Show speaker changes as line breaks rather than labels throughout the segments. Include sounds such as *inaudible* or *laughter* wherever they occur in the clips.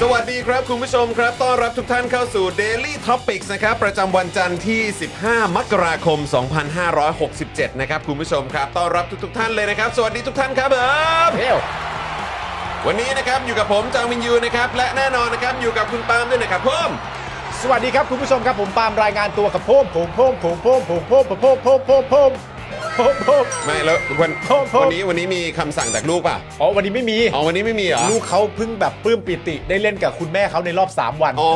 สวัสดีครับ คุณผู้ชมครับ ต้อนรับทุกท่านเข้าสู่ Daily Topics นะครับ ประจำวันจันทร์ที่ 15 มกราคม 2567 นะครับ คุณผู้ชมครับ ต้อนรับทุกทท่านเลยนะครับ สวัสดีทุกท่านครับผมวันนี้นะครับอยู่กับผมจางวินยูนะครับ และแน่นอนนะครับอยู่กับคุณปาล์มด้วยนะครับเพิ่ม
สวัสดีครับ คุณผู้ชมครับผมปาล์มรายงานตัวกับโพ่มผมโพ่มผมโพ่มผมโพ่มผมโพ่มผมโพ่มผมผมผม
ไม่แล้ววัน
เพิ่มเพิ่ม
วันนี้วันนี้มีคำสั่งจากลูกป่ะ
อ๋อวันนี้ไม่มี
*laughs* อ๋อวันนี้ไม่มีเหรอ
ลูกเขาเพิ่งแบบปลื้มปิติได้เล่นกับคุณแม่เขาในรอบ 3 วัน
อ๋อ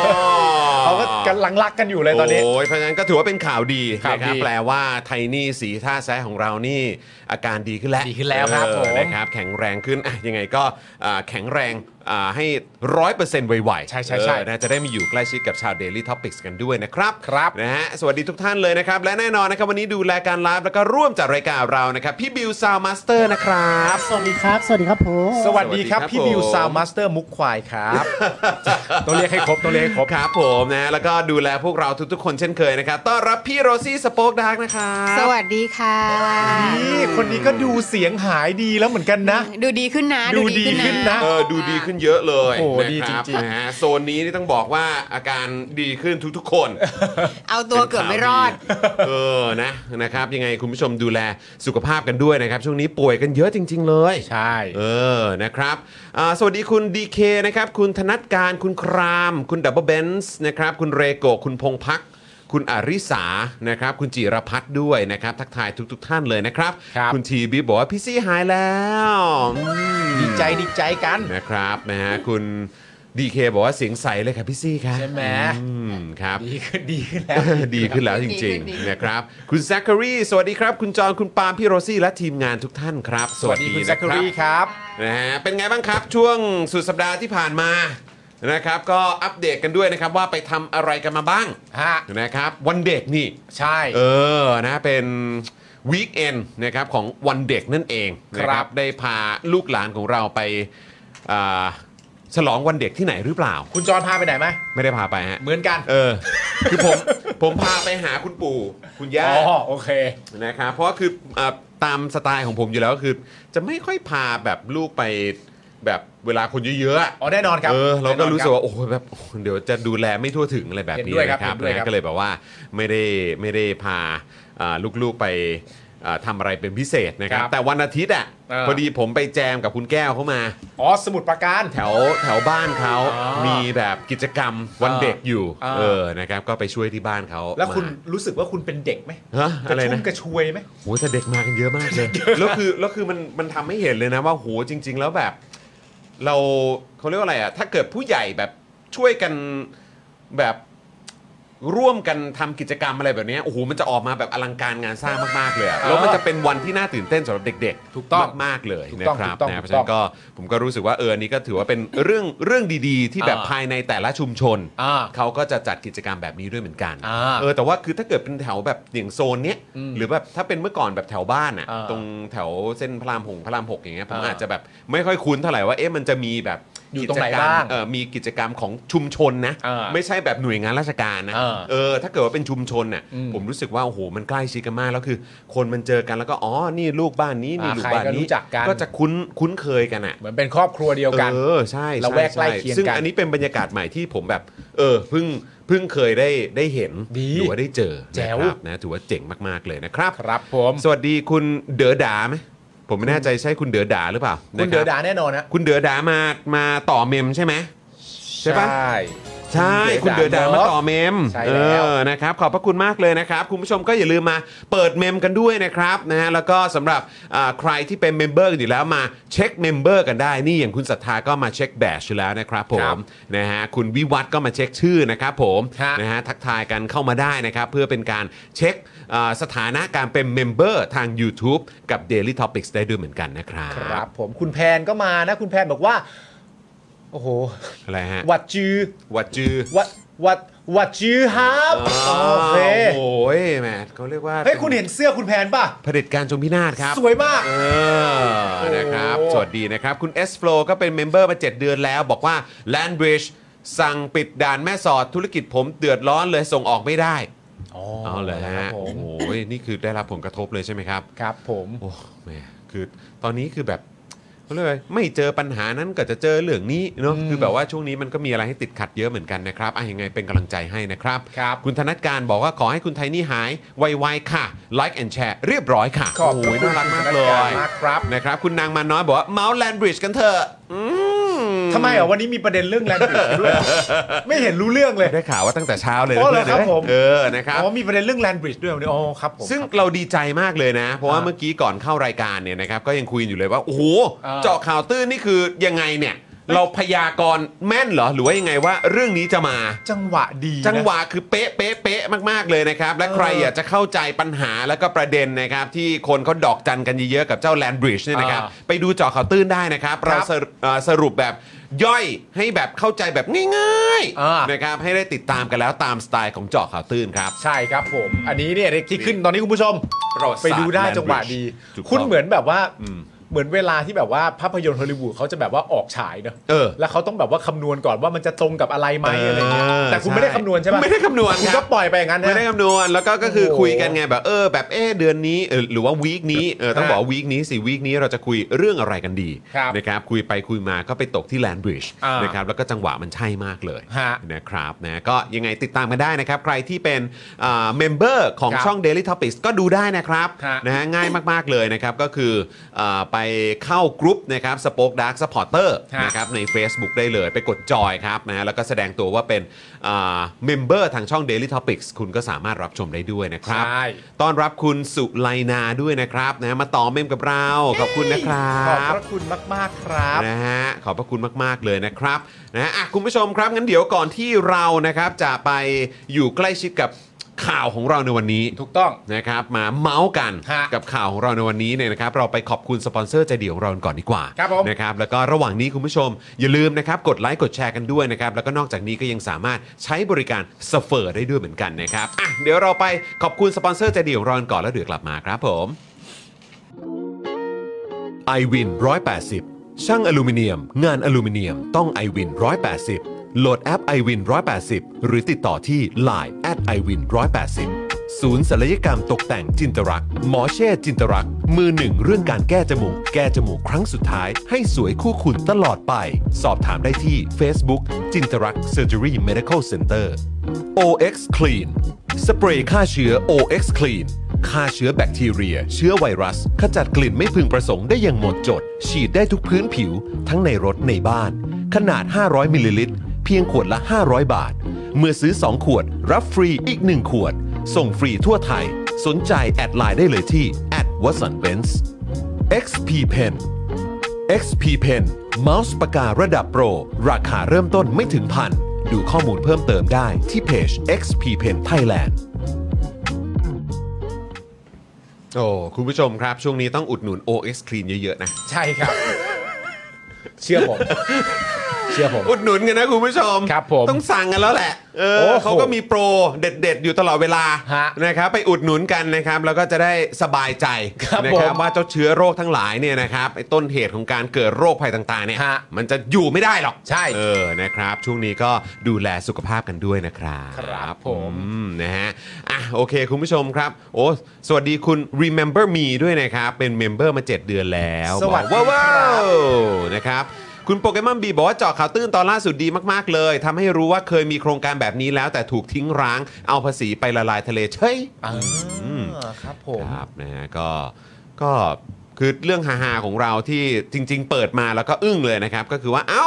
*laughs* เขาก็กำลังรักกันอยู่เลยตอนนี้
โอ้ยเพราะฉะนั้นก็ถือว่าเป็นข่าวดี
ข่าว
นะ
ดี
ครับแปลว่าไทนี่สีท่าแซะของเรานี่ อาการดีขึ้นแล้ว
ดีขึ้นแล้วครับ
เออ
ผม
นะครับแข็งแรงขึ้นอ่ะยังไงก็อ่าแข็งแรงอ่าให้ร้อยเปอร์เซ็นต์ไวๆ
ใช่ใช่ใช่
เออนะจะได้มาอยู่ใกล้ชิดกับชาว Daily Topics กันด้วยนะครับ
ครับ
นะฮะสวัสดีทุกท่านเลยนะครับ และแน่นอนนะครับวันนี้ดูแลการไลฟ์แล้วก็ร่วมจัดรายการเรานะครับพี่บิวซาวมาสเตอร์นะครับ
สวัสดีครับ สวัสดีครับผม
สวัสดีครับ พี่บิว
ผม
ซาวมาสเตอร์มุกควายครับ
*laughs*
ต้องเรียกให้ครบต้องเรียกให้ครบ
ครับผมนะแล้วก็ดูแลพวกเราทุกๆ คนเช่นเคยนะครับต้อนรับพี่โรซี่สป็อกดาร์กนะครับ
สวัสดีค่ะ
นี่คนนี้ก็ดูเสียงหายดีแล้วเหมือนกันนะ
ดูดีขึ้นนะ
ดูดีขึ้นนะ
เออดูดีขึ้นเยอะเลย
โอ้
นะ
ดี
ค
จ
บ
ริงๆ
นะฮะโซนนี้นี่ต้องบอกว่าอาการดีขึ้นทุกๆ คน
เอาตัวเกือบไม่รอด
เป็นข่าวดีเออนะนะครับยังไงคุณผู้ชมดูแลสุขภาพกันด้วยนะครับ ช่วงนี้ป่วยกันเยอะจริง ๆ เลย
ใช่
เออ นะครับอ่าสวัสดีคุณ DK นะครับ คุณธนัทการ คุณคราม คุณดับเบิลเบนส์นะครับ คุณเรโกะคุณพงพัก คุณอาริสา นะครับ คุณจิรพัฒน์ด้วยนะครับ ทักทายทุก ๆ ท่านเลยนะครับ
ครับ
ณทีบีบอกว่าพี่ซี่หายแล้วอืม
ดีใจดีใจกัน
นะครับนะฮะคุณดีเคบอกว่าเสียงใสเลยค่ะพี่ซี่ค่ะ
ใช่ไหม
อืมครับ
ดีขึ้นดีขึ้นแล้ว
ดีขึ้นแล้วจ
ดีขึ้
ริง
นดีขึ้
ๆ
น
นะครับ คุณแซคคารีสวัสดีครับ คุณจอห์นคุณปาล์มพี่โรซี่และทีมงานทุกท่านครับ
สวัสดีคุณ
นะ
แซคคารีครับ
นะฮะเป็นไงบ้างครับช่วงสุดสัปดาห์ที่ผ่านมานะครับ ก็อัปเดตกันด้วยนะครับว่าไปทำอะไรกันมาบ้าง
ฮะ
นะครับ วันเด็กนี่
ใช่
เออนะเป็นวีคเอนนะครับของวันเด็กนั่นเองนะค
ครั
รับบ ได้พาลูกหลานของเราไปอ่าฉลองวันเด็กที่ไหนหรือเปล่า
คุณจอนพาไปไหนไหม
ไม่ได้พาไปฮะ
เหมือนกัน
เออคือผม *laughs* ผมพาไปหาคุณปู่คุณย่า
อ๋อโอเค
นะครับเพราะว่าคือเอ่อตามสไตล์ของผมอยู่แล้วก็คือ จะไม่ค่อยพาแบบลูกไปแบบเวลาคนเยอะๆอะ
อ๋อแน่นอนครับ
เออเราก็รู้สึก
แน่นอนคบ
ว่าโอ้โหแบบโอ้โหเดี๋ยวจะดูแลไม่ทั่วถึงอะไรแบบ
เห็น
นี้
ด้วยครับ
นะครับ
เห็นด้วยครับ
นะก็เลยแบบว่าไม่ได้ไม่ได้พาอ่าลูกๆไปอ่าทำอะไรเป็นพิเศษนะครับ
ครับ
แต่วันอาทิตย์อ่ะ
เออ
พอดีผมไปแจมกับคุณแก้วเข้ามา
อ๋อสมุดประการ
แถวแถวบ้านเขา
อ๋อ
มีแบบกิจกรรมวัน
อ่า
เด็กอยู่
อ่า
เออนะครับก็ไปช่วยที่บ้านเขา
แล้วคุณ
มา
รู้สึกว่าคุณเป็นเด็กไหม
ฮะ
ก
อะไรนะ
ชุ่มกระชวยไหม
โหแต่เด็กมากันเยอะมากเลย แล้วคือแล้วคือมันมันทำให้เห็นเลยนะว่าโหจริง ๆ แล้วแบบ เราเขาเรียกว่าอะไรอ่ะถ้าเกิดผู้ใหญ่แบบช่วยกันแบบ ร่วมกันทำกิจกรรมอะไรแบบเนี้ยโอ้โหมันจะออกมาแบบอลังการงานสร้างมากๆเลยอะแล้วมันจะเป็นวันที่น่าตื่นเต้นสำหรับเด็กๆ
ถูกต้อง
มากๆเลย
ถูก
นะ
ต้อง
ครับ
ถูกต้อง
นะเพ
ถู
ราะฉะนั้
กต้อง
นก็ผมก็รู้สึกว่าเอออนนี่ก็ถือว่าเป็นเรื่องเรื่องดีๆ ที่แบบ
อ่า
ภายในแต่ละชุมชน
อ่า
เขาก็จะจัดกิจกรรมแบบนี้ด้วยเหมือนกัน
อ่า
เออแต่ว่าคือถ้าเกิดเป็นแถวแบบอย่างโซนเนี้ยหรือแบบถ้าเป็นเมื่อก่อนแบบแถวบ้านอะ
อ่า
ตรงแถวเส้นพระรามหงพระรามหกอย่างเงี้ยผม
อ่า
อาจจะแบบไม่ค่อยคุ้นเท่าไหร่ว่าเอ๊ะมันจะมีแบบ
อยู่ตรงไหนบ้าง
กิจกรรมเออมีกิจกรรมของชุมชนนะ
อ่า
ไม่ ไม่ใช่แบบหน่วยงานราชการนะ
เออ
เออ ถ้าเกิดว่าเป็นชุมชนเนี่ย
อืม
ผมรู้สึกว่าโอ้โห มันใกล้ชิดกันมาก แล้วคือ คนมันเจอกันแล้วก็ อ๋อ นี่ลูกบ้านนี้ นี่
อ่า
ลูก
ใคร
บ้าน
ก็รู้
นี้
จักกัน
ก็จะคุ้นคุ้นเคยกันอ่ะ
เหมือนเป็นครอบครัวเดียวกัน
เออใช่ช่
ละแวกใกล้เคียงกัน
ซึ่งอันนี้เป็นบรรยากาศใหม่ที่ผมแบบ เออเพิ่งเพิ่งเคยได้ได้เห็น
ดี
หรือว่าได้เจอ
แจ๋ว
นะครับนะถือว่าเจ๋งมากๆเลยนะครับ
ครับผม
สวัสดีคุณเด๋อดาไหมผมไม่แน่ใจใช่คุณเด๋อดาหรือเปล่านะรั
คุณ
บ
เดือดดาแน่นอนนะ
คุณเด๋อดามามาต่อเมมใช่ไหมใช่ปะ ใช่ คุณเดือดามาต่อเมม
ใช่
เอ
แล้ว
อนะครับขอบพระคุณมากเลยนะครับ คุณผู้ชมก็อย่าลืมมาเปิดเมมกันด้วยนะครับนะฮะแล้วก็สำหรับอ่าใครที่เป็นเมมเบอร์อยู่แล้วมาเช็คเมมเบอร์กันได้ นี่อย่างคุณศรัทธาก็มาเช็คแบชอยู่แล้วนะครับผ
ครั
ม
บ
นะฮะคุณวิวัฒน์ก็มาเช็คชื่อนะครับผม
ฮะ
นะฮะทักทายกันเข้ามาได้นะครับ เพื่อเป็นการเช็คอ่าสถานะการเป็นเมมเบอร์ทาง YouTube กับ Daily Topics ได้ด้วยเหมือนกันนะครับ
ครับผมคุณแพนก็มานะคุณแพนบอกว่า โอ้โห
อะไรฮะ
หวัดจือ
หวัดจือ
หวัดหวัดหวัดจือครับโอเค
โอ้ยแหมเขาเรียกว่า
เฮ้ยคุณเห็นเสื้อคุณแพนป่ะ
เผด็จการจงพินาศครับ
สวยมาก
เออ นะครับ
โอ้
สวัสดีนะครับ คุณ S Flow ก็เป็นเมมเบอร์มา 7 เดือนแล้ว บอกว่า Landbridge สั่งปิดด่านแม่สอดธุรกิจผมเดือดร้อนเลยส่งออกไม่ได้เอาเลย
ครั
ฮะ
บผ
โอ้
ม
โหนี่คือได้รับผลกระทบเลยใช่ไหมครับ
ครับผม
โอ้แหมคือตอนนี้คือแบบเขาเรียกว่าไม่เจอปัญหานั้นก็จะเจอเรื่องนี้เนาะคือแบบว่าช่วงนี้มันก็มีอะไรให้ติดขัดเยอะเหมือนกันนะครับอ่ะยังไงเป็นกำลังใจให้นะครับ
ครับ
คุณธนัทการบอกว่าขอให้คุณไทนี่หายไวๆค่ะ Like and Share เรียบร้อยค่ะ
ขอบคุณ
โยน่ารักมากเล
คุณธนัทการ
ย
มากครับ
นะครับคุณนางมาน้อยบอกว่าเมาส์แลนบริดจ์กันเถอะอืม
ทำไมอ่ะวันนี้มีประเด็นเรื่องแรงบิดด้วยเหรอไม่เห็นรู้เรื่องเลย
ได้ข่าวว่าตั้งแต่เช้าเลยนะ
อ๋อเหร
เพื่อน
อครับ
นะ
ผม
เออนะครับ
อ๋อมีประเด็นเรื่องแลนบริดจ์ด้วยวันนี้อ๋อครับผม
ซึ่งเราดีใจมากเลยนะ เพราะว่า
อ่า
เมื่อกี้ก่อนเข้ารายการเนี่ยนะครับก็ยังคุยอยู่เลยว่า โอ้โห
อ่า
เจาะข่าวตื้นนี่คือยังไงเนี่ย เราพยากรณ์แม่นเหรอ หรือว่ายังไงว่าเรื่องนี้จะมา
จังหวะดีน
จังหวะคือเป๊ะเป๊ะเป๊ะมาก ๆ เลยนะครับ และใครอยากจะเข้าใจปัญหาแล้วก็ประเด็นนะครับ ที่คนเขาดอกจันกันเยอะๆ กับเจ้าแลนบริดจ์เนี่ยนะครับ
อ่า
ไปดูเจอข่าวตื้นได้นะครับ เราสรุปเอ่อสรุปแบบย่อยให้แบบเข้าใจแบบง่าย
อ่าน
นะครับให้ได้ติดตามกันแล้วตามสไตล์ของเจาะข่าวตื้นครับ
ใช่ครับผม อันนี้เนี่ยที่ขึ้นตอนนี้คุณผู้ชม
ประวัติศาสตร์
ไปดูได้
Land
จังหวะดี
Bridge ถูกต้อง
คุณเหมือนแบบว่า
อืม
เหมือนเวลาที่แบบว่าภาพยนตร์ฮอลลีวูดเขาจะแบบว่าออกฉายเนอะ
เออ
แล้วเขาต้องแบบว่าคำนวณก่อนว่ามันจะตรงกับอะไรไหมอะไรเงี้ย
เออ
แต่คุณ
ใช่
ไม่ได้คำนวณใช่ไหม
ไม่ได้คำนวณ
คุณ
ครั
ก็
บ
ปล่อยไปอย่างนั้นนะ
ไม่ได้คำนวณแล้วก็ก็คือ
โอ้โห
คุยกันไงแบบเออแบบเออเดือนนี้เออหรือว่าวีคนี้เออต้องบอกวีคนี้สิวีคนี้เราจะคุยเรื่องอะไรกันดี
ครับ
นะครับคุยไปคุยมาก็ไปตกที่แลนบริดจ์
อ่าน
นะครับแล้วก็จังหวะมันใช่มากเลย
ฮะ
นะครับนะก็ยังไงติดตามกันได้นะครับ ใครที่เป็นเมมเบอร์ของ
ครับ
ช่อง Daily Topics ก็ดูได้นะครับ
ฮะ
นะฮะง่ายมาก ๆ เลยนะครับก็คืออ่าไปเข้ากรุ๊ปนะครับสป็อคดักสปอร์เตอร์
ฮะ
นะครับ นะครับใน Facebook ได้เลยไปกดจอยครับนะฮะแล้วก็แสดงตัวว่าเป็นเมมเบอร์ทางช่อง Daily Topics คุณก็สามารถรับชมได้ด้วยนะครับ
ใช่
ต้อนรับคุณสุไลนาด้วยนะครับนะฮะมาต่อเมมกับเราขอบคุณนะครั
ขอบพ
บ
ระคุณมาก ๆ ครับ
นะฮะขอบพระคุณมาก ๆ เลยนะครับนะฮะอ่ะคุณผู้ชมครับงั้นเดี๋ยวก่อนที่เรานะครับจะไปอยู่ใกล้ชิดกับข่าวของเราในวันนี้
ถูกต้อง
นะครับมาเมาส์กัน
ฮะ
กับข่าวของเราในวันนี้เนี่ยนะครับเราไปขอบคุณสปอนเซอร์ใจดีของเราก่อนดีกว่า
ครับผม
นะครับแล้วก็ระหว่างนี้คุณผู้ชมอย่าลืมนะครับกดไลค์กดแชร์กันด้วยนะครับแล้วก็นอกจากนี้ก็ยังสามารถใช้บริการสเฟอร์ได้ด้วยเหมือนกันนะครับอ่ะเดี๋ยวเราไปขอบคุณสปอนเซอร์ใจดีของเราก่อนแล้วเดี๋ยวกลับมาครับผม i w วิน180 ช่างอลูมิเนียม งานอลูมิเนียมต้อง i w วิน180 โหลดแอป i w วิน180 หรือติดต่อที่ Line at i w วิน180 ศูนย์ศัลยกรรมตกแต่งจินตรักษณ์หมอเช่จินตรักษณ์มือหนึ่งเรื่องการแก้จมูก แก้จมูกครั้งสุดท้าย ให้สวยคู่คุณตลอดไป สอบถามได้ที่ Facebook จินตรักเซอร์เจอรี่เมดิคอลเซ็นเตอร์ OX Clean สเปรย์ฆ่าเชื้อ OX Clean ฆ่าเชื้อแบคทีเรีย เชื้อไวรัส ขจัดกลิ่นไม่พึงประสงค์ได้อย่างหมดจด ฉีดได้ทุกพื้นผิว ทั้งในรถในบ้าน ขนาด 500 มิลลิลิตร เพียงขวดละ 500 บาท เมื่อซื้อ 2 ขวด รับฟรีอีก 1 ขวด ส่งฟรีทั่วไทย สนใจแอดไลน์ได้เลยที่ w a t s o n b e n z XP Pen XP Pen เมาส์ปากการะดับโปร ราคาเริ่มต้นไม่ถึงพัน
ดูข้อมูลเพิ่มเติมได้ที่เพจ XP Pen Thailand
โอ้คุณผู้ชมครับ ช่วงนี้ต้องอุดหนุน OX Clean เยอะๆนะ
ใช่ครับ เชื่อผม เชื่อผม
อุดหนุนกันนะคุณผู้ชม
ครับผม
ต้องสั่งกันแล้วแหละเออ
โอ้โห
เขาก็มีโปรเด็ด ๆ อยู่ตลอดเวลา
ฮะ
นะครับไปอุดหนุนกันนะครับ แล้วก็จะได้สบายใจ
ครับ
นะ
ผม
ว่าเจ้าเชื้อโรคทั้งหลายเนี่ยนะครับไอ้ต้นเหตุของการเกิดโรคภัยต่างๆเนี่ย
ฮะ
มันจะอยู่ไม่ได้หรอก
ใช่
เออนะครับ ช่วงนี้ก็ดูแลสุขภาพกันด้วยนะครับ
ครับผม
อืมนะฮะอ่ะโอเค คุณผู้ชมครับโอ้สวัสดีคุณ remember me ด้วยนะครับ เป็นเมมเบอร์มา 7 เดือนแล้ว
สวัสดี
ว้าวา
ครั
ว
บ
นะครับคุณโปเกมอนบีบอกว่าเจาะข่าวตื้นตอนล่าสุดดีมากๆเลยทำให้รู้ว่าเคยมีโครงการแบบนี้แล้วแต่ถูกทิ้งร้าง เอาภาษีไปละลายทะเลเฉย
อ่าครับผม
ครับนะฮะก็ก็คือเรื่องฮาๆของเราที่จริง ๆ เปิดมาแล้วก็อึ้งเลยนะครับ ก็คือว่าเอ้า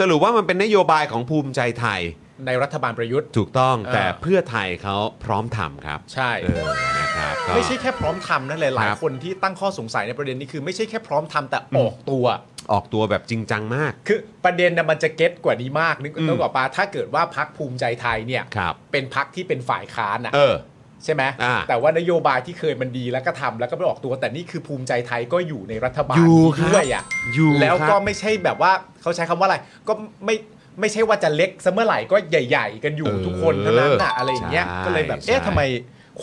สรุปว่ามันเป็นนโยบายของภูมิใจไทย
ในรัฐบาลประยุทธ์
ถูกต้อง
เออ
แต่เพื่อไทยเขาพร้อมทำครับ
ใช่
เออนะครับก็
ไม่ใช่แค่พร้อมทำนะหลาย
ครับ
ๆคนที่ตั้งข้อสงสัยในประเด็นนี้คือไม่ใช่แค่พร้อมทำแต่ออกตัว
ออกตัวแบบจริงจังมาก
คือประเด็นนะมันจะเก็ตกว่านี้มากนึก
อืม
ต้องบอกปาถ้าเกิดว่าพักภูมิใจไทยเนี่ย
ครับ
เป็นพักที่เป็นฝ่ายค้านนะ
เออ
ใช่ไหม
อ่า
แต่ว่านโยบายที่เคยมันดีแล้วก็ทำแล้วก็ไปออกตัว แต่นี่คือภูมิใจไทยก็อยู่ในรัฐบาล
อยู่
นี้
ครับ
ด้วยอ่ะ
อยู่
แล้ว
ครับ
ก็ไม่ใช่แบบว่าเขาใช้คำว่าอะไรก็ไม่ไม่ใช่ว่าจะเล็กซะเมื่อไหร่ก็ใหญ่ ๆ กันอยู่
เออ
ทุกคนเท่านั้นน่ะอะไรอย่างเงี้ย
ใช่
ก็เลยแบบ
ใช่
เอ๊ะทำไม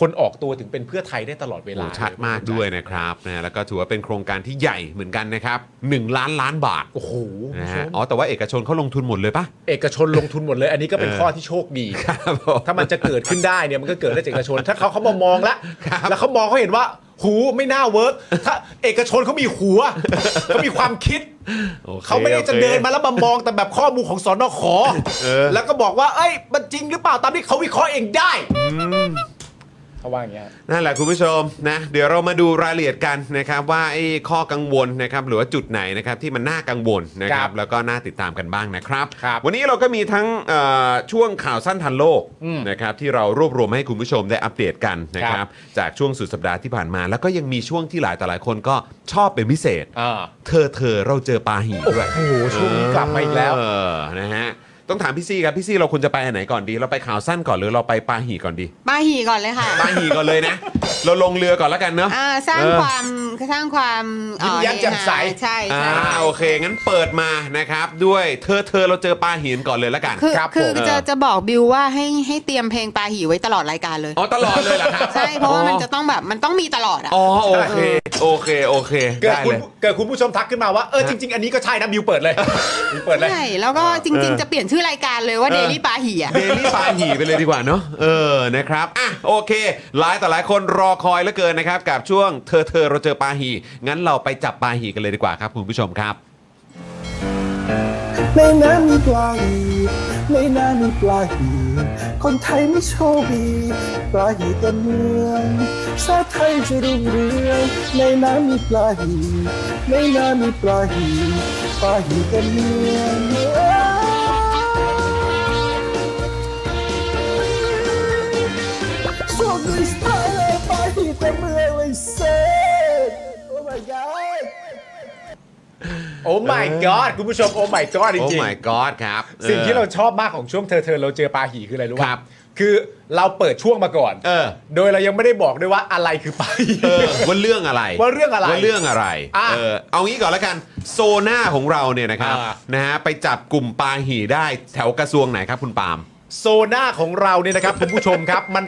คนออกตัวถึงเป็นเพื่อไทยได้ตลอดเวลา
โอ้ชัดมากด้วยนะครับนะแล้วก็ถือว่าเป็นโครงการที่ใหญ่เหมือนกันนะครับ 1 ล้านล้านบาท
โอ้โหคุณ
นะ
ผู้ช
ฮะ
ม
อ๋อ แต่ว่าเอกชนเขาลงทุนหมดเลยปะ
เอกชนลงทุนหมดเลย อันนี้ก็เป็น
เออ
ข้อที่โชคดี
ครับผม
ถ้ามันจะเกิดขึ้นได้เนี่ยมันก็เกิดได้จากเอกชน ถ้าเขาเขามามองแล้วแล้วเขามองเขาเห็นว่า หูไม่น่าเวิร์กถ้าเอกชนเขามีหัวเขามีความคิด
โอค
เขาไม่ได้จะ
โอค
เดินมาแล้วมามองแต่แบบข้อมูลของสอนอขอ
เออ
แล้วก็บอกว่า เอ้ยมันจริงหรือเปล่าตามที่เขาวิเคราะห์เองได้เขาว่าอย่างเงี้ย
นั่นแหละคุณผู้ชมนะเดี๋ยวเรามาดูรายละเอียดกันนะครับว่าไอ้ข้อกังวลนะครับหรือว่าจุดไหนนะครับที่มันน่ากังวลนะค
ค
รั
รั
บบ แล้วก็น่าติดตามกันบ้างนะครับ
ครับ
วันนี้เราก็มีทั้งเอ่อช่วงข่าวสั้นทันโลก
อืม
นะครับที่เรารวบรวมให้คุณผู้ชมได้อัปเดตกันนะค
ค
รั
รั
บบ จากช่วงสุดสัปดาห์ที่ผ่านมา แล้วก็ยังมีช่วงที่หลายต่อหลายคนก็ชอบเป็นพิเศษ
อ่า
เธอเธอเราเจอปาหีด้วย
โอ้โหช่วงนี้กลับมาอีกแล้ว
เออนะฮะ ต้องถามพี่ซี่ครับ พี่ซี่เราควรจะไปอันไหนก่อนดี เราไปข่าวสั้นก่อนหรือเราไปปาหีก่อนดี
ป้าหีก่อนเลยค่ะ
ปาหีก่อนเลยนะ เราลงเรือก่อนแล้วกันเนาะ
อ่าสร้าง
เออ
ความสร้างความเอ่อ
ยิ้มแย้มแจ่มใส
เฮฮาใช่
อ่า
ใช่
โอเค งั้นเปิดมานะครับ ด้วยเธอเธอเราเจอปลาหินก่อนเลยแล้วกัน
คือ
ครับ
คือ
ผม
จะจะบอกบิวว่าให้ให้เตรียมเพลงปาหีไว้ตลอดรายการเลย
อ๋อตลอดเลยเหรอครับ
ใช่ เพราะว่ามันจะต้องแบบมันต้องมีตลอดอ่ะ
อ๋อโอเคโอเคโอเค
เกิด
ได้
คุณ
เลย
เกิดคุณผู้ชมทักขึ้นมาว่าเออจริง ๆ อันนี้ก็ใช่นะบิวเปิดเลยบิวเปิดเลย
ใช่ แล้วก็จริง ๆ จะเปลี่ยนชื่อรายการเลยว่า
เอ
เด
อ
ลี่ปาหีอ่ะ
เดลี่ปาหีไปเลยดีกว่าเนาะเออนะครับอ่ะโอเค หลายต่อหลายคนรอคอยเหลือเกินนะครับ กับช่วงเธอเธอเราเจอปาหีงั้นเราไปจับปาหีกันเลยดีกว่าครับคุณผู้ชมครับ
ในน้ำมีปลาหีในน้ำมีปลาหีคนไทยไม่โชคดีปลาหีเต็มเมืองชาติไทยจะรุ่งเรืองในน้ำมีปลาหีในน้ำมีปลาหีปลาหีเต็มเมืองเอ้ยโชคดีสไตล์เลยปลาหีเต็มเมืองเลยเซ่โอ้ my god
โอ้ my god คุณผู้ชมโอ้ my god จ
โอ้
ริง
my god ครับ
ๆ สิ่งที่
อ
เรา
อ
ชอบมากของช่วงเธอเธอเราเจอปาหีคืออะไรรู้
ครั
ป่ะ
บ
คือเราเปิดช่วงมาก่อน
เออ
โดยเรายังไม่ได้บอกด้วยว่าอะไรคือปาหี
เออว่าเรื่องอะไร
ว่าเรื่องอะไร
ว่าเรื่องอะไร
อ่ะ
เออเอางี้ก่อนละกันโซน่าของเราเนี่ยนะครับ
อ่า
นะฮะไปจับกลุ่มปาหีได้แถวกระทรวงไหนครับคุณปาล์ม
โซน่าของเราเนี่ยนะครับ คุณผู้ชมครับ มัน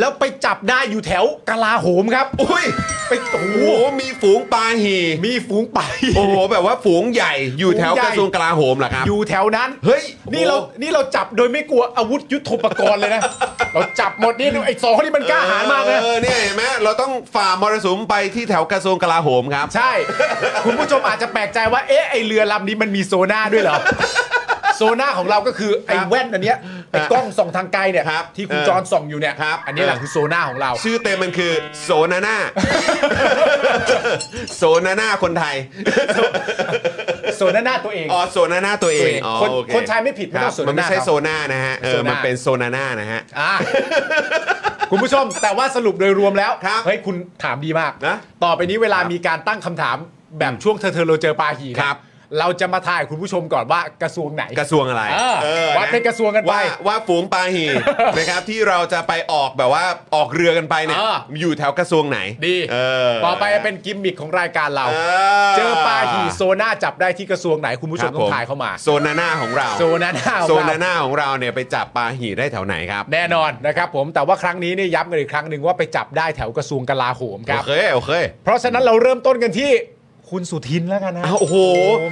แล้วไปจับได้อยู่แถวกลาโหมครับ
อุ้ย
ไปโอ้โห
โอ้โหมีฝูงปาหี
มีฝูงปาหี
โอ้โหแบบว่าฝูงใหญ่อยู่แถว
ฝูงใหญ่
กระทรวงกลาโหมเหรอครับ
อยู่แถวนั้น
เฮ้ย
นี่เรา
โอ้
นี่เราจับโดยไม่กลัวอาวุธยุทโธปกรณ์เลยนะ เราจับหมดนี่ไอ้สองคนนี้มันกล้าหาญมากนะ
เออเนี่ยเห็นไหมเราต้องฝ่ามรสุมไปที่แถวกระทรวงกลาโหมครับ
ใช่ คุณผู้ชมอาจจะแปลกใจว่า เอ๊ะ ไอเรือลำนี้มันมีโซน่าด้วยเหร
*laughs*
อ โซน่าของเราก็คือ ไอแว่นอันเนี้ยไอกล้องส่องทางไกลเนี่ย
ครับ
ที่คุณ
เออ
จอนส่องอยู่เนี่ย
ครับ
อันนี้แหละคือโซน่าของเรา
ชื่อเต็มมันคือโซนา
*laughs*
น่า โซนาน่าคนไทย
โซน่าตัวเอง
อ๋อโซนาน่าตัวเองอ๋อ
คน
โอเ
คนไทยไม่ผิดไม่
ค
ต้อง
รับ
โซ
มั
นาน่า
นไม่ใช่
ครับ
โซนานะฮะเอ
โซ
อ
น่ามั
มันเป็นโซนาน่านะฮะ *laughs*
อ่ะคุณผู้ชมแต่ว่าสรุปโดยรวมแล้ว
ครับ
เฮ้ย คุณถามดีมาก
นะ
ต่อไปนี้เวลา
ครับ
มีการตั้งคำถามแบบช่วงเธอเธอเราเจอปาหีนะครับ เราจะมาถ่ายคุณผู้ชมก่อนว่ากระทรวงไหน
กระทรวงอะไร
เออวัดเป็นกระทรวงกันไป
ว่าว่าฝูงปาหี นะครับที่เราจะไปออกแบบว่าออกเรือกันไปเนี่ย
เออ
อยู่แถวกระทรวงไหน
ดี
เออ
ต่อไปเป็นกิมมิคของรายการเรา
เอ
เจอปลาหี่โซน่าจับได้ที่กระทรวงไหนคุณผู้ช
ครั
ม
บ
ต้องถ่ายเข้ามา
โซนาน่าของเรา
โซนาน่าของเรา
โซนาน่าของเราเนี่ยไปจับปลาหีได้แถวไหนครับ
แน่นอนนะครับผมแต่ว่าครั้งนี้เนี่ยย้ำกันอีกครั้งหนึ่งว่าไปจับได้แถวกระทรวงกลาโหมค
โอ
รับ
เคโอเค
เพราะฉะนั้นเราเริ่มต้นกันที่คุณสุทินแล้วกันนะ
อ้าวโอ้โห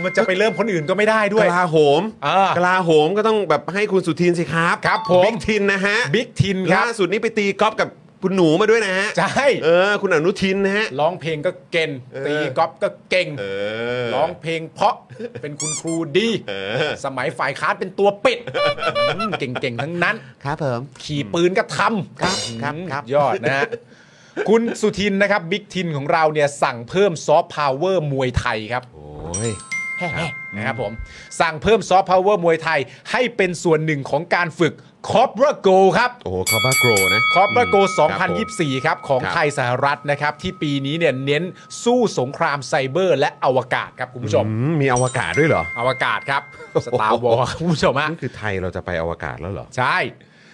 มันจะไปเริ่มคนอื่นก็ไม่ได้ด้วย
กลาโหม
อ่าก
กลาโหมก็ต้องแบบให้คุณสุทินสิครับ
ครับผม
บิ๊กทินนะฮะ
บิ๊กทินครับ
ล่าสุดนี้ไปตีกอล์ฟกับคุณหนูมาด้วยนะฮะ
ใช่
เออ คุณอนุทินนะฮะ
ร้องเพลงก็เก่ง
เออ
ตีกอล์ฟก็เก่ง
เออ
ร้องเพลงเพราะเป็นคุณครูดี
เออ
สมัยฝ่ายค้านเป็นตัวปิดอืมเก่งๆทั้งนั้น
ครับผม
ขี่ปืนก็ทำ
ครับครับครับ
ยอด
*laughs*
นะฮะ คุณสุทินนะครับบิ๊กทินของเราเนี่ยสั่งเพิ่มซอฟต์พาวเวอร์มวยไทยครับ
โอ้ย
แฮ่ๆนะครับผม สั่งเพิ่มซอฟต์พาวเวอร์มวยไทย ให้เป็นส่วนหนึ่งของการฝึกคอปราโกครับ
โอ้โหคอบ้าโกรนะ
คอปราโก
ครับผม
2024 ครับ ของ
ครับ
ไทยสหรัฐนะครับ ที่ปีนี้เนี่ยเน้นสู้สงครามไซเบอร์ และอวกาศครับคุณผู้ชม
อืมมีอวกาศด้วยเหรอ
อวกาศครับสตาร์วอลคุณผู้ชมฮะ
นี่คือไทยเราจะไปอวกาศแล้วเหรอ
ใช่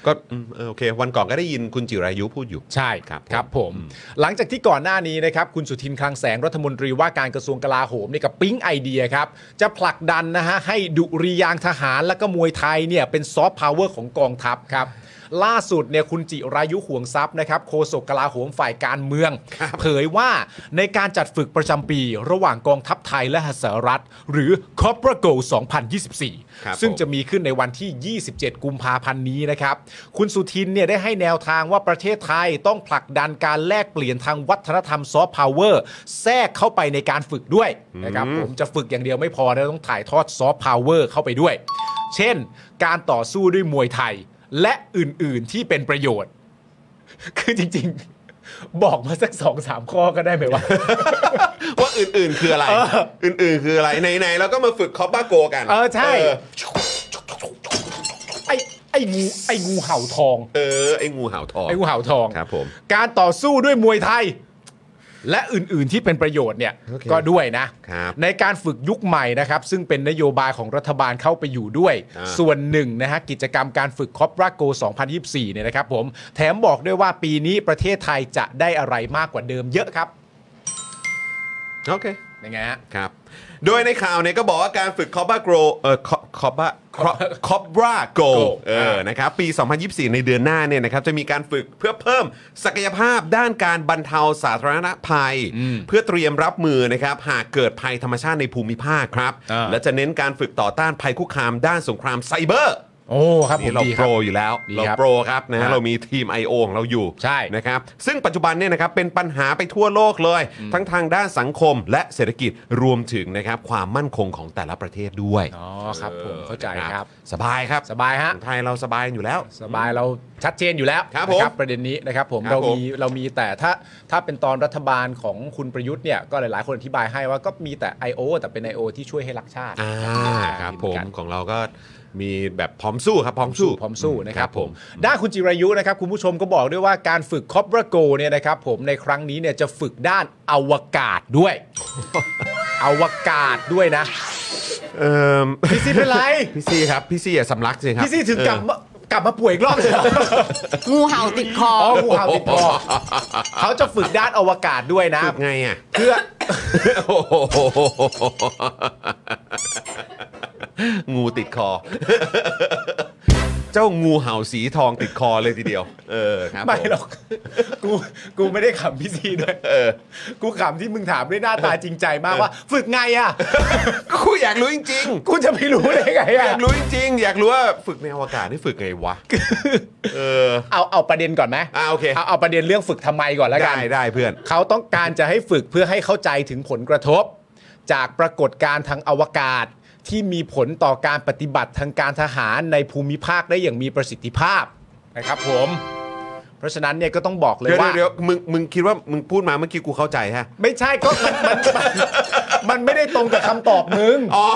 ก็อืมเออโอเค วันก่อนก็ได้ยินคุณจิรายุพูดอยู่
ใช่
ครับผม
ครับผม หลังจากที่ก่อนหน้านี้นะครับคุณสุทินคลังแสงรัฐมนตรีว่าการกระทรวงกลาโหมเนี่ยกับปิ๊งไอเดียครับ จะผลักดันนะฮะให้ดุริยางค์ทหารและก็มวยไทยเนี่ยเป็นซอฟต์พาวเวอร์ของกองทัพครับ ล่าสุดเนี่ยคุณจิรายุห่วงทรัพย์นะครับโฆษกกลาโหมฝ่ายการเมือง เผยว่าในการจัดฝึกประจำปี ระหว่างกองทัพไทยและสหรัฐ หรือคอปราโก
ครับ
2024 ซึ่งจะ มีขึ้นในวันที่ 27 กุมภาพันธ์นี้นะครับ คุณสุทินเนี่ยได้ให้แนวทางว่าประเทศไทยต้องผลักดันการแลกเปลี่ยนทางวัฒนธรรมซอฟต์พาวเวอร์แทรกเข้าไปในการฝึกด้วยนะครับผมจะฝึกอย่างเดียวไม่พอนะต้องถ่ายทอดซอฟต์พาวเวอร์เข้าไปด้วย เช่น การต่อสู้ด้วยมวยไทย และอื่นๆที่เป็นประโยชน์ คือจริงๆ บอกมาสักสองสามข้อก็ได้ไหมวะ
ว่าอื่นๆคืออะไร อื่นๆ คืออะไร ไหนๆเราก็มาฝึกคอบ้าโกรกัน
เออใช่
เออ
ไอ้ไอ้งูไอ้งูเห่าทอง
เออ ไอ้งูเห่าทอง
ไอ้งูเห่าทอง
ครับผม
การต่อสู้ด้วยมวยไทย และอื่น ๆ ที่เป็นประโยชน์เนี่ย
โอเค
ก็ด้วยนะ
ครับ
ในการฝึกยุคใหม่นะครับ ซึ่งเป็นนโยบายของรัฐบาลเข้าไปอยู่ด้วย
อ่า
ส่วนหนึ่งนะฮะกิจกรรมการฝึกคอปราโก 2024 เนี่ยนะครับผม แถมบอกด้วยว่าปีนี้ประเทศไทยจะได้อะไรมากกว่าเดิมเยอะครับ
โอเค
ยังไงฮะ
ครับ โดยในข่าวเนี่ยก็บอกว่าการฝึกคอบ้าโกรเออคอคอบ้าคอบ้าโก
Go
เออ นะครับ ปี 2024 ในเดือนหน้าเนี่ยนะครับ จะมีการฝึกเพื่อเพิ่มศักยภาพด้านการบรรเทาสาธารณภัย เพื่อเตรียมรับมือนะครับ หากเกิดภัยธรรมชาติในภูมิภาคครับ
อ่า
และจะเน้นการฝึกต่อต้านภัยคุกคามด้านสงครามไซเบอร์
โอ้ครับผ
นี่
ม
เรา
ดีค
โป
รั
ร
บ
อยู่แล้ว
ดี
เรา
ครับ
โปรครับนะฮะ
ฮะ
เรามีทีม I.O. ของเราอยู่
ใช่
นะครับซึ่งปัจจุบันเนี่ยนะครับเป็นปัญหาไปทั่วโลกเลย ทั้งทางด้านสังคมและเศรษฐกิจรวมถึงนะครับความมั่นคงของแต่ละประเทศด้วย
อ๋อครับผมเข้าใจครับ
สบายครับ
สบายฮะ
ของไทยเราสบายอยู่แล้ว
สบายเราชัดเจนอยู่แล้ว
ครับ
นะ
ผม
ประเด็นนี้นะครับผม
ครั
เรา
บผม
มีเรามีแต่ถ้าถ้าเป็นตอนรัฐบาลของคุณประยุทธ์เนี่ยก็หลาย ๆ คนอธิบายให้ว่าก็มีแต่ I.O. แต่เป็น I.O. ที่ช่วยให้รักชาติ
อ่าครับ
เห
ผ
อ
ม
นกัน
ของเราก็มีแบบพร้อมสู้ครับพร้อมสู้
พร้อมสู้นะครับผมด้านคุณจิรายุนะครับคุณผู้ชมก็บอกด้วยว่าการฝึกคอปราโกเนี่ยนะครับผมในครั้งนี้เนี่ยจะฝึกด้านอวกาศ
*laughs*
ด้วย อวกาศด้วยนะ
เอิ่ม *laughs*
พี่ซี่เป็นไร
พี่ซี่ครับพี่ซี่อย่าสำลักสิครับ
พี่ซี่ถึงกลับ
เออ
มากลับมาป่วยอีกรอบเลยเหรอ
*laughs* งูเห่าติดคอ
อ๋องูเห่าติดคอเขาจะฝึกด้านอวกาศด้วยนะ
ฝึกไงอ่ะ
เพื่อ
งูติดคอ *laughs* เจ้างูเห่าสีทองติดคอเลยทีเดียว เออครับ
ไม่
ผ
หรอก *laughs* กู กูไม่ได้ขำพี่ซีด้วย
เออ
กูขำที่มึงถามด้วยหน้าตาจริงใจมากว่า ฝึกไงอ่ะ
กูอยากรู้จริง
กูจะไม่รู้ได้ไง
ๆ อ
อ่ะ
ยากรู้จริงๆ อยากรู้ว่าฝึกในอวกาศนี่ฝึกไงวะ เออ
เอา เอาประเด็นก่อนไหม
อ่ะโอเค
เอาเอาประเด็นเรื่องฝึกทำไมก่อนแล้วกั
ได้
น
ได้เพื่อน
เขาต้องการจะให้ฝึกเพื่อให้เข้าใจถึงผลกระทบ จากปรากฏการณ์ทางอวกาศ ที่มีผลต่อการปฏิบัติทางการทหารในภูมิภาคได้อย่างมีประสิทธิภาพนะครับผม เพราะฉะนั้นเนี่ยก็ต้องบอกเลย
เดี๋ยว
ว่า
เดี๋ยวมึงมึงคิดว่ามึงพูดมาเมื่อกี้กูเข้าใจฮะ
ไม่ใช่ก็มันมันมันมันไม่ได้ตรงกับคำตอบมึง
อ๋อ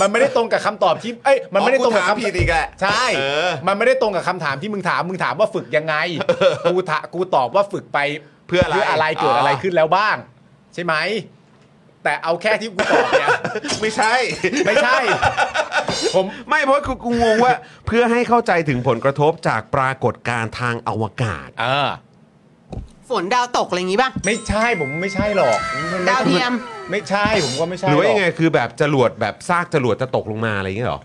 มันไม่ได้ตรงกับคำตอบที่ เอ้ย มันไม่ได้ตรงกับ
อ๋อถาม
คำ
ผิดอีกแหละ
ใช่
เออ
มันไม่ได้ตรงกับคำถามที่มึงถาม มึงถามว่าฝึกยังไง กูถากูตอบว่าฝึกไป
เพื่ออะไร
เพื่ออะไรเกิดอะไรขึ้นแล้วบ้าง ใช่ไหม แต่เอาแค่ที่กูบอก
*laughs*
เนี่ย
ไม่ใช่
ไม่ใช่ ผม
*laughs* ไม่เพราะกูกูงงว่า เพื่อให้เข้าใจถึงผลกระทบจากปรากฏการณ์ทางอวกาศ
เออ
ฝนดาวตกอะไรอย่างงี้ป่ะ
ไม่ใช่ผมไม่ใช่หรอก
ดาวเทียม
ไม่ใช่ผมก็ไม่ใช่
หรือว่ายัง
ก
ไงคือแบบจรวดแบบซากจรวดจะตกลงมาอะไรอย่างเงี้ยเหรอ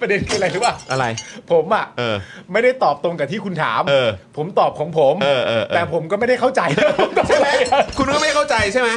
ประเด็นคืออะไรรู้ป่ะ
อะไร
ผมอ่ะ
เออ
ไม่ได้ตอบตรงกับที่คุณถาม
เออ
ผมตอบของผม
เออเออเออ
แต่ผมก็ไม่ได้เข้าใจ *laughs*
ใช่ไหมคุณก็ไม่เข้าใจใช่ไหม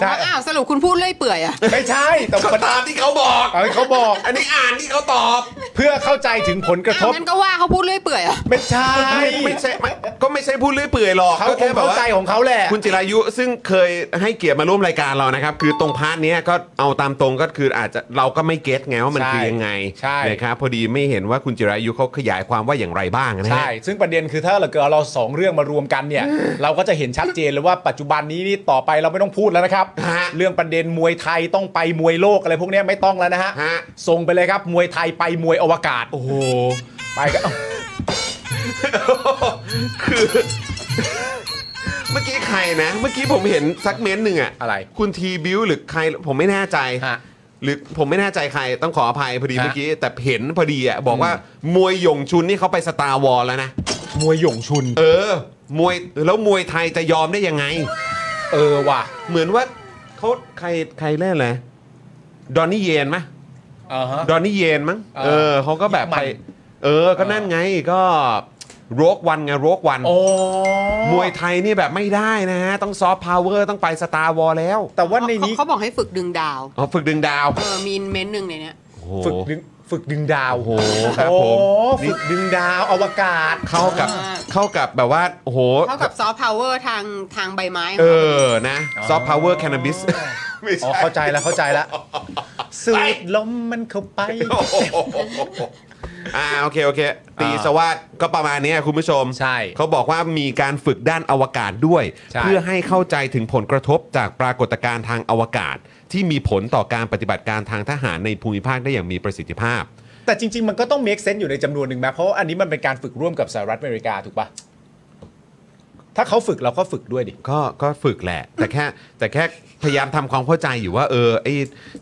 ใช่
อ้าว สรุปคุณพูดเรื่อยเปื่อยอะ
ไม่ใช่แต่
ก็
มัน
ตามที่เขาบอก
เอาให้เขาบอก
อันนี้อ่านที่เขาตอบ
เพื่อเข้าใจถึงผลกระท
อ้าว
บ
งั้นก็ว่าเขาพูดเรื่อยเปื่อยอะ
ไม่ใช่
ไม่ไม่ใช่ไม่ก็ไม่ใช่พูดเรื่อยเปื่อยหรอก
เขา
ก็
ค
แค่
ง
แบบ
เข้า
ว่า
ใจของเขาแหละ
คุณจิรายุซึ่งเคยให้เกียรติมาร่วมรายการเรานะครับ คือตรงพาร์ทเนี้ยก็เอาตามตรงก็คืออาจจะเราก็ไม่เก็ตไงว่ามัน
ใช่
คือยังไง
ใช่
นะครับพอดีไม่เห็นว่าคุณจิรายุเขาขยายความว่าอย่างไรบ้างนะฮะ
ใช่ ซึ่งประเด็นคือถ้าเราเกิดเราสองเรื่องมารวมกันเนี่ย เราก็จะเห็นชัดเจนเลยว่าปัจจุบันนี้นี่ต่อไปเราไม่ต้องพูดแล้วนะครับ
ฮะ
เรื่องประเด็นมวยไทยต้องไปมวยโลกอะไรพวกเนี้ยไม่ต้องแล้วนะฮะ
ฮะ
ส่งไปเลยครับมวยไทยไปมวยอวกาศ
โอ้โห
ไปก็
คือ เมื่อกี้ใครนะ เมื่อกี้ผมเห็นซักเมนต์หนึ่งอะ
อะไร
คุณทีบิวหรือใครผมไม่แน่ใจ
ฮะ
หรือผมไม่แน่ใจใครต้องขออภัยพอดี
ฮะ
เมื่อกี้ แต่เห็นพอดีอะบอกว่ามวยหยงชุนนี่เขาไปสตาร์วอลแล้วนะ
มวยหยงชุน
เออ มวยแล้วมวยไทยจะยอมได้ยังไง
เออว่ะ
เหมือนว่าเขาใครใครเล่นอะไรดอนนี่เยนไหมย
อ่าฮะ
ดอนนี่เยนมั้ง
เออ
เออเขาก็แบบไป
ยิงมั
เออ ก็นั่นไงก็โรกวันไงโรกวัน
โอ้
มวยไทยนี่แบบไม่ได้นะฮะ ต้องซอฟต์พาวเวอร์ต้องไปสตาร์วอลแล้ว
แต่ว่าใน
เขา
นี้
เขาบอกให้ฝึกดึงดาว
อ๋อฝึกดึงดาว
เออ มีเม้นต์หนึ่งในเนี้ย
โอ้โห
ฝึกดึงฝึกดึงดาว
โอ้โหครับผม
โอ้ฝึกดึงดาวอวกาศ
เข้ากับ
อ่า
เข้ากับแบบว่า โอ้โห
เท่ากับซอฟต์พาวเวอร์ทางทางใบไม้
เอ
ของเขา
อ นะซอฟต์พาวเวอร์แคนาบิส *laughs* ไม่
อ๋อ
ใช่
เข้าใจแล้วเข้าใจแล้วสูดลมมันเข้าไป
โอ้โหอ่าโอเค โอเค ตีสวัสดก็ประมาณเนี้ยคุณผู้ชม
ใช่
เขาบอกว่ามีการฝึกด้านอวกาศด้วย
ใช่
เพื่อให้เข้าใจถึงผลกระทบจากปรากฏการณ์ทางอวกาศ ที่มีผลต่อการปฏิบัติการทางทหารในภูมิภาคได้อย่างมีประสิทธิภาพ
แต่จริง ๆ มันก็ต้อง make sense อยู่ในจำนวนหนึ่งไหมเพราะว่าอันนี้มันเป็นการฝึกร่วมกับสหรัฐอเมริกาถูกปะถ้าเขาฝึกเราก็ฝึกด้วยดิ
ก็ก็ฝึกแหละ แต่แค่แต่แค่พยายามทำความเข้าใจอยู่ว่า เออไอ้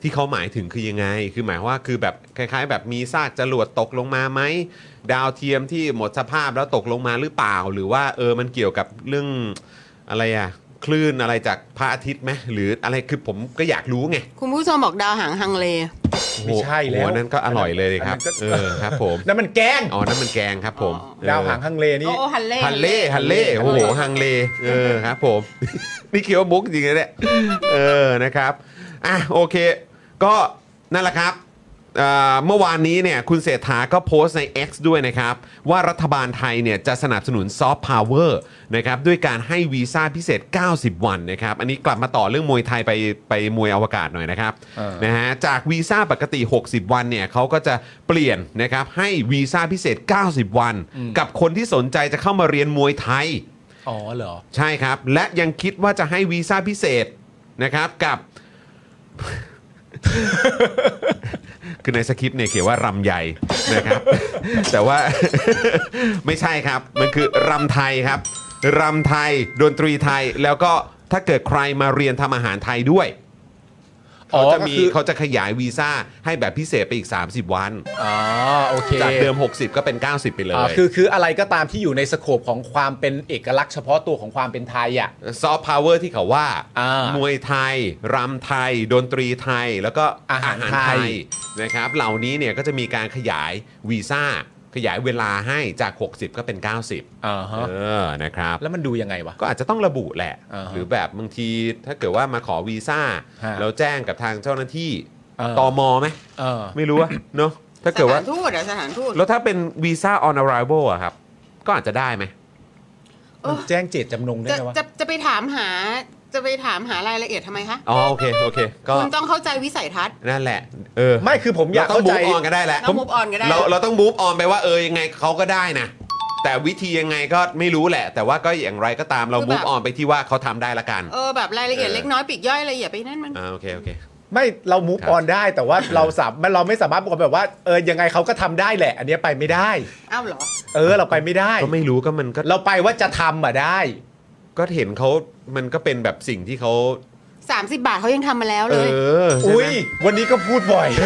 ที่เขาหมายถึงคือยังไง คือหมายว่าคือแบบคล้าย ๆ แบบมีซากจรวดตกลงมาไหมดาวเทียมที่หมดสภาพแล้วตกลงมาหรือเปล่า หรือว่าเออมันเกี่ยวกับเรื่องอะไรอะคลื่นอะไรจากพระอาทิตย์ไหมหรืออะไรคือผมก็อยากรู้ไง
คุณผู้ชมบอกดาวหางฮังเล
ไม่ใช่แล้ว
โอ้โหอันนั้นก็อร่อยเลยดิครับ
อันนั้นก็
เออครับผม
นั่นมันแกล้ง
อ๋อนั่นมันแกงครับผมเออ
ดาวหางฮังเลนี่
โอ้โอ้ฮันเล่
ฮันเล่ฮันเล่โอ้โหฮังเลเออครับผม *laughs* นี่เคียวามุกจริงๆนะเนี่ยเออนะครับอ่ะโอเค ก็นั่นแหละครับอ่าเมื่อวานนี้เนี่ยคุณเศรษฐาก็โพสต์ใน X ด้วยนะครับ ว่ารัฐบาลไทยเนี่ยจะสนับสนุนซอฟต์พาวเวอร์นะครับด้วยการให้วีซ่าพิเศษ 90 วันนะครับ อันนี้กลับมาต่อเรื่องมวยไทยไปไปมวยอวกาศหน่อยนะครับ
เออ
นะฮะจากวีซ่าปกติ 60 วันเนี่ยเขาก็จะเปลี่ยนนะครับให้วีซ่าพิเศษ 90 วัน กับคนที่สนใจจะเข้ามาเรียนมวยไทย
อ๋อเหรอ
ใช่ครับ และยังคิดว่าจะให้วีซ่าพิเศษนะครับกับ *laughs* คือในสคริปต์เนี่ยเขียนว่ารำใหญ่นะครับ *laughs* แต่ว่า ไม่ใช่ครับ มันคือรำไทยครับรำไทย ดนตรีไทยแล้วก็ถ้าเกิดใครมาเรียนทำอาหารไทยด้วย
อ๋อ
เขาจะมี
ก็คือ
เขาจะขยายวีซ่าให้แบบพิเศษไปอีก 30 วัน
อ๋อโอเค
จากเดิม 60 ก็เป็น 90 ไปเลย
อ่าคือคืออะไรก็ตามที่อยู่ในสโคปของความเป็นเอกลักษณ์เฉพาะตัวของความเป็นไทยอ่ะ
ซอฟต์พาวเวอร์ที่เขาว่า
อ่าม
วยไทยรำไทย ดนตรีไทย แล้วก็
อาหารไทย
นะครับ เหล่านี้เนี่ยก็จะมีการขยายวีซ่า ขยายเวลาให้จาก 60 ก็เป็น 90
อ่าฮะ
เออนะครับ
แล้วมันดูยังไงวะ
ก็อาจจะต้องระบุแหละ
อ่าฮะ
หรือแบบบางทีถ้าเกิดว่ามาขอวีซ่า
ฮะ
เราแจ้งกับทางเจ้าหน้าที่
เออ
ตอมไหม
เออ
ไม่รู้อะเนาะถ้า
ส
เกิด
ถา
ว่า
นทูตอะสถานทูต
แล้วถ้าเป็นวีซ่า on arrival อะครับ ก็อาจจะได้ไหม
เออ
แจ้งเจตจำนงได้
จะ
ไหมวะ
จะจะไปถามหา จะไปถามหารายละเอียดทำไมคะ
อ๋อ โอเค โอเค ก็
คุณต้องเข้าใจวิสัยทัศน์
นั่นแหละ เออ
ไม่คือผมอยาก
รต้ง
เข้าใจ
move on กันได้แล้ว
ต้อง move on กันได้
เราเราต้อง move on ไปว่าเออยังไงเขาก็ได้นะ แต่วิธียังไงก็ไม่รู้แหละ แต่ว่าก็อย่างไรก็ตามเรา move on ไปที่ว่าเขาทำได้ละกัน
เออแบบรายละเอียดเล็กน้อยปลีกย่อยอะไรอย่าไปนั่นมัน
อ่าโอเค โอเค
ไม่เรามูฟ
ครับ
ออนได้แต่ว่าเราสามเราไม่สามารถบอกแบบว่าเออยังไงเขาก็ทำได้แหละ อันเนี้ยไปไม่ได้
อ้าวเหรอ
เออเราไปไม่ได้
ก็ไม่รู้ก็มันก็
เราไปว่าจะทำอ่ะได้
ก็เห็นเขามันก็เป็นแบบสิ่งที่เขา
30 บาทเขายังทำมาแล้ว
เอ
เลย
อใช่ไหม
อุ้ยวันนี้ก็พูดบ่อย
*laughs*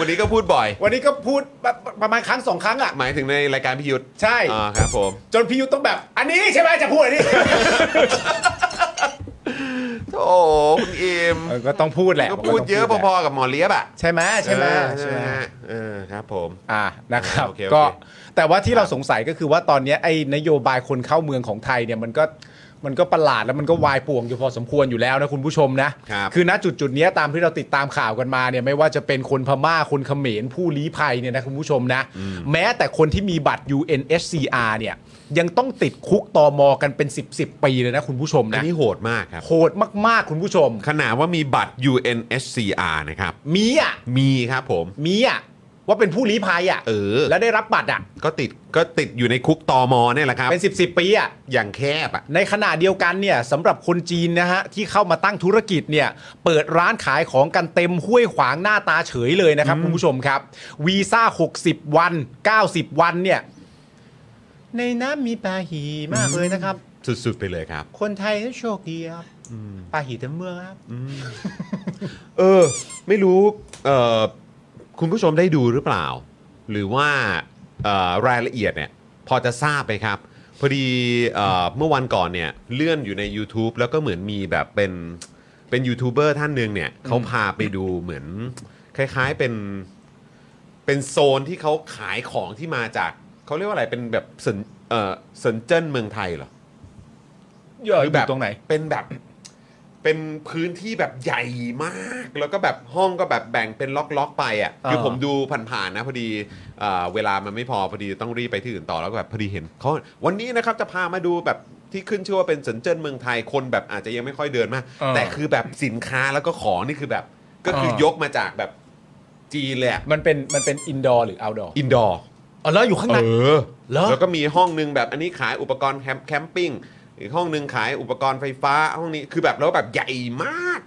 วันนี้ก็พูดบ่อย
วันนี้ก็พูดแบบประมาณครั้งสองครั้งอ่ะ
หมายถึงในรายการพิยุทธ์
ใช่
อ่าครับผม
จนพี่ยุทธต้องแบบ อันนี้ใช่ไหมจะพูดอันนี้
โอ้โหคุณอิม
เออก็ต้องพูดแหละ
ก็พูดเยอะพอๆกับหมอเลียบอ่ะ
ๆใช่ไหมใช่ไหม
เออ
ใช่
ใช่
ไห
ไห
ม
มฮะเออครับผม
อ่านะครับ
โอเคโอเค
ก็แต่ว่าที่เราสงสัยก็คือว่าตอนเนี้ยไอ้นโยบายคนเข้าเมืองของไทยเนี่ยมันก็มันก็ประหลาดแล้วมันก็วายป่วงอยู่พอสมควรอยู่แล้วนะคุณผู้ชมนะ
ครับ
คือณจุดจุดๆเนี้ยตามที่เราติดตามข่าวกันมาเนี่ยไม่ว่าจะเป็นคนพม่าคนเขมรผู้ลี้ภัยเนี่ยนะคุณผู้ชมนะ แม้แต่คนที่มีบัตร UNHCR เนี่ยยังต้องติดคุกตอมอกันเป็น 10บปีเลยนะคุณผู้ชม
อัน
นะ
นี้โหดมากครับ
โหดมากๆคุณผู้ชม
ขนาดว่ามีบัตร UNHCR นะครับ
มีอ่ะ
มีครับผม
มีอ่ะว่าเป็นผู้ลี้ภัยอ่ะ
เออ
แล้วได้รับบัตรอ่ะ
ก็ติดก็ติดอยู่ในคุกตอมอเนี่ยแหละครับ
เป็น 10บสปีอ่ะ
อย่างแคบอ่ะ
ในขณะเดียวกันเนี่ยสำหรับคนจีนนะฮะที่เข้ามาตั้งธุรกิจเนี่ยเปิดร้านขายของกันเต็มห้วยขวางหน้าตาเฉยเลยนะครับคุณผู้ชมครับ วีซ่า 60 วัน 90 วันเนี่ยในน้ำมีปลาหีมากเลยนะครับ
สุดๆไปเลยครับ
คนไทยโชคดีครับปลาหีเต็มเมืองครับ
เออ ไม่รู้เอ่อคุณผู้ชมได้ดูหรือเปล่า หรือว่าเอ่อรายละเอียดเนี่ย พอจะทราบไหมครับ พอดีเอ่อเมื่อวันก่อนเนี่ย เลื่อนอยู่ใน YouTube แล้วก็เหมือนมีแบบเป็นเป็นยูทูบเบอร์ท่านหนึ่งเนี่ยเขาพาไปดูเหมือน คล้ายๆเป็น เป็นโซนที่เขาขายของที่มาจาก เขาเรียกว่าอะไรเป็นแบบสนเอ่อสนเจิ้นเมืองไทยเหรอ
อ
หรื
ยู่
อแบบ
ตรงไหน
เป็นแบบเป็นพื้นที่แบบใหญ่มาก แล้วก็แบบห้องก็แบบแบ่งเป็นล็อกๆไปอ่ะ
อ่า
คือผมดูผ่านๆนะพอดีเอ่อเวลามันไม่พอพอดีต้องรีบไปที่อื่นต่อแล้วก็แบบพอดีเห็นเขาวันนี้นะครับจะพามาดูแบบที่ขึ้นชื่อว่าเป็นสนเจิ้นเมืองไทยคนแบบอาจจะยังไม่ค่อยเดินมากแต่คือแบบสินค้าแล้วก็ของนี่คือแบบ ก็คือยกมาจากแบบจีนเลยอะ
มันเป็นมันเป็นอินดอร์หรือเอาดอร์
อินดอร์
อ๋อแล้วอยู่ข้างใน
เออ
เหรอ
แล้วก็มีห้องหนึงแบบอันนี้ขายอุปกรณ์แคมป์แคมปิ้งอีกห้องหนึงขายอุปกรณ์ไฟฟ้าห้องนี้คือแบบแล้วแบบใหญ่มาก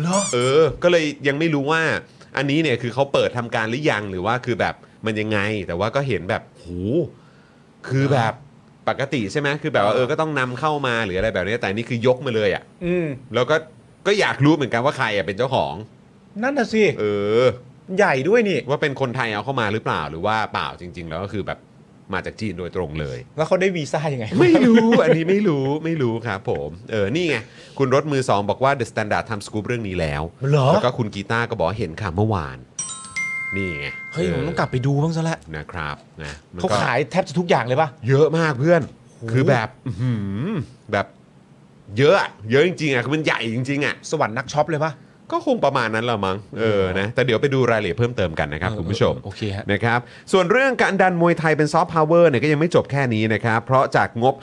เหรอ
เออ ก็เลยยังไม่รู้ว่า อันนี้เนี่ยคือเขาเปิดทำการหรือยังหรือว่าคือแบบมันยังไง แต่ว่าก็เห็นแบบโหคือแบบปกติใช่ไหมคือแบบว่าเออก็ต้องนำเข้ามาหรืออะไรแบบนี้แต่อันนี่คือยกมาเลยอะ่ะ
อืม
แล้วก็ก็อยากรู้เหมือนกันว่าใครอะเป็นเจ้าของ
นั่นน่ะสิ
เออ
ใหญ่ด้วยนี่
ว่าเป็นคนไทยเอาเข้ามาหรือเปล่า หรือว่าเปล่าจริง ๆ แล้วก็คือแบบมาจากจีนโดยตรงเลย
แล้วเขาได้วีซ่ายังไง
ไม่รู้ อันนี้ไม่รู้ไม่รู้ครับผม เออ นี่ไง คุณรถมือ 2 บอกว่า The Standard ทำสกู๊ปเรื่องนี้แล้ว
เหรอ
แล้วก็คุณกีตาร์ก็บอกเห็นค่ะเมื่อวาน นี่ไง
เฮ้ย ผมต้องกลับไปดูบ้างซะละ
นะครับนะมัน
เขา
ก็
ขายแทบจะทุกอย่างเลยป่ะ
เยอะมากเพื่อน คือแบบอื้อหือแบบเยอะอะเยอะจริงๆอ่ะคือมันใหญ่จริงๆอ่ะ
สวรรค์นักช็อปเลยป่ะ
ก็คงประมาณนั้นละมั้ง เออ นะ แต่เดี๋ยวไปดูรายละเอียดเพิ่มเติมกันนะครับ
เออ
คุณผู้ชม
เออโอเคฮะ
นะครับ ส่วนเรื่องการดันมวยไทยเป็นซอฟต์พาวเวอร์เนี่ยก็ยังไม่จบแค่นี้นะครับ เพราะจากงบ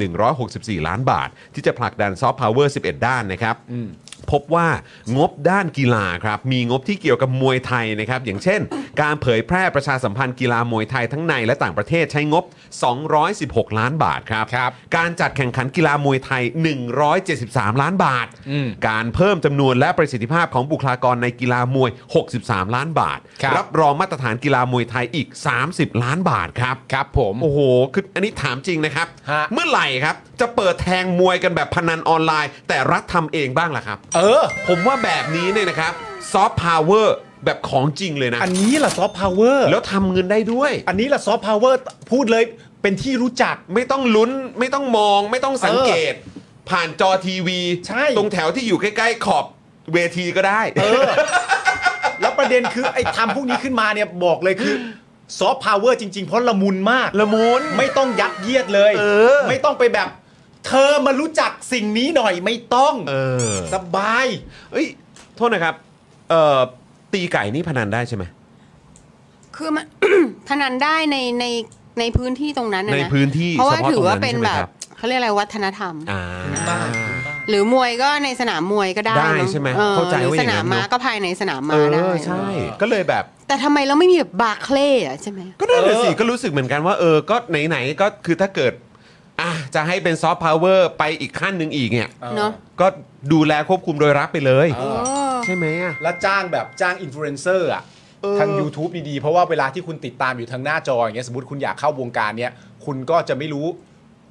5,164 ล้านบาท ที่จะผลักดันซอฟต์พาวเวอร์ 11 ด้านนะครับ พบว่างบด้านกีฬาครับ มีงบที่เกี่ยวกับมวยไทยนะครับ อย่างเช่น การเผยแพร่ประชาสัมพันธ์กีฬามวยไทยทั้งในและต่างประเทศใช้งบ 216 ล้านบาทครับ
ครับ
การจัดแข่งขันกีฬามวยไทย 173 ล้านบาท
อืม
การเพิ่มจำนวนและประสิทธิภาพของบุคลากรในกีฬามวย 63 ล้านบาท
ครับ
บรองมาตรฐานกีฬามวยไทยอีก 30 ล้านบาทครับ
ครับผม
โอ้โห คืออันนี้ถามจริงนะครับ
ฮะ
เมื่อไหร่ครับ จะเปิดแทงมวยกันแบบพนันออนไลน์ แต่รัฐทำเองบ้างล่ะครับ
เออ
ผมว่าแบบนี้เนี่ยนะครับซอฟต์พาวเวอร์แบบของจริงเลยนะ
อันนี้ล่ะซอฟต์พาวเวอร์
แล้วทำเงินได้ด้วย
อันนี้ล่ะซอฟต์พาวเวอร์ พูดเลยเป็นที่รู้จัก
ไม่ต้องลุ้นไม่ต้องมองไม่ต้องสังเกต ผ่านจอทีวี
ใช่
ตรงแถวที่อยู่ใกล้ ๆ ขอบเวทีก็ได้
เออ แล้วประเด็นคือไอ้ทำพวกนี้ขึ้นมาเนี่ยบอกเลยคือซอฟต์พาวเวอร์จริง ๆ เพราะละมุนมาก
ละมุน
ไม่ต้องยัดเยียดเลย
เออ
ไม่ต้องไปแบบ เธอมารู้จักสิ่งนี้หน่อยไม่ต้อง
เออ
สบาย
เอ้ย โทษนะครับเอ่อตีไก่นี่พนันได้ใช่ไหม
คือมัน *coughs* พนันได้ในในในพื้นที่ตรงนั้นนะ
ใน
นะ
พื้นที่
เพราะว่า
ฉพ
ถือว่าเป็น
ตรง
แบ
ใช่ไหมค
บ
รั
เขาเรียกอะไรวัฒนธรรม
อ่า
หรือมวยก็ในสนามมวยก็ได้
ได้
นอะ
ใช่ไหม
ออ
เข้าใจ
หรือ
ว่าอ
ส
ย่างนั้น
นาม
เนอะ
ม้าก็ภายในสนาม
เอ
ม้าได้
อใช่ ก็เลยแบบ
แต่ทำไมเราไม่มีแบบบาร์เคลย์อ่ะใช่ไหม
ก็นั่นแหละสิ
เออ
ก็รู้สึกเหมือนกันว่าเออก็ไหนๆก็คือถ้าเกิดอ่ะจะให้เป็นซอฟต์พาวเวอร์ไปอีกขั้นหนึ่งอีกเนี่ย
เนอะ
ก็ดูแลควบคุมโดยรัฐไปเลย
เออ
เออ
ใช่ไหมอ่ะ
แล้วจ้างแบบจ้างอินฟลูเอนเซอร์อะ
เออ
ทาง YouTube ดีๆ เพราะว่าเวลาที่คุณติดตามอยู่ทางหน้าจออย่างเงี้ยสมมติคุณอยากเข้าวงการเนี้ยคุณก็จะไม่รู้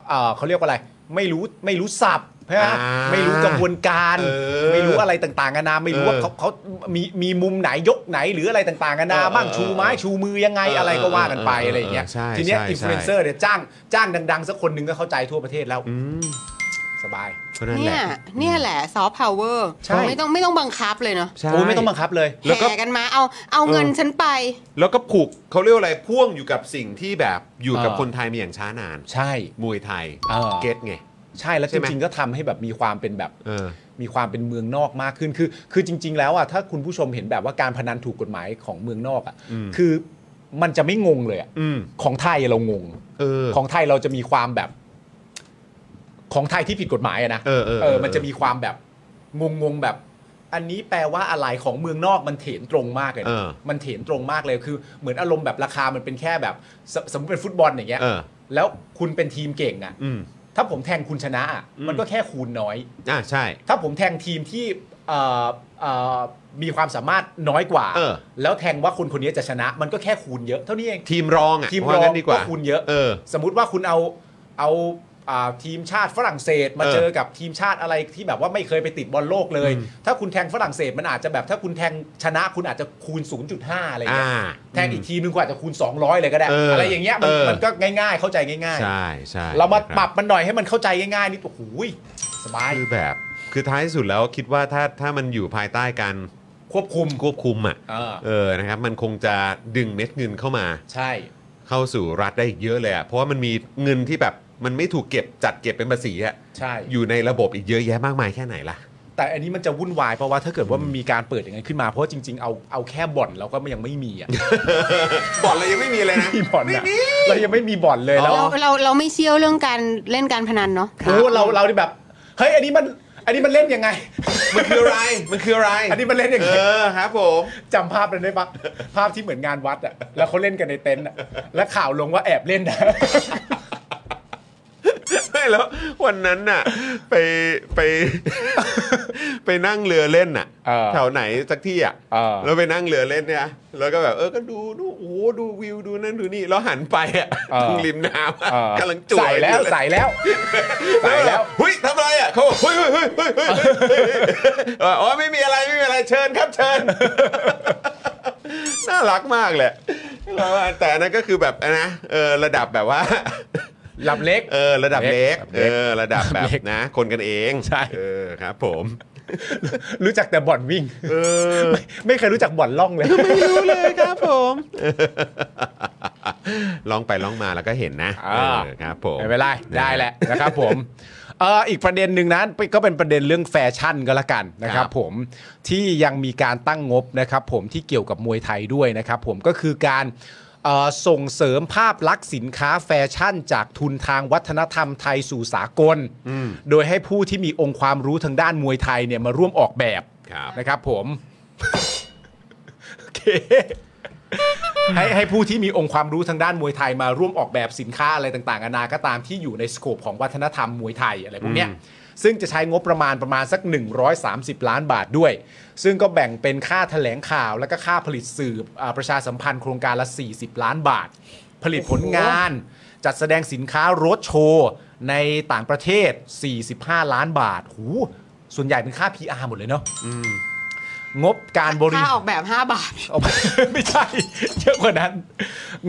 เอ่อเขาเรียกว่าอะไร ไม่รู้ไม่รู้ศัพท์ ฮะ
อ่า
ไม่รู้กระบวนการ
เออ
ไม่รู้อะไรต่างๆนานาไม่รู้
เออ
ว่าเขาเขามีมีมุมไหนยกไหนหรืออะไรต่างๆนานา
เออ
บ้างชูไม้
เออ
ชูมือยังไง
เออ
อะไรก็ว่ากันไป
เออเออ
อะไรอย่างเงี้ย
ใช่
ทีเนี้ย
ใช่
อินฟลูเอนเซอร์เนี่ยจ้างจ้างดังๆสักคนหนึ่งก็เข้าใจทั่วประเทศแล้วสบาย
ก็นั่นแห
เนี่ย
ละ
เนี่ยแหละซอฟต์พาวเวอร์
ใช่
ไม่ต้องไม่ต้องบังคับเลยเนาะ
ใช่
โอ้ยไม่ต้องบังคับเลย
แล้วก็
แห่กันมาเอาเอาเงินฉันไป
แล้วก็ผูกเขาเรียกว่าอะไรพ่วงอยู่กับสิ่งที่แบบอยู่กับ
เออ
คนไทยมาอย่างช้านาน
ใช่
มวยไทย
เออ
เก็ตไง
ใช่แล้ว
ใช่
จ
ไหม
ริงๆก็ทำให้แบบมีความเป็นแบบ
เออ
มีความเป็นเมืองนอกมากขึ้นคือ คือจริง ๆ แล้วอ่ะถ้าคุณผู้ชมเห็นแบบว่าการพนันถูกกฎหมายของเมืองนอกอ่ะ
อืม
คือมันจะไม่งงเลยอ่ะ
อืม
ของไทยเรางง
เออ
ของไทยเราจะมีความแบบ ของไทยที่ผิดกฎหมายอะนะ
เออเออเออ
มันจะมีความแบบงงงๆแบบ อันนี้แปลว่าอะไรของเมืองนอกมันเถนตรงมากเลยนะ
เออ
มันเถนตรงมากเลยคือ เหมือนอารมณ์แบบราคามันเป็นแค่แบบสสมมติเป็นฟุตบอลอย่างเงี้ย
เออ
แล้วคุณเป็นทีมเก่งอะ
อืม
ถ้าผมแทงคุณชนะอะ
อืม
มันก็แค่คูณน้อย
อ่าใช่
ถ้าผมแทงทีมที่เอ่อเอ่อมีความสามารถน้อยกว่า
เออ
แล้วแทงว่าคนคนนี้จะชนะ มันก็แค่คูณเยอะเท่านี้เอง
ทีมรองอ่ะ
ทีม
ว่าร
อง
งั้นดีกว่า
ก็คูณเยอะ
เออ
สมมุติว่าคุณเอาเอาอ่าทีมชาติฝรั่งเศสมา
เออ
เจอกับทีมชาติอะไรที่แบบว่าไม่เคยไปติดบอลโลกเลย ถ้าคุณแทงฝรั่งเศสมันอาจจะแบบ ถ้าคุณแทงชนะคุณอาจจะคูณ 0.5 อะไรเงี้ย
อ่า
แทงอีกทีนึงกว่าจจะคูณ 200 เลยก็ได้
เอออ
อะไรอย่างเงี้ยมัน
เออ
มันก็ง่ายๆ เข้าใจง่าย
ใช่ใช่
ๆ เรามา
นะค
ปรับมันหน่อยให้มันเข้าใจง่ายๆนี่โอ้โหยสบาย
คือแบบ คือท้ายสุดแล้วคิดว่าถ้าถ้ามันอยู่ภายใต้การ
ควบคุม
ควบคุมอ่ะ
เออ
เออนะครับ มันคงจะดึงเม็ดเงินเข้ามา
ใช่
เข้าสู่รัฐได้อีกเยอะเลยอ่ะเพราะว่ามันมีเงินที่แบบมันไม่ถูกเก็บจัดเก็บเป็นภาษีอ่ะ
ใช่
อยู่ในระบบอีกเยอะแยะมากมายแค่ไหนล่ะ
แต่อันนี้มันจะวุ่นวายเพราะว่าถ้าเกิดว่ามันมีการเปิดอย่างนั้นขึ้นมาเพราะว่าจริง ๆ เอาเอาแค่บ่อนเราก็ยังไม่มีอ่ะ
บอดเรายังไม่มีเลยนะ
มีบ่อนอะเรายังไม่มีบ่อนเลยแล้ว
อ๋
เรา
อ
เราเราไม่เชี่ยวเรื่องการเล่นการพนันเนาะ
โอ้เราเราที่แบบเฮ้ยอันนี้มันอันนี้มันเล่นยังไง *laughs*
มันคืออะไร มันคืออะไร
อันนี้มันเล่นยังไง
เออครับผม
จำภาพนั้นได้ปะภาพที่เหมือนงานวัดอะแล้วเขาเล่นกันในเต็นท์อะแล้วข่าวลงว่าแอบเล่นนะ
ไม่แล้ววันนั้นน่ะ *laughs* ไปไป *laughs* ไปนั่งเรือเล่นน่ะ
เออ
แถวไหนสักที่อ่ะ
เออ
แล้วไปนั่งเรือเล่นเนี่ยแล้วก็แบบเออก็ดูดูโอ้โหดูวิวดูนั่นดูนี่แล้วหันไปอ่ะตรงริมน้ำอะ
เออก
ำลังจ่ว
ใส่
ย
แล้วใส่แล้ว ใส่แล้ว
เฮ้ยทำอะไรอ่ะเขาบอกเฮ้ยเฮ้ยเฮ้ยเฮ้ยเฮ้ยเฮ้ยเฮ้ยเอออ๋อไม่มีอะไรไม่มีอะไรเชิญครับเชิญ *laughs* น่ารักมากแหละน่ารักมากแต่อันนั้นก็คือแบบนะเออระดับแบบว่า
ลำเล็ก
เออ ระดับเล็ก
ระดับ
เออ ระดับแบบ
เล็กระดับเล็ก
นะ คนกันเอง
ใช่
เออครับผม
รู้จักแต่บ่อนวิ่ง *laughs*
เออ
ไม่เคยรู้จักบ่อนล่องเลย
ไม่รู้เลยครับผม ลองไปลองมาแล้วก็เห็นนะ
อ่า
เออครับผม
ไม่เป็นไรได้แหละนะครับผม *laughs* เอ่ออีกประเด็นหนึ่งนั้นก็เป็นประเด็นเรื่องแฟชั่นก็แล้วกันนะค
ค
รั
รับ บ
ผมที่ยังมีการตั้งงบนะครับผมที่เกี่ยวกับมวยไทยด้วยนะครับผมก็คือการเอ่อส่งเสริมภาพลักษณ์สินค้าแฟชั่น จากทุนทางวัฒนธรรมไทยสู่สากล โดยให้ผู้ที่มีองค์ความรู้ทางด้านมวยไทยเนี่ยมาร่วมออกแบบ
ครับ
นะครับผม *laughs* โอเคให้ให้ผู้ที่มีองค์ความรู้ทางด้านมวยไทยมาร่วมออกแบบสินค้าอะไรต่างๆนานาก็ตามที่อยู่ในสโคปของวัฒนธรรมมวยไทยอะไรพวกเนี้ยซึ่งจะใช้งบประมาณประมาณสัก 130 ล้านบาทด้วย ซึ่งก็แบ่งเป็นค่าแถลงข่าวและก็ค่าผลิตสื่ออ่าประชาสัมพันธ์โครงการละ 40 ล้านบาท ผลิตผลงาน จัดแสดงสินค้าโรดโชว์ในต่างประเทศ 45 ล้านบาทหูส่วนใหญ่เป็นค่า PR หมดเลยเนาะงบการบริ
ค่าออกแบบ 5 บาท
เอาไป *laughs* ไม่ใช่ เยอะกว่านั้น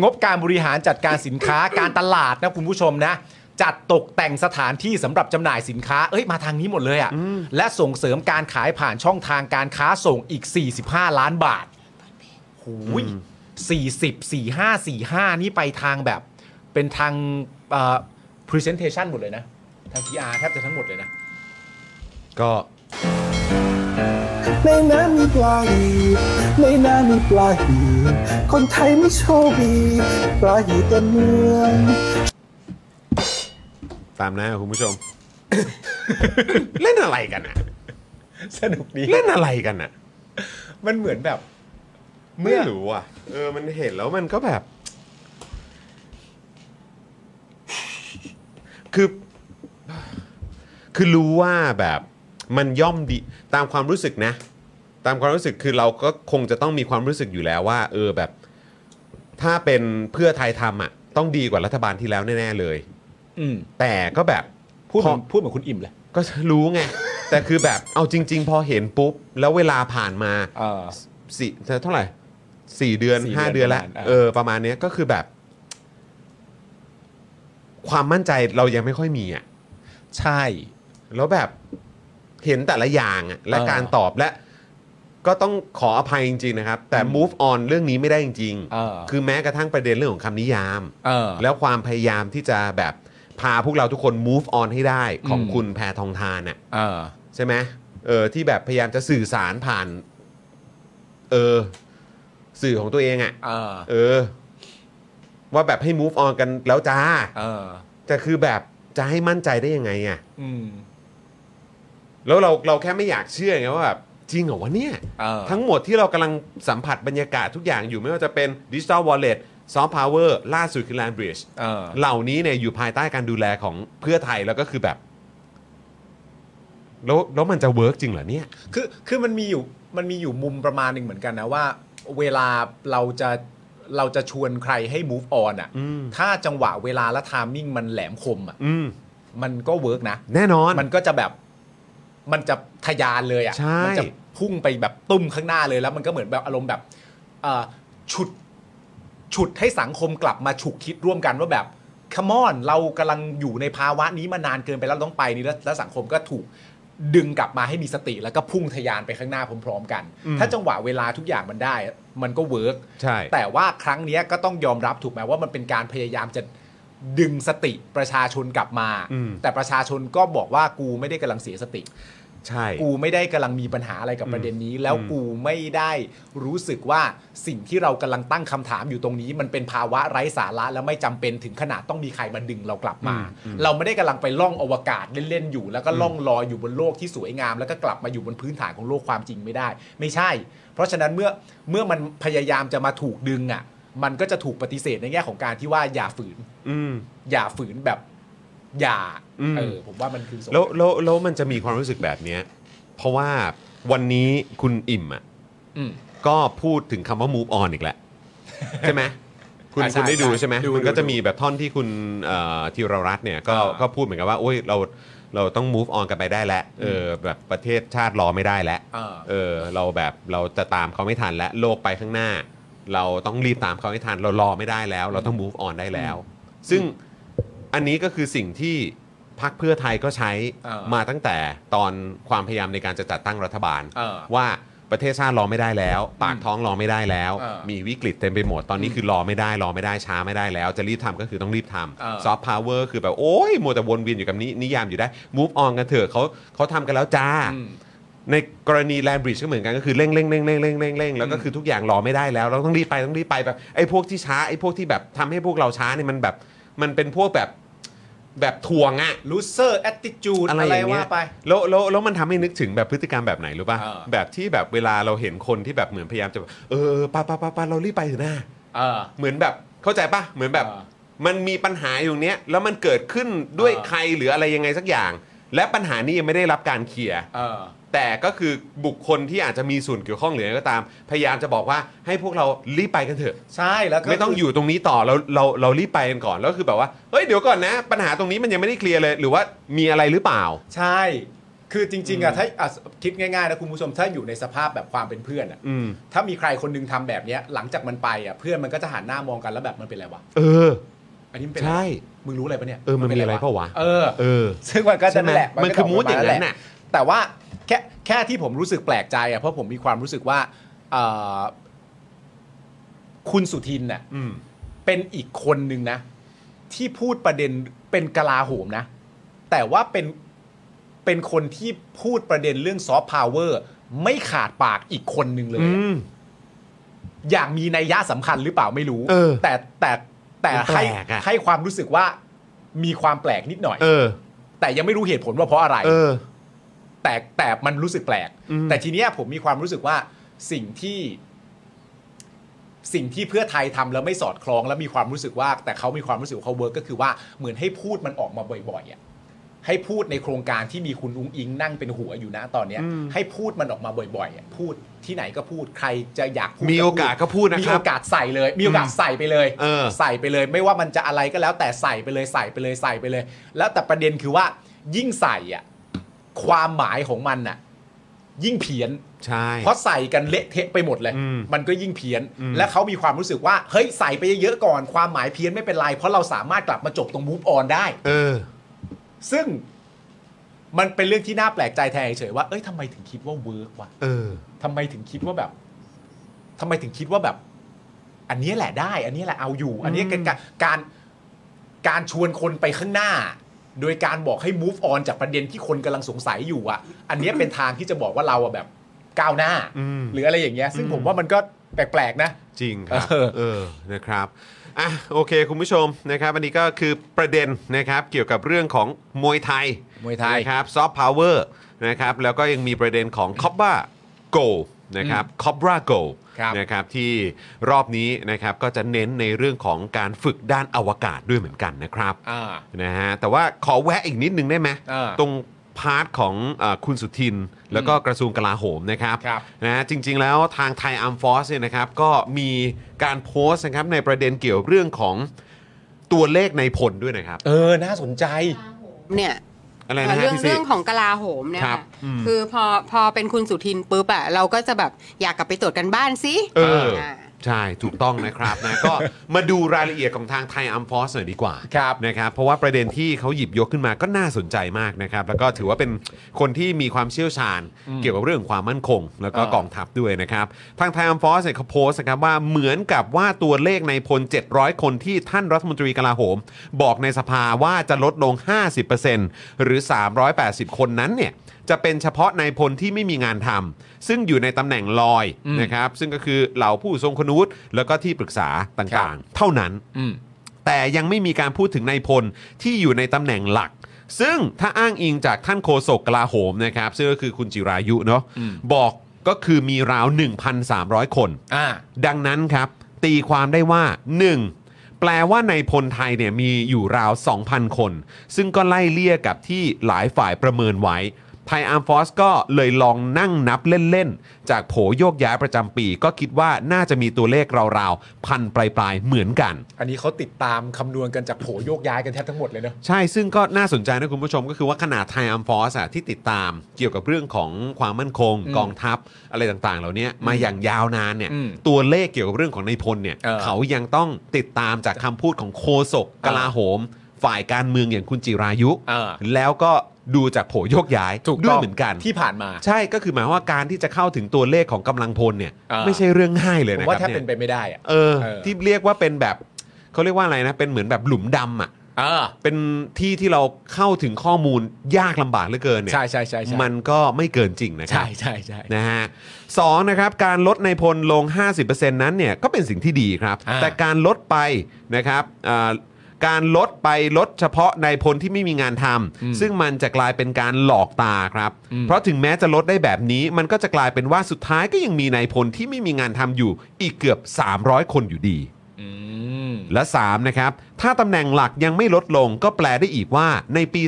งบการบริหารจัดการสินค้า การตลาดนะคุณผู้ชมนะ จัดตกแต่งสถานที่สำหรับจำหน่ายสินค้า เอ้ยมาทางนี้หมดเลยอะ่ะ และส่งเสริมการขายผ่านช่องทางการค้าส่งอีก 45 ล้านบาทหูยสี่สิบสี่ห้าสี่ห้านี่ไปทางแบบ เป็นทางเอ่อ presentation หมดเลยนะ ทาง PR แทบจะทั้งหมดเลยนะ
ก็
ในน้ำมีปลาหีในน้ำมีปลาหีคนไทยไม่โชคดีปลาหีเต็มเมือง
ตามหน้าคุณผู้ชม *coughs* เล่นอะไรกันอ่ะ
สนุกดี
เล่นอะไรกันอ่ะ
มันเหมือนแบบ เมื่
ไม่
อ
รู้อ่ะ เออ มันเห็นแล้วมันก็แบบ คือ คือรู้ว่าแบบมันย่อมดีตามความรู้สึกนะ ตามความรู้สึกคือเราก็คงจะต้องมีความรู้สึกอยู่แล้วว่า เออแบบ ถ้าเป็นเพื่อไทยทำอ่ะ ต้องดีกว่ารัฐบาลที่แล้วแน่ ๆ เลย
อืม
แต่ก็แบบ
พูดเหมือน
พอ
พูดเหมือนคุณอิ่มเลย
ก็รู้ไง แต่คือแบบเอาจริง ๆ พอเห็นปุ๊บ แล้วเวลาผ่านมา
เออ
สี่เท่าไหร่สี่เดือน
สี่
ห้า
เดื
เดือ
อน น
แล้ว
ประมาณอ่ะ
เออประมาณเนี้ยก็คือแบบ ความมั่นใจเรายังไม่ค่อยมีอ่ะ
ใช่
แล้วแบบเห็นแต่ละอย่างอะและ
เออ
การตอบและ ก็ต้องขออภัยจริง ๆ นะครับ แต่
อืม
move on เรื่องนี้ไม่ได้จริง
เออ
คือแม้กระทั่งประเด็นเรื่องของคำนิยาม
เออ
แล้วความพยายามที่จะแบบพาพวกเราทุกคน move on ให้ได้ของ
อืม
คุณแพทองทานน่ะ
เออ
ใช่ไหมเออที่แบบพยายามจะสื่อสารผ่าน เออ สื่อของตัวเองอะ่ะ
เออ
เออ ว่าแบบให้ move on กันแล้วจ้า
เออ
แต่คือแบบจะให้มั่นใจได้ยังไงอ่ะ
อืม
แล้วเราเราแค่ไม่อยากเชื่อไงว่าแบบจริงเหรอวะเนี่ย
เออ
ทั้งหมดที่เรากำลังสัมผัสบรรยากาศทุกอย่างอยู่ไม่ว่าจะเป็นดิจิ t a ลวอลเล็ตซอฟต์พาวเวอร์ล่าสุดคือ l a n b r i d g e
เออ
เหล่านี้เนี่ยอยู่ภายใต้การดูแลของเพื่อไทยแล้วก็คือแบบ แล้วแล้วมันจะเวิร์กจริงเหรอเนี่ย
คือคือมันมีอยู่มันมีอยู่มุมประมาณหนึ่งเหมือนกันนะว่า เวลาเราจะเราจะชวนใครให้ move on อ่ะ
อืม
ถ้าจังหวะเวลาและ timing มันแหลมคมอ่ะ
อืม
มันก็เวิร์กนะ
แน่นอน
มันก็จะแบบมันจะทะยานเลย
ใช่
อะ่ะ มัจะพุ่งไปแบบตุ้มข้างหน้าเลยแล้วมันก็เหมือนแบบอารมณ์แบบเอ่อฉุดฉุดให้สังคมกลับมาฉุกคิดร่วมกันว่าแบบคมอนเรากำลังอยู่ในภาวะนี้มานานเกินไปแล้วต้องไปนี่แล้วแล้วสังคมก็ถูกดึงกลับมาให้มีสติ แล้วก็พุ่งทะยานไปข้างหน้าพร้อมๆกัน ถ้าจังหวะเวลาทุกอย่างมันได้ มันก็เวิร์ก
ใช่
แต่ว่าครั้งเนี้ยก็ต้องยอมรับถูกไหมว่ามันเป็นการพยายามจะดึงสติประชาชนกลับมา
อืม
แต่ประชาชนก็บอกว่ากูไม่ได้กำลังเสียสติ
ใช่
กูไม่ได้กำลังมีปัญหาอะไรกับประเด็นนี้ แล้วกูไม่ได้รู้สึกว่าสิ่งที่เรากำลังตั้งคำถามอยู่ตรงนี้ มันเป็นภาวะไร้สาระและไม่จำเป็นถึงขนาดต้องมีใครมาดึงเรากลับมา เราไม่ได้กำลังไปล่องอวกาศเล่นๆอยู่ แล้วก็ล่องลอยอยู่บนโลกที่สวยงาม แล้วก็กลับมาอยู่บนพื้นฐานของโลกความจริงไม่ได้ ไม่ใช่ เพราะฉะนั้นเมื่อเมื่อมันพยายามจะมาถูกดึงอ่ะ มันก็จะถูกปฏิเสธในแง่ของการที่ว่าอย่าฝืน
อืม
อย่าฝืนแบบ อย่า
อืม
เออผมว่ามันคือสง
แล้วแล้วแล้วมันจะมีความรู้สึกแบบเนี้ย เพราะว่าวันนี้คุณอิ่มอ่ะ
อืม
ก็พูดถึงคำว่า move on อีกแล้ว ใช่ไหม
*laughs*
คุณ
อ่ะใช่
คุณได้ดู
ใช่
ใช่ไหม
ดู
มันก็
ดู
จะมีแบบท่อนที่คุณเอ่อธีรรัตน์เนี่ยก็
อ่า
ก็พูดเหมือนกันว่าโอ้ยเราเราต้อง move on กันไปได้แล้วเออแบบประเทศชาติรอไม่ได้แล้ว
อ่า
เออเราแบบเราจะตามเขาไม่ทันแล้วโลกไปข้างหน้า เราต้องรีบตามเขาให้ทัน เรารอไม่ได้แล้ว เราต้อง move on ได้แล้ว ซึ่งอันนี้ก็คือสิ่งที่พรรคเพื่อไทยก็ใช้
เออ
มาตั้งแต่ตอนความพยายามในการจะจัดตั้งรัฐบาล
เออ
ว่าประเทศชาติรอไม่ได้แล้ว ปากท้องรอไม่ได้แล้ว
เออ
มีวิกฤตเต็มไปหมด ตอนนี้คือรอไม่ได้ รอไม่ได้ช้าไม่ได้แล้ว จะรีบทำก็คือต้องรีบ
เออ
ทำซอฟต์พาวเวอร์คือแบบโอ้ยมัวแต่วนเวียนอยู่กับนี้นิยามอยู่ได้ move on กันเถอะเขาเขาทำกันแล้วจ้า
อืม
ในกรณีแลนบริดจ์ก็เหมือนกันก็คือเร่งเร่งเร่งเร่งเร่งเร่งเร่งแล้วก็คือทุกอย่างรอไม่ได้แล้ว เราต้องรีบไปต้องรีบไปแบบไอ้พวกที่ช้าไอ้พวกที่แบบทำให้พวกเราช้าเนี่ยมันแบบมันเป็นพวกแบบแบบทวงอะ
loser attitude
อะ
อะไร ไร
อย่างเงี้
ว่าย ไป
แล้วแล้วแล้วมันทำให้นึกถึงแบบพฤติกรรมแบบไหนรู้ป่ะ
เออ
แบบที่แบบเวลาเราเห็นคนที่แบบเหมือนพยายามจะแบบเออไปไปไปไปเรารีบไปเถอะนะ
เออ
เหมือนแบบเข้าใจป่ะเหมือนแบบ
เออ
มันมีปัญหาอยู่เนี้ยแล้วมันเกิดขึ้นด้วย
เออ
ใครหรืออะไรยังไงสักอย่าง และปัญหานี้ยังไม่ได้รับการเคลียร์
เออ
แต่ก็คือบุคคลที่อาจจะมีส่วนเกี่ยวข้องหรืออะไรก็ตาม พยายามจะบอกว่าให้พวกเรารีบไปกันเถอะ
ใช่แล้วก็
ไม่ต้องอยู่ตรงนี้ต่อเราเราเรารีบไปกันก่อนแล้วคือแบบว่าเฮ้ยเดี๋ยวก่อนนะ ปัญหาตรงนี้มันยังไม่ได้เคลียร์เลย หรือว่ามีอะไรหรือเปล่า
ใช่ คือจริง ๆอะถ้าอ่ะคิดง่ายๆนะคุณผู้ชมถ้าอยู่ในสภาพแบบความเป็นเพื่อนอะ
อืม
ถ้ามีใครคนนึงทำแบบเนี้ย หลังจากมันไปอะเพื่อนมันก็จะหันหน้ามองกันแล้วแบบมันเป็นอะไรวะ
เออ
อันนี้มันเป็นอะไร
ใช่
มึงรู้อะไรปะเนี่ย
เออมันมีอะไรเปล่าวะ
เออ
เออ
ซึ่งมันก็
ใช่
จะ
ไหม
นั่นแหละ
มันคือ
ก็จะ
มูดอย่างนั้น
ปรมณ
น่ะ
แต่ว่าแค่แค่ที่ผมรู้สึกแปลกใจอ่ะเพราะผมมีความรู้สึกว่าเอ่อคุณสุทินน่ะ
อืม
เป็นอีกคนหนึ่งนะ ที่พูดประเด็นเป็นกลาโหมนะ แต่ว่าเป็นเป็นคนที่พูดประเด็นเรื่องซอฟต์พาวเวอร์ไม่ขาดปากอีกคนหนึ่งเลย
อืม
อะอย่างมีนัยยะสำคัญหรือเปล่าไม่รู้
เออ
แต่แต่แต่
มันแปล
ให้
กอะ
ให้ความรู้สึกว่ามีความแปลกนิดหน่อย
เออ
แต่ยังไม่รู้เหตุผลว่าเพราะอะไร
เออ
แต่แต่มันรู้สึกแปลก
อืม
แต่ทีเนี้ยผมมีความรู้สึกว่าสิ่งที่ สิ่งที่เพื่อไทยทำแล้วไม่สอดคล้องแล้วมีความรู้สึกว่า แต่เขามีความรู้สึกว่าเขาเวิร์กก็คือว่าเหมือนให้พูดมันออกมาบ่อยๆอ่ะให้พูดในโครงการที่มีคุณอุ้งอิงนั่งเป็นหัวอยู่นะตอนเนี้ย ให้พูดมันออกมาบ่อยๆอะพูดที่ไหนก็พูดใครจะอยากพูด
มี
พูด
โอกาสก็พูดนะ
มี
ครั
โอบ กาสใส่เลย มีโอกาสใส่ไปเลย
เออ
ใส่ไปเลย ไม่ว่ามันจะอะไรก็แล้วแต่ใส่ไปเลยใส่ไปเลยใส่ไปเลยใส่ไปเลย แล้วแต่ประเด็นคือว่ายิ่งใส่อ่ะ ความหมายของมันน่ะ ยิ่งเพี้ยน
ใช่
เพราะใส่กันเละเทะไปหมดเลย
อืม
มันก็ยิ่งเพี้ยน
อืม
และเขามีความรู้สึกว่า เฮ้ยใส่ไปเยอะๆก่อน ความหมายเพี้ยนไม่เป็นไร เพราะเราสามารถกลับมาจบตรงมูฟออนได้
เออ
ซึ่งมันเป็นเรื่องที่น่าแปลกใจแทนเฉยๆว่า เอ้ยทำไมถึงคิดว่าเวิร์กวะ
เออ
ทำไมถึงคิดว่าแบบทำไมถึงคิดว่าแบบ อันเนี้ยแหละได้ อันเนี้ยแหละเอาอยู่ อันเนี้ยการการการชวนคนไปข้างหน้า โดยการบอกให้ move on จากประเด็นที่คนกำลังสงสัยอยู่อ่ะ อันเนี้ยเป็นทางที่จะบอกว่าเราอ่ะแบบก้าวหน้า
อืม
หรืออะไรอย่างเงี้ย ซึ่งผมว่ามันก็แปลกๆนะ
จริงครับ
เออ
เออ นะครับ อ่ะ โอเค คุณผู้ชม นะครับ อันนี้ก็คือประเด็นนะครับ เกี่ยวกับเรื่องของมวยไทย
มวยไทย
นะครับ ซอฟต์พาวเวอร์ นะครับ แล้วก็ยังมีประเด็นของคอบบ้าโกนะครับคอบราโก
ครับ
นะครับ ที่รอบนี้นะครับ ก็จะเน้นในเรื่องของการฝึกด้านอวกาศด้วยเหมือนกันนะครับ
อ่า
นะฮะแต่ว่าขอแวะอีกนิดนึงได้ไหม
อ่า
ตรงพาร์ทของเออคุณสุทิน แล้วก็กระทรวงกลาโหมนะครับ
ครับ
นะฮะจริง ๆ แล้วทางไทยอาร์มฟอสเนี่ยนะครับก็มีการโพสต์นะครับในประเด็นเกี่ยวเรื่องของตัวเลขในผลด้วยนะครับ
เออ น่าสนใจ
เนี่ย
อะไรนะฮะ
เรื่อง
พี่สิ
เรื่องของกลาโหมเนี่ย
ครับ
ค่ะ
อืม
คือพอพอเป็นคุณสุทินปุ๊บอะเราก็จะแบบอยากกลับไปตรวจกันบ้านสิ
เออ
า
ใช่ถูกต้องนะครับนะ ก็มาดูรายละเอียดของทางไทยอัมฟอสหน่อยดีกว่า
ครับ
นะครับ เพราะว่าประเด็นที่เขาหยิบยกขึ้นมาก็น่าสนใจมากนะครับ แล้วก็ถือว่าเป็นคนที่มีความเชี่ยวชาญ เกี่ยวกับเรื่องความมั่นคง แล้วก็กองทัพด้วยนะครับ ทางไทยอัมฟอสเนี่ยเขาโพสต์นะครับว่าเหมือนกับว่าตัวเลขในพล 700 คนที่ท่านรัฐมนตรีกลาโหม บอกในสภาว่าจะลดลง 50%หรือ 380 คนนั้นเนี่ย จะเป็นเฉพาะนายพลที่ไม่มีงานทำซึ่งอยู่ในตำแหน่งลอยนะครับ ซึ่งก็คือเหล่าผู้ทรงคุณวุฒิแล้วก็ที่ปรึกษาต่างๆ เท่านั้น
อืม
แต่ยังไม่มีการพูดถึงนายพลที่อยู่ในตำแหน่งหลัก ซึ่งถ้าอ้างอิงจากท่านโฆษกกลาโหมนะครับ ซึ่งก็คือคุณจิรายุเนาะ
อืม
บอกก็คือมีราว 1,300 คน
อ่า
ดังนั้นครับ ตีความได้ว่า 1. แปลว่าในพลไทยเนี่ยมีอยู่ราว 2,000 คน ซึ่งก็ไล่เลี่ยกับที่หลายฝ่ายประเมินไว้ไทยอาร์มฟอสก็เลยลองนั่งนับเล่น ๆ จากโผโยกย้ายประจำปี ก็คิดว่าน่าจะมีตัวเลขราวๆพันปลายๆ เหมือนกัน
อันนี้เขาติดตามคำนวณกันจากโผโยกย้ายกันแทบทั้งหมดเลยเนอะ
ใช่ ซึ่งก็น่าสนใจนะคุณผู้ชมก็คือว่าขนาดไทยอัมฟอสอะที่ติดตามเกี่ยวกับเรื่องของความมั่นคง
อืม
กองทัพอะไรต่างๆ เหล่านี้มาอย่างยาวนานเนี่ย
อืม
ตัวเลขเกี่ยวกับเรื่องของนายพลเนี่ย
เออ
เขายังต้องติดตามจากคำพูดของโคศกกลาโหม ฝ่ายการเมืองอย่างคุณจิรายุ
เออ
แล้วก็ดูจากโผโยกย้ายด้วยเหมือนกัน
ที่ผ่านมา
ใช่ก็คือหมายความว่าการที่จะเข้าถึงตัวเลขของกำลังพลเนี่ย
เออ
ไม่ใช่เรื่องง่ายเลย
ผ
นะ
ม
ครั
ว่า
บ
แทบ
เนี่
เป็น
ย
ไปไม่ได้อะ
เออ
เออ
ที่เรียกว่าเป็นแบบเขาเรียกว่าอะไรนะเป็นเหมือนแบบหลุมดำอ่ะ
เออ
เป็นที่ที่เราเข้าถึงข้อมูลยากลำบากเหลือเกินเนี่ย
ใช่ใช่ใช่ใช่
มันก็ไม่เกินจริงนะครั
ใช่ใช่ใช่
นะฮะสองนะครับการลดในพลลง 50%นั้นเนี่ยก็เป็นสิ่งที่ดีครับ
อ่า
แต่การลดไปนะครับอ่าการลดไปลดเฉพาะในพลที่ไม่มีงานทำซึ่งมันจะกลายเป็นการหลอกตาครับ เพราะถึงแม้จะลดได้แบบนี้ มันก็จะกลายเป็นว่าสุดท้ายก็ยังมีนายพลที่ไม่มีงานทำอยู่อีกเกือบ 300 คนอยู่ดี
อืม
และ3นะครับ ถ้าตำแหน่งหลักยังไม่ลดลงก็แปลได้อีกว่าในปี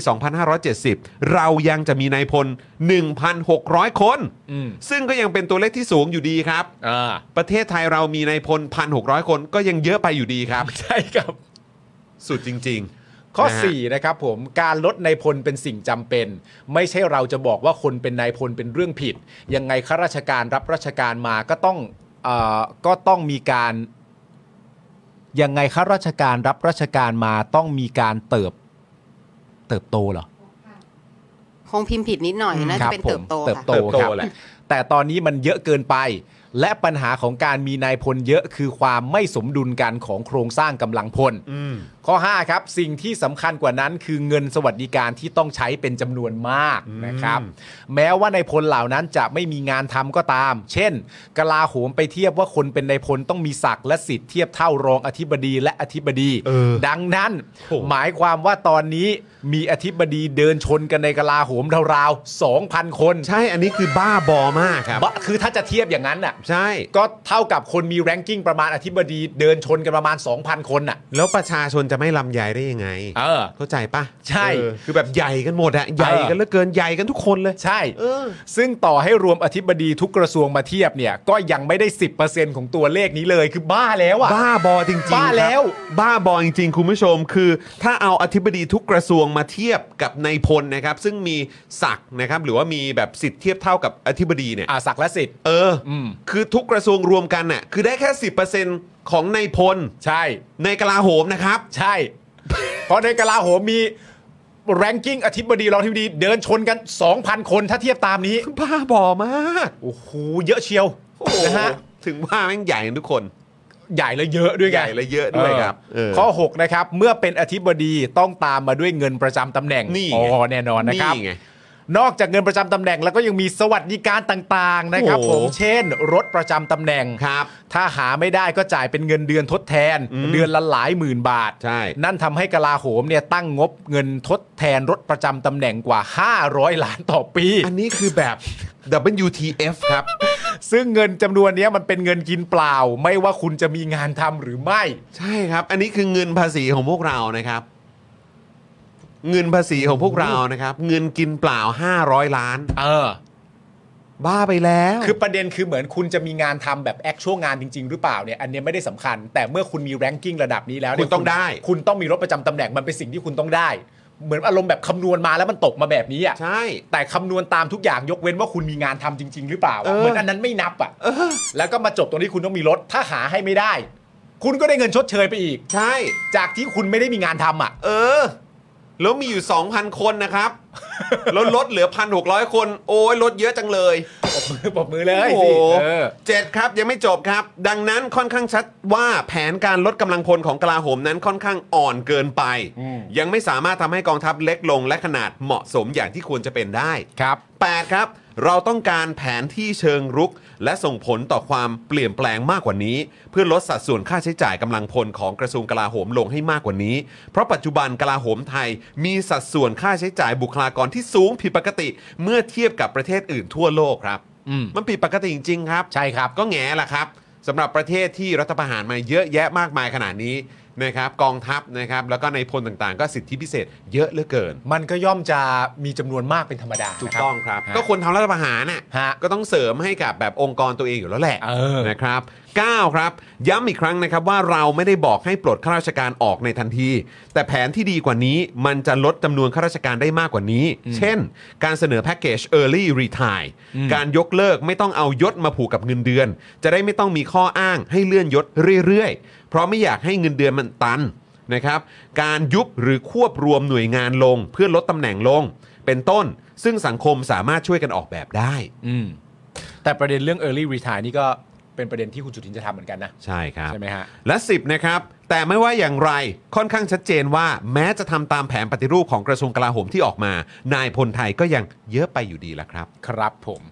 2570 เรายังจะมีนายพล 1,600 คน
อืม
ซึ่งก็ยังเป็นตัวเลขที่สูงอยู่ดีครับ
อ่า
ประเทศไทยเรามีนายพล 1,600 คนก็ยังเยอะไปอยู่ดีครับ
ใช่ครับ
สุดจริง
ข้อ
นะฮะ
4 นะครับผมการลดนายพลเป็นสิ่งจำเป็น ไม่ใช่เราจะบอกว่าคนเป็นนายพลเป็นเรื่องผิด ยังไงข้าราชการรับราชการมาก็ต้องเอ่อก็ต้องมีการ ยังไงข้าราชการรับราชการมาต้องมีการเติบ เติบโตเหรอ
คงพิมพ์ผิดนิดหน่อยน่า
ค
จะ
รับ
เป็นเติบโต
ผมเติบ
ค่ะ
โต
เติบโต
ครับ
แหละ
แต่ตอนนี้มันเยอะเกินไป และปัญหาของการมีนายพลเยอะคือความไม่สมดุลกันของโครงสร้างกำลังพล ข้อ 5 ครับ สิ่งที่สำคัญกว่านั้นคือเงินสวัสดิการที่ต้องใช้เป็นจำนวนมากนะครับ แม้ว่านายพลเหล่านั้นจะไม่มีงานทำก็ตาม เช่น กลาโหมไปเทียบว่าคนเป็นนายพลต้องมีศักดิ์และสิทธิ์เทียบเท่ารองอธิบดีและอธิบดี
เออ
ดังนั้นหมายความว่าตอนนี้มีอธิบดีเดินชนกันในกลาโหมราวๆ2,000 คน
ๆ ใช่อันนี้คือบ้าบอม ม่าครับ
บะคือถ้าจะเทียบอย่างนั้นน่ะ
ใช่
ก็เท่ากับคนมีแรงกิ้งประมาณอธิบดีเดินชนกันประมาณ 2,000 คนน่ะ
แล้วประชาชนจะไม่ลำใหญ่ได้ยังไง
เออ
เข้าใจปะ
ใช่
เออคือแบบใหญ่กันหมดอะใหญ่กันเหลือเกินใหญ่กันทุกคนเลย
ใช่ ซึ่งต่อให้รวมอธิบดีทุกกระทรวงมาเทียบเนี่ย ก็ยังไม่ได้ 10%ของตัวเลขนี้เลยคือบ้าแล้วอ่ะ
บ้าบอจริงๆ
บ้า
ครับ
แล้ว
บ้าบอจริงๆ คุณผู้ชม คือ ถ้าเอาอธิบดีทุกกระทรวงมาเทียบกับนายพลนะครับ ซึ่งมีศักดิ์นะครับ หรือว่ามีแบบสิทธิ์เทียบเท่ากับอธิบดีเนี่ย
อ่ะสักละสิทธิ์
เอออคือทุกกระทรวงรวมกันน่ะ คือได้แค่ 10%ของนายพล
ใช่
ในกลาโหมนะครับ
ใช่ เพราะในกลาโหมมีแรงกิ้งอธิบดีรองอธิบดีเดินชนกัน 2,000 คนถ้าเทียบตามนี้
บ้าบอมาก
โอ้โหเยอะเชียวนะฮะ
ถึงว่าแม่งใหญ่กันทุกคน
ใหญ่และเยอะด้วยไง
ใหญ่และเยอะด้วยครับ
เออ
เออ
ข้อ 6 นะครับ เมื่อเป็นอธิบดีต้องตามมาด้วยเงินประจำตำแหน่ง
นี่ไง
อ๋อแน่นอนนะครับ
นี่ไง
นอกจากเงินประจำตำแหน่งแล้วก็ยังมีสวัสดิการต่างๆนะครับ
โอ้
ผ
โห
มเช่น รถประจำตำแหน่ง
ครับ
ถ้าหาไม่ได้ก็จ่ายเป็นเงินเดือนทดแทน เดือนละหลายหมื่นบาท
ใช่
นั่นทำให้กลาโหมเนี่ยตั้งงบเงินทดแทนรถประจำตำแหน่งกว่า 500 ล้านต่อปี
อันนี้คือแบบ WTF ครับ
ซึ่งเงินจำนวนเนี้ยมันเป็นเงินกินเปล่า ไม่ว่าคุณจะมีงานทำหรือไม่
ใช่ครับ อันนี้คือเงินภาษีของพวกเรานะครับ เงินภาษีของพวกเรานะครับ เงินกินเปล่า 500 ล้าน
เออ
บ้าไปแล้ว
คือประเด็นคือเหมือนคุณจะมีงานทำแบบแอคชั่วงานจริง ๆ หรือเปล่าเนี่ยอันเนี้ยไม่ได้สำคัญ แต่เมื่อคุณมีแรงกิ้งระดับนี้แล้วเนี่ย
คุณต้องได้
คุณต้องมีรถประจำตำแหน่งมันเป็นสิ่งที่คุณต้องได้ เหมือนอารมณ์แบบคำนวณมาแล้วมันตกมาแบบนี้อ่ะ
ใช่
แต่คำนวณตามทุกอย่างยกเว้นว่าคุณมีงานทำจริง ๆ หรือเปล่า
เอ
อะ
อ
เหมือนอันนั้นไม่นับอ่ะแล้วก็มาจบตรงที่คุณต้องมีรถถ้าหาให้ไม่ได้ คุณก็ได้เงินชดเชยไปอีก
ใช่
จากที่คุณไม่ได้มีงานทำอ่ะ *laughs*
เออ แล้วมีอยู่ 2,000 คนนะครับ แล้วลดเหลือ 1,600 คน โอ้ยลดเยอะจังเลย
ปรบมือปรบมือเลย
โอ้โห
สิเออ
เจ็ดครับยังไม่จบครับ ดังนั้นค่อนข้างชัดว่าแผนการลดกำลังพลของกลาโหมนั้นค่อนข้างอ่อนเกินไป ยังไม่สามารถทำให้กองทัพเล็กลงและขนาดเหมาะสมอย่างที่ควรจะเป็นได้
ครับ
8ครับ เราต้องการแผนที่เชิงรุก และส่งผลต่อความเปลี่ยนแปลงมากกว่านี้ เพื่อลดสัดส่วนค่าใช้จ่ายกำลังพลของกระทรวงกลาโหมลงให้มากกว่านี้ เพราะปัจจุบันกลาโหมไทยมีสัดส่วนค่าใช้จ่ายบุคลากรที่สูงผิดปกติ เมื่อเทียบกับประเทศอื่นทั่วโลกครับ
อืม
มันผิดปกติจริงๆครับ
ใช่ครับ
ก็แง่ละครับสำหรับประเทศที่รัฐประหารมาเยอะแยะมากมายขนาดนี้นะครับกองทัพนะครับแล้วก็ในพลต่างๆ ก็สิทธิพิเศษเยอะเหลือเกิน
มันก็ย่อมจะมีจำนวนมากเป็นธรรมดา
ถูก
นะ
ต้องครับ
ฮะ
ก็คนทำรัฐประหารน่ะ
ฮะ
ก็ต้องเสริมให้กับแบบองค์กรตัวเองอยู่แล้วแหละ
เออ
นะครับ9ครับ ย้ำอีกครั้งนะครับว่าเราไม่ได้บอกให้ปลดข้าราชการออกในทันที แต่แผนที่ดีกว่านี้มันจะลดจำนวนข้าราชการได้มากกว่านี้ เช่น การเสนอแพ็กเกจ Early Retire การยกเลิกไม่ต้องเอายศมาผูกกับเงินเดือน จะได้ไม่ต้องมีข้ออ้างให้เลื่อนยศเรื่อยๆ เพราะไม่อยากให้เงินเดือนมันตัน นะครับการยุบหรือควบรวมหน่วยงานลงเพื่อลดตำแหน่งลง เป็นต้น ซึ่งสังคมสามารถช่วยกันออกแบบได้
อืมแต่ประเด็นเรื่อง Early Retire นี่ก็เป็นประเด็นที่คุณจุทินจะทำเหมือนกันนะ
ใช่ครับ
ใช่ไหมฮะ
และ 10 นะครับ แต่ไม่ว่าอย่างไรค่อนข้างชัดเจนว่าแม้จะทำตามแผนปฏิรูปของกระทรวงกลาโหมที่ออกมา นายพลไทยก็ยังเยอะไปอยู่ดีละครับ
ครับผม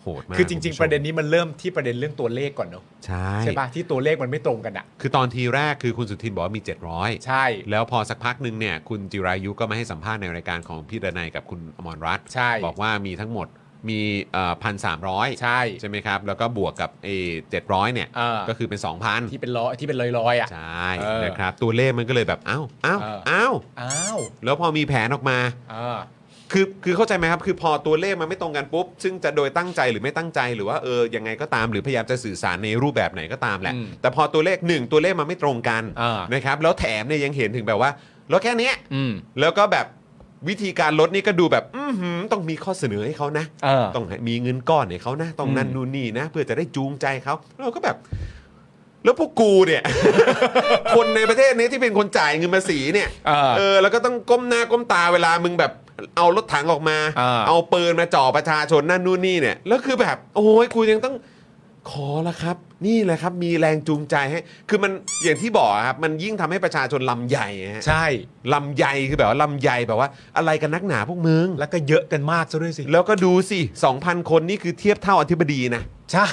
โหดมาก
คือจริง
คุณผู้ช
ๆ
ม
ประเด็นนี้มันเริ่มที่ประเด็นเรื่องตัวเลขก่อนเนอะ
ใช่
ใช่ปะที่ตัวเลขมันไม่ตรงกันอ่ะ
คือตอนทีแรกคือคุณสุทินบอกว่ามี 700
ใช่
แล้วพอสักพักหนึ่งเนี่ยคุณจิรายุก็มาให้สัมภาษณ์ในรายการของพี่ดนัยกับคุณอมรรัตน์
ใช่
บอกว่ามีทั้งหมดมีพันสามร้อย
ใช่
ใช่ไหมครับ แล้วก็บวกกับเอเจ็ดร้อยเนี่ย
เออ
ก็คือเป็น 2,000
ที่เป็นร้อยที่เป็นลอยๆอ่ะ
ใช่
เออ
นะครับ ตัวเลขมันก็เลยแบบ เอ้าเอ้า
เออ
เอ้า
อ้าว
แล้วพอมีแผนออกมา
อ่า
คือคือเข้าใจไหมครับ คือพอตัวเลขมันไม่ตรงกันปุ๊บ ซึ่งจะโดยตั้งใจหรือไม่ตั้งใจหรือว่าเออยังไงก็ตามหรือพยายามจะสื่อสารในรูปแบบไหนก็ตามแหละ
อืม
แต่พอตัวเลข 1 ตัวเลขมันไม่ตรงกัน
เออ
นะครับแล้วแถมเนี่ยยังเห็นถึงแบบว่าแล้วแค่เนี้ย
อืม
แล้วก็แบบวิธีการลดนี่ก็ดูแบบอื้อหือต้องมีข้อเสนอให้เขานะ
เออ
ต้องให้มีเงินก้อนให้เขานะ ต้องนั่น
อืม
นู่นนี่นะ เพื่อจะได้จูงใจเขาเราก็แบบ แล้วพวกกูเนี่ย *laughs* คนในประเทศนี้ที่เป็นคนจ่ายเงินภาษีเนี่ย
เออ
เออแล้วก็ต้องก้มหน้าก้มตาเวลามึงแบบ เอารถถังออกมา
อ่า
เอาปืนมาจ่อประชาชนนั่นนู่นนี่เนี่ยแล้วคือแบบ โอ้ยกูยังต้องขอละครับ นี่แหละครับ มีแรงจูงใจให้ คือมันอย่างที่บอกอะครับ มันยิ่งทำให้ประชาชนลำใหญ่ฮะ
ใช่
ลำใหญ่คือแบบว่าลำใหญ่แบบว่า อะไรกันนักหนาพวกมึง
แล้วก็เยอะกันมากซะด้วยสิ
แล้วก็ดูสิ 2,000 คนนี่คือเทียบเท่าอธิบดีนะ
ใช่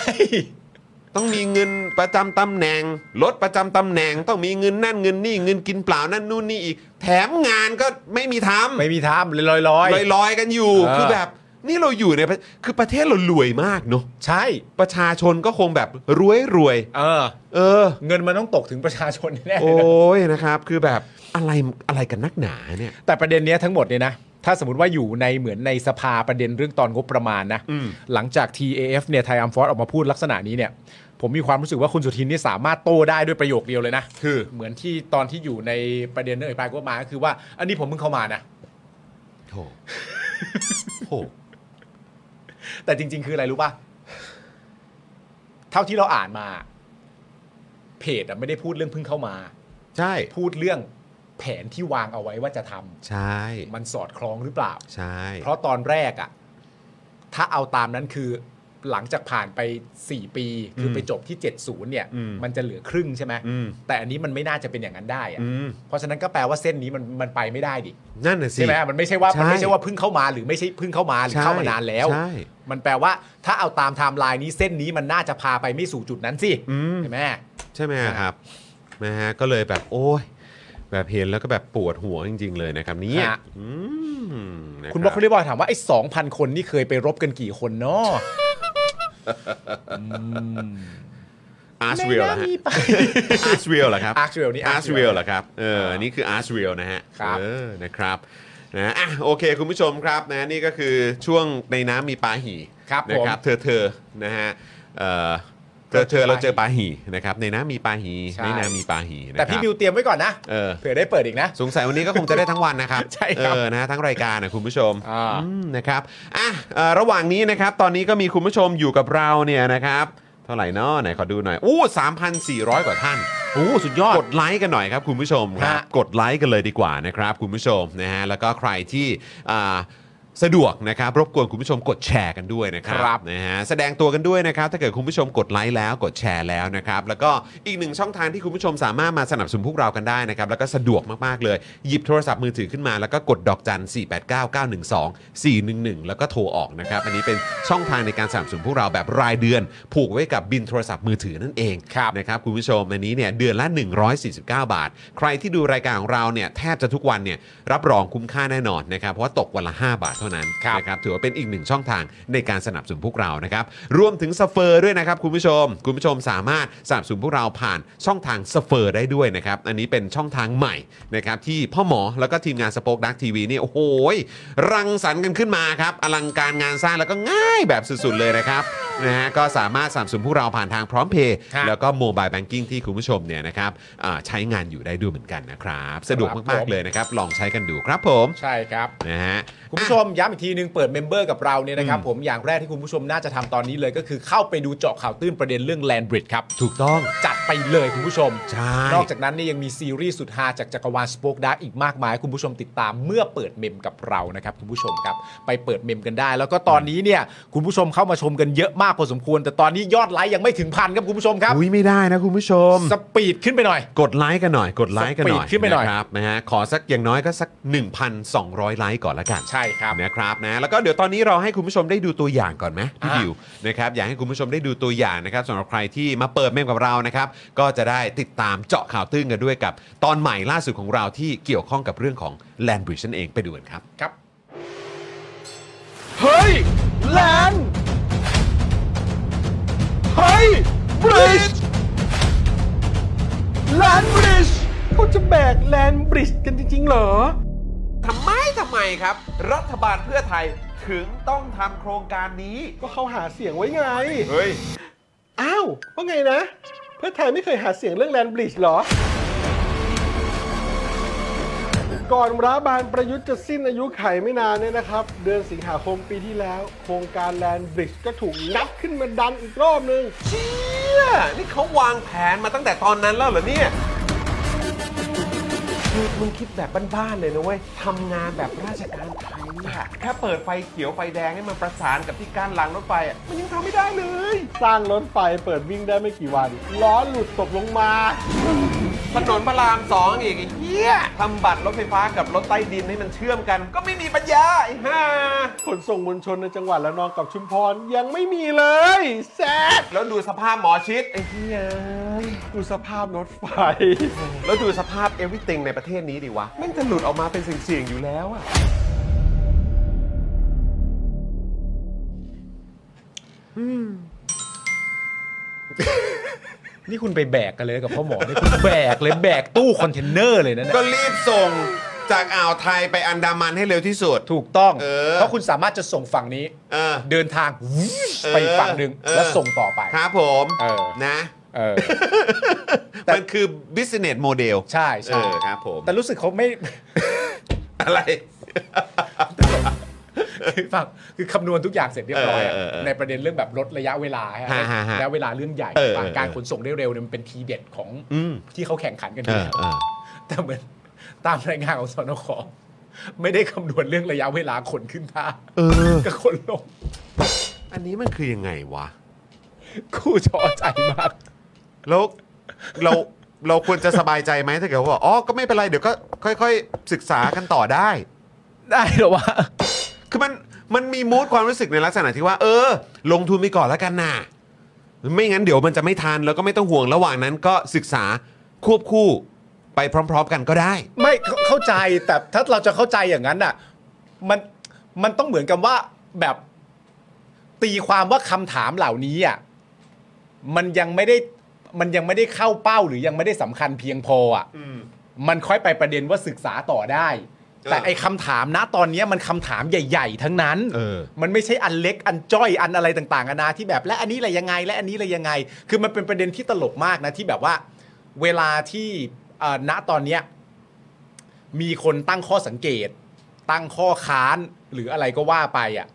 ต้องมีเงินประจำตำแหน่งลดประจำตำแหน่ง ต้องมีเงินนั่นเงินนี่เงินกินเปล่านั่นนู่นนี่อีก แถมงานก็ไม่มีทำ
ไม่มีทามเลยลอยๆ
ลอยๆกันอยู่
เออ
คือแบบ นี่เราอยู่ในประคือประเทศเรารวยมากเนาะ
ใช่
ประชาชนก็คงแบบรวยรวย
เออ
ๆเออ
เงินมันต้องตกถึงประชาชนแน่ๆเลย
โอ้
นะ
ยนะครับ คือแบบอะไรอะไรกันนักหนาเนี่ย
แต่ประเด็นเนี้ยทั้งหมดเนี่ยนะ ถ้าสมมติว่าอยู่ในเหมือนในสภาประเด็นเรื่องตอนงบประมาณนะ หลังจาก TAF เนี่ยไทยอัมฟอร์ออกมาพูดลักษณะนี้เนี่ย ผมมีความรู้สึกว่าคุณสุทินนี่สามารถโต้ได้ด้วยประโยคเดียวเลยนะ คือ เหมือนที่ตอนที่อยู่ในประเด็นเรื่องไอ้ปลายก็มาก็คือว่า อันนี้ผมเพิ่งเข้ามานะ
โถโถ
แต่จริง ๆ คืออะไรรู้ป่ะ เท่าที่เราอ่านมา เพจอะไม่ได้พูดเรื่องเพิ่งเข้ามา
ใช่
พูดเรื่องแผนที่วางเอาไว้ว่าจะทำ
ใช่
มันสอดคล้องหรือเปล่า
ใช่
เพราะตอนแรกอะ่ะ ถ้าเอาตามนั้นคือหลังจากผ่านไป 4 ปี คือไปจบที่ 70 เนี่ย มันจะเหลือครึ่งใช่ไหม
อืม
แต่อันนี้มันไม่น่าจะเป็นอย่างนั้นได้อะ
อืม
เพราะฉะนั้นก็แปลว่าเส้นนี้มันมันไปไม่ได้ดิ
นั่นน่ะสิ
ใช่ไหมมันไม่ใช่ว่า
ใช่
มันไม่ใช่ว่าเพิ่งเข้ามาหรือไม่ใช่เพิ่งเข้ามาหรือ
ใช่
เข้ามานานแล้ว
ใช่
มันแปลว่า ถ้าเอาตามไทม์ไลน์นี้เส้นนี้มันน่าจะพาไปไม่สู่จุดนั้นสิ
อืม
ใช่ไหม
ใช่ไหมครับนะฮะก็เลยแบบโอ้ยแบบเห็นแล้วก็แบบปวดหัวจริง ๆ เลยนะครับเนี่ย
ฮะ
อืมนะ
คุณ
บบ
ล็อกโคลี่บอยถามว่าไอ้สองพันคนนี่เคยไปรบกันกี่คนเนาะ
อาร์ชเวลเหรอฮะอาร์ชเวลเหรอครับ
Archwell นี่
อาร์ชเว
Archwell
ลเหรอครับเออนี่คืออาร์ชเวลนะฮะ
ครับ
เออนะครับนะอ่ะโอเค คุณผู้ชมครับนะนี่ก็คือช่วงในน้ำมีปลาหี่
ครับ
นะ
ผม
ครับเธอเธอนะฮะเอ่อเธอเธอเราเจอปลาหีนะครับในน้ำมีปลาหี
ใช่
ในน้ำมีปลาหีนะ
แต่
ค
พี่
รับ
บิวเตรียมไว้ก่อนนะ
เออ
เผื่อได้เปิดอีกนะ
สงสัยวันนี้ก็คงจะได้ทั้งวันนะครับ
ใช่ครับ
เออนะฮะทั้งรายการนะคุณผู้ชม
อ่า
อืมนะครับอ่ะเอ่อระหว่างนี้นะครับ ตอนนี้ก็มีคุณผู้ชมอยู่กับเราเนี่ยนะครับ เท่าไหร่เนาะไหนขอดูหน่อยอู้3,400 กว่าท่าน
โอ้สุดยอด
กดไลค์กันหน่อยครับคุณผู้ชมครับ
ฮะ
กดไลค์กันเลยดีกว่านะครับคุณผู้ชมนะฮะแล้วก็ใครที่อ่าสะดวกนะครับรบกวนคุณผู้ชมกดแชร์กันด้วยนะค
ครั
รับบ นะฮะแสดงตัวกันด้วยนะครับถ้าเกิดคุณผู้ชมกดไลค์แล้วกดแชร์แล้วนะครับแล้วก็อีกหนึ่งช่องทางที่คุณผู้ชมสามารถมาสนับสนุนพวกเรากันได้นะครับแล้วก็สะดวกมากๆเลย หยิบโทรศัพท์มือถือขึ้นมาแล้วก็กดดอกจัน 4 8 9 9 1 2 4 1 1 แล้วก็โทรออกนะครับอันนี้เป็นช่องทางในการสนับสนุนพวกเราแบบรายเดือน ผูกไว้กับบินโทรศัพท์มือถือนั่นเอง
ครับ
นะครับคุณผู้ชมอันนี้เนี่ยเดือนละ 149 บาท ใครที่ดูรายการของเราเนี่ยแทบจะทุกวันเนี่ยรับรองคุ้มค่าแน่นอนนะครับเพราะว่าตกวันละ 5 บาทเท่านั้น
ครับ
นะครับถือว่าเป็นอีกหนึ่งช่องทางในการสนับสนุนพวกเรานะครับรวมถึงสเฟอร์ด้วยนะครับคุณผู้ชม คุณผู้ชมสามารถสนับสนุนพวกเราผ่านช่องทางสเฟอร์ได้ด้วยนะครับอันนี้เป็นช่องทางใหม่นะครับที่พ่อหมอแล้วก็ทีมงานสป็อคดักทีวีนี่โอ้โหรังสรรค์กันขึ้นมาครับอลังการงานสร้างแล้วก็ง่ายแบบสุดๆเลยนะครับนะฮะก็สามารถสนับสนุนพวกเราผ่านทางพร้อมเพย์
ครับ
แล้วก็โมบายแบงกิ้งที่คุณผู้ชมเนี่ยนะครับอ่าใช้งานอยู่ได้ด้วยเหมือนกันนะครับ สะดวก
ครับ
มา
ผ
ก
ม
ๆ เลยนะครับ ลองใช้กันดูครับผม
ใช่ครับ
นะฮะ
คุณผู้ชมย้ำอีกทีนึงเปิดเมมเบอร์กับเราเนี่ยนะครับผมอย่างแรกที่คุณผู้ชมน่าจะทำตอนนี้เลยก็คือเข้าไปดูเจาะข่าวตื้นประเด็นเรื่องแลนบริดครับ
ถูกต้อง
จัดไปเลยคุณผู้ชม
ใช่
นอกจากนั้นเนี่ยยังมีซีรีส์สุดฮาจากจักรวาลสป o อ e ดาร์กอีกมากมายให้คุณผู้ชมติดตามเมื่อเปิดเมมกับเรานะครับคุณผู้ชมครับ ไปเปิดเมมกันได้ แล้วก็ตอนนี้เนี่ยคุณผู้ชมเข้ามาชมกันเยอะมากพอสมควร แต่ตอนนี้ยอดไลค์ยังไม่ถึงพันครับคุณผู้ชมครับ
อุ้ยไม่ได้นะคุณผู้ชม
สปีดขึ้นไปหน่อย
กดไลค์กันหน่อย กดไลค์กันหน่อย
สปีดขึ้นไปหน่อย
ะครับนะฮะขอสักอย่างน้อยก็สัก 1,200 ไลค์ก่อนละกัน
ใช่ครับ
นะครับนะแล้วก็เดี๋ยวตอนนี้เราให้คุณผู้ชมได้ดูตัวอย่างก่อนไหมพี่
อ่ะ
ดิวนะครับอยากให้คุณผู้ชมได้ดูตัวอย่างนะครับสำหรับใครที่มาเปิดเมมกับเรานะครับก็จะได้ติดตามเจาะข่าวตื้นกันด้วยกับ ตอนใหม่ล่าสุดของเราที่เกี่ยวข้องกับเรื่องของแลนบริดจ์นั่นเองไปดูกันครับ
ครับ
เฮ้ยแลนเฮ้ยบริดจ์แลนบริดจ์เขาจะแบกแลนบริดจ์กันจริงๆเหรอ
ทำไม ทำไมครับ รัฐบาลเพื่อไทยถึงต้องทำโครงการนี้
ก็เขาหาเสียงไว้ไง
เฮ้ย
อ้าวว่าไงนะ เพื่อไทยไม่เคยหาเสียงเรื่องแลนบริดจ์เหรอ ก่อนรัฐบาลประยุทธ์จะสิ้นอายุไขไม่นานเนี่ยนะครับ เดือนสิงหาคมปีที่แล้ว โครงการแลนบริดจ์ก็ถูกนับขึ้นมาดันอีกรอบนึง
เชี่ย นี่เขาวางแผนมาตั้งแต่ตอนนั้นแล้วเหรอเนี่ยคือมึงคิดแบบบ้านๆเลยนะเว้ยทำงานแบบราชการไทยอะแค่เปิดไฟเขียวไฟแดงให้มันประสานกับที่กั้นรางรถไฟอะมันยังทำไม่ได้เลย
สร้างรถไฟเปิดวิ่งได้ไม่กี่วัน ล้อหลุดตกลงมา
ถนนพระรามสองอีกไอ้เหี้ยทำบัตรรถไฟฟ้ากับรถใต้ดินให้มันเชื่อมกัน ก็ไม่มีปัญญาไอ้ห่า
ขนส่งมวลชนในจังหวัดละนองกับชุมพรยังไม่มีเลย แซด
แล้วดูสภาพหมอชิดไอ้เหี้ย
ดูสภาพรถไฟ
แล้วดูสภาพ everything ในประเทศนี้ดิวะแม่งจะหลุดออกมาเป็นเสียงๆอยู่แล้วอะ
นี่คุณไปแบกกันเลยกับพ่อหมอนี่คุณแบกเลยแบกตู้คอนเทนเนอร์เลยนะเนี่ย
ก็รีบส่งจากอ่าวไทยไปอันดามันให้เร็วที่สุด
ถูกต้อง
เออ
เพราะคุณสามารถจะส่งฝั่งนี้
เออ
เดินทาง
เออ
ไปอีกฝั่งหนึ่ง
เออ
แล้วส่งต่อไป
ครับผม
เออ
นะ
เออ แต่
มันคือ business model
ใช่
เอ
ใช่
อครับผม
แต่รู้สึกเขาไม่ *laughs*
อะไร
ฟังคือคำนวณทุกอย่างเสร็จเรียบร้อยอะ
เออเออเออ
ในประเด็นเรื่องแบบลดระยะเวลาฮะ
ฮะฮะฮะ
ระยะเวลาเรื่องใหญ่
เออ
ฝั่ง
เออ
การขนส่งได้เร็วเนี่ยมันเป็นทีเด็ดของ
อืม
ที่เขาแข่งขันกันอ
เอยู่ อ
แล้ว
เออ
แต่เหมือนตามรายงานของสนคไม่ได้คำนวณเรื่องระยะเวลาขนขึ้นท่า
เออ
กับขนลง
อันนี้มันคือยังไงวะ
คู่ชอใจมาก
แล้วเราเราควรจะสบายใจไหมถ้าเกิดว่าอ๋อก็ไม่เป็นไรเดี๋ยวก็ค่อย ๆ ศึกษากันต่อได้
ได้เหรอวะ
คือมันมันมีมูดความรู้สึกในลักษณะที่ว่า เออ ลงทุนไปก่อนแล้วกันนะไม่งั้นเดี๋ยวมันจะไม่ทันแล้วก็ไม่ต้องห่วงระหว่างนั้นก็ศึกษาควบคู่ไปพร้อม ๆ กันก็ได้
ไม่เข้าเข้าใจแต่ถ้าเราจะเข้าใจอย่างนั้นน่ะมันมันต้องเหมือนกับว่าแบบตีความว่าคำถามเหล่านี้อ่ะมันยังไม่ได้มันยังไม่ได้เข้าเป้าหรือยังไม่ได้สำคัญเพียงพออ่ะมันค่อยไปประเด็นว่าศึกษาต่อได้ แต่ไอ้คำถามนะตอนเนี้ยมันคำถามใหญ่ ๆ ทั้งนั้น
เออ
มันไม่ใช่อันเล็กอันจ้อยอันอะไรต่างๆนานาที่แบบ และอันนี้อะไรยังไง และอันนี้อะไรยังไง คือมันเป็นประเด็นที่ตลกมากนะที่แบบว่า เวลาที่เอ่อณตอนเนี้ยมีคนตั้งข้อสังเกต ตั้งข้อค้านหรืออะไรก็ว่าไปอ่ะ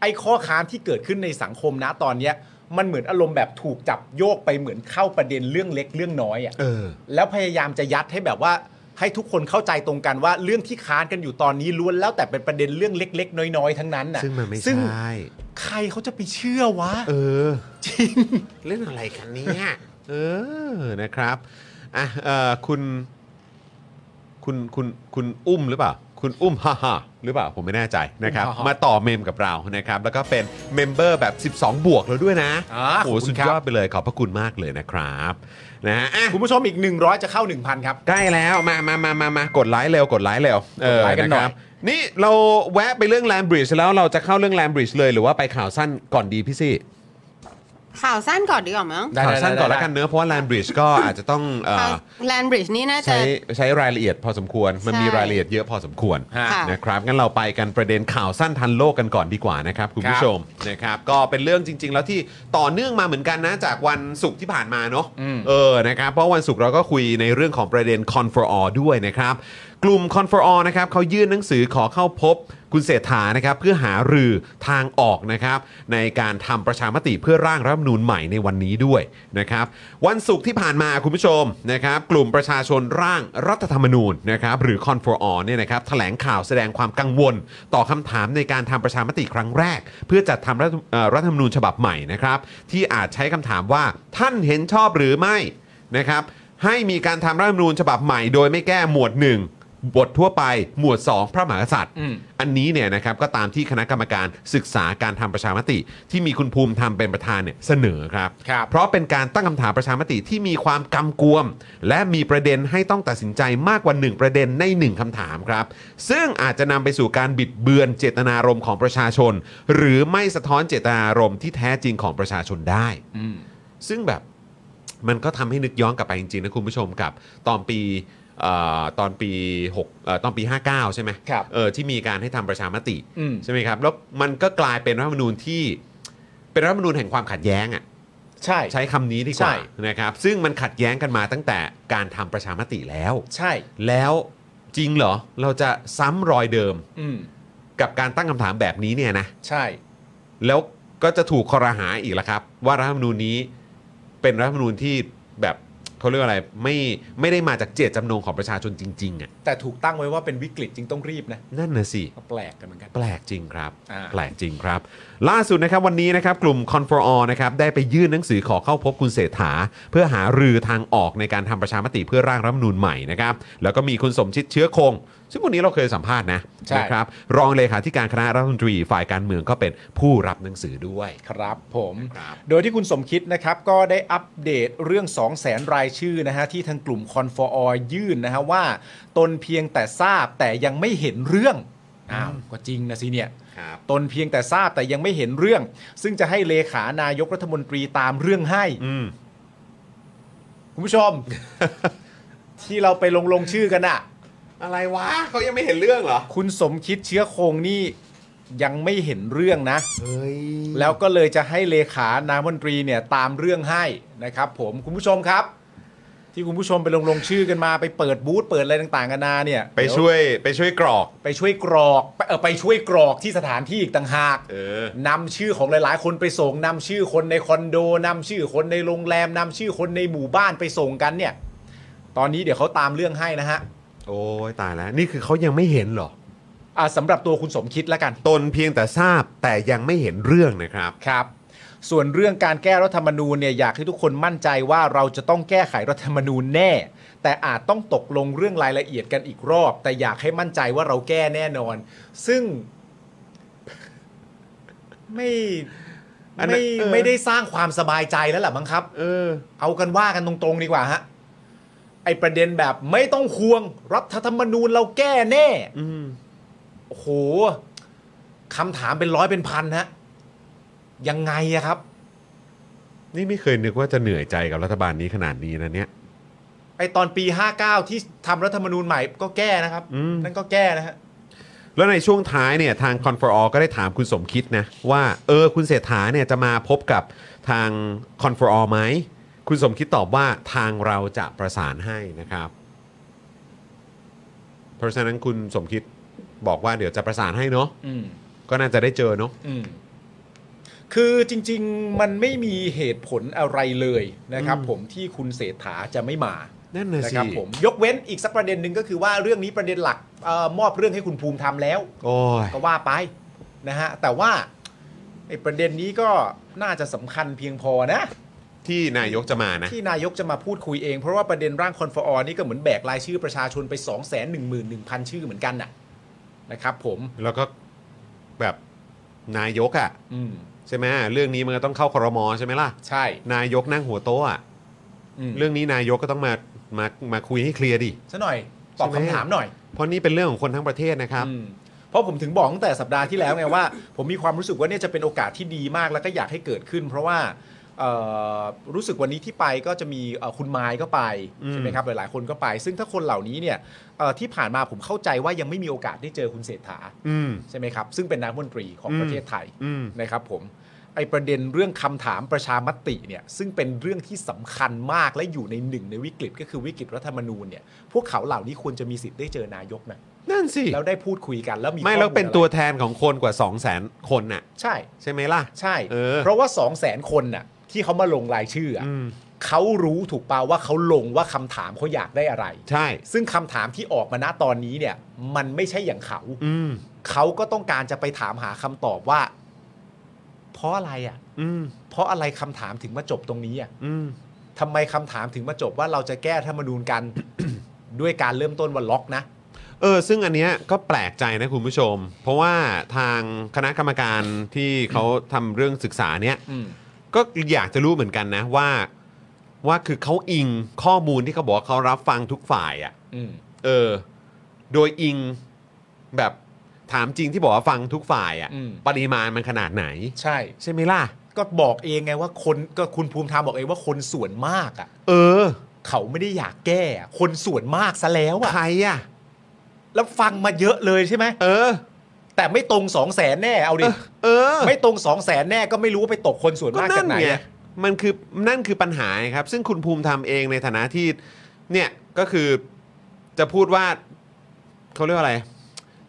ไอ้ข้อค้านที่เกิดขึ้นในสังคมณตอนเนี้ย มันเหมือนอารมณ์แบบถูกจับโยกไปเหมือนเข้าประเด็นเรื่องเล็กเรื่องน้อยอ่ะ
เออ
แล้วพยายามจะยัดให้แบบว่าให้ทุกคนเข้าใจตรงกันว่าเรื่องที่ค้านกันอยู่ตอนนี้ล้วนแล้วแต่เป็นประเด็นเรื่องเล็ก ๆ น้อยๆทั้งนั้นน่ะ
ซึ่งมันไม่
ซึ่ง
ใช่
ใครเขาจะไปเชื่อวะ
เออ จริง เล่นอะไรกันเนี่ยเออนะครับอ่ะเออคุณ คุณคุณคุณอุ้มหรือเปล่า คุณอุ้มฮ่าฮ่าหรือเปล่าผมไม่แน่ใจนะครับ
อุ้มฮ่าฮ่า
มาต่อเมมกับเรานะครับ แล้วก็เป็นเมมเบอร์แบบ 12 บวกแล้วด้วยนะ
อ่า
โอ้โห
ขอบคุณ
สุด
ครับ
ยอดไปเลยขอบพระคุณมากเลยนะครับนะฮะอ่ะ
คุณผู้ชมอีก 100 จะเข้า 1,000 ครับ
ใกล้แล้วมามามามามากดไลค์เร็วกดไลค์เร็วเออก
ดไลค์กันหน่
ะค
อย
รับนี่เราแวะไปเรื่องแลมบริดจ์แล้วเราจะเข้าเรื่องแลมบริดจ์เลยหรือว่าไปข่าวสั้นก่อนดีพี่ซี่
ข่าวสั้นก่อนดีกว่ามั้ง
ข่าวสั้นก่อนละกันเนื้อะเพราะว่าแลมบริดจ์ก็ อาจจะต้องเอ่อ
แลนบริดจ์นี่น่าจะ
ใช้ใช้รายละเอียดพอสมควร มันมี
ใช่
รายละเอียดเยอะพอสมควร
ค่ะ
นะครับงั้นเราไปกันประเด็นข่าวสั้นทันโลกกันก่อนดีกว่านะครับคุณผู้ชมนะครับก็เป็นเรื่องจริง ๆ แล้วที่ต่อเนื่องมาเหมือนกันนะจากวันศุกร์ที่ผ่านมาเนอะเออนะครับเพราะวันศุกร์เราก็คุยในเรื่องของประเด็น c o n f o r all ด้วยนะครับ กลุ่ม c o n f o r all นะครับเขายื่นหนังสือขอเข้าพบคุณเศรษฐานะครับเพื่อหารือทางออกนะครับในการทำประชามติเพื่อร่างรัฐธรรมนูญใหม่ในวันนี้ด้วยนะครับวันศุกร์ที่ผ่านมาคุณผู้ชมนะครับกลุ่มประชาชนร่างรัฐธรรมนูญนะครับหรือ c o n f o r all เนี่ยนะครับแถลงข่าวแสดงความกังวล ต่อคำถามในการทำประชามติครั้งแรก เพื่อจัดทำรัฐเอ่อรัฐธรรมนูญฉบับใหม่นะครับที่อาจใช้คำถามว่าท่านเห็นชอบหรือไม่ นะครับให้มีการทำรัฐธรรมนูญฉบับใหม่โดยไม่แก้หมวด 1 บททั่วไปหมวด 2 พระมหากษัตริย์ อันนี้เนี่ยนะครับก็ตามที่คณะกรรมการศึกษาการทำประชามติ ที่มีคุณภูมิธรรมเป็นประธานเนี่ยเสนอครับ
ครับ
เพราะเป็นการตั้งคำถามประชามติที่มีความกำกวม และมีประเด็นให้ต้องตัดสินใจมากกว่า 1 ประเด็นใน 1คำถามครับ ซึ่งอาจจะนำไปสู่การบิดเบือนเจตนารมณ์ของประชาชน หรือไม่สะท้อนเจตนารมณ์ที่แท้จริงของประชาชนได้ ซึ่งแบบมันก็ทำให้นึกย้อนกลับไปจริงๆนะคุณผู้ชมกับตอนปีเอ่อตอนปี6เอ่อตอนปี 59 ใช่ไหม
ครับ
เออที่มีการให้ทำประชามติ
อืม
ใช่ไหมครับ แล้วมันก็กลายเป็นรัฐธรรมนูญที่เป็นรัฐธรรมนูญแห่งความขัดแย้งอ่ะ
ใช่
ใช้คำนี้ดีก
ใช่
ว่านะครับ ซึ่งมันขัดแย้งกันมาตั้งแต่การทำประชามติแล้ว
ใช่
แล้วจริงเหรอ เราจะซ้ำรอยเดิม
อืม
กับการตั้งคำถามแบบนี้เนี่ยนะ
ใช่
แล้วก็จะถูกคอรหาอีกแล้วครับ ว่ารัฐธรรมนูญนี้เป็นรัฐธรรมนูญที่แบบเขาเรียกว่าอะไรไม่ไม่ได้มาจากเจตจำนงของประชาชนจริงๆอ่ะ
แต่ถูกตั้งไว้ว่าเป็นวิกฤตจึงต้องรีบนะ
นั่นนะสิ
ก็แปลกกันเหมือนกัน
แปลกจริงครับ
อ่า
แปลกจริงครับ ล่าสุดนะครับวันนี้นะครับกลุ่ม c o n f o r All นะครับได้ไปยื่นหนังสือขอเข้าพบคุณเศรษฐา เพื่อหารือทางออกในการทำประชามติเพื่อร่างรัฐธรรมนูญใหม่นะครับแล้วก็มีคุณสมชิดเชื้อคง ซึ่งวันนี้เราเคยสัมภาษณ์นะ
ใช่
นะครับรองเลขาธิการคณะรัฐมนตรีฝ่ายการเมืองก็เป็นผู้รับหนังสือด้วย
ครับผม
ครับ
โดยที่คุณสมคิดนะครับก็ได้อัปเดตเรื่อง 2 0 0แสนรายชื่อนะฮะที่ทางกลุ่มคอนฟอร์ยื่นนะฮะว่า ตนเพียงแต่ทราบแต่ยังไม่เห็นเรื่อง อ้าวก็จริงนะสิเนี่ย
ครับ
ตนเพียงแต่ทราบแต่ยังไม่เห็นเรื่อง ซึ่งจะให้เลขานายกรัฐมนตรีตามเรื่องให้
อืม
คุณผู้ช
*laughs*
ม ที่เราไปลงลงชื่อกันอะ
อะไรวะเขายังไม่เห็นเรื่องเหรอ
คุณสมคิดเชื้อคงนี่ยังไม่เห็นเรื่องนะ
เฮ้ย
แล้วก็เลยจะให้เลขานายกรัฐมนตรีเนี่ยตามเรื่องให้นะครับ ผมคุณผู้ชมครับ ที่คุณผู้ชมไปลงลงชื่อกันมาไปเปิดบูธเปิดอะไรต่างๆกันานาเนี่ย
ไปช่วยไปช่วยกรอก
ไปช่วยกรอกไปเออไปช่วยกรอกที่สถานที่อีกต่างหาก
เออ
นำชื่อของหลาย ๆ คนไปส่งนำชื่อคนในคอนโดนำชื่อคนในโรงแรมนำชื่อคนในหมู่บ้านไปส่งกันเนี่ย ตอนนี้เดี๋ยวเขาตามเรื่องให้นะฮะ
โอ้ยตายแล้ว นี่คือเขายังไม่เห็นเหรอ
อ่าสำหรับตัวคุณสมคิดแล้วกัน
ตนเพียงแต่ทราบแต่ยังไม่เห็นเรื่องนะครับ
ครับ ส่วนเรื่องการแก้รัฐธรรมนูญเนี่ยอยากให้ทุกคนมั่นใจว่าเราจะต้องแก้ไขรัฐธรรมนูญแน่ แต่อาจต้องตกลงเรื่องรายละเอียดกันอีกรอบ แต่อยากให้มั่นใจว่าเราแก้แน่นอน ซึ่ง *laughs* ไม่
อันนั้
ไม่
นเออ
ไม่ได้สร้างความสบายใจแล้วล่ะมั้งครับ
เออ
เอากันว่ากันตรงๆดีกว่าฮะ ไอประเด็นแบบไม่ต้องห่วงรัฐธรรมนูญเราแก้แน่
อืม
โอ้โหคำถามเป็นร้อยเป็นพันฮะ ยังไงอะครับ
นี่ไม่เคยนึกว่าจะเหนื่อยใจกับรัฐบาลนี้ขนาดนี้นะเนี่ย
ไอตอนปี 59 ที่ทำรัฐธรรมนูญใหม่ก็แก้นะครับ
อืม
นั่นก็แก้นะฮะ
แล้วในช่วงท้ายเนี่ยทาง c o n f o r All ก็ได้ถามคุณสมคิดนะ ว่า เออ คุณเศรษฐาเนี่ยจะมาพบกับทาง c o n f o r All ไหม คุณสมคิดตอบว่าทางเราจะประสานให้นะครับ เพราะฉะนั้นคุณสมคิดบอกว่าเดี๋ยวจะประสานให้เนาะ
อืม
ก็น่าจะได้เจอเนาะ
อืม คือจริง ๆ มันไม่มีเหตุผลอะไรเลยนะครับ ผมที่คุณเศรษฐาจะไม่มา
นั่นนะ
นะ
สิ
ครับผม ยกเว้นอีกสักประเด็นหนึ่งก็คือว่าเรื่องนี้ประเด็นหลักเออมอบเรื่องให้คุณภูมิทำแล้ว
โอ้ย
ก็ว่าไปนะฮะ แต่ว่าไอ้ประเด็นนี้ก็น่าจะสำคัญเพียงพอนะ
ที่นายกจะมานะ
ที่นายกจะมาพูดคุยเอง เพราะว่าประเด็นร่างคอนฟอร์นี่ก็เหมือนแบกรายชื่อประชาชนไป 2 1 1 0 0 0 ชื่อเหมือนกันน่ะนะครับผม
แล้วก็แบบนายกอะ่ะ
อืม
ใช่ไหมเรื่องนี้มันก็ต้องเข้าครมอใช่ไหมล่ะ
ใช่
นายกนั่งหัวโต๊ะอะ
อืม
เรื่องนี้นายกก็ต้องมามามาคุยให้เคลียร์ดิ
ซะหน่อยตอบ
ใช่ไหม
คำถามหน่อย
เพราะนี่เป็นเรื่องของคนทั้งประเทศนะครับ
อืมเพราะผมถึงบอกตั้งแต่สัปดาห์ที่แล้วไงว่า ผมมีความรู้สึกว่าเนี่ยจะเป็นโอกาสที่ดีมากแล้วก็อยากให้เกิดขึ้น เพราะว่าเอ่อรู้สึกวันนี้ที่ไปก็จะมีเอ่อคุณไม้ก็ไปใช่ไหมครับหลาย ๆ คนก็ไป ซึ่งถ้าคนเหล่านี้เนี่ยเอ่อที่ผ่านมาผมเข้าใจว่ายังไม่มีโอกาสได้เจอคุณเศรษฐา
อืม
ใช่ไหมครับซึ่งเป็นนายกรัฐมนตรีของ
อืม
ประเทศไทย
อืม
นะครับผมไอประเด็นเรื่องคำถามประชามติเนี่ยซึ่งเป็นเรื่องที่สำคัญมากและอยู่ในหนึ่งในวิกฤต ก็คือวิกฤตรัฐธรรมนูญเนี่ยพวกเขาเหล่านี้ควรจะมีสิทธิ์ได้เจอนายกนะ
นั่นสิ
แล้วได้พูดคุยกันแล้วมี
ไม่
ข้อ
แล้วเป็น
อะไร
ตัวแทนของคนกว่า 2 0 0 0 0 0 คนน่ะ
ใช่
ใช่ไหมล่ะ
ใช่
เออ
เพราะว่า 2 0 0แสนคนน่ะที่เขามาลงรายชื่ออะ
อืม
เขารู้ถูกป่าวว่าเขาลงว่าคำถามเขาอยากได้อะไร
ใช่
ซึ่งคำถามที่ออกมาณตอนนี้เนี่ย มันไม่ใช่อย่างเขา
อืม
เขาก็ต้องการจะไปถามหาคำตอบว่า เพราะอะไรอ่ะ
อืม
เพราะอะไรคำถามถึงมาจบตรงนี้อ่ะ
อืม
ทำไมคำถามถึงมาจบว่าเราจะแก้ธรรมนูญกัน *coughs* ด้วยการเริ่มต้นวันล็อกนะ
เออ ซึ่งอันเนี้ยก็แปลกใจนะคุณผู้ชม เพราะว่าทางคณะกรรมการที่เขาทำเรื่องศึกษาเนี้ย
อืม
ก็อยากจะรู้เหมือนกันนะว่าว่าคือเขาอิงข้อมูลที่เขาบอกว่าเขารับฟังทุกฝ่ายอะ่ะ
อืม
เออ โดยอิงแบบถามจริงที่บอกว่าฟังทุกฝ่าย
อืม
อะ่ะปริมาณมันขนาดไหน
ใช่
ใช่ไหมล่ะ
ก็บอกเองไงว่าคนก็คุณภูมิธรรมบอกเองว่าคนส่วนมากอ่ะ
เออ
เขาไม่ได้อยากแก้อะคนส่วนมากซะแล้วอะ
ใครอะ่ะ
แล้วฟังมาเยอะเลยใช่ไหม
เออ
แต่ไม่ตรงสองแสนแน่เอาดิ
เออ
ไม่ตรงสองแสนแน่ก็ไม่รู้ว่าไปตกคนส่วน
ก็
มาก
นั่
จา
น
กไหน
ไง
อะ
มันคือนั่นคือปัญหาไงครับ ซึ่งคุณภูมิธรรมเองในฐานะที่เนี่ยก็คือจะพูดว่าเขาเรียกว่าอะไร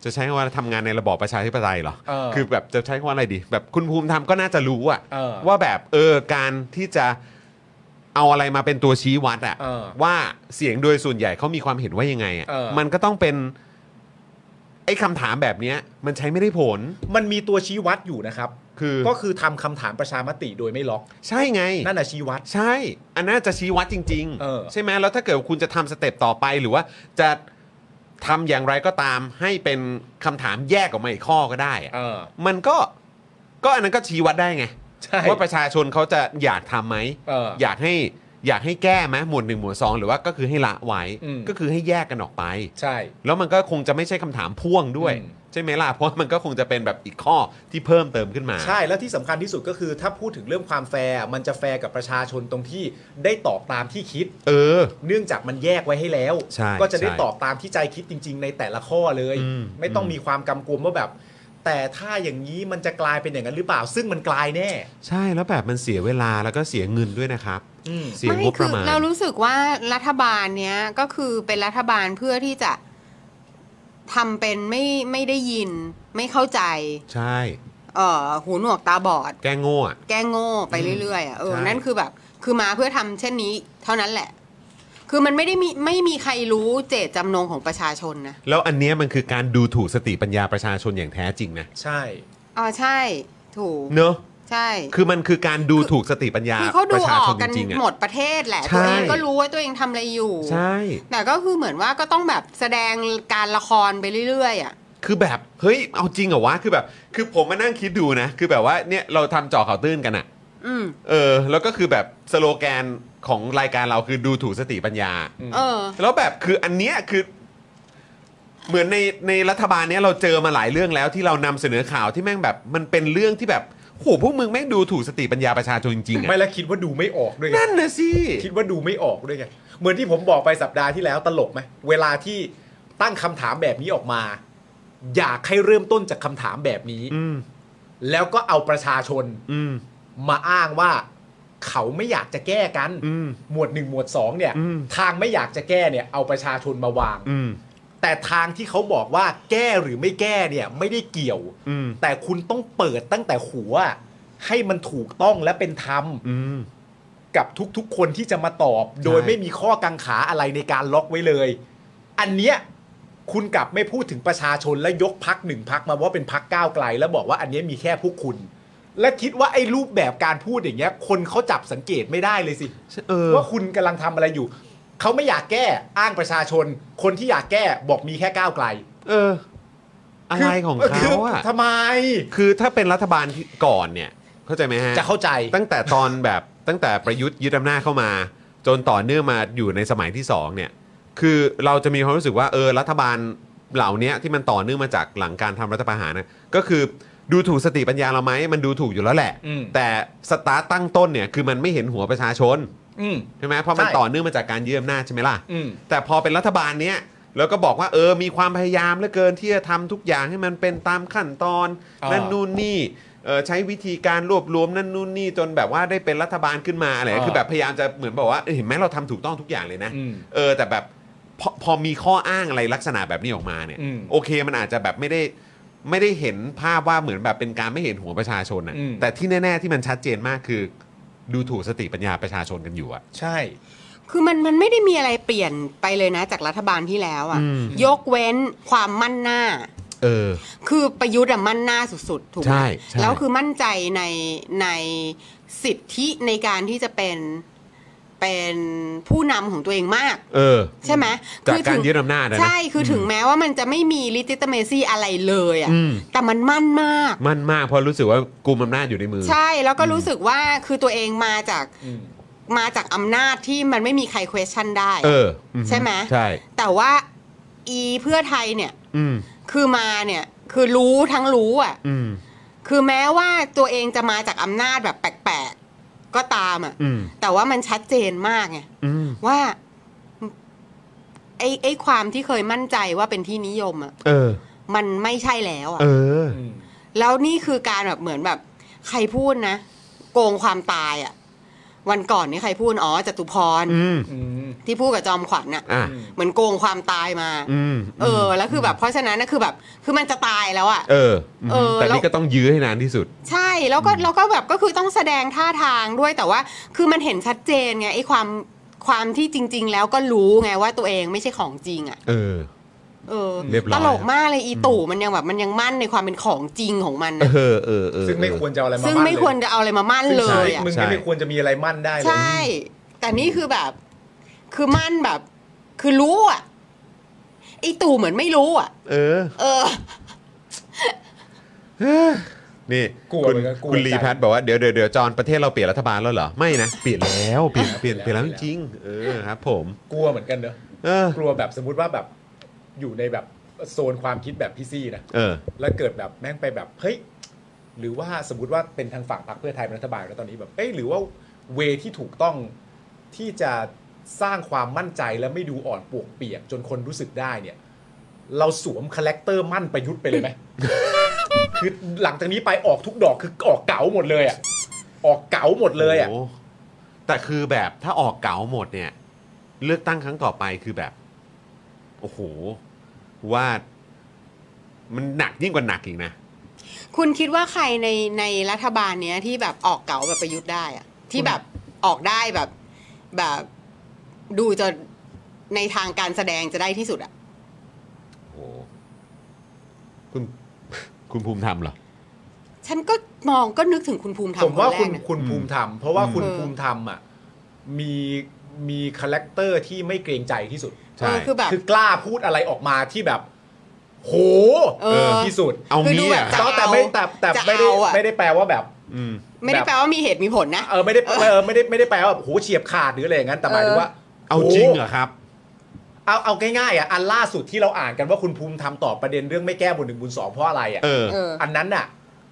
จะใช้คำว่าทำงานในระบอบประชาธิปไตยเหรอ
เออ
คือแบบจะใช้คำว่าอะไรดี แบบคุณภูมิธรรมก็น่าจะรู้อะ
เออ
ว่าแบบเออการที่จะเอาอะไรมาเป็นตัวชี้วัดอะ
เออ
ว่าเสียงโดยส่วนใหญ่เขามีความเห็นว่ายังไงอะ
เออ
มันก็ต้องเป็น ไอ้คำถามแบบเนี้ย มันใช้ไม่ได้ผล
มันมีตัวชี้วัดอยู่นะครับ
คือ
ก็คือทำคำถามประชามติโดยไม่ล็อก
ใช่ไง
นั่นน่ะชี้วัด
ใช่ อันน่าจะชี้วัดจริง
เออ
ใช่ไหมแล้วถ้าเกิดคุณจะทำสเต็ปต่อไปหรือว่าจะทำอย่างไรก็ตามให้เป็นคำถามแยกออกมาอีกข้อก็ได้อะ
เออ
มันก็ก็อันนั้นก็ชี้วัดได้ไง
ใช่
ว่าประชาชนเขาจะอยากทำไหม
เออ
อยากให้อยากให้แก้ไหมหมวดหนึ่งหมวดสองหรือว่าก็คือให้ละไว้
อืม
ก็คือให้แยกกันออกไป
ใช่
แล้วมันก็คงจะไม่ใช่คำถามพ่วงด้วย
อืม
ใช่ไหมล่ะเพราะมันก็คงจะเป็นแบบอีกข้อที่เพิ่มเติมขึ้นมา
ใช่แล้วที่สำคัญที่สุดก็คือ ถ้าพูดถึงเรื่องความแฟร์มันจะแฟร์กับประชาชนตรงที่ได้ตอบตามที่คิด
เออ
เนื่องจากมันแยกไว้ให้แล้ว
ใช่
ก็จะได้
ใช่
ตอบตามที่ใจคิดจริง ๆ ในแต่ละข้อเลย
อืม
ไม่ต้อง
อืม
มีความกำกวมว่าแบบ แต่ถ้าอย่างนี้มันจะกลายเป็นอย่างนั้นหรือเปล่า ซึ่งมันกลายแน่
ใช่แล้วแบบมันเสียเวลาแล้วก็เสียเงินด้วยนะครับ
อืม
เสีย
ไม่
งบป
คื
ระมาณ
เรารู้สึกว่ารัฐบาลเนี้ยก็คือเป็นรัฐบาลเพื่อที่จะทำเป็นไม่ไม่ได้ยิน ไม่เข้าใจ
ใช่
เอ่อหูหนวกตาบอด
แกงโง่อะ
แก้โง่ไปเรื่อยๆอ่ะเออ
ใช่
นั่นคือแบบ คือมาเพื่อทำเช่นนี้ เท่านั้นแหละ คือมันไม่ได้มีไม่มีใครรู้เจตจำนงของประชาชนนะ
แล้วอันเนี้ยมันคือการดูถูกสติปัญญาประชาชนอย่างแท้จริงนะ
ใช่
อ๋อใช่ ถูก
เนอะ
ใช่
คือมันคือการดูถูกสติปัญญา
คือเขา
ป
ดู
ระชา
ออ
ช
ก
น
กัน
จริงๆอะ
หมดประเทศแหละ
ใช่
ตัวเองก็รู้ว่าตัวเองทำอะไรอยู่
ใช่
แต่ก็คือเหมือนว่าก็ต้องแบบแสดงการละครไปเรื่อยๆอ่ะ
คือแบบเฮ้ยเอาจริงเหรอวะคือแบบ คือผมมานั่งคิดดูนะ คือแบบว่าเนี่ยเราทำเจ่อข่าวตื้นกันอะ
อืม
เออ แล้วก็คือแบบสโลแกนของรายการเราคือดูถูกสติปัญญา
เออ
แล้วแบบคืออันเนี้ยคือ เหมือนในในรัฐบาลเนี้ยเราเจอมาหลายเรื่องแล้วที่เรานำเสนอข่าวที่แม่งแบบ มันเป็นเรื่องที่แบบโหพวกมึงแม่งดูถูกสติปัญญาประชาชนจริงๆอะ
ไม่และคิดว่าดูไม่ออกด้วยไง
นั่นนะสิ
คิดว่าดูไม่ออกด้วยไง เหมือนที่ผมบอกไปสัปดาห์ที่แล้วตลกไหม เวลาที่ตั้งคำถามแบบนี้ออกมา อยากให้เริ่มต้นจากคำถามแบบนี้
อืม
แล้วก็เอาประชาชน
อืม
มาอ้างว่า เขาไม่อยากจะแก้กัน
อืม
หมวดหนึ่งหมวดสองเนี่ย
อืม
ทางไม่อยากจะแก้เนี่ยเอาประชาชนมาวาง
อืม
แต่ทางที่เขาบอกว่าแก้หรือไม่แก้เนี่ยไม่ได้เกี่ยว
อืม
แต่คุณต้องเปิดตั้งแต่หัว ให้มันถูกต้องและเป็นธรรม
อืม
กับทุกๆ คนที่จะมาตอบ โดยไม่มีข้อกังขาอะไรในการล็อกไว้เลย อันเนี้ยคุณกลับไม่พูดถึงประชาชนและยกพักหนึ่งพักมาว่าเป็นพักก้าวไกล แล้วบอกว่าอันเนี้ยมีแค่พวกคุณ และคิดว่าไอ้รูปแบบการพูดอย่างเงี้ย คนเขาจับสังเกตไม่ได้เลยสิ
เออ
ว่าคุณกำลังทำอะไรอยู่ เขาไม่อยากแก้อ้างประชาชน คนที่อยากแก้บอกมีแค่ก้าวไกล
เออ อะไรของเขาอะ
ทำไม
คือถ้าเป็นรัฐบาลที่ก่อนเนี่ย เข้าใจไหมฮะ
จะเข้าใจ
ตั้งแต่ตอนแบบตั้งแต่ประยุทธ์ยึดอำนาจเข้ามา จนต่อเนื่องมาอยู่ในสมัยที่สองเนี่ย คือเราจะมีความรู้สึกว่าเออรัฐบาลเหล่าเนี้ยที่มันต่อเนื่องมาจากหลังการทำรัฐประหารนะก็คือดูถูกสติปัญญาเราไหมมันดูถูกอยู่แล้วแหละ
อืม
แต่สตาร์ตตั้งต้นเนี่ยคือมันไม่เห็นหัวประชาชน
อืม
ใช่ไหมเพราะมัน
ใช่
ต่อเนื่องมาจากการยึดอำนาจใช่ไหมล่ะ
อืม
แต่พอเป็นรัฐบาลเนี้ยแล้วก็บอกว่าเออมีความพยายามเหลือเกินที่จะทำทุกอย่างให้มันเป็นตามขั้นตอน
อ่านั่
นั่นนู่นนี่เออใช้วิธีการรวบรวมนั่นนู่นนี่จนแบบว่าได้เป็นรัฐบาลขึ้นมาอะไรคือแบบพยายามจะเหมือนบอกว่าเออเห็นไหมเราทำถูกต้องทุกอย่างเลยนะ
อืม
เออแต่แบบพอพอมีข้ออ้างอะไรลักษณะแบบนี้ออกมาเนี่ย
อืม
โอเคมันอาจจะแบบไม่ได้ไม่ได้เห็นภาพว่าเหมือนแบบเป็นการไม่เห็นหัวประชาชนนะ
อืม
แต่ที่แน่ ๆ ที่มันชัดเจนมากคือ ดูถูกสติปัญญาประชาชนกันอยู่อะ
ใช่
คือมันมันไม่ได้มีอะไรเปลี่ยนไปเลยนะ จากรัฐบาลที่แล้วอ่ะ
อืม
ยกเว้นความมั่นหน้า
เออ
คือประยุทธ์อะมั่นหน้าสุดๆ ถูกไห
ใช่
ม
ใช่
แล้วคือมั่นใจในในสิทธิในการที่จะเป็นเป็นผู้นำของตัวเองมาก
เออ
ใช่ไหม
จากการ
ถึง
ยึดอำนาจอะนะ
ใช่คือถึงแม้ว่ามันจะไม่มีลิจิตเมซี่อะไรเลยอ่ะ
อืม
แต่มันมั่นมาก
มั่นมากเพราะรู้สึกว่ากุมอำนาจอยู่ในมือ
ใช่แล้วก็รู้สึกว่าคือตัวเองมาจาก
อืม
มาจากอำนาจที่มันไม่มีใคร question ได้
เอออื
ใช่ไหม
ใช่
แต่ว่าอีเพื่อไทยเนี่ย
อืม
คือมาเนี่ยคือรู้ทั้งรู้อ่ะ
อืม
คือแม้ว่าตัวเองจะมาจากอำนาจแบบแปลกๆ ก็ตามอ่ะ
อืม
แต่ว่ามันชัดเจนมากไง
อืม
ว่าไอ้ไอ้ความที่เคยมั่นใจว่าเป็นที่นิยมอ่ะ
เออ
มันไม่ใช่แล้วอ่ะ
เออ
อืม
แล้วนี่คือการแบบเหมือนแบบ ใครพูดนะ โกงความตายอ่ะ วันก่อนนี่ใครพูด อ๋อจตุพร
อืม
อืม
ที่พูดกับจอมขวัญอ่ะ
อ่ะ
เหมือนโกงความตายมา
อืม
เออ แล้วคือแบบเพราะฉะนั้นนะคือแบบ คือมันจะตายแล้วอ่ะ
เออ
เออ
แต่
แล้ว
นี่ก็ต้องยื้อให้นานที่สุด
ใช่แล้วก็แล้วก็แบบก็คือต้องแสดงท่าทางด้วยแต่ว่า คือมันเห็นชัดเจนไงไอ้ความความที่จริง ๆ แล้วก็รู้ไงว่าตัวเองไม่ใช่ของจริง อ่ะ
เออ
เออ
เรียบร้อย
ตลกมากเลยอีตู่มันยังแบบมันยังมั่นในความเป็นของจริงของมัน
เอ
นะ
อ เออ เออ
ซึ่งไม่ควรจะเอาอะไรมา
ซึ่ง
มั่น
ไม่
เลย
ควรจะเอาอะไรมามั่นเลยอ่ะ
มึง
ใช่
ก็ไม่ควรจะมีอะไรมั่นได้เลย
ใช่ แต่นี่คือแบบ คือมั่นแบบ คือรู้อ่ะไอ้ตู่เหมือนไม่รู้อ่ะ
เออ
เออ
นี่คุณคุณลีแพทบอกว่าเดี๋ยวเดี๋ยวเดี๋ยวจอนประเทศเราเปลี่ยนรัฐบาลแล้วเหรอ ไม่นะ เปลี่ยนแล้ว เปลี่ยน เปลี่ยน เปลี่ยนแล้วจริง เออครับ ผม
กลัวเหมือนกันเนอะ
เออ
กลัวแบบสมมติว่าแบบอยู่ในแบบ โซนความคิดแบบพี่ซี่นะ
เออ
แล้วเกิดแบบแม่งไปแบบเฮ้ยหรือว่าสมมติว่าเป็นทางฝั่งพรรคเพื่อไทยเป็นรัฐบาลแล้วตอนนี้แบบเอ้ยหรือว่าเวที่ถูกต้องที่จะสร้างความมั่นใจและไม่ดูอ่อนปวกเปียกจนคนรู้สึกได้เนี่ย เราสวมคาแรคเตอร์มั่นประยุทธ์ไปเลยไหม *laughs* คือหลังจากนี้ไปออกทุกดอกคือออกเก๋าหมดเลยอ่ะออกเก๋าหมดเลยอ่ะ
โโหแต่คือแบบถ้าออกเก๋าหมดเนี่ย เลือกตั้งครั้งต่อไปคือแบบ โอ้โห ว่ามันหนักยิ่งกว่าหนักอีกนะ
คุณคิดว่าใครในในรัฐบาลเนี้ยที่แบบออกเก๋าแบบประยุทธ์ได้อะที่แบบออกได้แบบแบบดูจะในทางการแสดงจะได้ที่สุดอะ
โอ้โหคุณ *laughs* คุณภูมิธรรมเหรอ
ฉันก็มองก็นึกถึงคุณภูมิธรร
ผม ม
คน
ว่า
แร
คุ
ก
ณ
นะ
คุณภูมิธรรมเพราะว่าคุณ
เออ
ภูมิธรรมอ่ะมีมีคาแรคเตอร์ที่ไม่เกรงใจที่สุด
ใช่
เออคือแบบ
คือกล้าพูดอะไรออกมาที่แบบ โห
เออ
ที่สุด
เอา
คือ
งี้
ดูแบบ
อะ
จะ
ก็
เอา
แต่ไม่แต่แต่
จะ
ไม่ได้
เอาอะ
ไม่ได้แปลว่าแบบ
อืม
ไม่ได้แปลว่ามีเหตุมีผลนะ
เออไม่ได้เออไม่ได้ไม่ได้แปลว่าแบบโหเฉียบขาดหรืออะไรอย่างนั้นแต่หมายถึงว่า
เอาจริงเหรอครับ
เอาเอาง่ายๆอ่ะอันล่าสุดที่เราอ่านกันว่าคุณภูมิทำตอบประเด็นเรื่องไม่แก้บนหนึ่งบุญสองเพราะอะไรอ่ะ
เออ
เออ
อันนั้นอ่ะ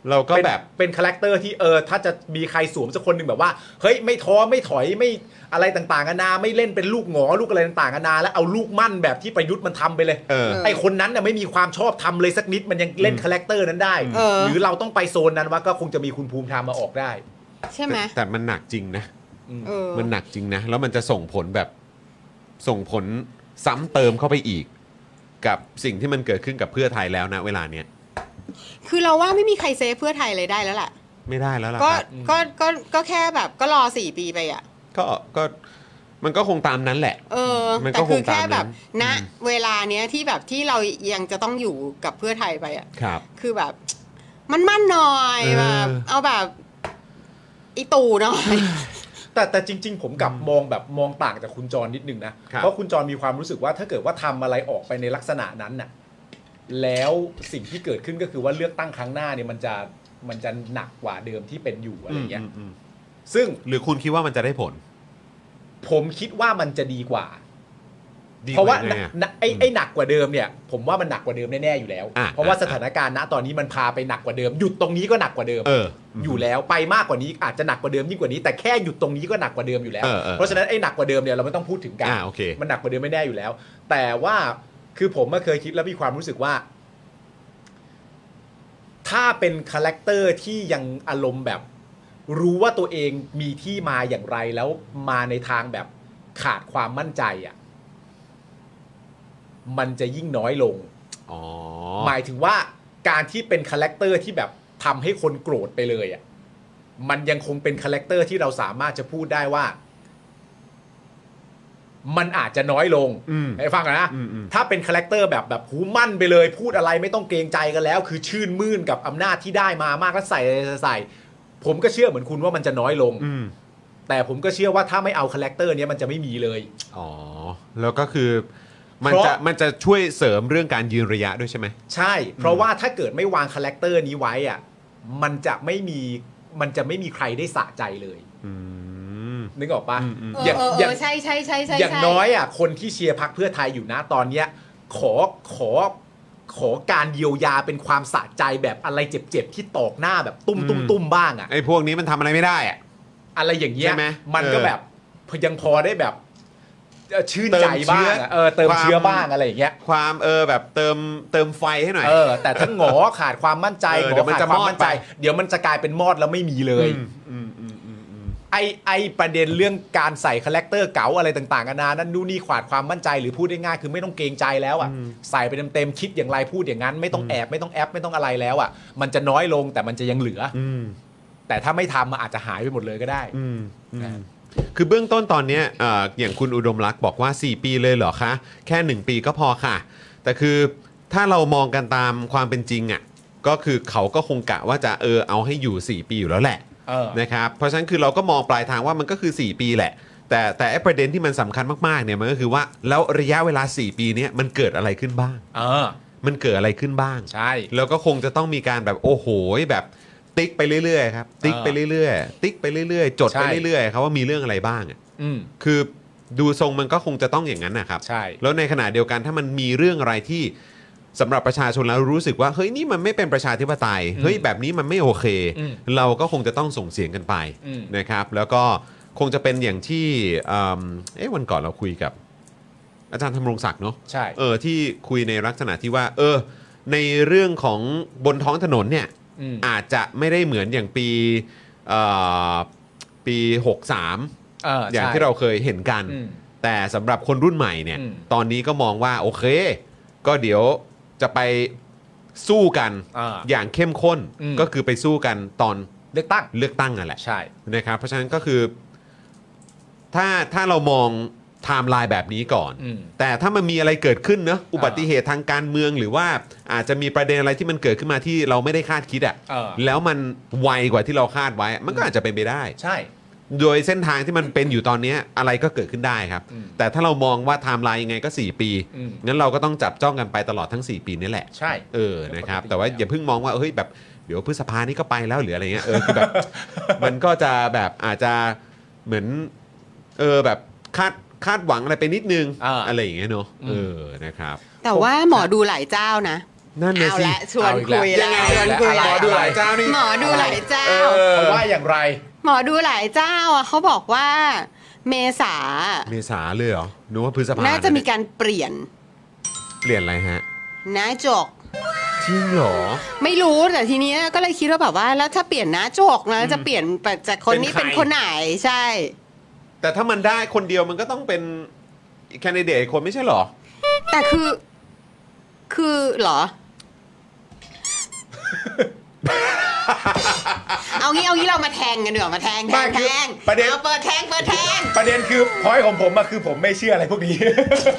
เราก็
เป็น
แบบ
เป็นคาแรคเตอร์ที่เออถ้าจะมีใครสวมสักคนหนึ่งแบบว่าเฮ้ยไม่ท้อไม่ถอยไม่อะไรต่างๆนานาไม่เล่นเป็นลูกหงอลูกอะไรต่างๆนานาแล้วเอาลูกมั่นแบบที่ประยุทธ์มันทำไปเลย
เออ
ไอคนนั้นน่ะไม่มีความชอบทำเลยสักนิดมันยังเล่นคาแรคเตอร์นั้นได้
เออ
หรือเราต้องไปโซนนั้นว่าก็คงจะมีคุณภูมิธรรมมาออกได้
ใช่ไหม
แต่แต่มันหนักจริงนะ
เออ
มันหนักจริงนะ แล้วมันจะส่งผลแบบส่งผลซ้ำเติมเข้าไปอีก กับสิ่งที่มันเกิดขึ้นกับเพื่อไทยแล้วนะ เวลาเนี้ย
คือเราว่าไม่มีใครเซฟเพื่อไทยเลยได้แล้วแหละ
ไม่ได้แล้วล่ะค
ก็
รับ
ก็ก็ก็แค่แบบก็รอสี่ปีไปอ่ะ
ก็ก็มันก็คงตามนั้นแหละ
เออ
มันก็
แต่คือแค่
คงตามนั้น
แบบณ
อืม
เวลาเนี้ยที่แบบที่เรายังจะต้องอยู่กับเพื่อไทยไปอ่ะ
ครับ
คือแบบ มันมั่นหน่อย
เออ
แบบเอาแบบอีตู่หน่อย
แต่แต่จริง ๆ ผมกลับมองแบบมองต่างจากคุณจรนิดนึงนะ
ครับ
เพราะคุณจรมีความรู้สึกว่าถ้าเกิดว่าทำอะไรออกไปในลักษณะนั้นน่ะแล้วสิ่งที่เกิดขึ้นก็คือว่าเลือกตั้งครั้งหน้าเนี่ยมันจะมันจะหนักกว่าเดิมที่เป็นอยู่อะไรเงี้ย
อืมอืม
ซึ่ง
หรือคุณคิดว่ามันจะได้ผล
ผมคิดว่ามันจะดีกว่า
ดี
เพราะว่า
ไหม
นะ
อ่
นะไอ้ไอ้หนักกว่าเดิมเนี่ย ผมว่ามันหนักกว่าเดิมแน่ๆอยู่แล้ว
อ่ะ
เพราะว่า
อ่ะ
สถานการณ์ณตอนนี้มันพาไปหนักกว่าเดิม หยุดตรงนี้ก็หนักกว่าเดิม
เอออืม
ยู่แล้วไปมากกว่านี้อาจจะหนักกว่าเดิมยิ่งกว่านี้แต่แค่หยุดตรงนี้ก็หนักกว่าเดิมอยู่แล้ว
เออเออ
เพราะฉะนั้นไอ้หนักกว่าเดิมเนี่ยเราไม่ต้องพูดถึงกัน
อ่ะโอเค
มันหนักกว่าเดิมแน่ๆอยู่แล้ว แต่ว่าคือผมมาเคยคิดแล้วมีความรู้สึกว่า ถ้าเป็นคาแรคเตอร์ที่ยังอารมณ์แบบ รู้ว่าตัวเองมีที่มาอย่างไรแล้วมาในทางแบบขาดความมั่นใจอ่ะ มันจะยิ่งน้อยลง
๋อ
หมายถึงว่าการที่เป็นคาแรคเตอร์ที่แบบทำให้คนโกรธไปเลยอ่ะมันยังคงเป็นคาแรคเตอร์ที่เราสามารถจะพูดได้ว่า มันอาจจะน้อยลง
อืม
ให้ฟังกันนะ
อืมอืม
ถ้าเป็นคาแรคเตอร์แบบแบบหูมั่นไปเลย พูดอะไรไม่ต้องเกรงใจกันแล้ว คือชื่นมื่นกับอำนาจที่ได้มามากแล้วใส่ใส่ใส่ ผมก็เชื่อเหมือนคุณว่ามันจะน้อยลง
อืม
แต่ผมก็เชื่อว่าถ้าไม่เอาคาแรคเตอร์เนี้ยมันจะไม่มีเลย
อ๋อ แล้วก็คือ มัน
เพราะ
จะมันจะช่วยเสริมเรื่องการยืนระยะด้วยใช่ไหม
ใช่ เพราะว่าถ้าเกิดไม่วางคาแรคเตอร์นี้ไว้อะมันจะไม่มี มันจะไม่มีใครได้สะใจเลย
อืม
นึกออกปะ
อืมอืม
เออ
อย่าง
เออ
อ
เอย่าง อใช่ใช่ใช่ใช่
อย่าง
ใช่
น้อยอ่ะ คนที่เชียร์พักเพื่อไทยอยู่นะตอนเนี้ย ขอ ขอ ขอการเยียวยาเป็นความสะใจแบบอะไรเจ็บๆ ที่ตอกหน้าแบบตุ้มตุ้มตุ้มๆๆบ้างอ่ะ
ไอ้พวกนี้มันทำอะไรไม่ได้อะ
อะไรอย่างเงี้ย
ใช่ไหม
มันก็
เออ
แบบยังพอได้แบบเอ่อชื่นใจ
เติมเชื้
บ้าง
อ
อะเออเติม
ความ
เชื้อบ้างอะไรอย่างเงี้ย
ความเออแบบเติมเติมไฟให้หน่อย
เออแต่ถ้าหงอขาดความมั่นใจ
เออ
ห
เดี๋
ง
ย
อ
วมัน
ขาด
จะ
ความ
มอด
มั่นใจ
ไป
เดี๋ยวมันจะกลายเป็นมอดแล้วไม่มีเลย
อืมอืมอืมอืม
ไอไอประเด็นเรื่องการใส่คาแรคเตอร์เก๋าอะไรต่างๆกันานานั่นนู่นนี่ขาดความมั่นใจหรือพูดได้ง่ายๆคือไม่ต้องเกรงใจแล้วอ่ะใส่ไปเต็มๆคิดอย่างไรพูดอย่างนั้น ไม่ต้องแอบไม่ต้องแอปไม่ต้องอะไรแล้วอ่ะมันจะน้อยลงแต่มันจะยังเหลืออ
อืม
แต่ถ้าไม่ทำมันอาจจะหายไปหมดเลยก็ได้
อืมอืม
นะ
คือเบื้องต้นตอนเนี้ยเอ่ออย่างคุณอุดมรักษ์บอกว่า 4 ปีเลยเหรอคะ แค่ 1 ปีก็พอค่ะ แต่คือถ้าเรามองกันตามความเป็นจริงอะ่ะก็คือเขาก็คงกะว่าจะเออเอาให้อยู่ 4 ปีอยู่แล้วแหละ
เออ
นะครับเพราะฉะนั้นคือเราก็มองปลายทางว่ามันก็คือ 4 ปีแหละ แต่แต่ไอ้ประเด็นที่มันสำคัญมากๆเนี่ยมันก็คือว่าแล้วระยะเวลา 4 ปีเนี้ยมันเกิดอะไรขึ้นบ้าง
เออ
มันเกิดอะไรขึ้นบ้าง
ใช่
แล้วก็คงจะต้องมีการแบบโอ้โหแบบติ๊กไปเรื่อยๆครับติ๊ก
อ่า
ไปเรื่อยๆ ติ๊กไปเรื่อยๆ จด
ใช่
ไปเรื่อยๆครับว่ามีเรื่องอะไรบ้างอะ
อืม
คือดูทรงมันก็คงจะต้องอย่างนั้นนะครับ
ใช่
แล้วในขณะเดียวกันถ้ามันมีเรื่องอะไรที่ สำหรับประชาชนแล้วรู้สึกว่าเฮ้ยนี่มันไม่เป็นประชาธิปไตยเฮ้ยแบบนี้มันไม่โอเค
อืม
เราก็คงจะต้องส่งเสียงกันไป
อืม
นะครับแล้วก็คงจะเป็นอย่างที่เอิ่มเอ๊ะวันก่อนเราคุยกับ อาจารย์ธำรงศักดิ์เนาะ
ใช่
เออที่คุยในลักษณะที่ว่า เออ ในเรื่องของบนท้องถนนเนี่ย
อืม
อาจจะไม่ได้เหมือนอย่างปีเอ่อปี 63
เออ
อย่าง
ใช่
ที่เราเคยเห็นกัน
อืม
แต่สำหรับคนรุ่นใหม่เนี่ย
อืม
ตอนนี้ก็มองว่าโอเค ก็เดี๋ยวจะไปสู้กัน
อ่า
อย่างเข้มข้น
อืม
ก็คือไปสู้กันตอน
เลือกตั้ง
เลือกตั้งนั่นแหละ
ใช่
นะครับเพราะฉะนั้นก็คือถ้าถ้าเรามองไทม์ไลน์แบบนี้ก่อน
อืม
แต่ถ้ามันมีอะไรเกิดขึ้นเนอะอุบัติเหตุทางการเมืองหรือว่าอาจจะมีประเด็นอะไรที่มันเกิดขึ้นมาที่เราไม่ได้คาดคิดอะ
เออ
แล้วมันไวกว่าที่เราคาดไว้ มันก็อาจจะเป็นไปได้
ใช่
โดยเส้นทางที่มันเป็นอยู่ตอนเนี้ยอะไรก็เกิดขึ้นได้ครับ
อืม
แต่ถ้าเรามองว่าไทม์ไลน์ยังไงก็ 4 ปี
อืม
งั้นเราก็ต้องจับจ้องกันไปตลอดทั้ง 4 ปีนี่แหละ
ใช่
เออ นะครับ
ปกติ
แต่ว่า
แล้ว
อย่าเพิ่งมองว่า เฮ้ย แบบ เดี๋ยวพฤษภานี้ก็ไปแล้วหรืออะไรเงี้ย เออ
*laughs*
คือแบบ มันก็จะแบบอาจจะเหมือน เออ แบบคาดคาดหวังอะไรไปนิดนึง
อ่า
อะไรอย่างเงี้ยเนอะ
อืม
เออ นะครับ
แต่ว่าหมอดูหลายเจ้านะ
นั่นนะ
เอา
สิ
ละชวน
เอาอีกแล้ว
คุย
ยังไง
ชวนคุย
หมอดูหลายเจ้านี่
หมอดูหลายเจ้า
เขาว่าอย่างไร
หมอดูหลายเจ้าอ่ะเขาบอกว่าเมษา
เมษาเลยเหรอนึกว่าพฤษภา
น่าจะมีการเปลี่ยน
เปลี่ยนอะไรฮะ
หน้าจก
จริงเหรอ
ไม่รู้แต่ทีเนี้ยก็เลยคิดว่าแบบว่าแล้วถ้าเปลี่ยนหน้าจกนะจะเปลี่ยนจากคนนี้
เป็
เป็นน
ใคร
คนไหนใช่
แต่ถ้ามันได้คนเดียวมันก็ต้องเป็นแคนดิเดตคนไม่ใช่เหรอ
แต่คือคือเหรอ เอางี้เอางี้เรามาแทงกันเดี๋ยวามาแทงแท
ไม่
ง
คื
แท
อง ประเด็น
เอาเปิดแทงเปิดแทง
ประเด็นคือพอยของผมอะคือผมไม่เชื่ออะไรพวกนี้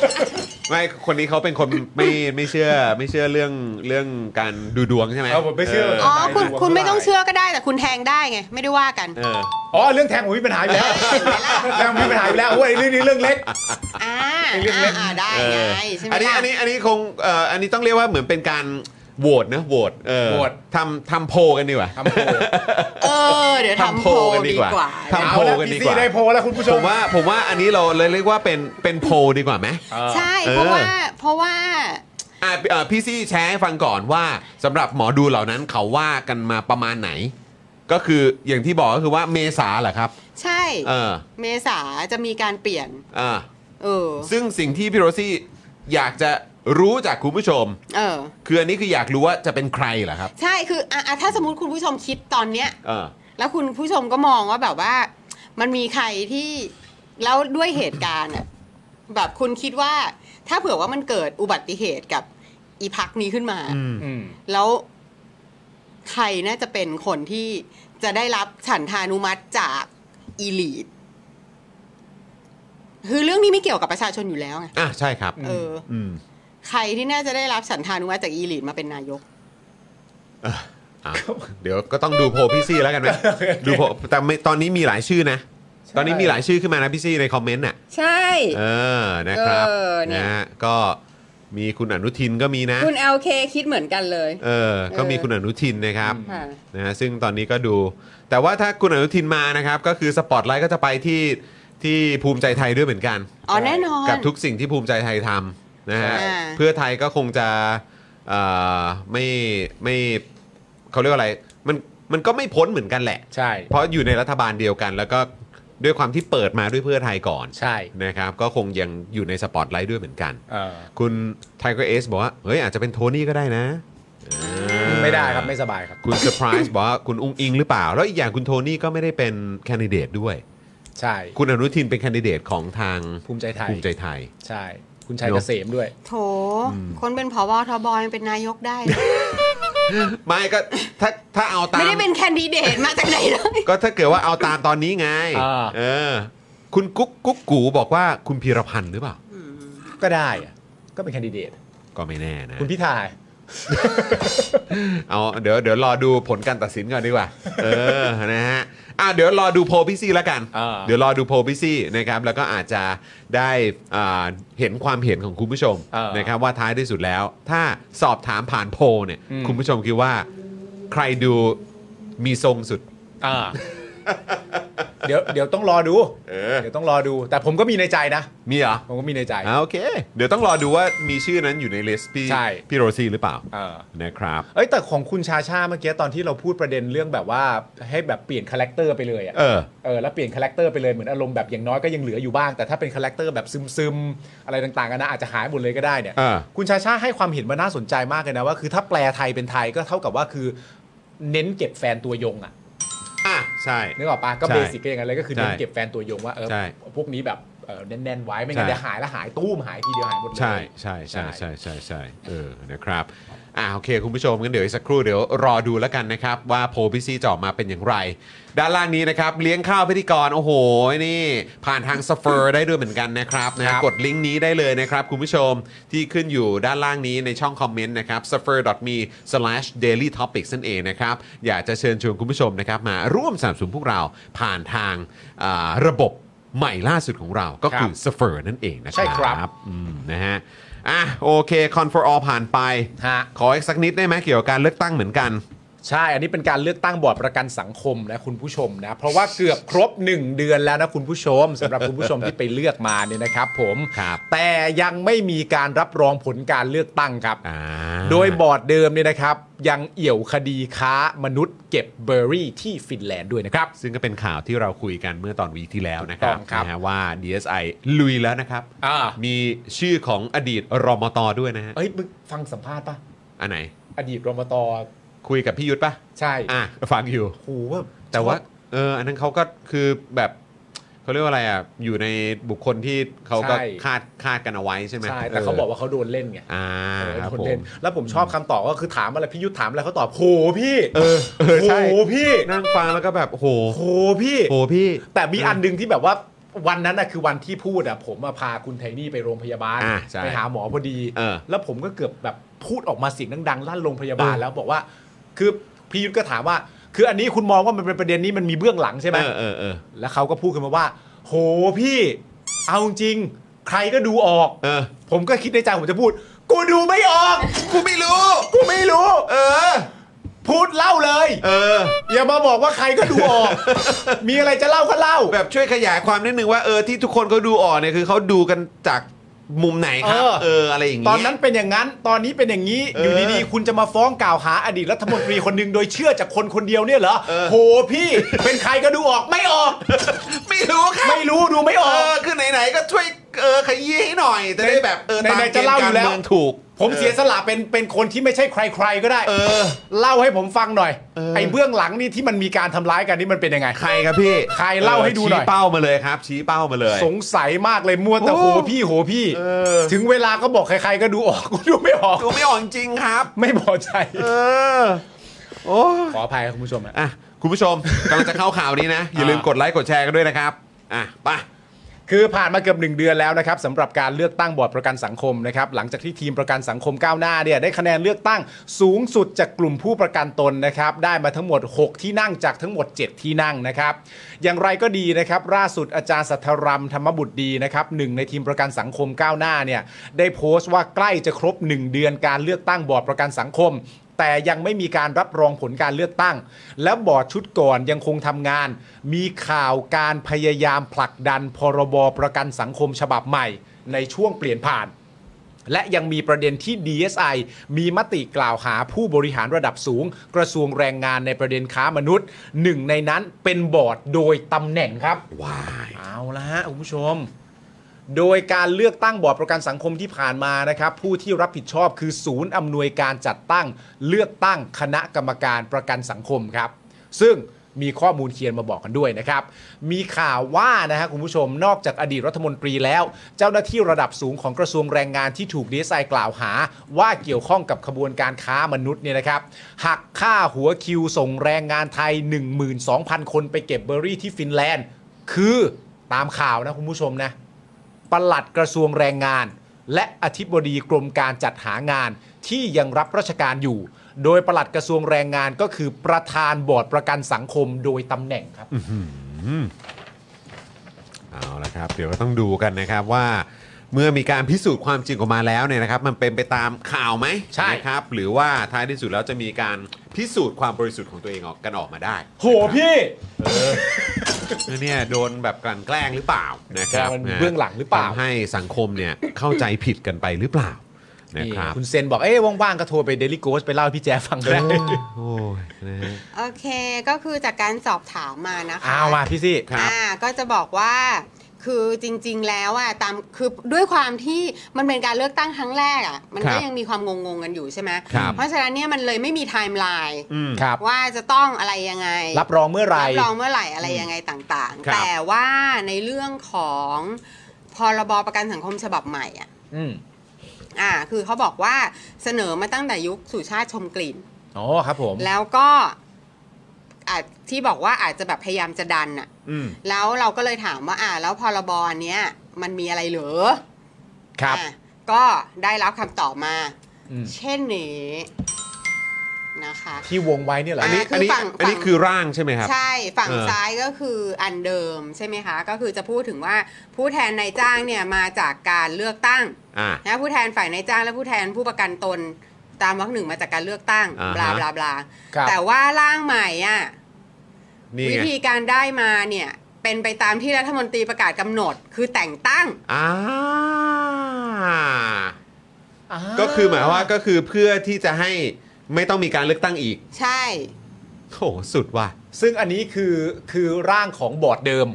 *laughs*
ไม่ คนนี้เขาเป็นคนไม่ไม่เชื่อไม่เชื่อเรื่องเรื่องการดูดวงใช่ไหม
เอาผมไม่เชื่อ
อ๋อคุณ
ได้ดู
คุณไม่ต้องเชื่อก็ได้แต่คุณแทงได้ไง ไม่ได้ว่ากัน
เออ
อ๋อเรื่องแทงผมมีปัญหาอยู่แล้วแทงผมมีปัญหาอยู่แล้วเว้ยเรื่องนี้เรื่องเล็ก
อ่า
ไอ้เรื่องเล่น
อ่าได้ไงใช่ไหม
อันนี้
ล่ะ
อันนี้อันนี้คงเอ่ออันนี้ต้องเรียกว่าเหมือนเป็นการโหวตนะโหวตเออ
โหวต
ทำทำโพลกันดีกว่า
ทำโพล
เออ เดี๋ยวทำโพล
กันดี
ดี
กว่า
กว่า
ทำโพล
เอละ
กันดี
พี่
กว่า
ซีได้โพลแล้วคุณผู้ช
ผม มว่าผมว่าอันนี้เราเลยเรียกว่าเป็นเป็นโพลดีกว่าไหม
เออ
ใช่
เออ
เพราะว่าเพราะว่า
อ่ะเอ่อพี่ซี่แชร์ให้ฟังก่อนว่าสำหรับหมอดูเหล่านั้นเขาว่ากันมาประมาณไหน ก็คืออย่างที่บอกก็คือว่าเมษาเหรอครับ
ใช่
เออ
เมษาจะมีการเปลี่ยน
อ่า
เออ
ซึ่งสิ่งที่พี่โรซี่อยากจะรู้จากคุณผู้ชม
เออ
คืออันนี้คืออยากรู้ว่าจะเป็นใครเหรอครับ
ใช่คืออ่ะอ่ะถ้าสมมติคุณผู้ชมคิดตอนเนี้ย
เออ
แล้วคุณผู้ชมก็มองว่าแบบว่า มันมีใครที่แล้วด้วยเหตุการณ์อะ *coughs* แบบคุณคิดว่า ถ้าเผื่อว่ามันเกิดอุบัติเหตุกับอีพักนี้ขึ้นมา
อืม
แล้วใครน่าจะเป็นคนที่จะได้รับฉันทานุมัติจากอีลีทคือเรื่องนี้ไม่เกี่ยวกับประชาชนอยู่แล้วไง
อ่ะใช่ครับ
เออ
อืม
ใครที่น่าจะได้รับฉันทานุมัติจากอีลีทมาเป็นนายก
อ่ะเดี๋ยวก็ต้องดูโพลพี่ซี่แล้วกันไหมดูโพลแต่ไม่ตอนนี้มีหลายชื่อนะ ตอนนี้มีหลายชื่อขึ้นมานะพี่ซี่ในคอมเมนต์น่ะ
ใช่
เออนะครับ
เออเนี่ย
นะฮะก็มีคุณอนุทินก็มีนะ
คุณ LK คิดเหมือนกันเลย
เออ ก็มีคุณอนุทินนะครับ
ค่ะ
นะฮะซึ่งตอนนี้ก็ดู แต่ว่าถ้าคุณอนุทินมานะครับ ก็คือสปอตไลท์ก็จะไปที่ที่ภูมิใจไทยด้วยเหมือนกัน
อ๋อแน่นอน
กับทุกสิ่งที่ภูมิใจไทยทำนะฮะ
อ่า
เพื่อไทยก็คงจะเอ่อไม่ไม่เขาเรียกว่าอะไรมันมันก็ไม่พ้นเหมือนกันแหละ
ใช่
เพราะอยู่ในรัฐบาลเดียวกัน แล้วก็ด้วยความที่เปิดมาด้วยเพื่อไทยก่อน
ใช่
นะครับ ก็คงยังอยู่ในสปอตไลท์ด้วยเหมือนกัน
เออ
คุณไทเกอร์เอสบอกว่าเฮ้ยอาจจะเป็นโทนี่ก็ได้นะ
ไม่ได้ครับไม่สบายครับ
คุณเซอร์ไพรส์บอกว่าคุณอุ้งอิงหรือเปล่า แล้วอีกอย่างคุณโทนี่ก็ไม่ได้เป็นแคนดิเดตด้วย
ใช่
คุณอนุทินเป็นแคนดิเดตของทาง
ภูมิใจไทย
ภูมิใจไทย
ใช่ คุณชัยเกษมด้วย
โถ คนเป็นผบทบยังเป็นนายกได้
ไม่ก็ถ้าถ้าเอาตาม
ไม่ได้เป็นแคนดิเดตมาจากไหนเลย
ก็ถ้าเกิดว่าเอาตามตอนนี้ไง
อ่า
เออ คุณกุ๊กกุ๊กกูบอกว่าคุณพีรพันธ์หรือเปล่า
ก็ได้อะก็เป็นแคนดิเดต
ก็ไม่แน่นะ
คุณพิธา
เอาเดี๋ยวเดี๋ยวรอดูผลการตัดสินก่อนดีกว่า เออ นะฮะอ่ะเดี๋ยวรอดูโพลพี่ซี่แล้วกัน
อ่า
เดี๋ยวรอดูโพลพี่ซี่นะครับ แล้วก็อาจจะได้อ่าเห็นความเห็นของคุณผู้ชม
อ่าน
นะครับว่าท้ายที่สุดแล้ว ถ้าสอบถามผ่านโพลเนี่ย
อืม
คุณผู้ชมคิดว่าใครดูมีทรงสุด
อ่า เดี๋ยวเดี๋ยวต้องรอดู
เออ
เดี๋ยวต้องรอดู แต่ผมก็มีในใจนะ
*laughs* มีเหรอ
ผมก็มีในใจ
อ่าโอเค เดี๋ยวต้องรอดูว่ามีชื่อนั้นอยู่ในลิสต์พี่
ใช่
พี่โรซี่หรือเปล่า
เออ
นะครับ
เอ้ยแต่ของคุณชาชาเมื่อกี้ตอนที่เราพูดประเด็นเรื่องแบบว่าให้แบบเปลี่ยนคาแรคเตอร์ไปเลยอะ
เออ
เออแล้วเปลี่ยนคาแรคเตอร์ไปเลยเหมือนอารมณ์แบบอย่างน้อยก็ยังเหลืออยู่บ้าง แต่ถ้าเป็นคาแรคเตอร์แบบซึมซึมๆอะไรต่างๆกันนะอาจจะหายหมดเลยก็ได้เนี่ย
อ่า
คุณชาชาให้ความเห็นมาน่าสนใจมากเลยนะว่าคือถ้าแปลไทยเป็นไทยก็เท่ากับว่าคือ เน้นเก็บแฟนตัวยงอะ
อ่ะใช่
นึกออกปะก็
ใช่
เบสิกก็อย่างนั้นเลยก็คือเน้น
ใช่
เก็บแฟนตัวยงว่าเออ
ใช่
พวกนี้แบบเออแน่นๆไว้ไม่งั้น
ใช่
เดี๋ยวหายแล้วหายตู้มหายทีเดียวหายหมดเลย
ใช่ใช่ใช่ใช่ใช่ใช่เออนะครับอ่าโอเค คุณผู้ชมงั้นเดี๋ยวอีกสักครู่เดี๋ยวรอดูแล้วกันนะครับ ว่าโพลพี่ซีจะออกมาเป็นอย่างไร ด้านล่างนี้นะครับ เลี้ยงข้าวพิธีกร โอ้โห นี่ ผ่านทางสเฟอร์ได้ด้วยเหมือนกันนะครับ
ค
นะ
รับ
กดลิงก์นี้ได้เลยนะครับ คุณผู้ชมที่ขึ้นอยู่ด้านล่างนี้ในช่องคอมเมนต์นะครับ s u f f e r m e d a i l y t o p i c s นั่นเองนะครับ อยากจะเชิญชวนคุณผู้ชมนะครับ มาร่วมสนับสนุนพวกเราผ่านทางอ่าระบบใหม่ล่าสุดของเราก็คือ s u f f e r นั่นเองนะ
ใช่ครับ
อืมนะฮะ อ่ะ โอเค คอนฟอร์อผ่านไป
ฮะ
ขออีกสักนิดได้ไหมเกี่ยวกับการเลือกตั้งเหมือนกัน
ใช่ อันนี้เป็นการเลือกตั้งบอร์ดประกันสังคมนะคุณผู้ชมนะ เพราะว่าเกือบครบ 1 เดือนแล้วนะคุณผู้ชมสำหรับคุณผู้ชมที่ไปเลือกมาเนี่ยนะครับผม
ครับ
แต่ยังไม่มีการรับรองผลการเลือกตั้งครับ
อ่า
โดยบอร์ดเดิมเนี่ยนะครับ ยังเอี่ยวคดีค้ามนุษย์เก็บเบอร์รี่ที่ฟินแลนด์ด้วยนะครับ
ซึ่งก็เป็นข่าวที่เราคุยกันเมื่อตอนวีคที่แล้วนะครับ
ถูกต้องครับ
นะฮะว่า DSI ลุยแล้วนะครับ
อ่า
มีชื่อของอดีตรมตด้วยนะฮะ
เอ้ยมึงฟังสัมภาษณ์ปะ
อันไหน
อดีตรมต
คุยกับพี่ยุทธปะ
ใช่
อ่ะ ฟังอยู่
โหูว่า
แต่ว่า เออ อันนั้นเขาก็คือแบบเขาเรียกว่าอะไรอ่ะ อยู่ในบุคคลที่เขาก็คาดคาดกันเอาไว้ใช่ไหม
ใช่แต่เขาบอกว่าเขาโดนเล่นไง
อ่า
เออ
ครับ
โด
ผ
นเล่
ม
นแล้วผมชอบคำตอบก็คือถามอะไรพี่ยุทธถามอะไรเขาตอบโหพี่
เออเออใช่
โหพี่
นั่งฟังแล้วก็แบบโอ้โห
โหพี่
โอ้พี่
แต่มีอันหนึ่งที่แบบว่าวันนั้นนะคือวันที่พูดอะผมมาพาคุณไทนี่ไปโรงพยาบาล
อ่ะใช่
ไปหาหมอพอดี
เออ
แล้วผมก็เกือบแบบพูดออกมาเสียงดังๆลั่นโรงพยาบาล
เออ
แล้วบอกว่า คือพี่ยุทธก็ถามว่า คืออันนี้คุณมองว่ามันเป็นประเด็นนี้มันมีเบื้องหลังใช่ไหม
เออเออเออ
แล้วเขาก็พูดขึ้นมาว่า โหพี่ เอาจริง ใครก็ดูออก
เออ
ผมก็คิดในใจผมจะพูด กูดูไม่ออก
กูไม่รู้
กูไม่รู้
เออ
พูดเล่าเลย
เออ
อย่ามาบอกว่าใครก็ดูออก มีอะไรจะเล่าก็เล่า
แบบช่วยขยายความนิดนึงว่าเออที่ทุกคนเขาดูออกเนี่ย คือเขาดูกันจากมุมไหนครับ
เออ
เออ อะไรอย่าง
ต
เงี้ย
อนนั้นเป็นอย่างนั้น ตอนนี้เป็นอย่างนี้
เอออ
อยู่ดีๆ คุณจะมาฟ้องกล่าวหาอดีตรัฐมนตรีคนหนึ่งโดยเชื่อจากคนคนเดียวเนี่ยเหรอ
เออ
โหพี่ เป็นใครก็ดูออกไม่ออก
ไม่รู้ครับ
ไม่รู้ดูไม่อ
เอ
อก
อ คือไหนๆก็ช่วยเออขยี้ให้หน่อย จะได้แบบเออ
ไหนๆ
ตามเก
จะ
ม
เล่าอยู่
การ
แล้ว
เมืองถูก
ผมเสียสละเป็นเป็นคนที่ไม่ใช่ใคร ๆก็ได้
เออ
เล่าให้ผมฟังหน่อย
เออ
ไอ้เบื้องหลังนี่ที่มันมีการทำร้ายกันนี่มันเป็นยังไง
ใครครับพี่
ใครเล่าให้ดูหน่อย
ชี้เป้ามาเลยครับ ชี้เป้ามาเลย
สงสัยมากเลยมัวแต่
โอ้
โหพี่โหพี่
เออ
ถึงเวลาก็บอกใครๆก็ดูออก *laughs* กูดูไม่ออก
ดูไม่ออกจริงครับ
ไม่พอใจ
เออ โอ้
ขออภัยครับคุณผู้ชมฮะ
อ่ะ คุณผู้ชมกำลังจะเข้าข่าวนี้
*laughs*
นะ อย่าลืมกดไลค์กดแชร์กันด้วยนะครับ อ่ะไป
คือผ่านมาเกือบหนึ่งเดือนแล้วนะครับสำหรับการเลือกตั้งบอร์ดประกันสังคมนะครับหลังจากที่ทีมประกันสังคมก้าวหน้าเนี่ยได้คะแนนเลือกตั้งสูงสุดจากกลุ่มผู้ประกันตนนะครับได้มาทั้งหมด 6 ที่นั่งจากทั้งหมด 7 ที่นั่งนะครับ อย่างไรก็ดีนะครับล่าสุดอาจารย์สัทธรรมธรรมบุตรดีนะครับหนึ่งในทีมประกันสังคมก้าวหน้าเนี่ยได้โพสต์ว่าใกล้จะครบ 1 เดือนการเลือกตั้งบอร์ดประกันสังคม แต่ยังไม่มีการรับรองผลการเลือกตั้ง และบอร์ดชุดก่อนยังคงทำงาน มีข่าวการพยายามผลักดันพรบประกันสังคมฉบับใหม่ ในช่วงเปลี่ยนผ่าน และยังมีประเด็นที่ DSI มีมติกล่าวหาผู้บริหารระดับสูง กระทรวงแรงงานในประเด็นค้ามนุษย์หนึ่งในนั้นเป็นบอร์ดโดยตำแหน่งครับ
ว้าย
เอาละฮะคุณผู้ชม โดยการเลือกตั้งบอร์ดประกันสังคมที่ผ่านมานะครับ ผู้ที่รับผิดชอบคือศูนย์อำนวยการจัดตั้ง เลือกตั้งคณะกรรมการประกันสังคมครับ ซึ่งมีข้อมูลเคียนมาบอกกันด้วยนะครับ มีข่าวว่านะฮะคุณผู้ชมนอกจากอดีตรัฐมนตรีแล้ว เจ้าหน้าที่ระดับสูงของกระทรวงแรงงานที่ถูกดีไซน์กล่าวหา ว่าเกี่ยวข้องกับขบวนการค้ามนุษย์เนี่ยนะครับหักค่าหัวคิวส่งแรงงานไทย 12,000 คนไปเก็บเบอร์รี่ที่ฟินแลนด์ คือตามข่าวนะคุณผู้ชมนะ ปลัดกระทรวงแรงงาน และอธิบดีกรมการจัดหางานที่ยังรับราชการอยู่ โดยปลัดกระทรวงแรงงานก็คือประธานบอร์ดประกันสังคมโดยตำแหน่งครับ
เอาละครับ เดี๋ยวก็ต้องดูกันนะครับว่า เมื่อมีการพิสูจน์ความจริงออกมาแล้วเนี่ยนะครับ มันเป็นไปตามข่าวไหม
ใช่
นะครับ หรือว่าท้ายที่สุดแล้วจะมีการพิสูจน์ความบริสุทธิ์ของตัวเองออกกันออกมาได้
โหพี่
เอ คือเนี่ยโดนแบบกลั่นแกล้งหรือเปล่านะครับ
มัน
นะ
เบื้องหลังหรือเปล่า
ทำให้สังคมเนี่ยเข้าใจผิดกันไปหรือเปล่านะ
นี่
ครับ
คุณเซนบอกเอ้ยว่างๆก็โทรไปเดลิโกสไปเล่าให้พี่แจ๊ฟังได้
โอ้ยนะฮะ
*laughs* โอเคก็คือจากการสอบถามมานะคะ
เอามาพี่ซี่
ครับ
อ่าก็จะบอกว่าคือจริง ๆ แล้วอ่ะตามคือด้วยความที่มันเป็นการเลือกตั้งครั้งแรกอ่ะมัน
ค
ก็
รับ
ยังมีความงงๆกันอยู่ใช่ไหม
ครับ
เพราะฉะนั้นเนี่ยมันเลยไม่มีไทม์ไลน์
อืม
ครับ
ว่าจะต้องอะไรยังไง
รับรองเมื่อไหร่
รับรองเมื่อไหร่อะไรยังไงต่าง
ครับ
ๆแต่ว่าในเรื่องของพรบประกันสังคมฉบับใหม่อ่ะ
อืม
อ่าคือเขาบอกว่าเสนอมาตั้งแต่ยุคสุชาติชมกลิ่น
อ๋อครับผม
แล้วก็อาจที่บอกว่าอาจจะแบบพยายามจะดันอ่ะ
อืม
แล้วเราก็เลยถามว่าอ่าแล้วพรบอันเนี้ยมันมีอะไรเหรอ
ครับ
อ่ะก็ได้รับคำตอบมา
อืม
เช่นนี้นะคะ
ที่วงไว้เนี่ยเหรอ
อันนี้
า
อันนี้
คือฝั่ง
อันนี้คือร่างใช่ไหมครับ
ใช่ฝั่ง
เออ
ซ้ายก็คืออันเดิมใช่ไหมคะ ก็คือจะพูดถึงว่าผู้แทนนายจ้างเนี่ยมาจากการเลือกตั้ง
อ่า
นะผู้แทนฝ่ายนายจ้างและผู้แทนผู้ประกันตนตามวรรคหนึ่งมาจากการเลือกตั้ง
อ่า
บลา
ฮะ
บลาบลา
ครับ
แต่ว่าร่างใหม่อ่ะ
นี่
วิ
ไง
ธีการได้มาเนี่ยเป็นไปตามที่รัฐมนตรีประกาศกำหนด คือแต่งตั้ง
อ่า
า
ก็คือหมายว่าก็คือเพื่อที่จะให้ไม่ต้องมีการเลือกตั้งอีก
ใช่
โหสุดว่ะ
ซึ่งอันนี้คือคือร่างของบอร์ดเดิม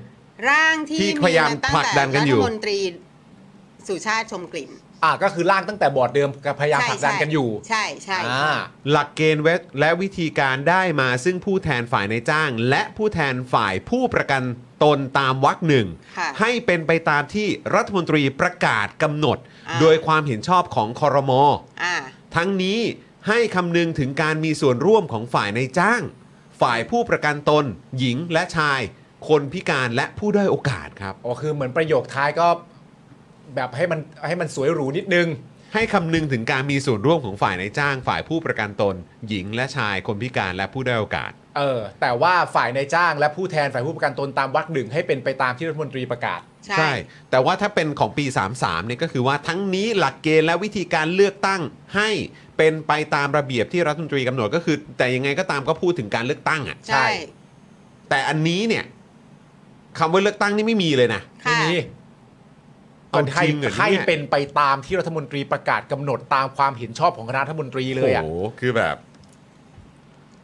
ร่างที่
ที่พยายาม
ตั้ง
ผลักดันกันอยู่
รัฐมนตรีสุชาติชมกลิ่น
อ่าก็คือร่างตั้งแต่บอร์ดเดิมกับพยายาม
ใช่
ผลักดันกันอยู่
ใช่ใช่ใช่
อ่า
หลักเกณฑ์เวทและวิธีการได้มาซึ่งผู้แทนฝ่ายในายจ้าง และผู้แทนฝ่ายผู้ประกันตนตามวรรคหนึ่ง
ค่ะ
ให้เป็นไปตามที่รัฐมนตรีประกาศกำหนด
อ่า
โดยความเห็นชอบของคอรมอ
อ่า
ทั้งนี้ให้คำนึงถึงการมีส่วนร่วมของฝ่ายในายจ้าง ฝ่ายผู้ประกันตน หญิงและชาย คนพิการและผู้ด้อยโอกาสครับ
อ๋อคือเหมือนประโยคท้ายก็ แบบให้มันให้มันสวยหรูนิดนึง
ให้คำนึงถึงการมีส่วนร่วมของฝ่ายในายจ้าง ฝ่ายผู้ประกันตน หญิงและชาย คนพิการและผู้ด้อยโอกาส
เออ แต่ว่าฝ่ายนายจ้างและผู้แทนฝ่ายผู้ประกันตนตามวรรคหนึ่งให้เป็นไปตามที่รัฐมนตรีประกาศ
ใช่
ใช่ แต่ว่าถ้าเป็นของปี 33เนี่ยก็คือว่าทั้งนี้หลักเกณฑ์และวิธีการเลือกตั้งให้เป็นไปตามระเบียบที่รัฐมนตรีกำหนดก็คือ แต่ยังไงก็ตามก็พูดถึงการเลือกตั้งอ่ะ
ใช่
แต่อันนี้เนี่ยคำว่าเลือกตั้งนี่ไม่มีเลยนะ
ไม่
ค่ะ
มี
เอา
มันให้
จริงเหรอเนี่ย
ให้เป็นไปตามที่รัฐมนตรีประกาศกำหนดตามความเห็นชอบของคณะรัฐมนตรีเลยอ่ะ
โอ้โหคือแบบ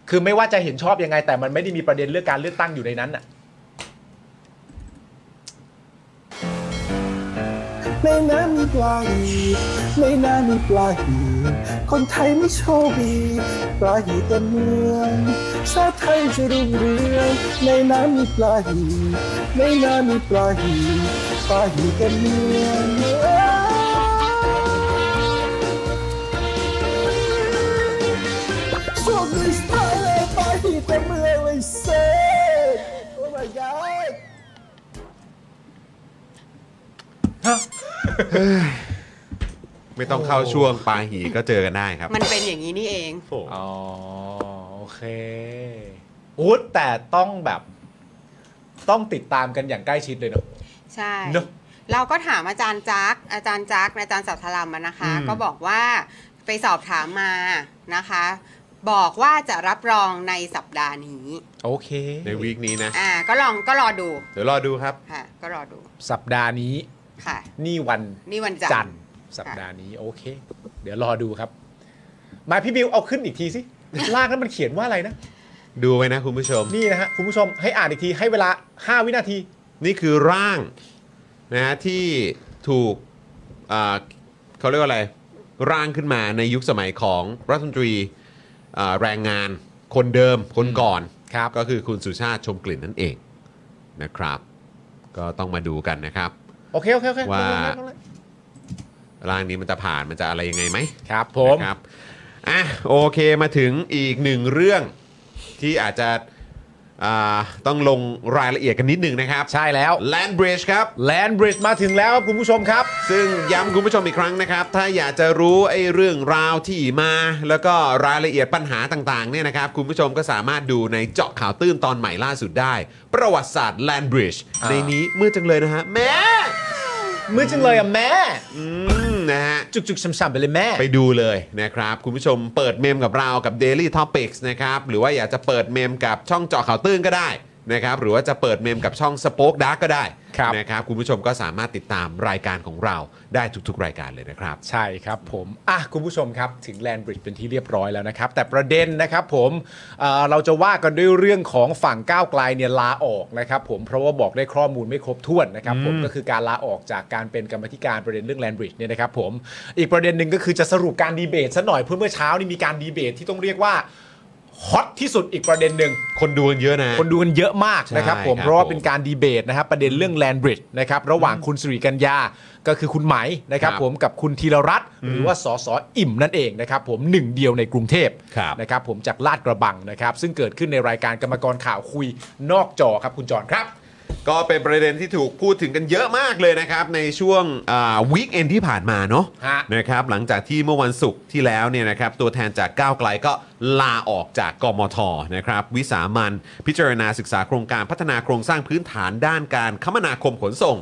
คือไม่ว่าจะเห็นชอบยังไง แต่มันไม่ได้มีประเด็นเรื่องการเลือกตั้งอยู่ในนั้นอ่ะ
ในน้ำมีปลาหีในน้ำมีปลาหีคนไทยไม่โชคดีปลาหีเต็มเมืองชาติไทยจะรุ่งเรืองในน้ำมีปลาหีในน้ำมีปลาหีปลาหีเต็มเมืองโชคดีสไตล์เลยปลาหีเต็มเมืองเลยเซ่ Oh my god
ไม่ต้องเข้าช่วงปาหีก็เจอกันได้ครับ
มันเป็นอย่างนี้นี่เอง
อ๋อ โอเคอู๊ดแต่ต้องแบบ ต้องติดตามกันอย่างใกล้ชิดเลยเนอะ
ใช่
เนอะ
เราก็ถามอาจารย์จักรอาจารย์จักรอาจารย์สัทธรามอะนะคะ
อืม
ก็บอกว่าไปสอบถามมานะคะ บอกว่าจะรับรองในสัปดาห์นี้
โอเค
ในวีคนี้นะ
อ่า ก็ลองก็รอดู
เดี๋ยวรอดูครับ
ค่ะ ก็รอดู
สัปดาห์นี้
ค่ะ
นี่วัน
นี่วันจันทร์
จันทร์สัปดาห์นี้ โอเค เดี๋ยวรอดูครับ มาพี่บิวเอาขึ้นอีก
*laughs*
ทีสิ ลากนั้นมันเขียนว่าอะไรนะ
ดูไว้นะคุณผู้ชม
นี่นะฮะ คุณผู้ชมให้อ่านอีกทีให้เวลา 5 วินาที
นี่คือร่างนะฮะที่ถูกอ่าเขาเรียกว่าอะไร ร่างขึ้นมาในยุคสมัยของรัฐมนตรีอ่าแรงงานคนเดิมคนก่อน
ครับ
ก็คือคุณสุชาติชมกลิ่นนั่นเองนะครับ ก็ต้องมาดูกันนะครับ
โอเค โอเค โอเค
ว่า
ลงเลยลงเลย
ร่างนี้มันจะผ่านมันจะอะไรยังไงไหม
ครับผม
นะครับอ่ะโอเคมาถึงอีกหนึ่งเรื่องที่อาจจะอ่าต้องลงรายละเอียดกันนิดหนึ่งนะครับ
ใช่แล้ว
Landbridge ครับ
แลนบริดจ์มาถึงแล้วครับคุณผู้ชมครับ
ซึ่งย้ำคุณผู้ชมอีกครั้งนะครับ ถ้าอยากจะรู้ไอ้เรื่องราวที่มา แล้วก็รายละเอียดปัญหาต่างๆเนี่ยนะครับ คุณผู้ชมก็สามารถดูในเจาะข่าวตื้นตอนใหม่ล่าสุดได้ ประวัติศาสตร์ Landbridge
อ่า
ในนี้มืดจังเลยนะฮะแม่
มือจังเลยอ่ะแม่
อืมนะฮะ
จุกๆช้ำๆไปเลยแม่
*laughs* ไปดูเลยนะครับ คุณผู้ชมเปิดเมมกับเรากับ Daily Topics นะครับ หรือว่าอยากจะเปิดเมมกับช่องเจาะข่าวตื้นก็ได้ นะครับหรือว่าจะเปิดเมมกับช่องสป็อคดักก็ได้
ครับ
นะครับคุณผู้ชมก็สามารถติดตามรายการของเราได้ทุกๆ รายการเลยนะครับ
ใช่ครับผมอ่ะคุณผู้ชมครับ ถึงแลนบริดจ์เป็นที่เรียบร้อยแล้วนะครับ แต่ประเด็นนะครับผมเอ่อเราจะว่ากันด้วยเรื่องของฝั่งก้าวไกลเนี่ยลาออกนะครับผมเพราะว่าบอกได้ข้อมูลไม่ครบถ้วนนะครับผมก็คือการลาออกจากการเป็นกรรมาธิการประเด็นเรื่องแลนบริดจ์เนี่ยนะครับผมอีกประเด็นหนึ่งก็คือจะสรุปการดีเบตซะหน่อยเพื่อเมื่อเช้านี่มีการดีเบตที่ต้องเรียกว่าฮอตที่สุดอีกประเด็นหนึ่ง
คนดูกันเยอะนะ
คนดูกันเยอะมากนะครับ
ใช่
ผม
ครับ
เพราะว่า
ผม
เป็นการดีเบตนะครับประเด็นเรื่องแลนบริดจ์นะครับระหว่างคุณสุริกัญญาก็คือคุณไหมนะครับ
ครับ
ผมกับคุณธีรรัตน์หรือว่าสสอิ่มนั่นเองนะครับผมหนึ่งเดียวในกรุงเทพ
ครับ
นะครับผมจากลาดกระบังนะครับซึ่งเกิดขึ้นในรายการกรรมกรข่าวคุยนอกจอครับคุณจอนครับ
ก็เป็นประเด็นที่ถูกพูดถึงกันเยอะมากเลยนะครับ ในช่วงวีคเอนที่ผ่านมาเนาะ
ฮะ
นะครับหลังจากที่เมื่อวันศุกร์ที่แล้วเนี่ยนะครับตัวแทนจากก้าวไกลก็ลาออกจากกมทนะครับวิสามันพิจารณาศึกษาโครงการพัฒนาโครงสร้างพื้นฐานด้านการคมนาคมขนส่ง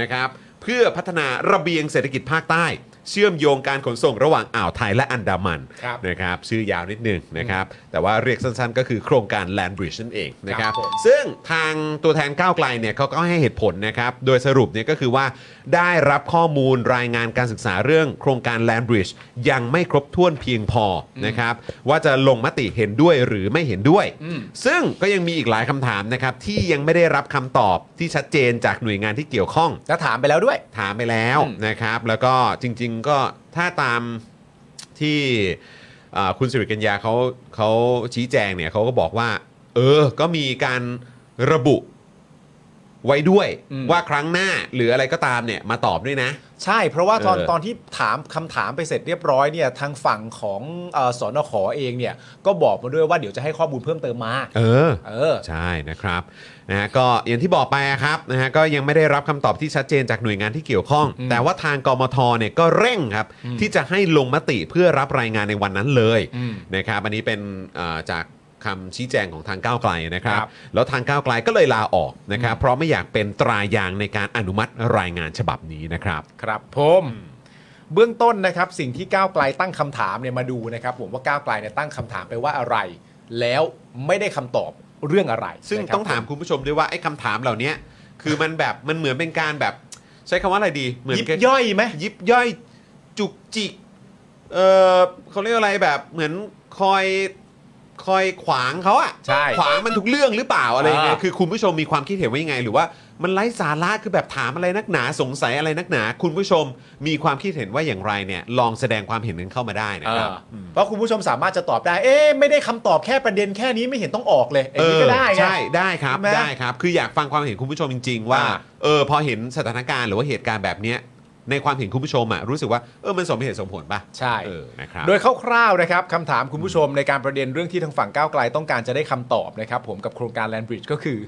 นะครับเพื่อพัฒนาระเบียงเศรษฐกิจภาคใต้ เชื่อมโยงการขนส่งระหว่างอ่าวไทยและอันดามัน
ครับ
นะครับชื่อยาวนิดหนึงนะครับแต่ว่าเรียกสั้นๆ ก็คือโครงการ Land Bridge นั่นเองนะครับ
ครับผม
ซึ่งทางตัวแทนก้าวไกลเนี่ยเขาก็ให้เหตุผลนะครับโดยสรุปเนี่ยก็คือว่าได้รับข้อมูลรายงานการศึกษาเรื่องโครงการ Land Bridge ยังไม่ครบถ้วนเพียงพอนะครับว่าจะลงมติเห็นด้วยหรือไม่เห็นด้วย
อืม
ซึ่งก็ยังมีอีกหลายคำถามนะครับที่ยังไม่ได้รับคำตอบที่ชัดเจนจากหน่วยงานที่เกี่ยวข้อง
แล้วถามไปแล้วด้วย
ถามไปแล้ว
อืม
นะครับ แล้วก็จริงๆก็ถ้าตามที่อ่าคุณสิริกัญญาเขาเขาชี้แจงเนี่ยเขาก็บอกว่า เออ ก็มีการระบุไว้ด้วย
อืม
ว่าครั้งหน้าหรืออะไรก็ตามเนี่ยมาตอบด้วยนะ
ใช่เพราะว่าตอน
เออ
ตอนที่ถามคำถามไปเสร็จเรียบร้อยเนี่ยทางฝั่งของเออสอนขอเองเนี่ยก็บอกมาด้วยว่าเดี๋ยวจะให้ข้อมูลเพิ่มเติมมา
เออ
เออ
ใช่นะครับนะฮะก็อย่างที่บอกไปอะครับนะฮะก็ยังไม่ได้รับคำตอบที่ชัดเจนจากหน่วยงานที่เกี่ยวข้อง แต่ว่าทางกมทเนี่ยก็เร่งครับที่จะให้ลงมติเพื่อรับรายงานในวันนั้นเลย
อืม
นะครับอันนี้เป็นเอ่อจากคำชี้แจงของทางก้าวไกลนะครับ
ครับ
แล้วทางก้าวไกลก็เลยลาออกนะครับเพราะไม่อยากเป็นตรายางในการอนุมัติรายงานฉบับนี้นะครับ
ครับผมเบื้องต้นนะครับสิ่งที่ก้าวไกลตั้งคำถามเนี่ยมาดูนะครับผมว่าก้าวไกลเนี่ยตั้งคำถามไปว่าอะไร แล้วไม่ได้คำตอบเรื่องอะไร
ซึ่ง
นะครับ
ต้องถามคุณผู้ชมด้วยว่าไอ้คำถามเหล่านี้คือมันแบบมันเหมือนเป็นการแบบใช้คำว่าอะไรดีเหมือน
ยิบ
กับ
ย่อยไหม
ยิบย่อยจุกจิก เออเขาเรียกอะไรแบบเหมือนคอยคอยขวางเขาอะ
ใช่
ขวางมันทุกเรื่องหรือเปล่าอะไรยังไง
อ่า
คือคุณผู้ชมมีความคิดเห็นว่ายังไง หรือว่ามันไร้สาระคือแบบถามอะไรนักหนาสงสัยอะไรนักหนา คุณผู้ชมมีความคิดเห็นว่าอย่างไรเนี่ย ลองแสดงความเห็นกันเข้ามาได้นะ
เอ
ครับ
อเพราะคุณผู้ชมสามารถจะตอบได้ เอ๊ะไม่ได้คำตอบแค่ประเด็นแค่นี้ไม่เห็นต้องออกเลยไอ้นี่ก็ได้
เออ
ไง
ใช่ได้ครับ
ใช่ไหม
ได้ครับ คืออยากฟังความเห็นคุณผู้ชมจริง ๆ ว่า
อ่า
เออพอเห็นสถานการณ์หรือว่าเหตุการณ์แบบเนี้ยในความเห็นคุณผู้ชมอะรู้สึกว่าเออมันสมเหตุสมผลป่ะ
ใช่
เออนะครับ
โดยคร่าวๆนะครับคำถามคุณผู้ชมในการประเด็นเรื่องที่ทางฝั่งก้าวไกลต้องการจะได้คำตอบนะครับผมกับโครงการแลนบริดจ์ก็คือ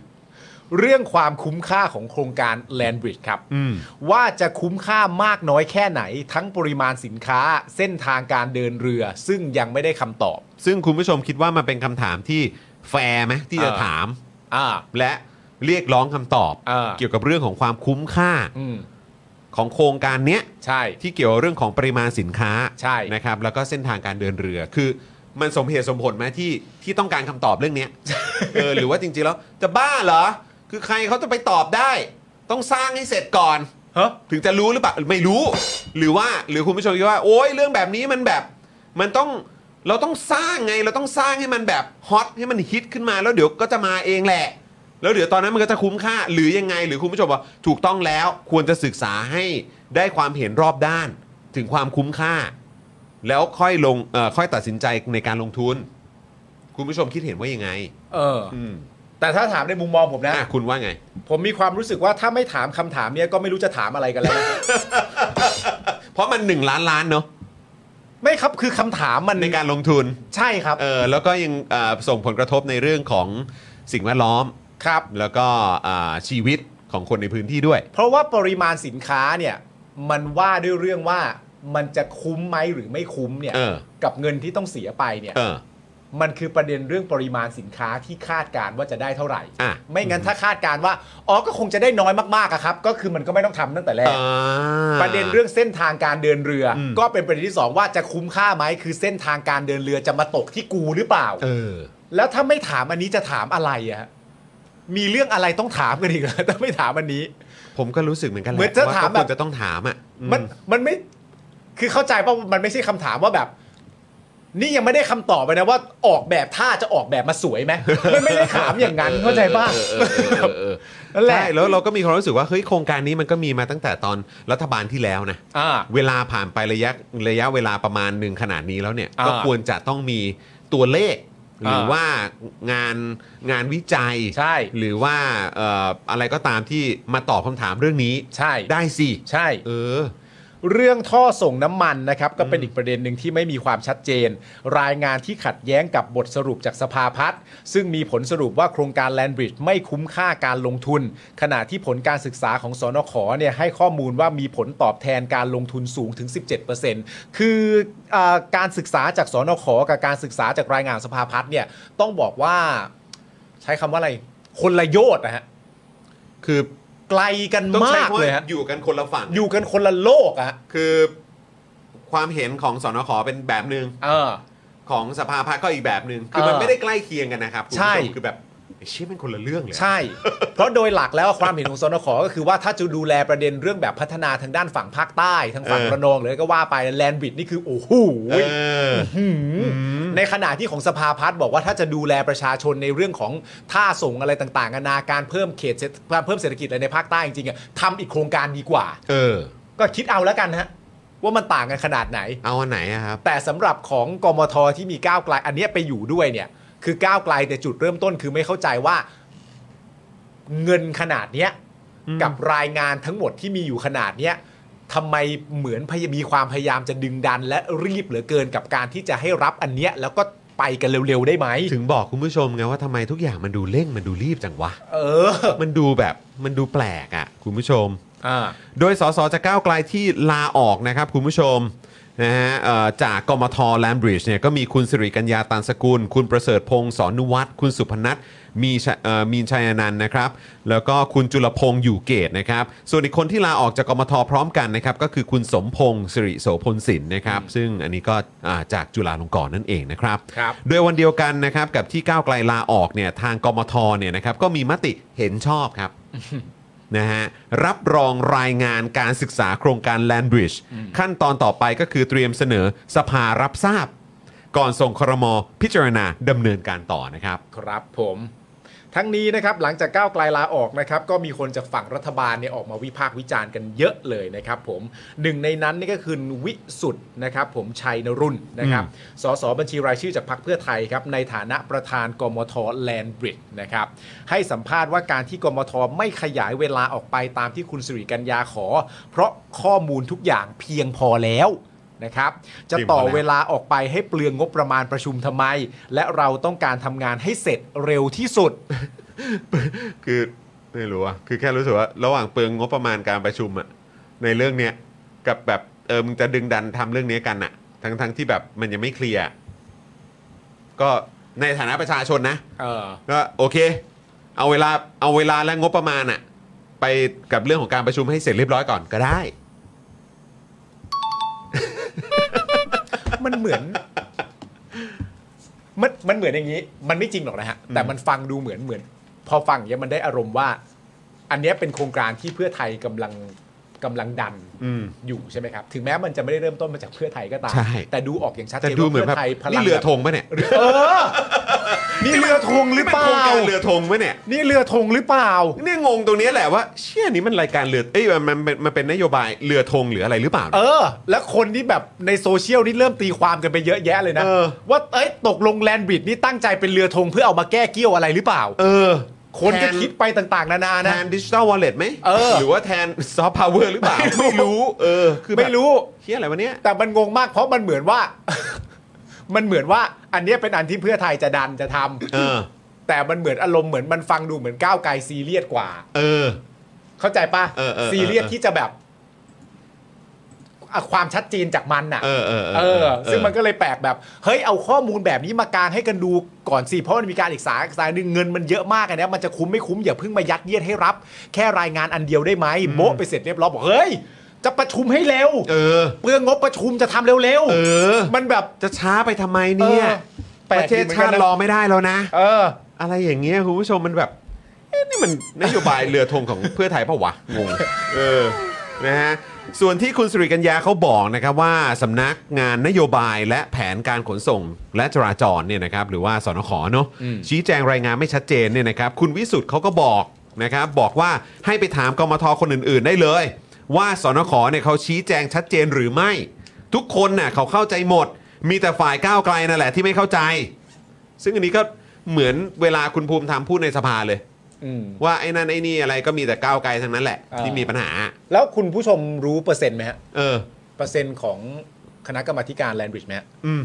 เรื่องความคุ้มค่าของโครงการแลนบริดจ์ครับว่าจะคุ้มค่ามากน้อยแค่ไหน ทั้งปริมาณสินค้าเส้นทางการเดินเรือ ซึ่งยังไม่ได้คำตอบ
ซึ่งคุณผู้ชมคิดว่ามันเป็นคำถามที่แฟร์ไหมที่จะ
เออ
ถาม
อ่า
และเรียกร้องคำตอบ
เออ
เกี่ยวกับเรื่องของความคุ้มค่า
อืม
ของโครงการเนี้ย
ใช่
ที่เกี่ยวกับเรื่องของปริมาณสินค้า
ใช่
นะครับแล้วก็เส้นทางการเดินเรือ คือมันสมเหตุสมผลไหมที่ที่ต้องการคำตอบเรื่องเนี้ย
*laughs*
เออหรือว่าจริงๆแล้วจะบ้าเหรอ คือใครเขาจะไปตอบได้ ต้องสร้างให้เสร็จก่อน
ฮะ
ถึงจะรู้หรือเปล่าไม่รู้ หรือว่าหรือคุณผู้ชมคิดว่า โอ้ยเรื่องแบบนี้มันแบบ มันต้องเราต้องสร้างไง เราต้องสร้างให้มันแบบฮอตให้มันฮิตขึ้นมาแล้วเดี๋ยวก็จะมาเองแหละ แล้วเดี๋ยวตอนนั้นมันก็จะคุ้มค่า หรือยังไง หรือคุณผู้ชมว่าถูกต้องแล้วควรจะศึกษาให้ได้ความเห็นรอบด้าน ถึงความคุ้มค่า แล้วค่อยลงเอ่อค่อยตัดสินใจในการลงทุน คุณผู้ชมคิดเห็นว่ายังไง
เออ
อืม
แต่ถ้าถามในมุมมองผมนะ
อ่ะคุณว่าไง
ผมมีความรู้สึกว่าถ้าไม่ถามคำถามเนี้ยก็ไม่รู้จะถามอะไรกันแล้วนะ *laughs*
เพราะมันหนึ่งล้านล้านเนาะ
ไม่ครับคือคำถามมัน
ในการลงทุน
ใช่ครับ
เออแล้วก็ยังเอ่อส่งผลกระทบในเรื่องของสิ่งแวดล้อม
ครับ
แล้วก็อ่าชีวิตของคนในพื้นที่ด้วย
เพราะว่าปริมาณสินค้าเนี่ยมันว่าด้วยเรื่องว่ามันจะคุ้มไหมหรือไม่คุ้มเนี่ย
เออ
กับเงินที่ต้องเสียไปเนี่ย
เออ
มันคือประเด็นเรื่องปริมาณสินค้าที่คาดการณ์ว่าจะได้เท่าไหร่
อ่ะ
ไม่งั้นถ้าคาดการณ์ว่าอ๋อก็คงจะได้น้อยมากๆอะครับ ก็คือมันก็ไม่ต้องทำตั้งแต่แรก
อ่า
ประเด็นเรื่องเส้นทางการเดินเรือ
อืม
ก็เป็นประเด็นที่สองว่าจะคุ้มค่าไหมคือเส้นทางการเดินเรือจะมาตกที่กูหรือเปล่า
เออ
แล้วถ้าไม่ถามอันนี้จะถามอะไรอะ มีเรื่องอะไรต้องถามกันอีกเหรอ *laughs* ถ้าไม่ถามวันนี้
ผมก็รู้สึกเหมือนกันแหละ
เหมือนจะถาม
ว่ก็ควร
แบบ
จะต้องถามอ่ะอื
มันมันไม่คือเข้าใจป่ะมันไม่ใช่คำถามว่าแบบ นี่ยังไม่ได้คำตอบเลยนะว่าออกแบบท่าจะออกแบบมาสวยไหม *laughs* มันไม่ได้ถามอย่างนั้นเข้าใจป่ะ
เออเออเออเออ
นั่นแหละ
ใช่แล้วเราก็มีความรู้สึกว่าเฮ้ยโครงการนี้มันก็มีมาตั้งแต่ตอนรัฐบาลที่แล้วนะ
อ่า
เวลาผ่านไประยะระยะเวลาประมาณหนึ่งขนาดนี้แล้วเนี่ย
อ่า
ก็ควรจะต้องมีตัวเลข ห
อ่า
รือว่างานงานวิจัย
ใช่
หรือว่าเอ่ออะไรก็ตามที่มาตอบคำถามเรื่องนี้
ใช่
ได้สิ
ใช่
เออ
เรื่องท่อส่งน้ำมันนะครับ ก็เป็นอีกประเด็นหนึ่งที่ไม่มีความชัดเจน รายงานที่ขัดแย้งกับบทสรุปจากสภาพัฒน์ซึ่งมีผลสรุปว่าโครงการแลนบริดจ์ไม่คุ้มค่าการลงทุน ขณะที่ผลการศึกษาของสอนขเนี่ยให้ข้อมูลว่ามีผลตอบแทนการลงทุนสูงถึง 17%คือเออการศึกษาจากสอนขกับการศึกษาจากรายงานสภาพัฒน์เนี่ยต้องบอกว่าใช้คำว่าอะไรคนละโยชน์นะฮะ
คือ
ไกลกัน
ต้องใช้
มาก
คำว่า
เลยฮะ
อยู่กันคนละฝั่ง
อยู่กันคนละโลกอะฮะ
คือความเห็นของสนขเป็นแบบหนึ่ง
เออ
ของสภาพัฒน์ก็อีกแบบหนึ่งคือมัน
เออ
ไม่ได้ใกล้เคียงกันนะครับคุณ
ใช่
ผู้ชมคือแบบเชี่ยเป็นคนละเรื่องเลยอะ
ใช่ *laughs* เพราะโดยหลักแล้วความเห็นของสนขก็คือว่าถ้าจะดูแลประเด็นเรื่องแบบพัฒนาทางด้านฝั่งภาคใต้ทางฝั่งระนองเลยก็ว่าไปแลนบิดนี่คือโอ้โห
เออ
หืมในขณะที่ของสภาพัฒน์บอกว่าถ้าจะดูแลประชาชนในเรื่องของท่าส่งอะไรต่างๆนานาการเพิ่มเขตเศรษฐการเพิ่มเศรษฐกิจอะไรในภาคใต้จริงๆอะทำอีกโครงการดีกว่า
เออ
ก็คิดเอาแล้วกันฮะว่ามันต่างกันขนาดไหน
เอาอันไหนอะครับ
แต่สำหรับของกมทที่มีก้าวไกลอันเนี้ยไปอยู่ด้วยเนี่ย คือก้าวไกลแต่จุดเริ่มต้นคือไม่เข้าใจว่า เงินขนาดเนี้ยกับรายงานทั้งหมดที่มีอยู่ขนาดเนี้ยทำไมเหมือนพยมีความพยายามจะดึงดัน และรีบเหลือเกินกับการที่จะให้รับอันเนี้ยแล้วก็ไปกันเร็วๆได้ไหม
*laughs* ถึงบอกคุณผู้ชมไงว่าทำไมทุกอย่างมันดูเร่งมันดูรีบจังวะ
เออ
มันดูแบบมันดูแปลกอะ่ะ คุณผู้ชม
อ่า
โดยสสจากก้าวไกลที่ลาออกนะครับ คุณผู้ชมนะฮะเอ่อจากกมทแลมบริดจ์เนี่ยก็มีคุณสิริกัญญาตันสกุล คุณประเสริฐพงศ์สอนุวัฒน์คุณสุพนัทมีชะเอ่อมีนชัยอนันต์นะครับ แล้วก็คุณจุลพงศ์อยู่เกตนะครับ ส่วนอีกคนที่ลาออกจากกมทพร้อมกันนะครับ ก็คือคุณสมพงศ์สิริโสพลสินนะครับ ซึ่งอันนี้ก็อ่าจากจุฬาลงกรณ์นั่นเองนะครับ
ครับ
โดยวันเดียวกันนะครับกับที่ก้าวไกลลาออกเนี่ยทางกมทเนี่ยนะครับก็มีมติเห็นชอบครับ นะฮะรับรองรายงานการศึกษาโครงการ Landbridge ขั้นตอนต่อไปก็คือเตรียมเสนอสภารับทราบ ก่อนส่งครมพิจารณาดำเนินการต่อนะครับ
ครับผมทั้งนี้นะครับหลังจากก้าวไกลลาออกนะครับก็มีคนจากฝั่งรัฐบาลเนี่ยออกมาวิพากษ์วิจารณ์กันเยอะเลยนะครับผมหนึ่งในนั้นนี่ก็คือวิสุทธ์นะครับผมชัยนรุ่นนะครับสสบัญชีรายชื่อจากพรรคเพื่อไทยครับในฐานะประธานกมทแลนบริดจ์นะครับให้สัมภาษณ์ว่าการที่กมทไม่ขยายเวลาออกไปตามที่คุณสิริกัญญาขอ เพราะข้อมูลทุกอย่างเพียงพอแล้วนะครับจะต่อเวลา ลาออกไปให้เปลืองงบประมาณประชุมทำไม และเราต้องการทำงานให้เสร็จเร็วที่สุด
คือไม่รู้อะคือแค่รู้สึกว่าระหว่างเปลืองงบประมาณการประชุมอะในเรื่องเนี้ยกับแบบเออมึงจะดึงดันทำเรื่องเนี้ยกันอะทั้งทั้งที่แบบมันยังไม่เคลียร์อะก็ในฐานะประชาชนนะ
เออ
ก็โอเค เอาเวลาเอาเวลาและงบประมาณอะไปกับเรื่องของการประชุมให้เสร็จเรียบร้อยก่อนก็ได้
มันเหมือน มันมันเหมือนอย่างนี้ มันไม่จริงหรอกนะฮะ แต่มันฟังดูเหมือนเหมือน พอฟังอย่างเนี้ยมันได้อารมณ์ว่า อันเนี้ยเป็นโครงการที่เพื่อไทยกำลังกำลังดัน
อืม
อยู่ใช่ไหมครับ ถึงแม้มันจะไม่ได้เริ่มต้นมาจากเพื่อไทยก็ตาม
ใช่
แต่ดูออกอย่างชัดเจ
แต่
น
ดู
ว่า
เหมือน
เพื่
แบ
อบ ไทยพลัง
นี่เรือธงปะเนี่ย
เออนี่เรือธงหรือเปล่า
โครงการเรือธงปะเนี่ย
นี่เรือธงหรือเปล่า
เนี่ยงงตรงเนี้ยแหละว่าเชี่ยนี่มันรายการเรือเอ้ยมันมันมันมันเป็นนโยบายเรือธงหรืออะไรหรือเปล่า
เออ แล้วคนที่แบบในโซเชียลนี่เริ่มตีความกันไปเยอะแยะเลยนะ
เออ
ว่าเอ้ยตกลงแลนด์บริดจ์นี่ตั้งใจเป็นเรือธงเพื่อเอามาแก้เกี้ยวอะไรหรือเปล่า
เออ
คนก็
แท
คิดไปต่างๆ นานา
แท
นะ
นดิจิ t a ลวอลเล็ตไหม
เออ
หรือว่าแทนซอฟต์พาวเวอร์หรือเปล่าไม่รู้เออคือแบบ
ไม่รู้
เชี่ยอะไรวะเนี่ย
แต่มันงงมากเพราะมันเหมือนว่า *laughs* มันเหมือนว่า อันเนี้ยเป็นอันที่เพื่อไทยจะดันจะทำ
เออ
แต่มันเหมือนอารมณ์เหมือนมันฟังดูเหมือนก้าวไกลซีเรียสกว่า
เออ
เข้าใจปะ
เออเออเออ
ซีเรียสที่จะแบบอ่ะความชัดเจนจากมันน่ะ
เออเออ
เออ ซึ่งมันก็เลยแปลกแบบ เฮ้ย เอาข้อมูลแบบนี้มากางให้กันดูก่อนสิ เพราะมันมีการอีกสายสายหนึ่งเงินมันเยอะมากอะนะ มันจะคุ้มไม่คุ้มอย่าเพิ่งมายัดเยียดให้รับ แค่รายงานอันเดียวได้ไหมโบ๊ะไปเสร็จเรียบร้อยบอก เฮ้ย จะประชุมให้เร็ว
เออ
เปลืองงบประชุมจะทำเร็ว
เออ
มันแบบ
จะช้าไปทำไมเนี่ย
เออแป
ป
ลก
ระเทศชาติ
ดีเหมือนกันนะ
รอไม่ได้แล้วนะ
เออ
อะไรอย่างเงี้ยคุณผู้ชมมันแบบ อ๊ะนี่มันนโยบายเรือธงของเพื่อไทยเปะวะงงเออนะฮะส่วนที่คุณสุริกัญญาเขาบอกนะครับว่าสำนักงานนโยบายและแผนการขนส่งและจราจรเนี่ยนะครับหรือว่าสนขเนาะชี้แจงรายงานไม่ชัดเจนเนี่ยนะครับคุณวิสุทธ์เขาก็บอกนะครับบอกว่าให้ไปถามกมทคนอื่นๆได้เลย ว่าสนขเนี่ยเขาชี้แจงชัดเจนหรือไม่ ทุกคนน่ะเขาเข้าใจหมด มีแต่ฝ่ายก้าวไกลนั่นแหละที่ไม่เข้าใจ ซึ่งอันนี้ก็เหมือนเวลาคุณภูมิธรรมพูดในสภาเลย
อืม
ว่าไอ้นั่นไอ้นี่อะไรก็มีแต่ก้าวไกลทั้งนั้นแหละ
เออ
ที่มีปัญหา
แล้วคุณผู้ชมรู้เปอร์เซ็นต์ไหมฮะ
เออ
เปอร์เซ็นต์ของคณะกรรมาธิการแลนบริดจ์ไหมฮะ
อืม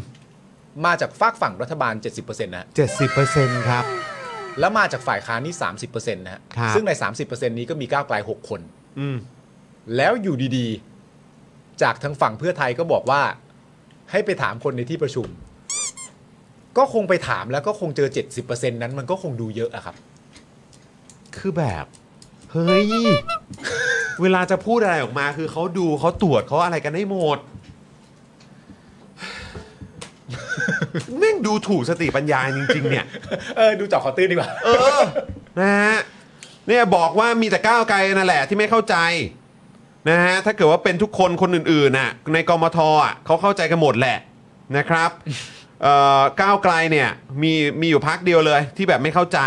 มาจากฝากฝั่งรัฐบาล 70%นะฮะ
เจ็ดสิบเปอร์เซ็นต์ครับ
แล้วมาจากฝ่ายค้านนี่ 30%นะฮะ
ครับ
ซึ่งใน 30%นี้ก็มีก้าวไกล 6 คน
อืม
แล้วอยู่ดีๆ จากทางฝั่งเพื่อไทยก็บอกว่า ให้ไปถามคนในที่ประชุม ก็คงไปถามแล้วก็คงเจอ 70%นั้นมันก็คงดูเยอะอะครับ
คือแบบ เฮ้ย เวลาจะพูดอะไรออกมา คือเขาดูเขาตรวจเขาอะไรกันได้หมด *sighs* แม่งดูถูกสติปัญญาจริง ๆ เนี่ย
เออดูเจาะขอตื้นดีกว่า
เออ นะฮะ เนี่ยบอกว่ามีแต่ก้าวไกลนั่นแหละที่ไม่เข้าใจนะฮะ ถ้าเกิดว่าเป็นทุกคนคนอื่นๆน่ะในกมทอ่ะเขาเข้าใจกันหมดแหละนะครับ เอ่อก้าวไกลเนี่ยมีมีอยู่พักเดียวเลยที่แบบไม่เข้าใจ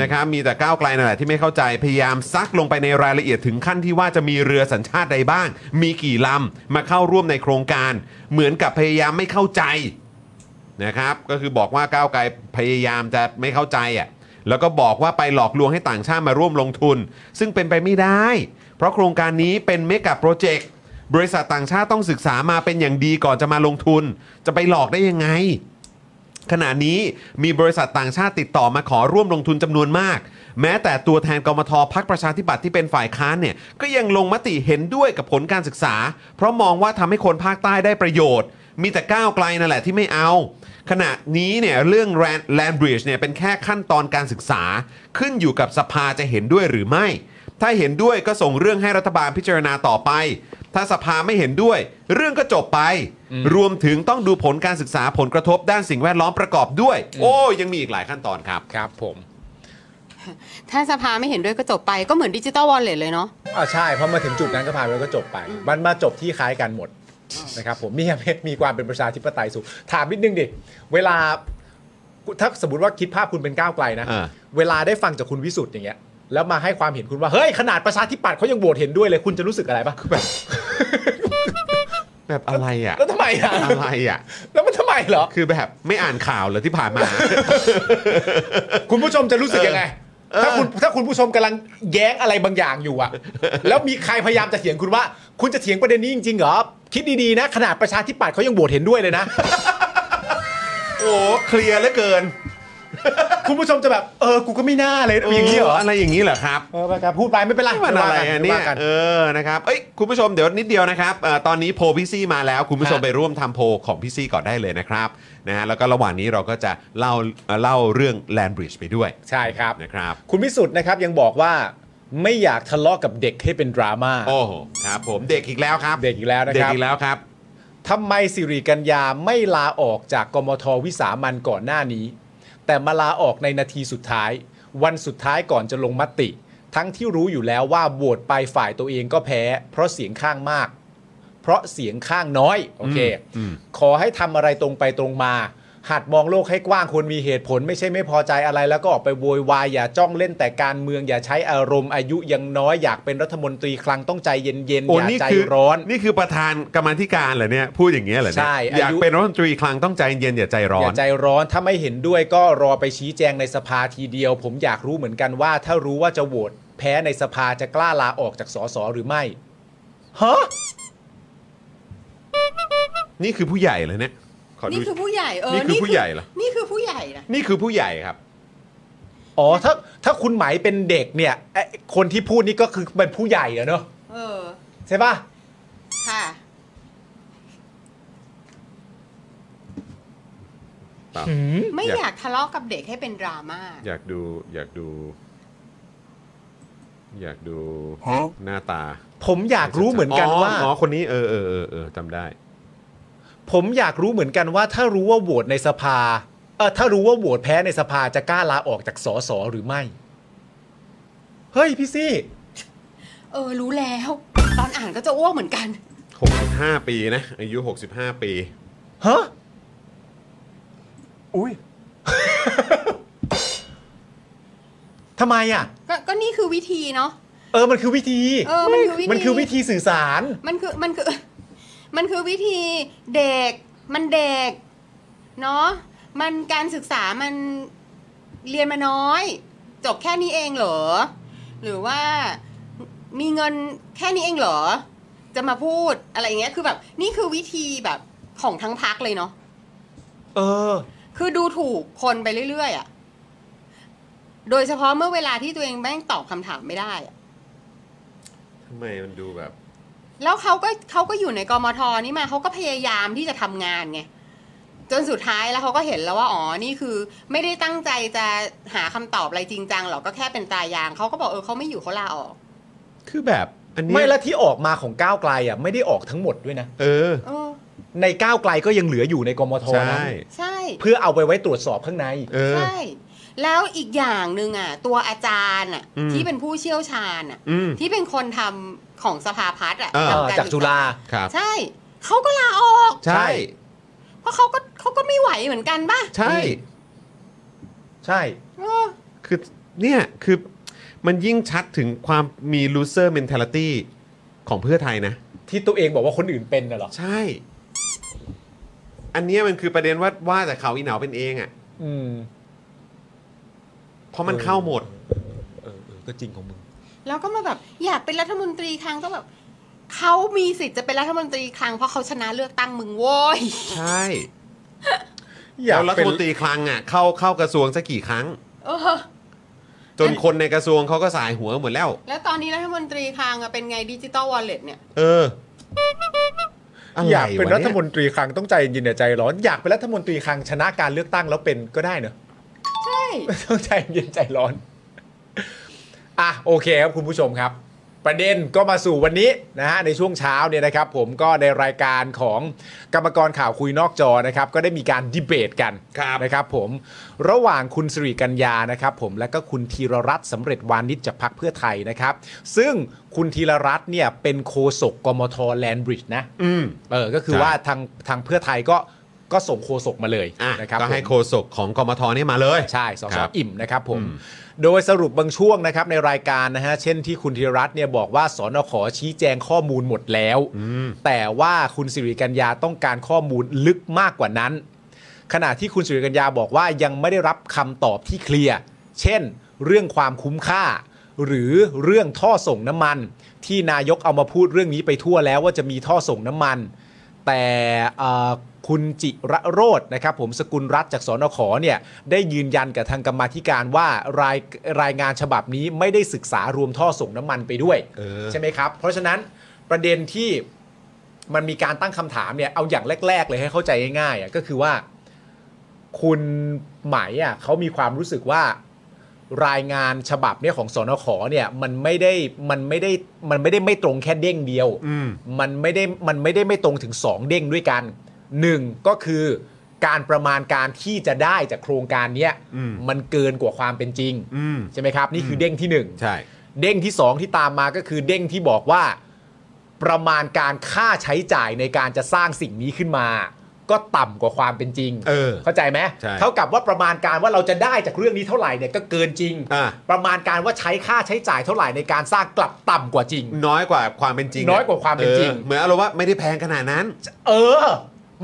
นะครับ มีแต่ก้าวไกลนั่นแหละที่ไม่เข้าใจพยายามซักลงไปในรายละเอียดถึงขั้นที่ว่าจะมีเรือสัญชาติใดบ้าง มีกี่ลำมาเข้าร่วมในโครงการ เหมือนกับพยายามไม่เข้าใจ นะครับก็คือบอกว่าก้าวไกลพยายามจะไม่เข้าใจอ่ะแล้วก็บอกว่าไปหลอกลวงให้ต่างชาติมาร่วมลงทุน ซึ่งเป็นไปไม่ได้ เพราะโครงการนี้เป็นเมกะโปรเจกต์บริษัทต่างชาติต้องศึกษามาเป็นอย่างดีก่อนจะมาลงทุน จะไปหลอกได้ยังไง ขณะนี้มีบริษัทต่างชาติติดต่อมาขอร่วมลงทุนจำนวนมาก แม้แต่ตัวแทนกมทพักประชาธิปัตย์ที่เป็นฝ่ายค้านเนี่ยก็ยังลงมติเห็นด้วยกับผลการศึกษา เพราะมองว่าทำให้คนภาคใต้ได้ประโยชน์ มีแต่ก้าวไกลนั่นแหละที่ไม่เอา ขณะนี้เนี่ยเรื่องแลนบริดจ์เนี่ยเป็นแค่ขั้นตอนการศึกษา ขึ้นอยู่กับสภาจะเห็นด้วยหรือไม่ ถ้าเห็นด้วยก็ส่งเรื่องให้รัฐบาลพิจารณาต่อไป ถ้าสภาไม่เห็นด้วย เรื่องก็จบไป รวมถึงต้องดูผลการศึกษาผลกระทบด้านสิ่งแวดล้อมประกอบด้วย โอ้ยยังมีอีกหลายขั้นตอนครับ
ครับ ผม
ถ้าสภาไม่เห็นด้วยก็จบไปก็เหมือนดิจิตอลวอลเล็ตเลยเนาะ
อ่าใช่เพราะมาถึงจุดนั้นก็ผ่านไปแล้วก็จบไป มันมาจบที่คล้ายกันหมดนะครับผมนี่ *laughs* มีความเป็นประชาธิปไตยสูงถามนิดนึงดิเวลาถ้าสมมติว่าคิดภาพคุณเป็นก้าวไกลนะ
อ่า
เวลาได้ฟังจากคุณวิสุทธ์อย่างเงี้ย แล้วมาให้ความเห็นคุณว่าเฮ้ยขนาดประชาธิปัตย์เขายังโหวตเห็นด้วยเลยคุณจะรู้สึกอะไรปะแบบ
แบบอะไรอ่ะ
แล้วทำไมอ่ะ
อะไรอ่ะ
แล้วมันทำไมเหรอ
คือแบบไม่อ่านข่าวเหรอที่ผ่านมา
คุณผู้ชมจะรู้สึกยังไง ถ้าคุณถ้าคุณผู้ชมกำลังแย้งอะไรบางอย่างอยู่อะแล้วมีใครพยายามจะเถียงคุณว่า คุณจะเถียงประเด็นนี้จริงๆเหรอ คิดดีๆนะ ขนาดประชาธิปัตย์เขายังโหวตเห็นด้วยเลยนะ
โอ้เคลียร์เหลือเกิน
คุณผู้ชมจะแบบเออ กูก็ไม่น่าเลยอย่างนี้เหรอ
อะไรอย่างนี้เหรอครับ
เออไปครับพูดไปไม่เป็นไร
นี่มันอะไร
ดี๋
อั
วน
เนี่ย
ว่ากั
เออนะครับเอ้ยคุณผู้ชมเดี๋ยวนิดเดียวนะครับเอ่อตอนนี้โพลพี่ซี่มาแล้ว คุณผู้ชม
ฮะ
ไปร่วมทำโพลของพี่ซี่ก่อนได้เลยนะครับนะฮะแล้วก็ระหว่างนี้เราก็จะเล่าเอ่อเล่าเรื่องแลนบริดจ์ไปด้วย
ใช่ครับ
นะครับ
คุณพิสุทธิ์นะครับยังบอกว่าไม่อยากทะเลาะกับเด็กให้เป็นดราม่า
โอ้โหครับผมเด็กอีกแล้วครับ
เด็กอีกแล้วนะครับ
เด็กอีกแล้วครับ
ทำไมสิริกัญญาไม่ลาออกจากกมทวิสามันก่อนหน้านี้ แต่มาลาออกในนาทีสุดท้าย วันสุดท้ายก่อนจะลงมติ ทั้งที่รู้อยู่แล้วว่าโหวตไปฝ่ายตัวเองก็แพ้ เพราะเสียงข้างมาก เพราะเสียงข้างน้อยโอเค
อืม
ขอให้ทำอะไรตรงไปตรงมา หัดมองโลกให้กว้างควรมีเหตุผล ไม่ใช่ไม่พอใจอะไร แล้วก็ออกไปโวยวายอย่าจ้องเล่นแต่การเมืองอย่าใช้อารมณ์อายุยังน้อยอยากเป็นรัฐมนตรีคลังต้องใจเย็นๆ
โอ้
อย่า
นี่
ใจ
คือ
ร้อน
นี่คือประธานกรรมาธิการเหรอเนี่ยพูดอย่างเงี้ยเหรอเนี่ย
ใช่อายุ
อยากเป็นรัฐมนตรีคลังต้องใจเย็นอย่าใจร้อ
อย่าน ใจร้อนถ้าไม่เห็นด้วยก็รอไปชี้แจงในสภาทีเดียว ผมอยากรู้เหมือนกันว่า ถ้ารู้ว่าจะโหวตแพ้ในสภาจะกล้าลาออกจากสสหรือไม่ฮะ
นี่คือผู้ใหญ่เหรอเนี่ยขอดู
นี่คือผู้ใหญ่เออ
นี่คือผู้ใหญ่เหรอ
นี่คือผู้ใหญ่นะ
นี่คือผู้ใหญ่ครับ
อ๋อถ้าถ้าคุณหมายเป็นเด็กเนี่ยไอ้คนที่พูดนี่ก็คือเป็นผู้ใหญ่อะเนอะ
เออ
ใช่ปะ
ค่ะ ไม่อยากทะเลาะกับเด็กให้เป็นดราม่า
อยากดูอยากดู อยากดูหน้าตา
ผมอยากรู้เหมือนกันว่า
อ๋อคนนี้เออเออเออเออจำได้
ผมอยากรู้เหมือนกันว่า ถ้ารู้ว่าโหวตในสภาเออถ้ารู้ว่าโหวตแพ้ในสภาจะกล้าลาออกจากสสหรือไม่ เฮ้ยพี่ซี่
เออรู้แล้ว ตอนอ่านก็จะอ้วกเหมือนกัน
65 ปีนะ อายุ 65 ปี
ฮะ
อุ้ย
ทำไมอ่ะ
ก็ก็นี่คือวิธีเนาะ
เออมันคือวิธี
เออมันคือวิธี
มันคือวิธีสื่อสาร
มันคือมันคือ *laughs* มันคือวิธีเด็ก มันเด็ก เนาะมันการศึกษามันเรียนมาน้อย จบแค่นี้เองเหรอ หรือว่ามีเงินแค่นี้เองเหรอ จะมาพูดอะไรอย่างเงี้ยคือแบบ นี่คือวิธีแบบของทั้งพักเลยเนาะ
เออ
คือดูถูกคนไปเรื่อยๆอะ่ะ โดยเฉพาะเมื่อเวลาที่ตัวเองแม่งตอบคำถามไม่ได้อะ
ทำไมมันดูแบบ
แล้วเขาก็เขาก็อยู่ในกมทนี่มาเขาก็พยายามที่จะทำงานไง จนสุดท้ายแล้วเขาก็เห็นแล้วว่าอ๋อ นี่คือ ไม่ได้ตั้งใจจะหาคำตอบอะไรจริงจังหรอกก็แค่เป็นตายาง เขาก็บอกเออเขาไม่อยู่เขาลาออก
คือแบบอันนี้
ไม่และที่ออกมาของก้าวไกลอ่ะไม่ได้ออกทั้งหมดด้วยนะ
เออ
เออ
ในก้าวไกลก็ยังเหลืออยู่ในกมท
ใช่
นะ
ใช่
เพื่อเอาไปไว้ตรวจสอบข้างใน
เออ
ใช่ แล้วอีกอย่างหนึ่งอ่ะ ตัวอาจารย์อ่ะ
อืม
ที่เป็นผู้เชี่ยวชาญอ่ะ
อืม
ที่เป็นคนทำของสภาพัฒน์อ่ะ
เออ
ทำร
จาก
ศึษ
จุฬา
ครับ
ใช่ เขาก็ลาออก
ใช่
เพราะเขาก็เขาก็ไม่ไหวเหมือนกันป่ะ
ใช่
อืม ใช่
เออ
คือเนี่ยคือมันยิ่งชัดถึงความมี loser mentality ของเพื่อไทยนะ
ที่ตัวเองบอกว่าคนอื่นเป็นน่ะเหรอ
ใช่ อันเนี้ยมันคือประเด็นว่าว่าแต่เขาอีเหนาเป็นเองอะ่ะ
อืม
เพราะมันเข้าหมด
เออเออก็จริงของมึง
แล้วก็มาแบบ อยากเป็นรัฐมนตรีครั้งต้องแบบเขามีสิทธิ์จะเป็นรัฐมนตรีครั้งเพราะเขาชนะเลือกตั้งมึงโว้ย
ใช่แล้วรัฐมนตรีคลังอะ่ะ เข้าเข้ากระทรวงสักกี่ครั้ง
เออ
จนคนในกระทรวงเขาก็สายหัวหมดแล้ว
แล้วตอนนี้รัฐมนตรีครั้งอะเป็นไงดิจิตอลวอลเล็ตเนี่ย
เอออะไร
อยากเป็น
วะย
รัฐมนตรีคลังต้องใจเย็นอย่าใจร้อนอยากเป็นรัฐมนตรีคลังชนะการเลือกตั้งแล้วเป็นก็ได้เนอะ
ใช่
ต้องใจเย็นใจร้อน อ่ะโอเคครับคุณผู้ชมครับ ประเด็นก็มาสู่วันนี้นะฮะในช่วงเช้าเนี่ยนะครับ ผมก็ในรายการของกรรมกรข่าวคุยนอกจอนะครับ ก็ได้มีการดีเบตกันนะครับผมระหว่างคุณสิริกัญญานะครับ ผมและก็คุณธีรรัตน์สำเร็จวานิชจากพรรคเพื่อไทยนะครับ ซึ่งคุณธีรรัตน์เนี่ยเป็นโคศกกมทแลนบริดจ์นะ
อืม
เออก็คือ
ใช่
ว่าทางทางเพื่อไทยก็ก็ส่งโคศกมาเลย
อ่ะ
นะครับ
ก็ให้
ผม
โคศกของกมทเนี่ยมาเลย
ใช่สอ
ค
ส
รั
อบ อิ่มนะครับผม
อืม
โดยสรุปบางช่วงนะครับในรายการนะฮะ เช่นที่คุณธีรรัตน์เนี่ยบอกว่าสนขชี้แจงข้อมูลหมดแล้ว แต่ว่าคุณสิริกัญญาต้องการข้อมูลลึกมากกว่านั้น ขณะที่คุณสิริกัญญาบอกว่ายังไม่ได้รับคำตอบที่เคลียร์ เช่น เรื่องความคุ้มค่า หรือเรื่องท่อส่งน้ำมัน ที่นายกเอามาพูดเรื่องนี้ไปทั่วแล้วว่าจะมีท่อส่งน้ำมัน แต่เอ่อคุณจิระโรธนะครับผมสกุลรัฐจากสนขเนี่ยได้ยืนยันกับทางกรรมาธิการว่ารายรายงานฉบับนี้ไม่ได้ศึกษารวมท่อส่งน้ำมันไปด้วย
เออ
ใช่ไหมครับ เพราะฉะนั้นประเด็นที่มันมีการตั้งคำถามเนี่ย เอาอย่างแรก ๆ เลยให้เข้าใจง่ายๆอ่ะก็คือว่า คุณไหมอ่ะเขามีความรู้สึกว่ารายงานฉบับเนี่ยของสนขเนี่ยมันไม่ได้มันไม่ได้มันไม่ได้ไม่ตรงแค่เด้งเดียว
อืม
มันไม่ได้มันไม่ได้ไม่ตรงถึง 2 เด้งด้วยกัน 1 ก็คือการประมาณการที่จะได้จากโครงการเนี้ย
อืม
มันเกินกว่าความเป็นจริง
อืม
ใช่ไหมครับ นี่คือเด้งที่หนึ่ง
ใช่
เด้งที่ 2 ที่ตามมาก็คือเด้งที่บอกว่า ประมาณการค่าใช้จ่ายในการจะสร้างสิ่งนี้ขึ้นมา ก็ต่ำกว่าความเป็นจริง
เออ
ใจไหม
ใช่
เท่ากับว่าประมาณการว่าเราจะได้จากเรื่องนี้เท่าไหร่เนี่ยก็เกินจริง
อ่ะ
ประมาณการว่าใช้ค่าใช้จ่ายเท่าไหร่ในการสร้างกลับต่ำกว่าจริง
น้อยกว่าความเป็นจริงะ
น้อยกว่าความเป็นจริง
ออเหมือนอารมณ์ว่าไม่ได้แพงขนาดนั้น
เออ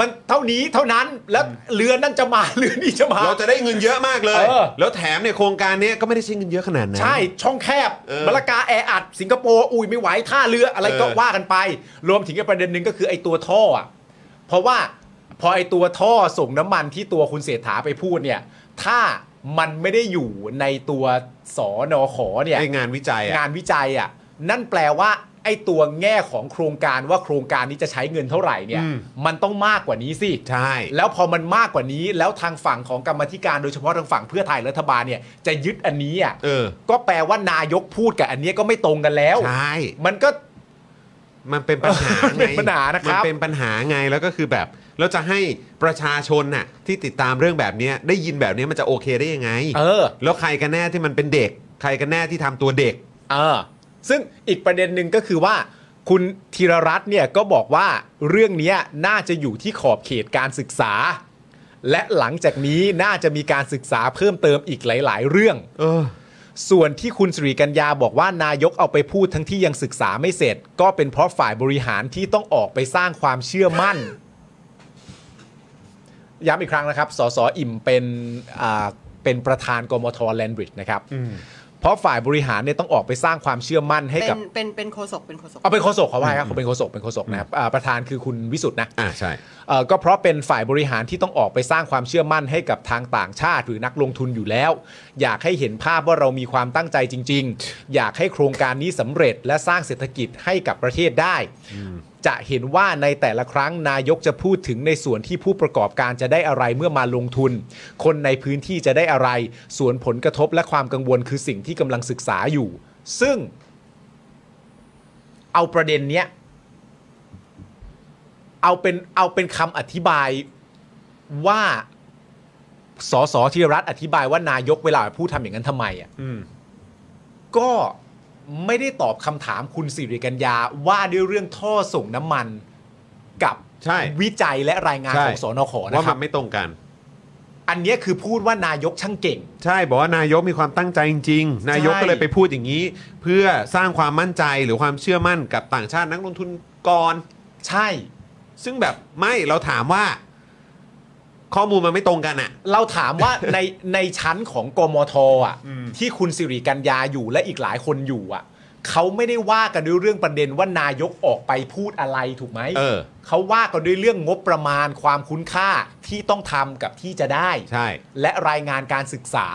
มันเท่านี้เท่านั้นแล้วเรือนั่นจะมา *laughs* เรือนี่จะมา
เราจะได้เงินเยอะมากเลย
เออ
แล้วแถมในยโครงการเนี้ยก็ไม่ได้ใช้เงินเยอะขนาดนั้น
ใช่ ช่องแคบ
เออ
มะละกาแออัด สิงคโปร์ อุ้ยไม่ไหวท่าเรืออะไรก็
เออ
ว่ากันไป รวมถึงอีกประเด็นหนึ่งก็คือไอ้ตัวท่ออะเพราะว่าพอไอ้ตัวท่อส่งน้ำมันที่ตัวคุณเศรษฐาไปพูดเนี่ย ถ้ามันไม่ได้อยู่ในตัวสอนอขอเนี่ย
ไองานวิจัยอะ
งานวิจัยอ่ะนั่นแปลว่าไอ้ตัวแง่ของโครงการว่าโครงการนี้จะใช้เงินเท่าไหร่เนี่ย
อืม
มันต้องมากกว่านี้สิ
ใช่
แล้วพอมันมากกว่านี้แล้วทางฝั่งของกรรมาธิการโดยเฉพาะทางฝั่งเพื่อไทยรัฐบาลเนี่ยจะยึดอันนี้อ่ะ
เออ
ก็แปลว่านายกพูดกับอันเนี้ยก็ไม่ตรงกันแล้ว
ใช่
มันก็
มันเป็นปัญหา
มัน
ไง
เป็นปัญหานะครับ
มันเป็นปัญหาไงแล้วก็คือแบบแล้วจะให้ประชาชนน่ะที่ติดตามเรื่องแบบเนี้ยได้ยินแบบเนี้ยมันจะโอเคได้ยังไง
เออ
แล้วใครกันแน่ที่มันเป็นเด็ก ใครกันแน่ที่ทำตัวเด็ก
เออซึ่งอีกประเด็นหนึ่งก็คือว่า คุณธีรรัตน์เนี่ยก็บอกว่าเรื่องเนี้ยน่าจะอยู่ที่ขอบเขตการศึกษา และหลังจากนี้น่าจะมีการศึกษาเพิ่มเติมอีกหลาย ๆ เรื่อง
เออ
ส่วนที่คุณสิริกัญญาบอกว่านายกเอาไปพูดทั้งที่ยังศึกษาไม่เสร็จ ก็เป็นเพราะฝ่ายบริหารที่ต้องออกไปสร้างความเชื่อมั่น ย้ำอีกครั้งนะครับ สสอิ่มเป็นอ่าเป็นประธานกมทแลนบริดจ์นะครับ เพราะฝ่ายบริหารเนี่ยต้องออกไปสร้างความเชื่อมั่นให้
เป็
กับ
นเป็นเป็นโคศกเป็นโคศก
เอาเป็นโฆษกขอไปครับผมเป็นโฆษกเป็นโฆษกนะครับอ่าประธานคือคุณวิสุทธ์นะ
อ่าใช่
เอ่อก็เพราะเป็นฝ่ายบริหารที่ต้องออกไปสร้างความเชื่อมั่นให้กับทางต่างชาติหรือนักลงทุนอยู่แล้ว อยากให้เห็นภาพว่าเรามีความตั้งใจจริง ๆ อยากให้โครงการนี้สำเร็จและสร้างเศรษฐกิจให้กับประเทศได้ จะเห็นว่าในแต่ละครั้งนายกจะพูดถึงในส่วนที่ผู้ประกอบการจะได้อะไรเมื่อมาลงทุน คนในพื้นที่จะได้อะไร ส่วนผลกระทบและความกังวลคือสิ่งที่กำลังศึกษาอยู่ ซึ่ง เอาประเด็นเนี้ย เอาเป็นเอาเป็นคำอธิบายว่าสสธีรรัตน์อธิบายว่านายกเวลาพูดทำอย่างนั้นทำไมอ่ะ
อืม
ก็ไม่ได้ตอบคำถามคุณสิริกัญญาว่าด้วยเรื่องท่อส่งน้ำมันกับ
ใช่
วิจัยและรายงาน
ใช่
ของสอนขนะ
ว่า
ค
มั
รับ
นไม่ตรงกัน
อันเนี้ยคือพูดว่านายกช่างเก่ง
ใช่บอกว่านายกมีความตั้งใจจริงๆ นายกก็เลยไปพูดอย่างนี้ เพื่อสร้างความมั่นใจหรือความเชื่อมั่นกับต่างชาตินักลงทุนก่อน
ใช่
ซึ่งแบบไม่เราถามว่า ข้อมูลมันไม่ตรงกันอะ
เราถาม
*laughs*
ว่า ในในชั้นของกมทอ่ะ
อืม
ที่คุณสิริกัญญาอยู่และอีกหลายคนอยู่อ่ะเขาไม่ได้ว่ากันด้วยเรื่องประเด็นว่านายกออกไปพูดอะไรถูกไหม
เออ
เขาว่ากันด้วยเรื่องงบประมาณความคุ้นค่าที่ต้องทำกับที่จะได้
ใช่
และรายงานการศึกษา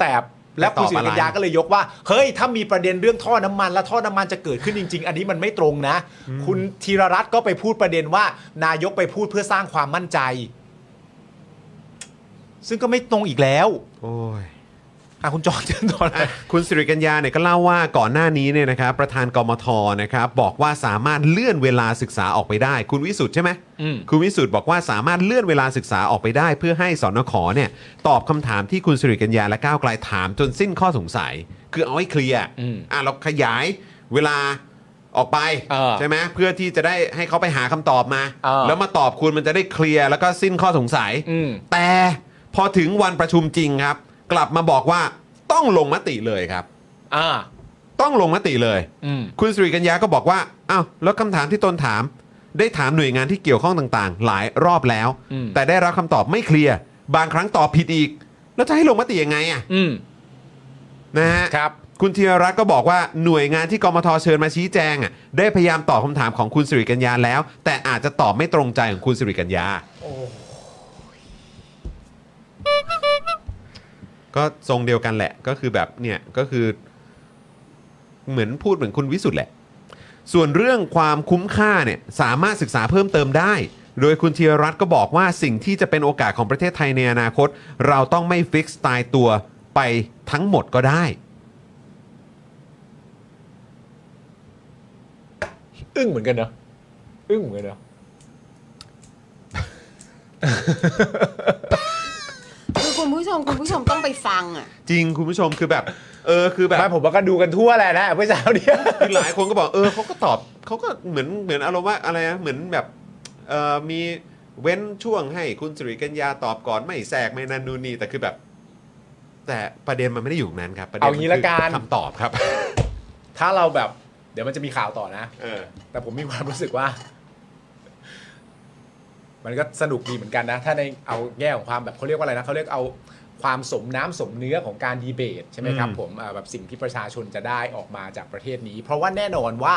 แต่และคุณสิริกัญญา
ไม่ตอบอะไร
ก็เลยยกว่า เฮ้ย ถ้ามีประเด็นเรื่องท่อน้ำมัน และท่อน้ำมันจะเกิดขึ้นจริง ๆ อันนี้มันไม่ตรงนะ คุณธีรรัตน์ก็ไปพูดประเด็นว่า นายกไปพูดเพื่อสร้างความมั่นใจ ซึ่งก็ไม่ตรงอีกแล้ว
โอ้ย
อ่ะคุณจอห์นเชิญตอน
อ่ะคุณสิริกัญญาเนี่ยก็เล่าว่าก่อนหน้านี้เนี่ยนะครับประธานกมทนะครับบอกว่าสามารถเลื่อนเวลาศึกษาออกไปได้ คุณวิสุทธ์ใช่ไหม
อืม
คุณวิสุทธ์บอกว่าสามารถเลื่อนเวลาศึกษาออกไปได้ เพื่อให้สนขเนี่ยตอบคำถามที่คุณสิริกัญญาและก้าวไกลถามจนสิ้นข้อสงสัย คือเอาให้เคลียร์อ่ะเราขยายเวลาออกไป
เออ
ใช่ไหมเพื่อที่จะได้ให้เขาไปหาคำตอบมา
เออ
แล้วมาตอบคุณมันจะได้เคลียร์แล้วก็สิ้นข้อสงสัย
อืม
แต่พอถึงวันประชุมจริงครับ กลับมาบอกว่าต้องลงมติเลยครับ
อ่า
ต้องลงมติเลย
อืม
คุณสุริกัญญาก็บอกว่าอ้าวแล้วคำถามที่ตนถาม ได้ถามหน่วยงานที่เกี่ยวข้องต่างๆ หลายรอบแล้ว
อืม
แต่ได้รับคำตอบไม่เคลียร์บางครั้งตอบผิดอีก แล้วจะให้ลงมติยังไงอ่ะ
อืม
นะฮะ
ครับ
คุณธีรรัตน์ก็บอกว่าหน่วยงานที่กมทเชิญมาชี้แจงอ่ะได้พยายามตอบคำถามของคุณสิริกัญญาแล้ว แต่อาจจะตอบไม่ตรงใจของคุณสิริกัญญาก็ทรงเดียวกันแหละก็คือแบบเนี่ยก็คือ เหมือนพูดเหมือนคุณวิสุทธ์แหละ ส่วนเรื่องความคุ้มค่าเนี่ยสามารถศึกษาเพิ่มเติมได้ โดยคุณธีรรัตน์ก็บอกว่าสิ่งที่จะเป็นโอกาสของประเทศไทยในอนาคต เราต้องไม่ฟิกซ์ตายตัวไปทั้งหมดก็ได้
อึ้งเหมือนกันเนอะอึ้งเหมือนกันเนอะ
คือคุณผู้ชมคุณผู้ชมต้องไปฟังอ่ะ
จริงคุณผู้ชมคือแบบ เออคือแบบ
ไม่ผมว่าก็ดูกันทั่วแหละนะเมื่อเช้าเนี่ย
คือหลายคนก็บอกเออเขาก็ตอบเขาก็เหมือนเหมือนอารมณ์ว่าอะไรนะเหมือนแบบเออมีเว้นช่วงให้คุณสิริกัญญาตอบก่อนไม่แทรกไม่นันนูนนี่แต่คือแบบ แต่ประเด็นมันไม่ได้อยู่ตรงนั้นครับประเด็น
เอางี้
มัคื
ละกัน
คำตอบครับ
*laughs* ถ้าเราแบบ เดี๋ยวมันจะมีข่าวต่อนะ
เออ
แต่ผมมีความรู้สึกว่า มันก็สนุกดีเหมือนกันนะ ถ้าในเอาแง่ของความแบบเขาเรียกว่าอะไรนะเขาเรียกเอาความสมน้ำสมเนื้อของการดีเบต ใช่ไหมครับ
อืม
ผมอ่าแบบสิ่งที่ประชาชนจะได้ออกมาจากประเทศนี้ เพราะว่าแน่นอนว่า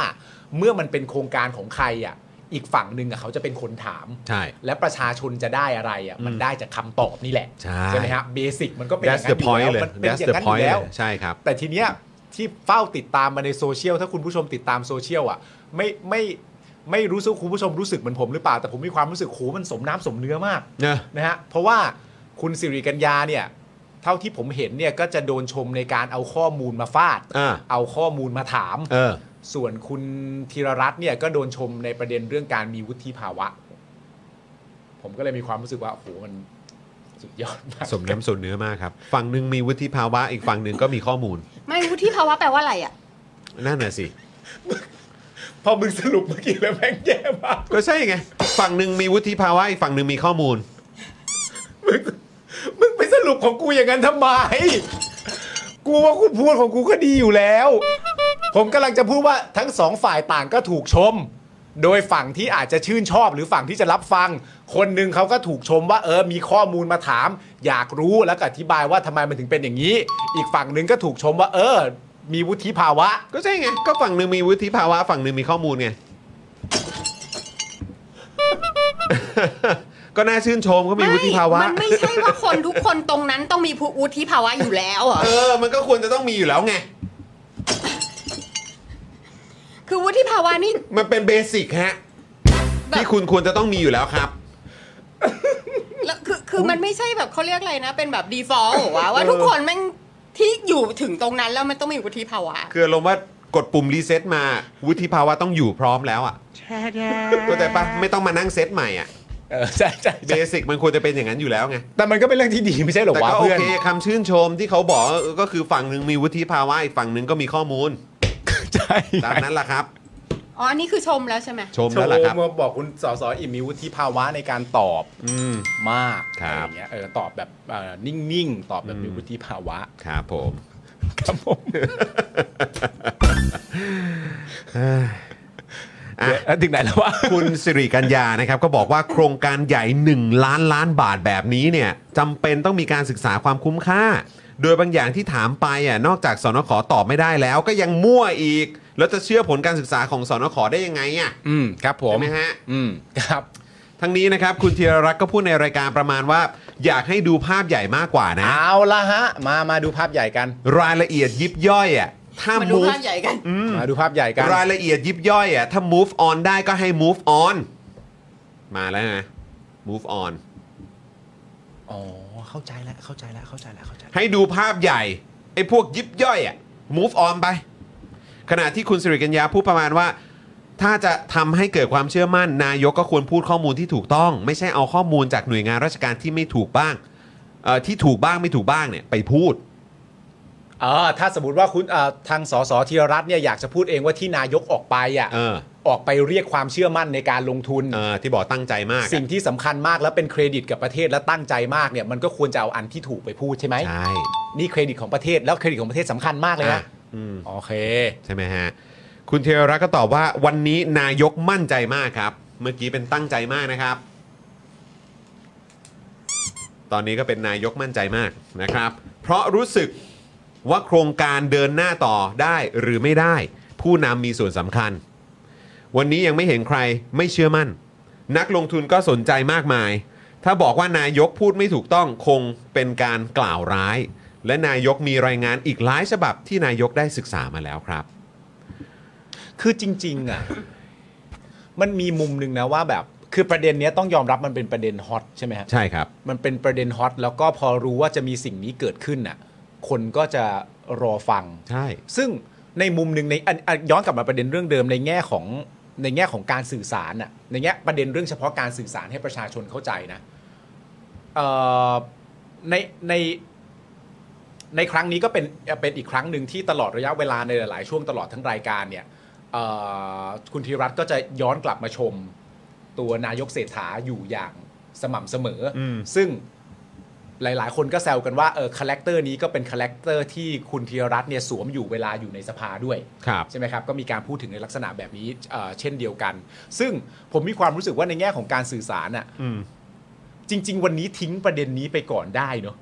เมื่อมันเป็นโครงการของใครอ่ะ อีกฝั่งหนึ่งอ่ะเขาจะเป็นคนถาม
ใช่
และประชาชนจะได้อะไรอ่ะมันได้จากคำตอบนี่แหละ
ใช่
ไหมฮะเบสิกมันก็เป็นอย่าง
That's
นั้
the
นอ
point
ยู่
เลย
แล้วมันเป็น
That's
อย่า
the
งนั้นอ
point
ยู่แล้ว
เลยใช่ครับ
แต่ทีเนี้ยที่เฝ้าติดตามมาในโซเชียลถ้าคุณผู้ชมติดตามโซเชียลอ่ะไม่ไม่ไม่รู้สึกคุณผู้ชมรู้สึกเหมือนผมหรือเปล่า แต่ผมมีความรู้สึกโหมันสมน้ำสมเนื้อมาก
เนอะ
นะฮะเพราะว่าคุณสิริกัญญาเนี่ยเท่าที่ผมเห็นเนี่ยก็จะโดนชมในการเอาข้อมูลมาฟาด
อ่า
เอาข้อมูลมาถาม
เออ
ส่วนคุณธีรรัตน์เนี่ยก็โดนชมในประเด็นเรื่องการมีวุฒิภาวะ ผมก็เลยมีความรู้สึกว่าโอ้โหมัน สุดยอดมาก
สมน้ำสมเนื้อมากครับ ฝั่งหนึ่งมีวุฒิภาวะอีกฝั่งหนึ่งก็มีข้อมูล
ไม่วุฒิภาวะแปลว่าอะไรอ่ะ
นั่นน่ะสิ
พอมึงสรุปเมื่อกี้แล้วแม่งแย่มาก
ก็ใช่ไง ฝั่งหนึ่งมีวุฒิภาวะอีกฝั่งหนึ่งมีข้อมูล
มึงมึงไปสรุปของกูอย่างนั้นทำไม กูว่ากูพูดของกูก็ดีอยู่แล้ว ผมกำลังจะพูดว่าทั้งสองฝ่ายต่างก็ถูกชม โดยฝั่งที่อาจจะชื่นชอบหรือฝั่งที่จะรับฟัง คนหนึ่งเขาก็ถูกชมว่าเออมีข้อมูลมาถาม อยากรู้แล้วก็อธิบายว่าทำไมมันถึงเป็นอย่างนี้ อีกฝั่งหนึ่งก็ถูกชมว่า เออ มีวุฒิภาวะ
ก็ใช่ไง ก็ฝั่งหนึ่งมีวุฒิภาวะฝั่งหนึ่งมีข้อมูลไง *laughs* ก็น่าชื่นชมก็มีวุฒิภาวะ
มันไม่ใช่ว่าคนทุกคนตรงนั้นต้องมีวุฒิภาวะอยู่แล้วเหรอ
เออ มันก็ควรจะต้องมีอยู่แล้วไง
คือวุฒิภาวะนี่
มันเป็นเบสิกฮะ
แบบ
ที่คุณควรจะต้องมีอยู่แล้วครับ
แล้วคือคือมันไม่ใช่แบบเขาเรียกอะไรนะ เป็นแบบ default เหรอวะว่าทุกคนแม่งที่อยู่ถึงตรงนั้นแล้วมันต้องมีวุฒิภาวะ
คืออารมณ์ว่ากดปุ่มรีเซ็ตมา วุฒิภาวะต้องอยู่พร้อมแล้วอ่ะก็แต่ปะไม่ต้องมานั่งเซตใหม่อ่ะ
เออใช่ใช่
เบ
ใช่
สิกมันควรจะเป็นอย่างนั้นอยู่แล้วไง
แต่มันก็เป็นเรื่องที่ดีไม่ใช่เหรอ
แต่
วะ
ก็โอ
เพื่อน
เคคำชื่นชมที่เขาบอกก็คือฝั่งหนึ่งมีวุฒิภาวะอีกฝั่งหนึ่งก็มีข้อมูล
ใช่
ตามนั้นล่ะครับ
อ๋ออันนี้คือชมแล้วใช่ไหม
ชมแล้วล่ะครับ
มาบอกคุณสสอิมมีวุฒิภาวะในการตอบ
อืม
มาก
ครั
อะ
บ
ไรอย่างเงี้ยเออตอบแบบเอ่อนิ่งๆ ตอบแบบมีวุฒิภาวะ
ครับผม
ครับผม
อ่ะ
ถึงไหนแล้ววะ
คุณสิริกัญญานะครับ ก็บอกว่าโครงการใหญ่ 1 ล้านล้านบาทแบบนี้เนี่ยจำเป็นต้องมีการศึกษาความคุ้มค่า โดยบางอย่างที่ถามไปอ่ะนอกจากสนขตอบไม่ได้แล้ว ก็ยังมั่วอีก แล้วจะเชื่อผลการศึกษาของสนขได้ยังไงอ่ะ
อืมครับผม
ใช่ไหมฮะ
อืมครับ
ทั้งนี้นะครับคุณธีรรักษ์ก็พูดในรายการประมาณว่า อยากให้ดูภาพใหญ่มากกว่านะ
เอาละฮะ มามาดูภาพใหญ่กัน
รายละเอียดยิบย่อยอ่ะถ้า
มาดู
move
ภาพใหญ่กัน
มาดูภาพใหญ่กัน
รายละเอียดยิบย่อยอ่ะถ้า move on ได้ก็ให้ move on มาแล้วนะ move on
อ๋อ เข้าใจแล้ว เข้าใจแล้ว เข้าใจแล้ว เข้าใจแล้ว
ให้ดูภาพใหญ่ไอ้พวกยิบย่อยอ่ะ move on ไป ขณะที่คุณสิริกัญญาพูดประมาณว่า ถ้าจะทำให้เกิดความเชื่อมั่น นายกก็ควรพูดข้อมูลที่ถูกต้อง ไม่ใช่เอาข้อมูลจากหน่วยงานราชการที่ไม่ถูกบ้างเอ่อที่ถูกบ้างไม่ถูกบ้างเนี่ยไปพูด
เออถ้าสมมติว่าคุณเอ่อทางสสธีรรัตน์เนี่ยอยากจะพูดเองว่าที่นายกออกไปอ่ะ
เออ
ออกไปเรียกความเชื่อมั่นในการลงทุน
เออที่บอกตั้งใจมากอะ
สิ่งที่สำคัญมากและเป็นเครดิตกับประเทศและตั้งใจมากเนี่ยมันก็ควรจะเอาอันที่ถูกไปพูดใช่ไหม
ใช่
นี่เครดิตของประเทศแล้วเครดิตของประเทศสำคัญมากเลย
อ่ะ
นะ
อืม
โอเค
ใช่ไหมฮะ คุณเทวรักษ์ก็ตอบว่าวันนี้นายกมั่นใจมากครับ เมื่อกี้เป็นตั้งใจมากนะครับ ตอนนี้ก็เป็นนายกมั่นใจมากนะครับ เพราะรู้สึกว่าโครงการเดินหน้าต่อได้หรือไม่ได้ ผู้นำมีส่วนสำคัญ วันนี้ยังไม่เห็นใครไม่เชื่อมั่น นักลงทุนก็สนใจมากมาย ถ้าบอกว่านายกพูดไม่ถูกต้องคงเป็นการกล่าวร้าย และนายกมีรายงานอีกหลายฉบับที่นายกได้ศึกษามาแล้วครับ
คือจริงๆอ่ะ มันมีมุมหนึ่งนะว่าแบบ คือประเด็นเนี้ยต้องยอมรับมันเป็นประเด็นฮอตใช่ไหมฮะ
ใช่ครับ
มันเป็นประเด็นฮอตแล้วก็พอรู้ว่าจะมีสิ่งนี้เกิดขึ้นน่ะ คนก็จะรอฟัง
ใช่
ซึ่งในมุมหนึ่งในอันอันย้อนกลับมาประเด็นเรื่องเดิมในแง่ของในแง่ของการสื่อสารน่ะในแง่ประเด็นเรื่องเฉพาะการสื่อสารให้ประชาชนเข้าใจนะเอ่อในในในครั้งนี้ก็เป็นเป็นอีกครั้งหนึ่งที่ตลอดระยะเวลาในหลาย ๆ ช่วงตลอดทั้งรายการเนี่ยเอ่อคุณธีรัตน์ก็จะย้อนกลับมาชม ตัวนายกเศรษฐาอยู่อย่างสม่ำเสมออ
ม
ซึ่ง หลาย ๆ คนก็แซวกันว่าเออคาแรคเตอร์นี้ก็เป็นคาแรคเตอร์ที่คุณธีรรัตน์เนี่ยสวมอยู่เวลาอยู่ในสภาด้วย
ครับ
ใช่ไหมครับ ก็มีการพูดถึงในลักษณะแบบนี้เอ่อเช่นเดียวกัน ซึ่งผมมีความรู้สึกว่าในแง่ของการสื่อสารน่ะ
อืม
จริง ๆ วันนี้ทิ้งประเด็นนี้ไปก่อนได้เนาะ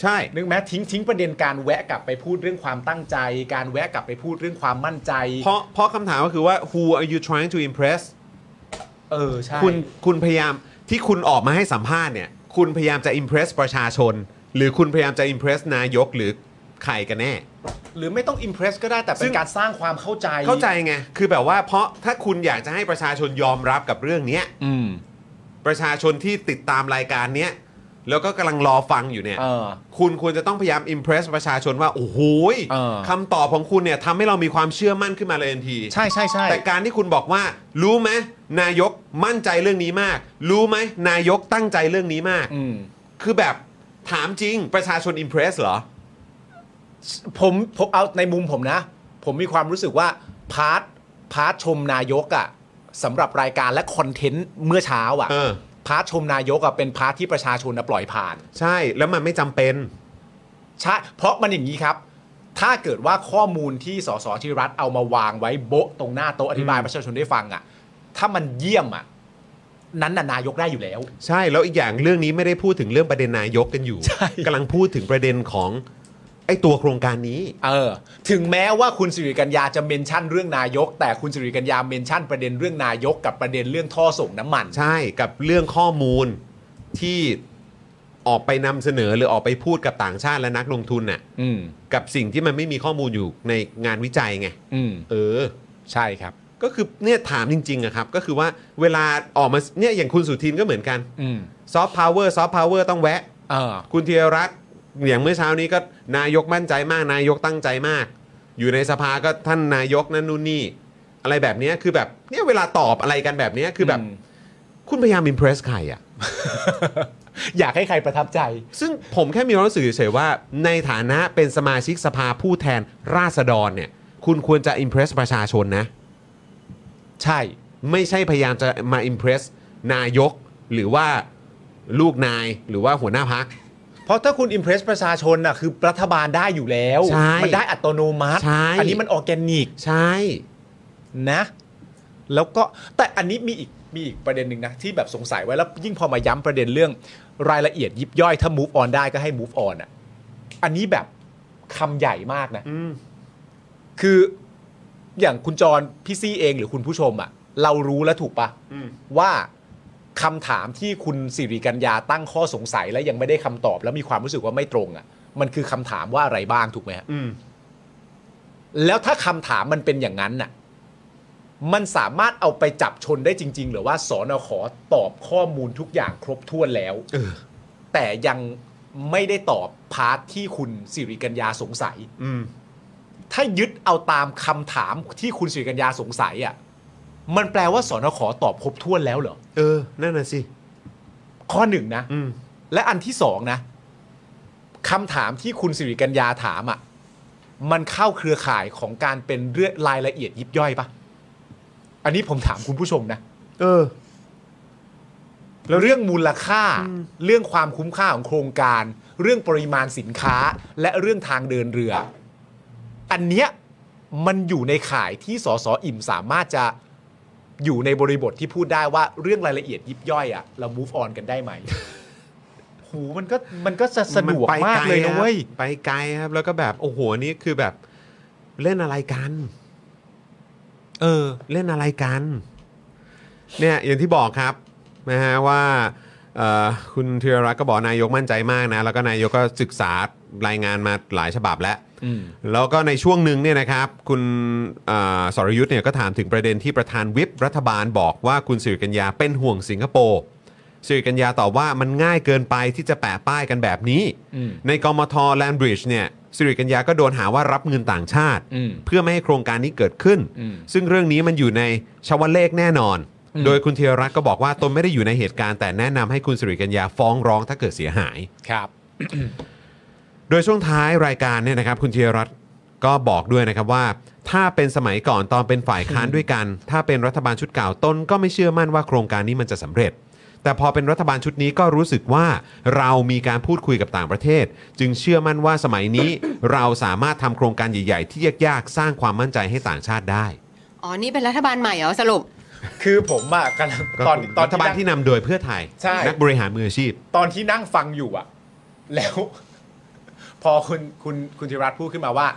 ใช่
นึกไหมทิ้งทิ้งประเด็นการแวะกลับไปพูดเรื่องความตั้งใจ การแวะกลับไปพูดเรื่องความมั่นใจ
เพราะเพราะคำถามก็คือว่า who are you trying to impress
เออใช่
คุณคุณพยายามที่คุณออกมาให้สัมภาษณ์เนี่ย คุณพยายามจะ impress ประชาชน หรือคุณพยายามจะ impress นายกหรือใครกันแน่
หรือไม่ต้องอิมเพรสก็ได้แต่
ซึ่
เป็น
ง
การสร้างความเข้าใจ
เข้าใจไง คือแบบว่าเพราะถ้าคุณอยากจะให้ประชาชนยอมรับกับเรื่องเนี้ย
อืม
ประชาชนที่ติดตามรายการเนี้ยแล้วก็กำลังรอฟังอยู่เนี่ย
เออ
คุณควรจะต้องพยายาม impress ประชาชนว่า โอ้โหย
เออ
คำตอบของคุณเนี่ยทำให้เรามีความเชื่อมั่นขึ้นมาเลยทันที
ใช่ใช่ใช่
แต่การที่คุณบอกว่า รู้ไหมนายกมั่นใจเรื่องนี้มาก รู้ไหมนายกตั้งใจเรื่องนี้มาก
อืม
คือแบบถามจริงประชาชนอิมเพรสเหรอ
ผมผมเอาในมุมผมนะ ผมมีความรู้สึกว่าพาร์ทพาร์ทชมนายกอะสำหรับรายการและคอนเทนต์เมื่อเช้าอะ
เออ
พาร์ทชมนายกอะเป็นพาร์ทที่ประชาชนน่ะปล่อยผ่าน
ใช่แล้วมันไม่จำเป็น
ใช่เพราะมันอย่างนี้ครับ ถ้าเกิดว่าข้อมูลที่สสที่รัฐเอามาวางไว้โบ๊ะตรงหน้าโต๊ะอธิบายประชาชนได้ฟังอ่ะ ถ้ามันเยี่ยมอ่ะ นั้นน่ะนายกได้อยู่แล้ว
ใช่แล้วอีกอย่างเรื่องนี้ไม่ได้พูดถึงเรื่องประเด็นนายกกันอยู่
ใช่
กำลังพูดถึงประเด็นของไอ้ตัวโครงการนี้
เออ ถึงแม้ว่าคุณสิริกัญญาจะเมนชั่นเรื่องนายก แต่คุณสิริกัญญาเมนชั่นประเด็นเรื่องนายกกับประเด็นเรื่องท่อส่งน้ำมัน
ใช่กับเรื่องข้อมูลที่ออกไปนำเสนอหรือออกไปพูดกับต่างชาติและนักลงทุนน่ะ
อืม
กับสิ่งที่มันไม่มีข้อมูลอยู่ในงานวิจัยไง
อืม
เออ
ใช่ครับ
ก็คือเนี่ยถามจริงๆอะครับ ก็คือว่าเวลาออกมาเนี่ยอย่างคุณสุทินก็เหมือนกัน
อืม
ซอฟต์พาวเวอร์ซอฟต์พาวเวอร์ต้องแวะ
เออ
คุณธีรรัตน์อย่างเมื่อเช้านี้ก็นายกมั่นใจมาก นายกตั้งใจมาก อยู่ในสภาก็ท่านนายกนั่นนู่นนี่ อะไรแบบเนี้ยคือแบบเนี่ยเวลาตอบอะไรกันแบบเนี้ยคือแบบ
อืม
คุณพยายามอิมเพรสใครอะ
อยากให้ใครประทับใจ
ซึ่งผมแค่มีความรู้สึกเฉยๆว่า ในฐานะเป็นสมาชิกสภาผู้แทนราษฎรเนี่ย คุณควรจะอิมเพรสประชาชนนะ
ใช่
ไม่ใช่พยายามจะมาอิมเพรสนายก หรือว่าลูกนายหรือว่าหัวหน้าพัก
เพราะถ้าคุณอิมเพรสประชาชนน่ะคือรัฐบาลได้อยู่แล้ว
ใช่
มัได้อัตโนมัติ
ใช่
อันี้มันออร์แกนิก
ใช่
นะ แล้วก็แต่อันนี้มีอีกมีอีกประเด็นหนึ่งนะ ที่แบบสงสัยไว้แล้วยิ่งพอมาย้ำประเด็นเรื่องรายละเอียดยิบย่อยถ้า move on ได้ก็ให้ move on อ่ะ อันนี้แบบคำใหญ่มากนะ คืออย่างคุณจรพี่ซี่เองหรือคุณผู้ชมอ่ะ เรารู้แล้วถูกปะว่าคำถามที่คุณสิริกัญญาตั้งข้อสงสัยและยังไม่ได้คำตอบ แล้วมีความรู้สึกว่าไม่ตรงอ่ะ มันคือคำถามว่าอะไรบ้างถูกไหมฮะ
อืม
แล้วถ้าคำถามมันเป็นอย่างนั้นน่ะ มันสามารถเอาไปจับชนได้จริง ๆ หรือว่าสอนอขอตอบข้อมูลทุกอย่างครบถ้วนแล้ว
เออ
แต่ยังไม่ได้ตอบพาร์ทที่คุณสิริกัญญาสงสัย
อืม
ถ้ายึดเอาตามคำถามที่คุณสิริกัญญาสงสัยอ่ะ มันแปลว่าสอนอขอตอบครบถ้วนแล้วเหรอ
เออ นั่นน่ะสิ
ข้อหนึ่งนะ
อืม
และอันที่สองนะคำถามที่คุณสิริกัญญาถามอะ่ะ มันเข้าเครือข่ายของการเป็นเรื่องรายละเอียดยิบย่อยปะอันนี้ผมถามคุณผู้ชมนะ
เออ
แล้วเรื่องมูลค่า เรื่องความคุ้มค่าของโครงการ เรื่องปริมาณสินค้า และเรื่องทางเดินเรือ อันเนี้ยมันอยู่ในข่ายที่สสอิ่มสามารถจะอยู่ในบริบทที่พูดได้ว่าเรื่องรายละเอียดยิบย่อยอะ่ะเรา move on กันได้ไหม *laughs* หูมันก็มันก็จะสะดวกมากเลยนะเว้ย
ไปไกลครับ แล้วก็แบบ โอ้โหนี่คือแบบเล่นอะไรกัน เออ เล่นอะไรกัน เนี่ยอย่างที่บอกครับนะฮะว่าเอ่อคุณธีรรัตน์ก็บอกนายกมั่นใจมากนะ แล้วก็นายกก็ศึกษารายงานมาหลายฉบับแล้ว แล้วก็ในช่วงหนึ่งเนี่ยนะครับ คุณเอ่อสรยุทธ์เนี่ยก็ถามถึงประเด็นที่ประธานวิปรัฐบาลบอกว่าคุณสิริกัญญาเป็นห่วงสิงคโปร์สิริกัญญาตอบว่ามันง่ายเกินไปที่จะแปะป้ายกันแบบนี้
อืม
ในกมทแลนบริดจ์เนี่ยสิริกัญญาก็โดนหาว่ารับเงินต่างชาติ
อืม
เพื่อไม่ให้โครงการนี้เกิดขึ้น
อืม
ซึ่งเรื่องนี้มันอยู่ในชาวเลขแน่นอน
อืม
โดยคุณเทียรัตน์ก็บอกว่าตนไม่ได้อยู่ในเหตุการณ์แต่แนะนำให้คุณสิริกัญญาฟ้องร้องถ้าเกิดเสียหาย
ครับ
โดยช่วงท้ายรายการเนี่ยนะครับ คุณธีรรัตน์ก็บอกด้วยนะครับว่า ถ้าเป็นสมัยก่อนตอนเป็นฝ่ายค้านด้วยกัน ถ้าเป็นรัฐบาลชุดเก่าตนก็ไม่เชื่อมั่นว่าโครงการนี้มันจะสำเร็จ แต่พอเป็นรัฐบาลชุดนี้ก็รู้สึกว่าเรามีการพูดคุยกับต่างประเทศ จึงเชื่อมั่นว่าสมัยนี้ เราสามารถทำโครงการใหญ่ ๆ ที่ยากๆสร้างความมั่นใจให้ต่างชาติได้
อ๋อ นี่เป็นรัฐบาลใหม่เหรอสรุป
คือผมอะกำลัง
ก็
ตอนตอน
รัฐบาล
นั่ง
ที่นำโดยเพื่อไทย
ใช่
นักบริหารมืออาชีพ
ตอนที่นั่งฟังอยู่อะแล้ว *laughs* พอคุณคุณคุณธีรรัตน์พูดขึ้นมาว่า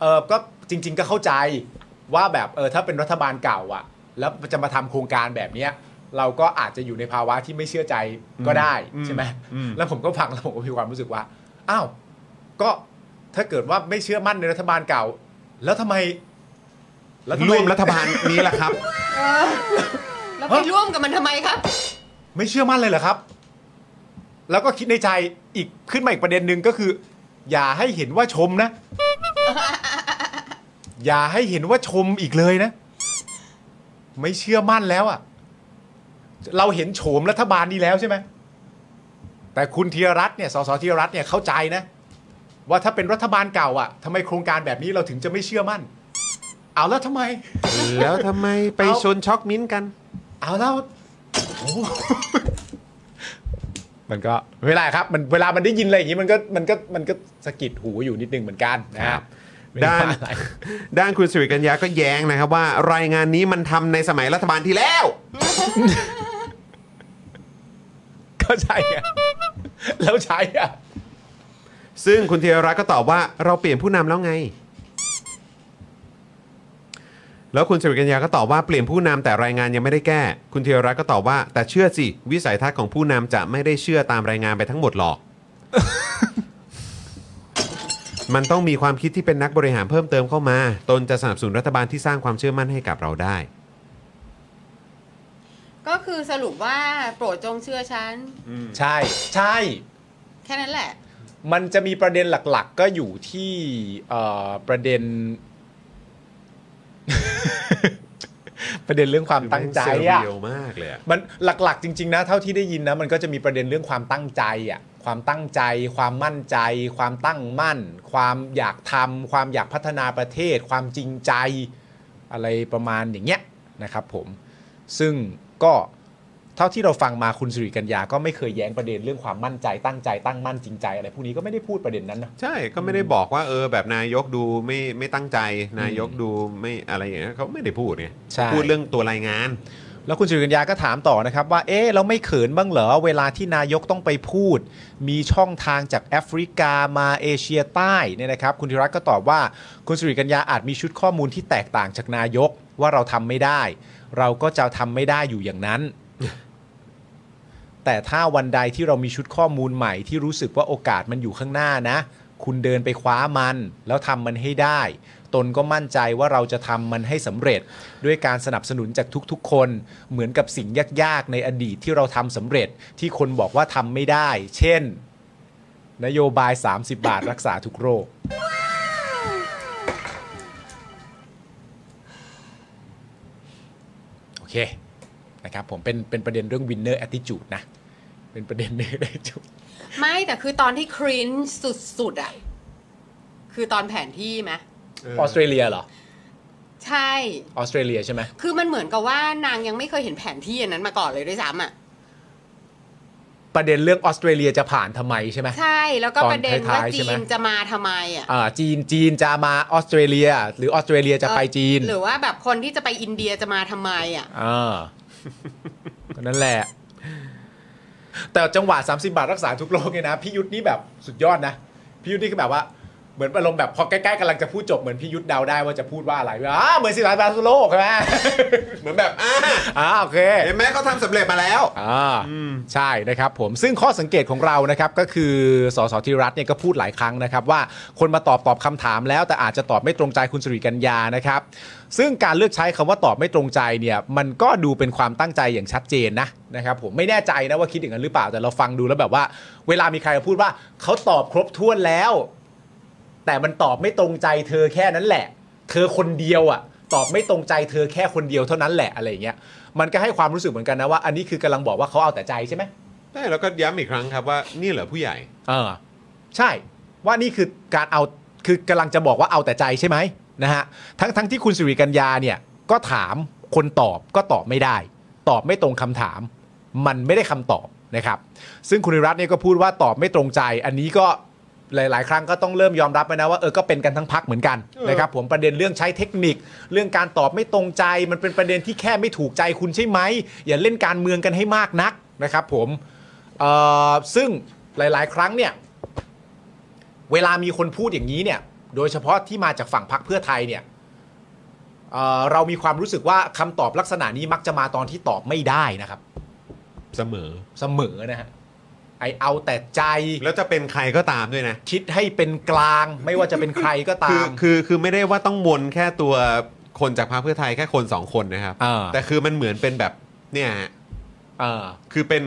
เออก็จริง ๆ ก็เข้าใจว่าแบบเออถ้าเป็นรัฐบาลเก่าอะแล้วจะมาทำโครงการแบบเนี้ย เราก็อาจจะอยู่ในภาวะที่ไม่เชื่อใจก็ได้ใช่ไหม
อืม
แล้วผมก็ฟังแล้วผมก็มีความรู้สึกว่าอ้าวก็ถ้าเกิดว่าไม่เชื่อมั่นในรัฐบาลเก่า แล้วทำไมทำไ
ร่วมรัฐบาลนี้แหละครับ
แล้วไปร่วมกับมันทำไมครับ
ไม่เชื่อมั่นเลยเหรอครับ แล้วก็คิดในใจอีกขึ้นมาอีกประเด็นหนึ่งก็คือ อย่าให้เห็นว่าชมนะ อย่าให้เห็นว่าชมอีกเลยนะ ไม่เชื่อมั่นแล้วอะเราเห็นโฉมรัฐบาลนี้แล้วใช่ไหม แต่คุณธีรรัตน์เนี่ยสสธีรรัตน์เนี่ยเข้าใจนะ ว่าถ้าเป็นรัฐบาลเก่าอ่ะทำไมโครงการแบบนี้เราถึงจะไม่เชื่อมั่น เอาแล้วทำไม
*laughs* แล้วทำไมไป
เอา
ชนช็อกมิ้นท์กัน
เอาแล้วโอ้โห *laughs* มันก็เวลาครับ มันเวลามันได้ยินอะไรอย่างนี้มันก็มันก็มันก็สะกิดหูอยู่นิดนึงเหมือนกันนะ
ครั
ฮะ
บ
ไม่
ด้
ได้
*laughs* าน
ว่าอะไร *laughs*
ด้านคุณสิริกัญญาก็แย้งนะครับว่า รายงานนี้มันทำในสมัยรัฐบาลที่แล้ว
ก็ใช่อะแล้วใช่อะ
ซึ่งคุณธีรรัตน์ก็ตอบว่าเราเปลี่ยนผู้นำแล้วไง แล้วคุณสิริกัญญาก็ตอบว่าเปลี่ยนผู้นำแต่รายงานยังไม่ได้แก้ คุณธีรรัตน์ก็ตอบว่า แต่เชื่อสิ วิสัยทัศน์ของผู้นำจะไม่ได้เชื่อตามรายงานไปทั้งหมดหร *laughs* อก มันต้องมีความคิดที่เป็นนักบริหารเพิ่มเติมเข้ามา ตนจะสนับสนุนรัฐบาลที่สร้างความเชื่อมั่นให้กับเราได้
ก็คือสรุปว่าโปรดจงเชื่อฉัน
ใช่ ใช่
แค่นั้นแหละ
มันจะมีประเด็นหลัก ๆ ก็อยู่ที่เอ่อประเด็น *laughs* ประเด็นเรื่องความตั้งใจ
เซล
อะ
ล์เดียวมากเลยอะ
มันหลักๆ จริง ๆ นะ เท่าที่ได้ยินนะ มันก็จะมีประเด็นเรื่องความตั้งใจอ่ะความตั้งใจ ความมั่นใจ ความตั้งมั่น ความอยากทำความอยากพัฒนาประเทศ ความจริงใจอะไรประมาณอย่างเงี้ยนะครับผมซึ่งก็เท่าที่เราฟังมาคุณสิริกัญญาก็ไม่เคยแย้งประเด็นเรื่องความมั่นใจตั้งใจตั้งมั่นจริงใจอะไรพวกนี้ก็ไม่ได้พูดประเด็นนั้นนะ
ใช่ก็ไม่ได้บอกว่าเออแบบนายกดูไม่ไม่ตั้งใจ นายกดูไม่อะไรอย่างเงี้ยเขาไม่ได้พูดไง
ใช่
พูดเรื่องตัวรายงาน
แล้วคุณสิริกัญญาก็ถามต่อนะครับว่า เอ๊ะเราไม่เขินบ้างเหรอ เวลาที่นายกต้องไปพูด มีช่องทางจากแอฟริกามาเอเชียใต้เนี่ยนะครับ คุณธีรัตน์ก็ตอบว่า คุณสิริกัญญาอาจมีชุดข้อมูลที่แตกต่างจากนายกว่าเราทำไม่ได้ เราก็จะทำไม่ได้อยู่อย่างนั้น แต่ถ้าวันใดที่เรามีชุดข้อมูลใหม่ที่รู้สึกว่าโอกาสมันอยู่ข้างหน้านะ คุณเดินไปคว้ามัน แล้วทำมันให้ได้ ตนก็มั่นใจว่าเราจะทำมันให้สำเร็จ ด้วยการสนับสนุนจากทุกๆ คน เหมือนกับสิ่งยากๆ ในอดีตที่เราทำสำเร็จที่คนบอกว่าทำไม่ได้ เช่น นโยบาย 30 บาทรักษาทุกโรค โอเค นะครับผมเป็นเป็นประเด็นเรื่อง winner attitude นะ เป็นประเด็น winner attitude
ไม่แต่คือตอนที่ครีนสุดๆอ่ะ คือตอนแผนที่ไหม
ออสเตรเลียเหรอ
ใช่
ออสเตรเลียใช่ไหม
คือมันเหมือนกับว่านางยังไม่เคยเห็นแผนที่อันนั้นมาก่อนเลยด้วยซ้ำอ่ะ
ประเด็นเรื่องออสเตรเลียจะผ่านทำไมใช่ไหม
ใช่แล้วก็
ตอน
ประเด็นว่า
ท้ายๆใช่
จี
ไหม
นจะมาทำไมอ่ะ
อ่าจีนจีนจะมาออสเตรเลีย หรือออสเตรเลียจะไปจีน
หรือว่าแบบคนที่จะไปอินเดียจะมาทำไมอ่ะ
อ่า ก็นั่นแหละ แต่จังหวะ 30 บาทรักษาทุกโรคเนี่ยนะพี่ยุทธนี่แบบสุดยอดนะพี่ยุทธนี่คือแบบว่าเหมือนอารมณ์แบบพอใกล้ๆกำลังจะพูดจบเหมือนพี่ยุทธเดาได้ว่าจะพูดว่าอะไรอ่าเหมือนสิบาทรักษาทุกโรคใช่ไหม
เหมือนแบบอ่า
อ่าโอเค
เห็นไหมเขาทำสำเร็จมาแล้ว
อ่าใช่นะครับผมซึ่งข้อสังเกตของเรานะครับก็คือสสธีรัตน์เนี่ยก็พูดหลายครั้งนะครับว่าคนมาตอบตอบคำถามแล้ว แต่อาจจะตอบไม่ตรงใจคุณสุริกัญญานะครับซึ่งการเลือกใช้คำว่าตอบไม่ตรงใจเนี่ยมันก็ดูเป็นความตั้งใจอย่างชัดเจนนะนะครับผมไม่แน่ใจนะว่าคิดอย่างนั้นหรือเปล่าแต่เราฟังดูแล้วแบบว่า เวลามีใครมาพูดว่าเขาตอบครบถ้วนแล้ว แต่มันตอบไม่ตรงใจเธอแค่นั้นแหละ เธอคนเดียวอะ่ะ ตอบไม่ตรงใจเธอแค่คนเดียวเท่านั้นแหละอะไรอย่างเงี้ย มันก็ให้ความรู้สึกเหมือนกันนะว่าอันนี้คือกำลังบอกว่าเขาเอาแต่ใจใช่ไหม
ใช่แล้วก็ย้ำอีกครั้งครับว่านี่เหรอผู้ใหญ่
เออ ใช่ ว่านี่คือการเอาคือกำลังจะบอกว่าเอาแต่ใจใช่ไหมนะฮะทั้งทั้งที่คุณสิริกัญญาเนี่ย ก็ถามคนตอบก็ตอบไม่ได้ ตอบไม่ตรงคำถาม มันไม่ได้คำตอบนะครับ ซึ่งคุณวิรัตน์เนี่ยก็พูดว่าตอบไม่ตรงใจ อันนี้ก็หลาย ๆ ครั้งก็ต้องเริ่มยอมรับไปนะว่าเออก็เป็นกันทั้งพักเหมือนกันนะครับผมประเด็นเรื่องใช้เทคนิค เรื่องการตอบไม่ตรงใจ มันเป็นประเด็นที่แค่ไม่ถูกใจคุณใช่ไหมอย่าเล่นการเมืองกันให้มากนักนะครับ ผมเอ่อซึ่งหลาย ๆ ครั้งเนี่ย เวลามีคนพูดอย่างนี้เนี่ย โดยเฉพาะที่มาจากฝั่งพรรคเพื่อไทยเนี่ยเอ่อเรามีความรู้สึกว่าคำตอบลักษณะนี้มักจะมาตอนที่ตอบไม่ได้นะครับ
เสมอ
เสมอนะฮะไอเอาแต่ใจ
แล้วจะเป็นใครก็ตามด้วยนะ
คิดให้เป็นกลาง ไม่ว่าจะเป็นใครก็
คื
ตา
อ
ม
คือคือไม่ได้ว่าต้องวนแค่ตัวคนจากพรรคเพื่อไทยแค่คนสองคนนะครับ
อ่า
แต่คือมันเหมือนเป็นแบบเนี่ยฮะ
เออ
คือเป็น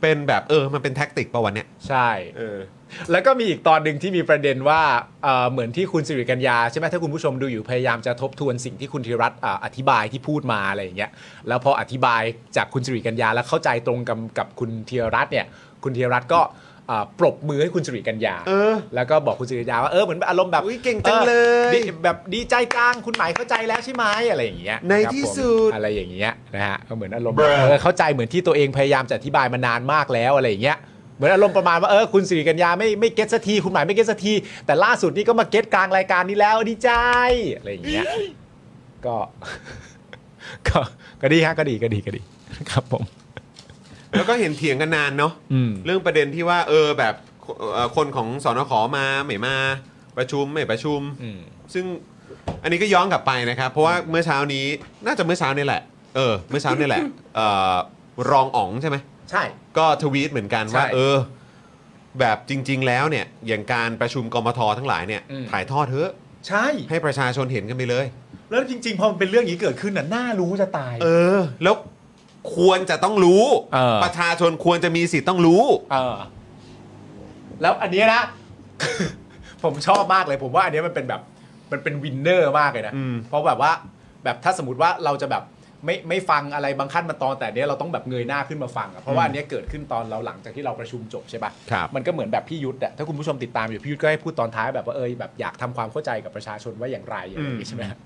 เป็นแบบเออมันเป็นแท็กติกป่ะวันเนี้ย
ใช่
เออ
แล้วก็มีอีกตอนหนึ่งที่มีประเด็นว่าเอ่อเหมือนที่คุณสิริกัญญาใช่ไหมถ้าคุณผู้ชมดูอยู่พยายามจะทบทวนสิ่งที่คุณธีรัตน์อ่าอธิบายที่พูดมาอะไรอย่างเงี้ยแล้วพออธิบายจากคุณสิริกัญญาแล้วเข้าใจตรงกับกับคุณธีรัตน์เนี่ย คุณธีรรัตน์ก็อ่าปรบมือให้คุณสิริกัญญา
เออ
แล้วก็บอกคุณสิริกัญญาว่าเออเหมือนอารมณ์แบบ
อุ๊ยเก่งจังเลย
ออดีแบบดีใจจังคุณหมายเข้าใจแล้วใช่ไหมอะไรอย่างเงี้ย
ใน
นะครับ
ที่
ผม
สุด
อะไรอย่างเงี้ยนะฮะก็เหมือนอารมณ์แบบเออเข้าใจเหมือนที่ตัวเองพยายามจะอธิบายมานานมากแล้วอะไรอย่างเงี้ยเหมือนอารมณ์ประมาณว่าเออคุณสิริกัญญาไม่ไม่เก็ตสักทีคุณหมายไม่เก็ตสักทีแต่ล่าสุดนี่ก็มาเก็ตกลางรายการนี้แล้วดีใจอะไรอย่าง *gasps* เงี้ย ก็ *laughs* ก็ก็ดีฮะก็ดีก็ดีก็ดี ครับผม
แล้วก็เห็นเถียงกันนานเนาะ
อืม
เรื่องประเด็นที่ว่าเออแบบเอ่อคนของสอนขอมาไม่มาประชุมไม่ประชุม
อืม
ซึ่งอันนี้ก็ย้อนกลับไปนะครับ เพราะว่าเมื่อเช้านี้น่าจะเมื่อเช้านี่แหละเออเมื่อเช้านี่แหละเอ่อรองอ๋องใช่ไหม
ใช่
ก็ทวีตเหมือนกันว่า
ใช่
เออ แบบจริง ๆ แล้วเนี่ยอย่างการประชุมกมททั้งหลายเนี่ย
อืม
ถ่ายทอดเถอะ
ใช่
ให้ประชาชนเห็นกันไปเลย
แล้วจริง ๆ พอมันเป็นเรื่องอย่างนี้เกิดขึ้นน่ะน่ารู้จะตาย
เออ แล้วควรจะต้องรู้
เออ
ประชาชนควรจะมีสิทธิ์ต้องรู้
เออ แล้วอันเนี้ยนะ *laughs* ผมชอบมากเลย ผมว่าอันเนี้ยมันเป็นแบบมันเป็นวินเนอร์มากเลยนะ
อืม
เพราะแบบว่าแบบถ้าสมมติว่าเราจะแบบไม่ไม่ฟังอะไรบางขั้นบางตอนแต่อันเนี้ยเราต้องแบบเงยหน้าขึ้นมาฟังอะเพราะว่าอันเนี้ยเกิดขึ้นตอนเราหลังจากที่เราประชุมจบใช่ปะ
ครับ
มันก็เหมือนแบบพี่ยุทธอะถ้าคุณผู้ชมติดตามอยู่พี่ยุทธก็ให้พูดตอนท้ายแบบว่าเอยแบบอยากทำความเข้าใจกับประชาชนว่าอย่างไรอะไรอย่าง
อืม
งี้ใช่ไหมฮะ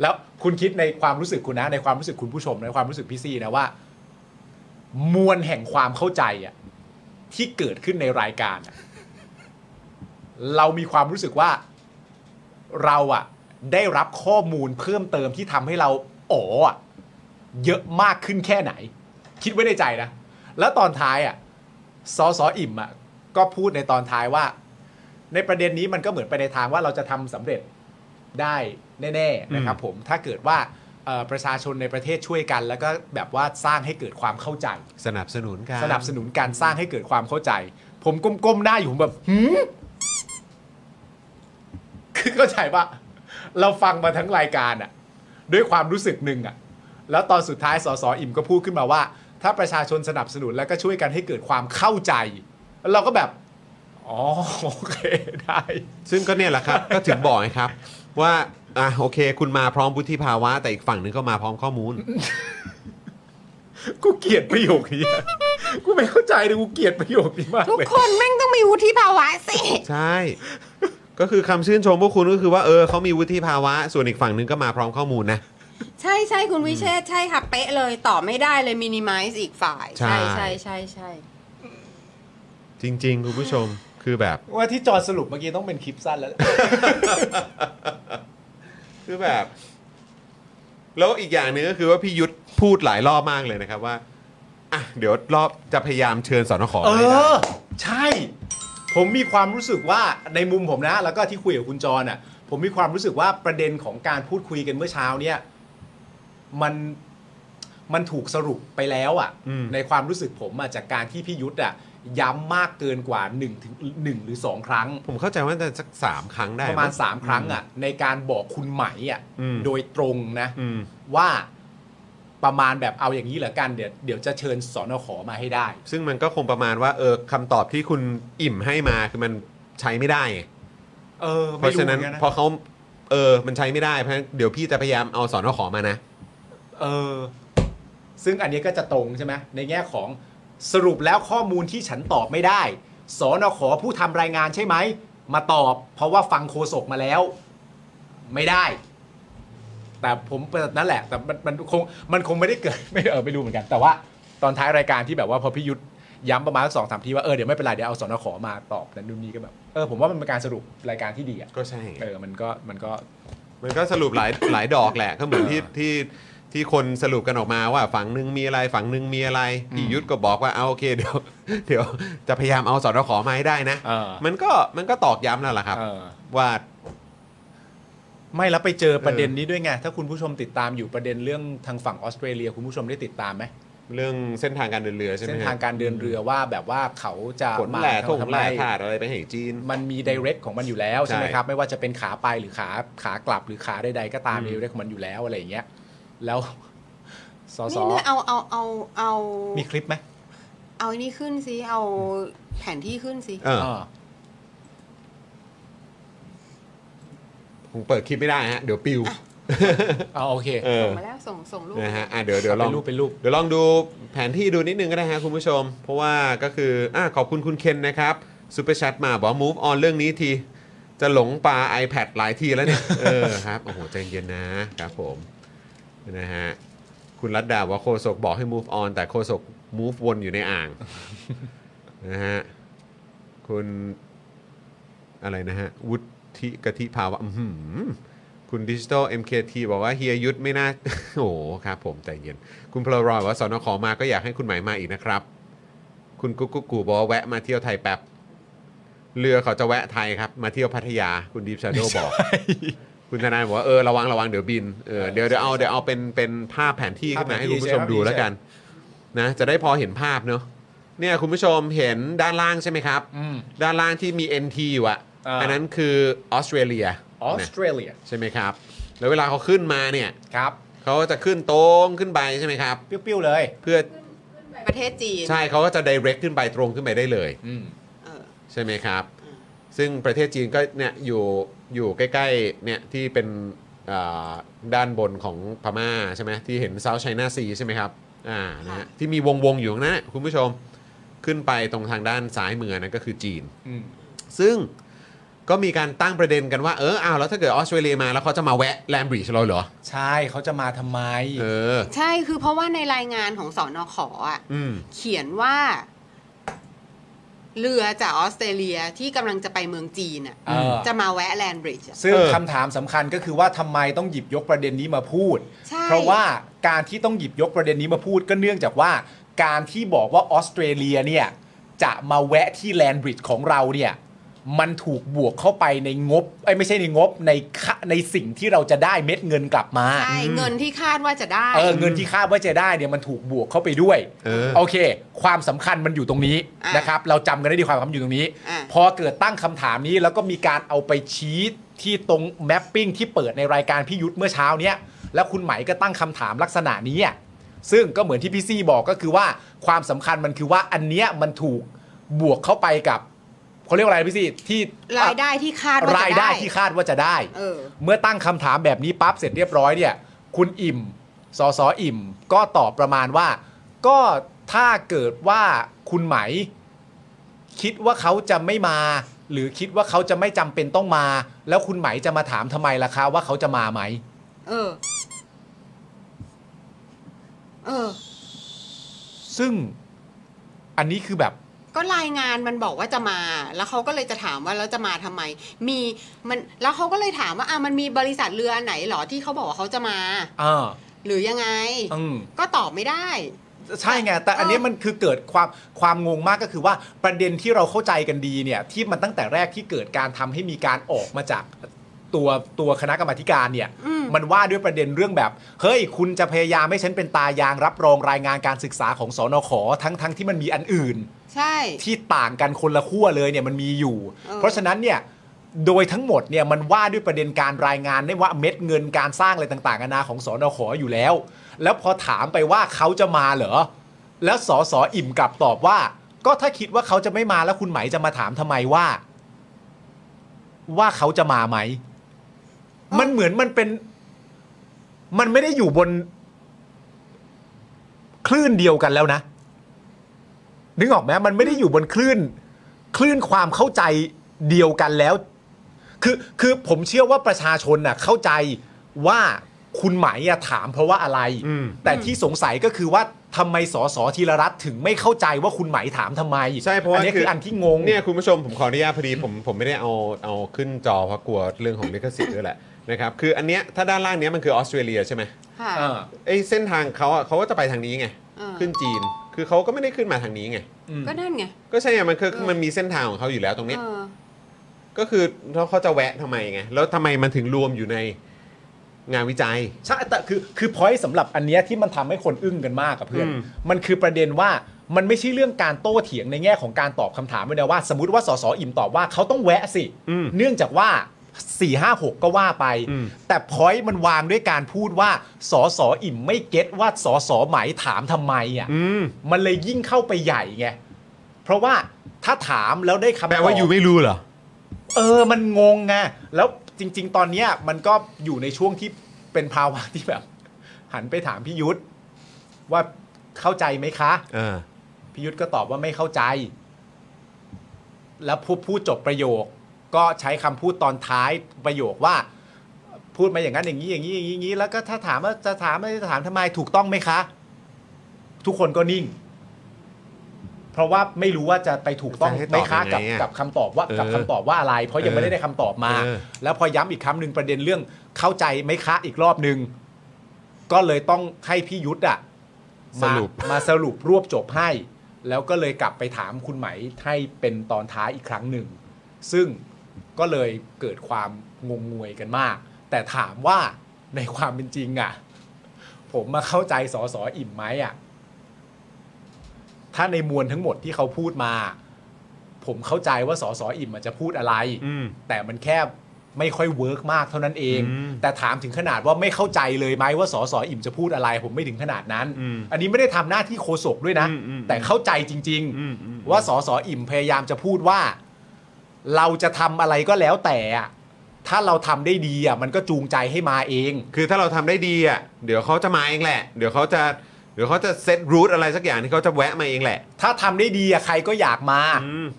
แล้วคุณคิดในความรู้สึกคุณนะ ในความรู้สึกคุณผู้ชมในความรู้สึกพี่ซีนะว่า มวลแห่งความเข้าใจอะที่เกิดขึ้นในรายการอะเรามีความรู้สึกว่าเราอะได้รับข้อมูลเพิ่มเติมที่ทำให้เราอ๋ออะเยอะมากขึ้นแค่ไหน คิดไว้ในใจนะ แล้วตอนท้ายอ่ะ ซอสออิ่มอ่ะก็พูดในตอนท้ายว่า ในประเด็นนี้มันก็เหมือนไปในทางว่าเราจะทำสำเร็จได้แน่ๆนะครับผมถ้าเกิดว่าเอ่อประชาชนในประเทศช่วยกัน แล้วก็แบบว่าสร้างให้เกิดความเข้าใจ
สนับสนุนการ
สนับสนุนการสร้างให้เกิดความเข้าใจ ผมก้มๆหน้าอยู่ผมแบบหืม *laughs* คือเข้าใจปะเราฟังมาทั้งรายการอะด้วยความรู้สึกหนึ่งอะแล้วตอนสุดท้ายสสอิ่มก็พูดขึ้นมาว่า ถ้าประชาชนสนับสนุนแล้วก็ช่วยกันให้เกิดความเข้าใจ เราก็แบบ อ๋อโอเคได้
ซึ่งก็เนี่ยแหละครับ ก็ถึงบอกไงครับ ว่าอ่ะโอเค คุณมาพร้อมวุฒิภาวะ แต่อีกฝั่งหนึ่งก็มาพร้อมข้อมูล
กูเกลียดประโยคนี้อะกูไม่เข้าใจเลยกูเกลียดประโยคนี้มาก
ทุก
เลย
คนแม่งต้องมีวุฒิภาวะสิ
ใช่ ก็คือคำชื่นชมพวกคุณก็คือว่าเออเขามีวุฒิภาวะ ส่วนอีกฝั่งหนึ่งก็มาพร้อมข้อมูลนะ
ใช่ใช่คุณวิเชษฐ์ใช่ค่ะเป๊ะเลยตอบไม่ได้เลยมินิมัลอีกฝ่าย
ใช่
ใช่ใช่ใช่ใช่
จริง ๆ คุณผู้ชมคือแบบ
ว่าที่จอดสรุปเมื่อกี้ต้องเป็นคลิปสั้นแล้วแหละ
คือแบบ แล้วอีกอย่างหนึ่งก็คือว่าพี่ยุทธพูดหลายรอบมากเลยนะครับว่าอ่ะเดี๋ยวรอบจะพยายามเชิญสอนขอ
เอ
ให้ได้
อ ใช่ ผมมีความรู้สึกว่าในมุมผมนะ แล้วก็ที่คุยกับคุณจรอ่ะ ผมมีความรู้สึกว่าประเด็นของการพูดคุยกันเมื่อเช้าเนี่ย มันมันถูกสรุปไปแล้วอ่ะ ในความรู้สึกผมอ่ะจากการที่พี่ยุทธอ่ะ ย้ำมากเกินกว่า1นงถึงหนึ่งหรือ 2 ครั้ง
ผมเข้าใจว่าจะสักสามครั้งได้
ประมาณ
ง
3 ครั้งอ่ะ ในการบอกคุณไหมอ่ะ
อืม
โดยตรงนะ
อืม
ว่าประมาณแบบเอาอย่างนี้เหรอกันเดี๋ยวเดี๋ยวจะเชิญสอนขอมาให้ได้
ซึ่งมันก็คงประมาณว่าเออคำตอบที่คุณอิ่มให้มาคือมันใช้ไม่ได้ไง
เออ
เพ
ไม่
ราะ
รู้
ฉะ
เห
นั้น
มือนกันนะ
พอเขาเออมันใช้ไม่ได้เพราะฉะนั้นเดี๋ยวพี่จะพยายามเอาสอนขอมานะ
เออ ซึ่งอันนี้ก็จะตรงใช่ไหมในแง่ของสรุปแล้วข้อมูลที่ฉันตอบไม่ได้ สอนขอผู้ทำรายงานใช่ไหม มาตอบ เพราะว่าฟังโคศกมาแล้ว ไม่ได้ แต่ผมเปิดนั่นแหละ แต่มันมันคงมันคงไม่ได้เกิด *laughs* ไม่เออไม่รู้เหมือนกัน แต่ว่าตอนท้ายรายการที่แบบว่าพอพี่ยุทธย้ำประมาณสองสามทีว่าเออเดี๋ยวไม่เป็นไรเดี๋ยวเอาสอนขอมาตอบนั้นนู่นนี่ก็แบบเออผมว่ามันเป็นการสรุปรายการที่ดีอ่ะ
ก็ใช่
เออมันก็มันก็
มันก็สรุปหลาย หลายดอกแหละก็เหมือนที่ที่ที่คนสรุปกันออกมาว่าฝั่งหนึ่งมีอะไรฝั่งหนึ่งมีอะไรพี่ยุทธก็บอกว่าเอาโอเคเดี๋ยว *laughs* เดี๋ยวจะพยายามเอาสอขอมาให้ได้นะ
เออ
มันก็มันก็ตอกย้ำแล้วล่ะครับ
เออ
ว่า
ไม่แล้วไปเจอประเด็นนี้ด้วยไง ถ้าคุณผู้ชมติดตามอยู่ประเด็นเรื่องทางฝั่งออสเตรเลีย คุณผู้ชมได้ติดตามไหม
เรื่องเส้นทางการเดินเรือใช่ไหม
เส้นทางการเดินเรือว่าแบบว่าเขาจะ
ขน
มา
แหล่ทง
ทำ
แห
ไม
ล่ถาดอะไรไปให้จีน
มันมีไดเรกของมันอยู่แล้วใช่ไหม
ใช่
ครับ ไม่ว่าจะเป็นขาไปหรือขาขากลับหรือขาใดๆก็ตามมีไดเรกของมันอยู่แล้วอะไรอย่างเงี้ย แล้ว *laughs* สอส
นี่
อ
เนี่ยเอาเอาเอาเอา
มีคลิปไหม
เอาอันนี่ขึ้นสิเอาแผนที่ขึ้นสิ
เออ
เออ
ผมเปิดคลิปไม่ได้ฮะเดี๋ยวปิว
อ๋อโอเค
เออ
มาแล้วส่งส่งรูป
นะฮะอ่ะเดี๋ยวเดี๋ยวลอง
เป็นรูปเป็นรูป
เดี๋ยวลองดูแผนที่ดูนิดนึงก็ได้ฮะคุณผู้ชม เพราะว่าก็คืออ่ะขอบคุณคุณเคนนะครับซูเปอร์แชทมาบอก move on เรื่องนี้ที จะหลงป่า iPad หลายทีแล้วเนี่ย เออครับ โอ้โห ใจเย็นนะครับผมนะฮะคุณรัตดดาบอกว่าโคศกบอกให้ move on แต่โคศก move วนอยู่ในอ่าง นะฮะคุณอะไรนะฮะ วุฒิกะทิภาวะอื้อหือคุณดิจิตอล MKT บอกว่าเฮียยุทธไม่น่า *laughs* โอ้โหครับผมใจเย็น คุณพลรอยบอกว่าสอนขอมาก็อยากให้คุณหมายมาอีกนะครับ คุณกุ๊กกุ๊กกูบอกว่าแวะมาเที่ยวไทยแป๊บ เรือเขาจะแวะไทยครับ มาเที่ยวพัทยาคุณดีฟชาโดบอก คุณทนายบอกว่าเออระวังระวังเดี๋ยวบินเออเดี๋ยวเดี๋ยวเอาเดี๋ยวเอาเป็นเป็นภาพแผนที่ขึ้นมาให้คุณผู้ชมดูแล้วกัน นะจะได้พอเห็นภาพเนอะเนี่ยคุณผู้ชมเห็นด้านล่างใช่ไหมครับ
อืม
ด้านล่างที่มี NT อยู่อะ
อ่า
อันนั้นคือออสเตรเลีย
ออส
นะ
เตรเลีย
ใช่ไหมครับ แล้วเวลาเขาขึ้นมาเนี่ย
ครับ
เขาจะขึ้นตรงขึ้นไปใช่ไหมครับ
ปิ้วๆเลย
เพื่อ
ประเทศจีน
ใช่เขาก็จะ direct ขึ้นไปตรงขึ้นไปได้เลย
อืม
เออ
ใช่ไหมครับ
อืม
ซึ่งประเทศจีนก็เนี่ยอยู่อยู่ใกล้ๆเนี่ยที่เป็นอ่าด้านบนของพม่าใช่ไหมที่เห็นเซาท์ไชน่าซีใช่ไหมครับอ่านะฮะที่มีวงวงๆอยู่ข้างหนะคุณผู้ชมขึ้นไปตรงทางด้านซ้ายมือนั่นก็คือจีน
อืม
ซึ่งก็มีการตั้งประเด็นกันว่า เออเอาวแล้วถ้าเกิดออสเตรเลียมาแล้วเขาจะมาแวะแลมบริดจ์เราเหรอ
ใช่เขาจะมาทำไม
เออ
ใช่คือเพราะว่าในรายงานของสอนอขออ่ะ
อืม
เขียนว่า เรือจากออสเตรเลียที่กำลังจะไปเมืองจีนอ่ะ
เออ
จะมาแวะแลนบริดจ์อะ
ซึ่ง
เออ
คำถามสำคัญก็คือว่าทำไมต้องหยิบยกประเด็นนี้มาพูด
ใช่
เพราะว่าการที่ต้องหยิบยกประเด็นนี้มาพูดก็เนื่องจากว่า การที่บอกว่าออสเตรเลียเนี่ยจะมาแวะที่แลนบริดจ์ของเราเนี่ยมันถูกบวกเข้าไปในงบไอ้ยไม่ใช่ในงบในค่าในสิ่งที่เราจะได้เม็ดเงินกลับมา
ใช่เงินที่คาดว่าจะได้
เออเงินที่คาดว่าจะได้เนี่ยมันถูกบวกเข้าไปด้วย
เออ
โอเค ความสำคัญมันอยู่ตรงนี้
อ่ะ
นะครับ เราจำกันได้ดีความสำคัญอยู่ตรงนี้
อ่ะ
พอเกิดตั้งคำถามนี้แล้วก็มีการเอาไปชี้ที่ตรงแมปปิ้งที่เปิดในรายการพี่ยุทธเมื่อเช้าเนี้ยแล้วคุณไหมก็ตั้งคำถามลักษณะนี้อ่ะซึ่งก็เหมือนที่พี่ซี่บอกก็คือว่าความสำคัญมันคือว่าอันเนี้ยมันถูกบวกเข้าไปกับเขาเรียกว่าอะไรพี่ซี่ที่
รายได้ที่คาดว่าจะได้
รายได้ที่คาดว่าจะได้
เออ
เมื่อตั้งคำถามแบบนี้ปั๊บเสร็จเรียบร้อยเนี่ย คุณอิ่มสอสออิ่ม ก็ตอบประมาณว่า ก็ถ้าเกิดว่าคุณไหม คิดว่าเขาจะไม่มา หรือคิดว่าเขาจะไม่จำเป็นต้องมา แล้วคุณไหมจะมาถามทำไมล่ะคะว่าเขาจะมาไหม
เออ เออ
ซึ่งอันนี้คือแบบ
ก็รายงานมันบอกว่าจะมา แล้วเขาก็เลยจะถามว่าแล้วจะมาทำไม มีมันแล้วเขาก็เลยถามว่าอ่ะมันมีบริษัทเรืออันไหนเหรอที่เขาบอกว่าเขาจะมา
เออ
หรือยังไง
อืม
ก็ตอบไม่ได้
ใช่ไง แต่อันนี้มันคือเกิดความความงงมากก็คือว่าประเด็นที่เราเข้าใจกันดีเนี่ย ที่มันตั้งแต่แรกที่เกิดการทำให้มีการออกมาจากตัวตัวคณะกรรมาธิการเนี่ย
อืม
มันว่าด้วยประเด็นเรื่องแบบ เฮ้ย คุณจะพยายามให้ฉันเป็นตายางรับรองรายงานการศึกษาของสอนขทั้งทั้งที่มันมีอันอื่น
ใช่
ที่ต่างกันคนละขั้วเลยเนี่ยมันมีอยู่
เออ
เพราะฉะนั้นเนี่ยโดยทั้งหมดเนี่ยมันว่าด้วยประเด็นการรายงานได้ว่าเม็ดเงินการสร้างอะไรต่างๆนานาของสอนขออยู่แล้ว แล้วพอถามไปว่าเขาจะมาเหรอ แล้วสอสออิ่มกลับตอบว่า ก็ถ้าคิดว่าเขาจะไม่มาแล้วคุณไหมจะมาถามทำไมว่า ว่าเขาจะมาไหม มันเหมือนมันเป็น มันไม่ได้อยู่บน คลื่นเดียวกันแล้วนะ นึกออกไหมมันไม่ได้อยู่บนคลื่น คลื่นความเข้าใจเดียวกันแล้ว คือคือผมเชื่อว่าประชาชนน่ะเข้าใจว่าคุณไหมายอะถามเพราะว่าอะไร แต่ที่สงสัยก็คือว่าทำไมสสธีรรัตน์ถึงไม่เข้าใจว่าคุณไหมายถามทำไม
ใช่เพราะว่า
อันนี้คืออันที่งง
เนี่ยคุณผู้ชมผมขออนุญาตพอดีผมผมไม่ได้เอาเอาขึ้นจอเพราะกลัวเรื่องของลิขสิทธิ์ด้วยแหละนะครับคืออันเนี้ยถ้าด้านล่างเนี้ยมันคือออสเตรเลียใช่ไหม
ค่ะ
เออ
ไอ้เส้นทางเขาอะเขาก็จะไปทางนี้ไง
เออ
ขึ้นจีน คือเขาก็ไม่ได้ขึ้นมาทางนี้ไง
อืม
ก็นั่นไง
ก็ใช่ไงมันคือ
เออ
มันมีเส้นทางของเขาอยู่แล้วตรงเนี้ย
เออ
ก็คือแล้วเขาจะแวะทำไมไงแล้วทำไมมันถึงรวมอยู่ในงานวิจัย
ใช่แต่คือคือพอยต์สำหรับอันเนี้ยที่มันทำให้คนอึ้งกันมากกับเพื่อน
อืม
มันคือประเด็นว่ามันไม่ใช่เรื่องการโต้เถียงในแง่ของการตอบคำถามเลยนะว่า สมมติว่าสสอิ่มตอบว่าเขาต้องแวะสิ
อืม
เนื่องจากว่า 4 5 6 ก็ว่าไป
อืม
แต่พอยต์มันวางด้วยการพูดว่าสอสออิ่มไม่เก็ตว่าสอสอไหมายถามทำไมอ่ะ
อืม
มันเลยยิ่งเข้าไปใหญ่ไงเพราะว่าถ้าถามแล้วได้คำตอบ
แปลว่าอยู่ไม่รู้เหรอ
เออ มันงงไง แล้วจริง ๆ ตอนเนี้ยมันก็อยู่ในช่วงที่ เป็นภาวะที่แบบ หันไปถามพี่ยุทธว่าเข้าใจไหมคะ
เออ
พี่ยุทธก็ตอบว่าไม่เข้าใจ แล้วพูดพูดจบประโยค ก็ใช้คำพูดตอนท้ายประโยคว่า พูดมาอย่างนั้นอย่างนี้อย่างนี้อย่างนี้อย่างนี้แล้วก็ถ้าถามว่าจะถามว่าจะถามทำไมถูกต้องไหมคะ ทุกคนก็นิ่ง เพราะว่าไม่รู้ว่าจะไปถูกต้อง
จะให้
ไหม
ตอบ
คะ
ยังไง
กับ
อะ
กับคำตอบว่า
เออ
กับคำตอบว่าอะไร เพราะยังไม่ได้ได้คำตอบมา
เออ
แล้วพอย้ำอีกคำหนึ่งประเด็นเรื่องเข้าใจไหมคะอีกรอบหนึ่งก็เลยต้องให้พี่ยุทธอะ
ส
มา
รุป
มาสรุปรวบจบให้ แล้วก็เลยกลับไปถามคุณไหมให้เป็นตอนท้ายอีกครั้งหนึ่ง ซึ่งก็เลยเกิดความงงงวยกันมาก แต่ถามว่าในความเป็นจริงอะ่ะ ผมมาเข้าใจสอสออิ่มไหมอะ่ะ ถ้าในมวลทั้งหมดที่เขาพูดมา ผมเข้าใจว่าสอสออิ่มอาจจะพูดอะไร
อืม
แต่มันแค่ไม่ค่อยเวิร์กมากเท่านั้นเอง
อืม
แต่ถามถึงขนาดว่าไม่เข้าใจเลยไหมว่าสอสออิ่มจะพูดอะไร ผมไม่ถึงขนาดนั้น
อืม
อันนี้ไม่ได้ทำหน้าที่โคศกด้วยนะ
อืมอืม
แต่เข้าใจจริง
อืมอืม
ว่าสอสออิ่มพยายามจะพูดว่า เราจะทำอะไรก็แล้วแต่อะถ้าเราทำได้ดีอ่ะมันก็จูงใจให้มาเอง
คือถ้าเราทำได้ดีอ่ะเดี๋ยวเขาจะมาเองแหละ เดี๋ยวเขาจะเดี๋ยวเขาจะเซตรูทอะไรสักอย่างที่เขาจะแวะมาเองแหละ
ถ้าทำได้ดีอ่ะใครก็อยากมา
อืม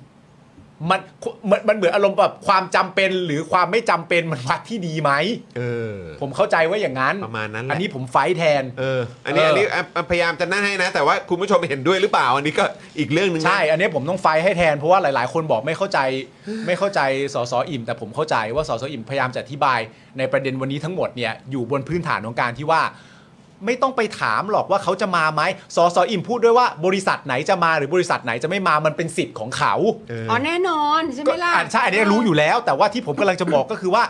มันมันมันเหมือนอารมณ์แบบความจำเป็นหรือความไม่จำเป็นมันวัดที่ดีไหม
เออ
ผมเข้าใจว่าอย่างนั้น
ประมาณนั้นแหละ
อันนี้ผมไฟท์แทน
เออ อันนี้อัน
เอออั
นี้อ่ะอ่ะพยายามจะนั่นให้นะ แต่ว่าคุณผู้ชมเห็นด้วยหรือเปล่า อันนี้ก็อีกเรื่องหนึ่งนะ
ใช่ อันนี้ผมต้องไฟให้แทนเพราะว่าหลาย ๆ คนบอกไม่เข้า
*sighs*
ใจ ไม่เข้าใจสสอิ่ม แต่ผมเข้าใจว่าสสอิ่มพยายามจะอธิบาย ในประเด็นวันนี้ทั้งหมดเนี่ยอยู่บนพื้นฐานของการที่ว่า ไม่ต้องไปถามหรอกว่าเขาจะมาไหมสสอิ่มพูดด้วยว่าบริษัทไหนจะมาหรือบริษัทไหนจะไม่มามันเป็นสิทธิ์ของเขา
เออ
อ๋อแน่นอนใช่ไหม
ก็
ล่ะ
อ่านใช่อันนี้รู้อยู่แล้ว แต่ว่าที่ผมกำลังจะบอกก็คือว่า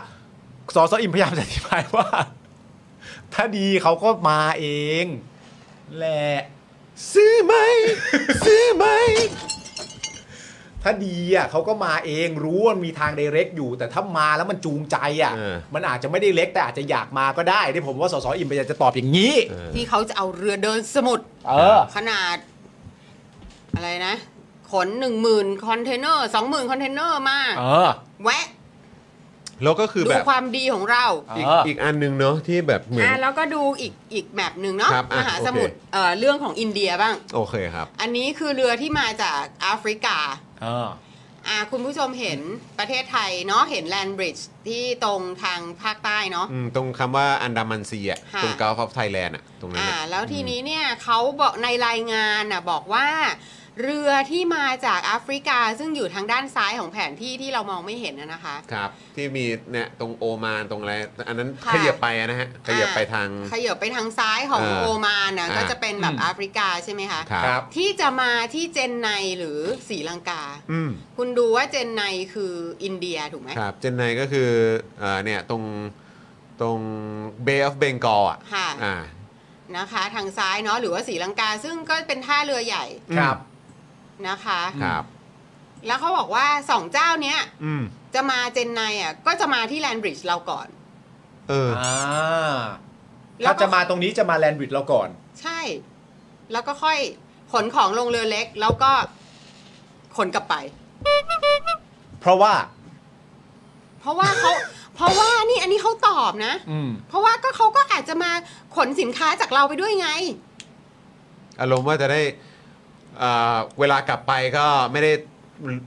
*laughs* สสอิ่มพยายามจะอธิบายว่า ถ้าดีเขาก็มาเองแหละ
ซื้อ
*laughs*
ไหมซื้อไหม
ถ้าดีอ่ะเขาก็มาเองรู้ว่ามีทาง i r เรกอยู่ แต่ถ้ามาแล้วมันจูงใจอ่ะ
เออ
มันอาจจะไม่ได้เล็กแต่อาจจะอยากมาก็ได้ที่ผมว่าสสอิมพยายามจะตอบอย่างนี้
ที่เขาจะเอาเรือเดินสมุทร
เออ
ขนาด อะไรนะ ขนหนึ่งหมื่นคอนเทนเนอร์สองหมื่นคอนเทนเนอร์มา
เออ
แวะ
แล้วก็คือ
ดู
แบบ
ความดีของเรา
อีก
เอออี
อีกอันหนึงเนาะที่แบบเหมือน
อ่ะแล้วก็ดูอีกอีกแมปหนึ่งเนาะ
ครับอ่ะ
มหาสมุทร
โอเค
เอ่อเรื่องของอินเดียบ้าง
โอเคครับ
อันนี้คือเรือที่มาจากแอฟริกา
เออ
อ่าคุณผู้ชมเห็นประเทศไทยเนาะเห็นแลนบริดจ์ที่ตรงทางภาคใต้เนาะ
อืมตรงคำว่าอันดามันซีอ่ะ
ค่ะ
ตรงกาฟอฟไทยแลนด์อ่ะ ตรงนั้น
อ่า
อะ
แล้วทีนี้เนี่ยเขาบอกในรายงานน่ะบอกว่า เรือที่มาจากแอฟริกาซึ่งอยู่ทางด้านซ้ายของแผนที่ที่เรามองไม่เห็นนะนะคะ
ครับ ที่มีเนี่ยตรงโอมานตรงอะไร อันนั้น
ค่ะ
ขยับไปอะนะฮะขยับไปทาง
ขยับไปทางซ้ายของ
เออ
โอมานน่ะ
อ่า
ก็จะเป็นแบบ
อืม
แอฟริกาใช่ไหมคะ
ครับ
ครับ
ที่จะมาที่เจนไนหรือศรีลังกา
อืม
คุณดูว่าเจนไนคืออินเดียถูกไหม
ครับ เจนไนก็คือเอ่อเนี่ยตรงตรงเบย์ออฟเบงกอลอ่ะ
ค่ะ
อ่า
นะคะ ทางซ้ายเนาะหรือว่าศรีลังกา ซึ่งก็เป็นท่าเรือใหญ่
ครับ
นะคะ
ครับ
แล้วเขาบอกว่าสองเจ้าเนี้ย
อืม
จะมาเจนไนอ่ะก็จะมาที่แลนบริดจ์เราก่อน
เออ
อ่า
แล้วก็
ถ้าจะมาตรงนี้จะมาแลนด์บริดจ์เราก่อน
ใช่ แล้วก็ค่อยขนของลงเรือเล็ก แล้วก็ขนกลับไป
เพราะว่า
เพราะว่าเขา *laughs* เพราะว่านี่อันนี้เขาตอบนะ
อืม
เพราะว่าก็เขาก็อาจจะมาขนสินค้าจากเราไปด้วยไง
อารมณ์ว่าจะได้เอ่อเวลากลับไปก็ไม่ได้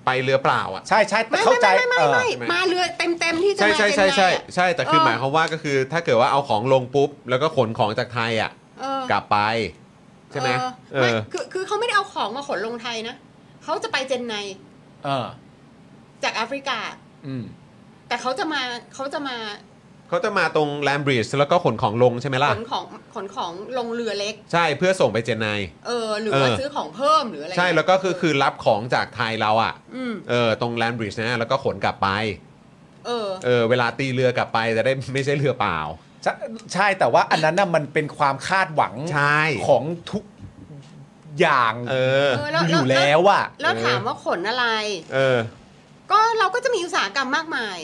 ไปเรือเปล่าอ่ะ
ใช่ใช่แต่
ไม่
เข้าใจ
ไม่ไม่ไม่
เออ
ไม่มาเรือเต็มเต็มๆที่จะ
ใช่
มา
ใช่
เจน
ใช่
ไน
ใช่
อ่ะ
ใช่แต่คือ
เออ
หมายความว่าก็คือถ้าเกิดว่าเอาของลงปุ๊บ แล้วก็ขนของจากไทยอ่ะ
เออก
ลับไป ใช่ไหม
เอ
เอ
อไม่
อ
คือคือเขาไม่ได้เอาของมาขนลงไทยนะเขาจะไปเจนไน
เออ
จากแอฟริกา
อืม
แต่เขาจะมาเขาจะมา
เขาจะมาตรงแลมบริดจ์แล้วก็ขนของลงใช่ไหมล่ะ
ขนของขนของลงเรือเล็ก
ใช่เพื่อส่งไปเจนไน
เออ หรือว่า
เออ
ซื้อของเพิ่มหรืออะไร
ใช่แล้วก็คือคือ
เ
รับของจากไทยเราอ่ะ
อืม
เออตรงแลมบริดจ์นะแล้วก็ขนกลับไป
เออ
เออเวลาตีเรือกลับไปจะได้ *laughs* ไม่ใช่เรือเปล่า
ใช่ใช่แต่ว่าอันนั้นน่ะมันเป็นความคาดหวัง
ใช่
ของทุกอย่าง
เออ
เออแล้ว
อ
แล้ว
ยู่แล้วอ่ะ
แล้ว
เออ
ถามว่าขนอะไร
เออ
ก็เราก็จะมีอุตสาหกรรมมากมาย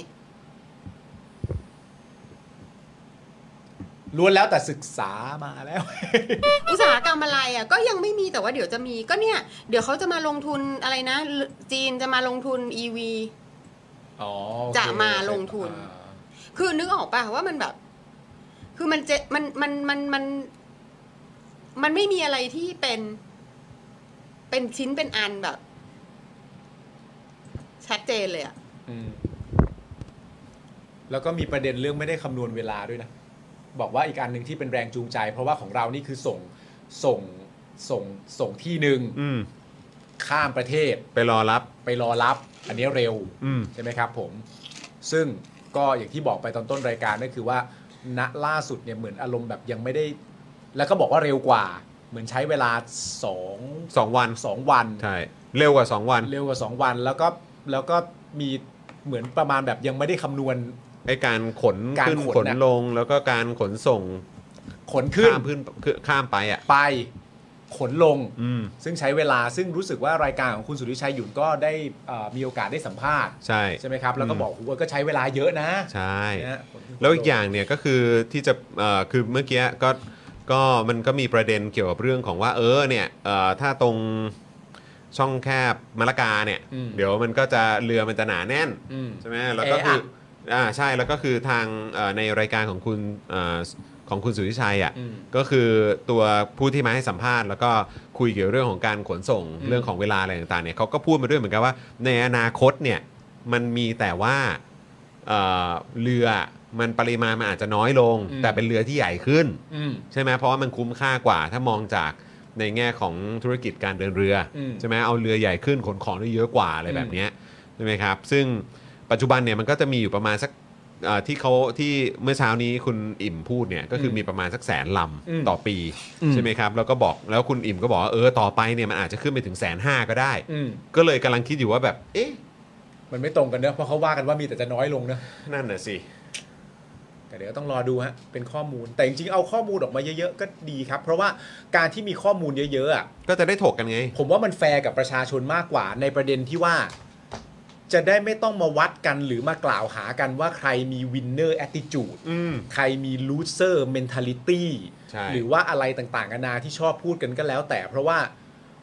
ล้วนแล้วแต่ศึกษามาแล้ว
อุตสาหกรรมอะไรอ่ะก็ยังไม่มีแต่ว่าเดี๋ยวจะมีก็เนี่ย เดี๋ยวเขาจะมาลงทุนอะไรนะ จีนจะมาลงทุน EV
อ๋อ
จะมาลงทุน คือนึกออกป่ะว่ามันแบบ คือมันเจมันมันมันมัน มันไม่มีอะไรที่เป็น เป็นชิ้นเป็นอันแบบ ชัดเจนเลยอะ
อืมแล้วก็มีประเด็นเรื่องไม่ได้คำนวณเวลาด้วยนะ บอกว่าอีกอันหนึ่งที่เป็นแรงจูงใจ เพราะว่าของเรานี่คือส่งส่งส่งส่งที่หนึ่ง
อืม
ข้ามประเทศ
ไปรอรับ
ไปรอรับ อันนี้เร็ว
อืม
ใช่ไหมครับผม ซึ่งก็อย่างที่บอกไปตอนต้นรายการก็คือว่า ณล่าสุดเนี่ยเหมือนอารมณ์แบบยังไม่ได้ แล้วก็บอกว่าเร็วกว่า เหมือนใช้เวลาสอง
สองวัน
สองวัน
ใช่ เร็วกว่า 2 วัน
เร็วกว่า 2 วันแล้วก็แล้วก็มีเหมือนประมาณแบบยังไม่ได้คำนวณ
ไอ้การขน
การ
ขึ้น
ขน
ขน
น่ะ
ลง แล้วก็การขนส่ง
ขนขึ้น
ข้ามพื้นคือข้ามไปอ่ะ
ไปขนลง
อืม
ซึ่งใช้เวลาซึ่งรู้สึกว่ารายการของคุณสุริชัยหยุ่นก็ได้เอ่อมีโอกาสได้สัมภาษณ์
ใช่
ใช่ไหมครับ แล้วก็บอกโอ้โหก็ใช้เวลาเยอะนะ
ใช่
นะฮะ
แล้วอีกอย่างเนี่ยก็คือที่จะเอ่อคือเมื่อกี้ก็ก็มันก็มีประเด็นเกี่ยวกับเรื่องของว่าเออเนี่ยเอ่อถ้าตรงช่องแคบมะละกาเนี่ย เดี๋ยวมันก็จะเรือมันจะหนาแน่น
อืม
ใช่ไหมแล้วก็คืออ่าใช่แล้วก็คือทางเอ่อในรายการของคุณเอ่อของคุณสุทธิชัยอ่ะ
อืม
ก็คือตัวผู้ที่มาให้สัมภาษณ์ แล้วก็คุยเกี่ยวเรื่องของการขนส่ง
อืม
เรื่องของเวลาอะไรต่างๆเนี่ยเขาก็พูดมาด้วยเหมือนกันว่า ในอนาคตเนี่ยมันมีแต่ว่าเอ่อเรือมันปริมาณมันอาจจะน้อยลง แต่เป็นเรือที่ใหญ่ขึ้น
อืม
ใช่ไหมเพราะว่ามันคุ้มค่ากว่า ถ้ามองจากในแง่ของธุรกิจการเดินเรืออ
ม
ใช่ไหมเอาเรือใหญ่ขึ้นขนของได้เยอะกว่าอะไร
อืม
แบบเนี้ยใช่ไหมครับ ซึ่งปัจจุบันเนี่ยมันก็จะมีอยู่ประมาณสักเอ่อที่เขาที่เมื่อเช้านี้คุณอิ่มพูดเนี่ยก็คือมีประมาณสักแสนลำต่อปีใช่ไหมครับแล้วก็บอกแล้วคุณอิ่มก็บอกว่าเออต่อไปเนี่ยมันอาจจะขึ้นไปถึงแสนห้าก็ได้
อืม
ก็เลยกำลังคิดอยู่ว่าแบบเอ๊ะ
มันไม่ตรงกันเนอะเพราะเขาว่ากันว่ามีแต่จะน้อยลงเนอะ
นั่นน่ะสิ
แต่เดี๋ยวต้องรอดูฮะเป็นข้อมูลแต่จริงๆเอาข้อมูลออกมาเยอะๆก็ดีครับ เพราะว่าการที่มีข้อมูลเยอะๆอ่ะ
ก็จะได้ถกกันไง
ผมว่ามันแฟร์กับประชาชนมากกว่าในประเด็นที่ว่า จะได้ไม่ต้องมาวัดกันหรือมากล่าวหากันว่าใครมีวินเนอร์แอตติจูด
อืม
ใครมีลูเซอร์เมนเทลิตี้
ใช่
หรือว่าอะไรต่างๆนานาที่ชอบพูดกันก็แล้ว แต่เพราะว่า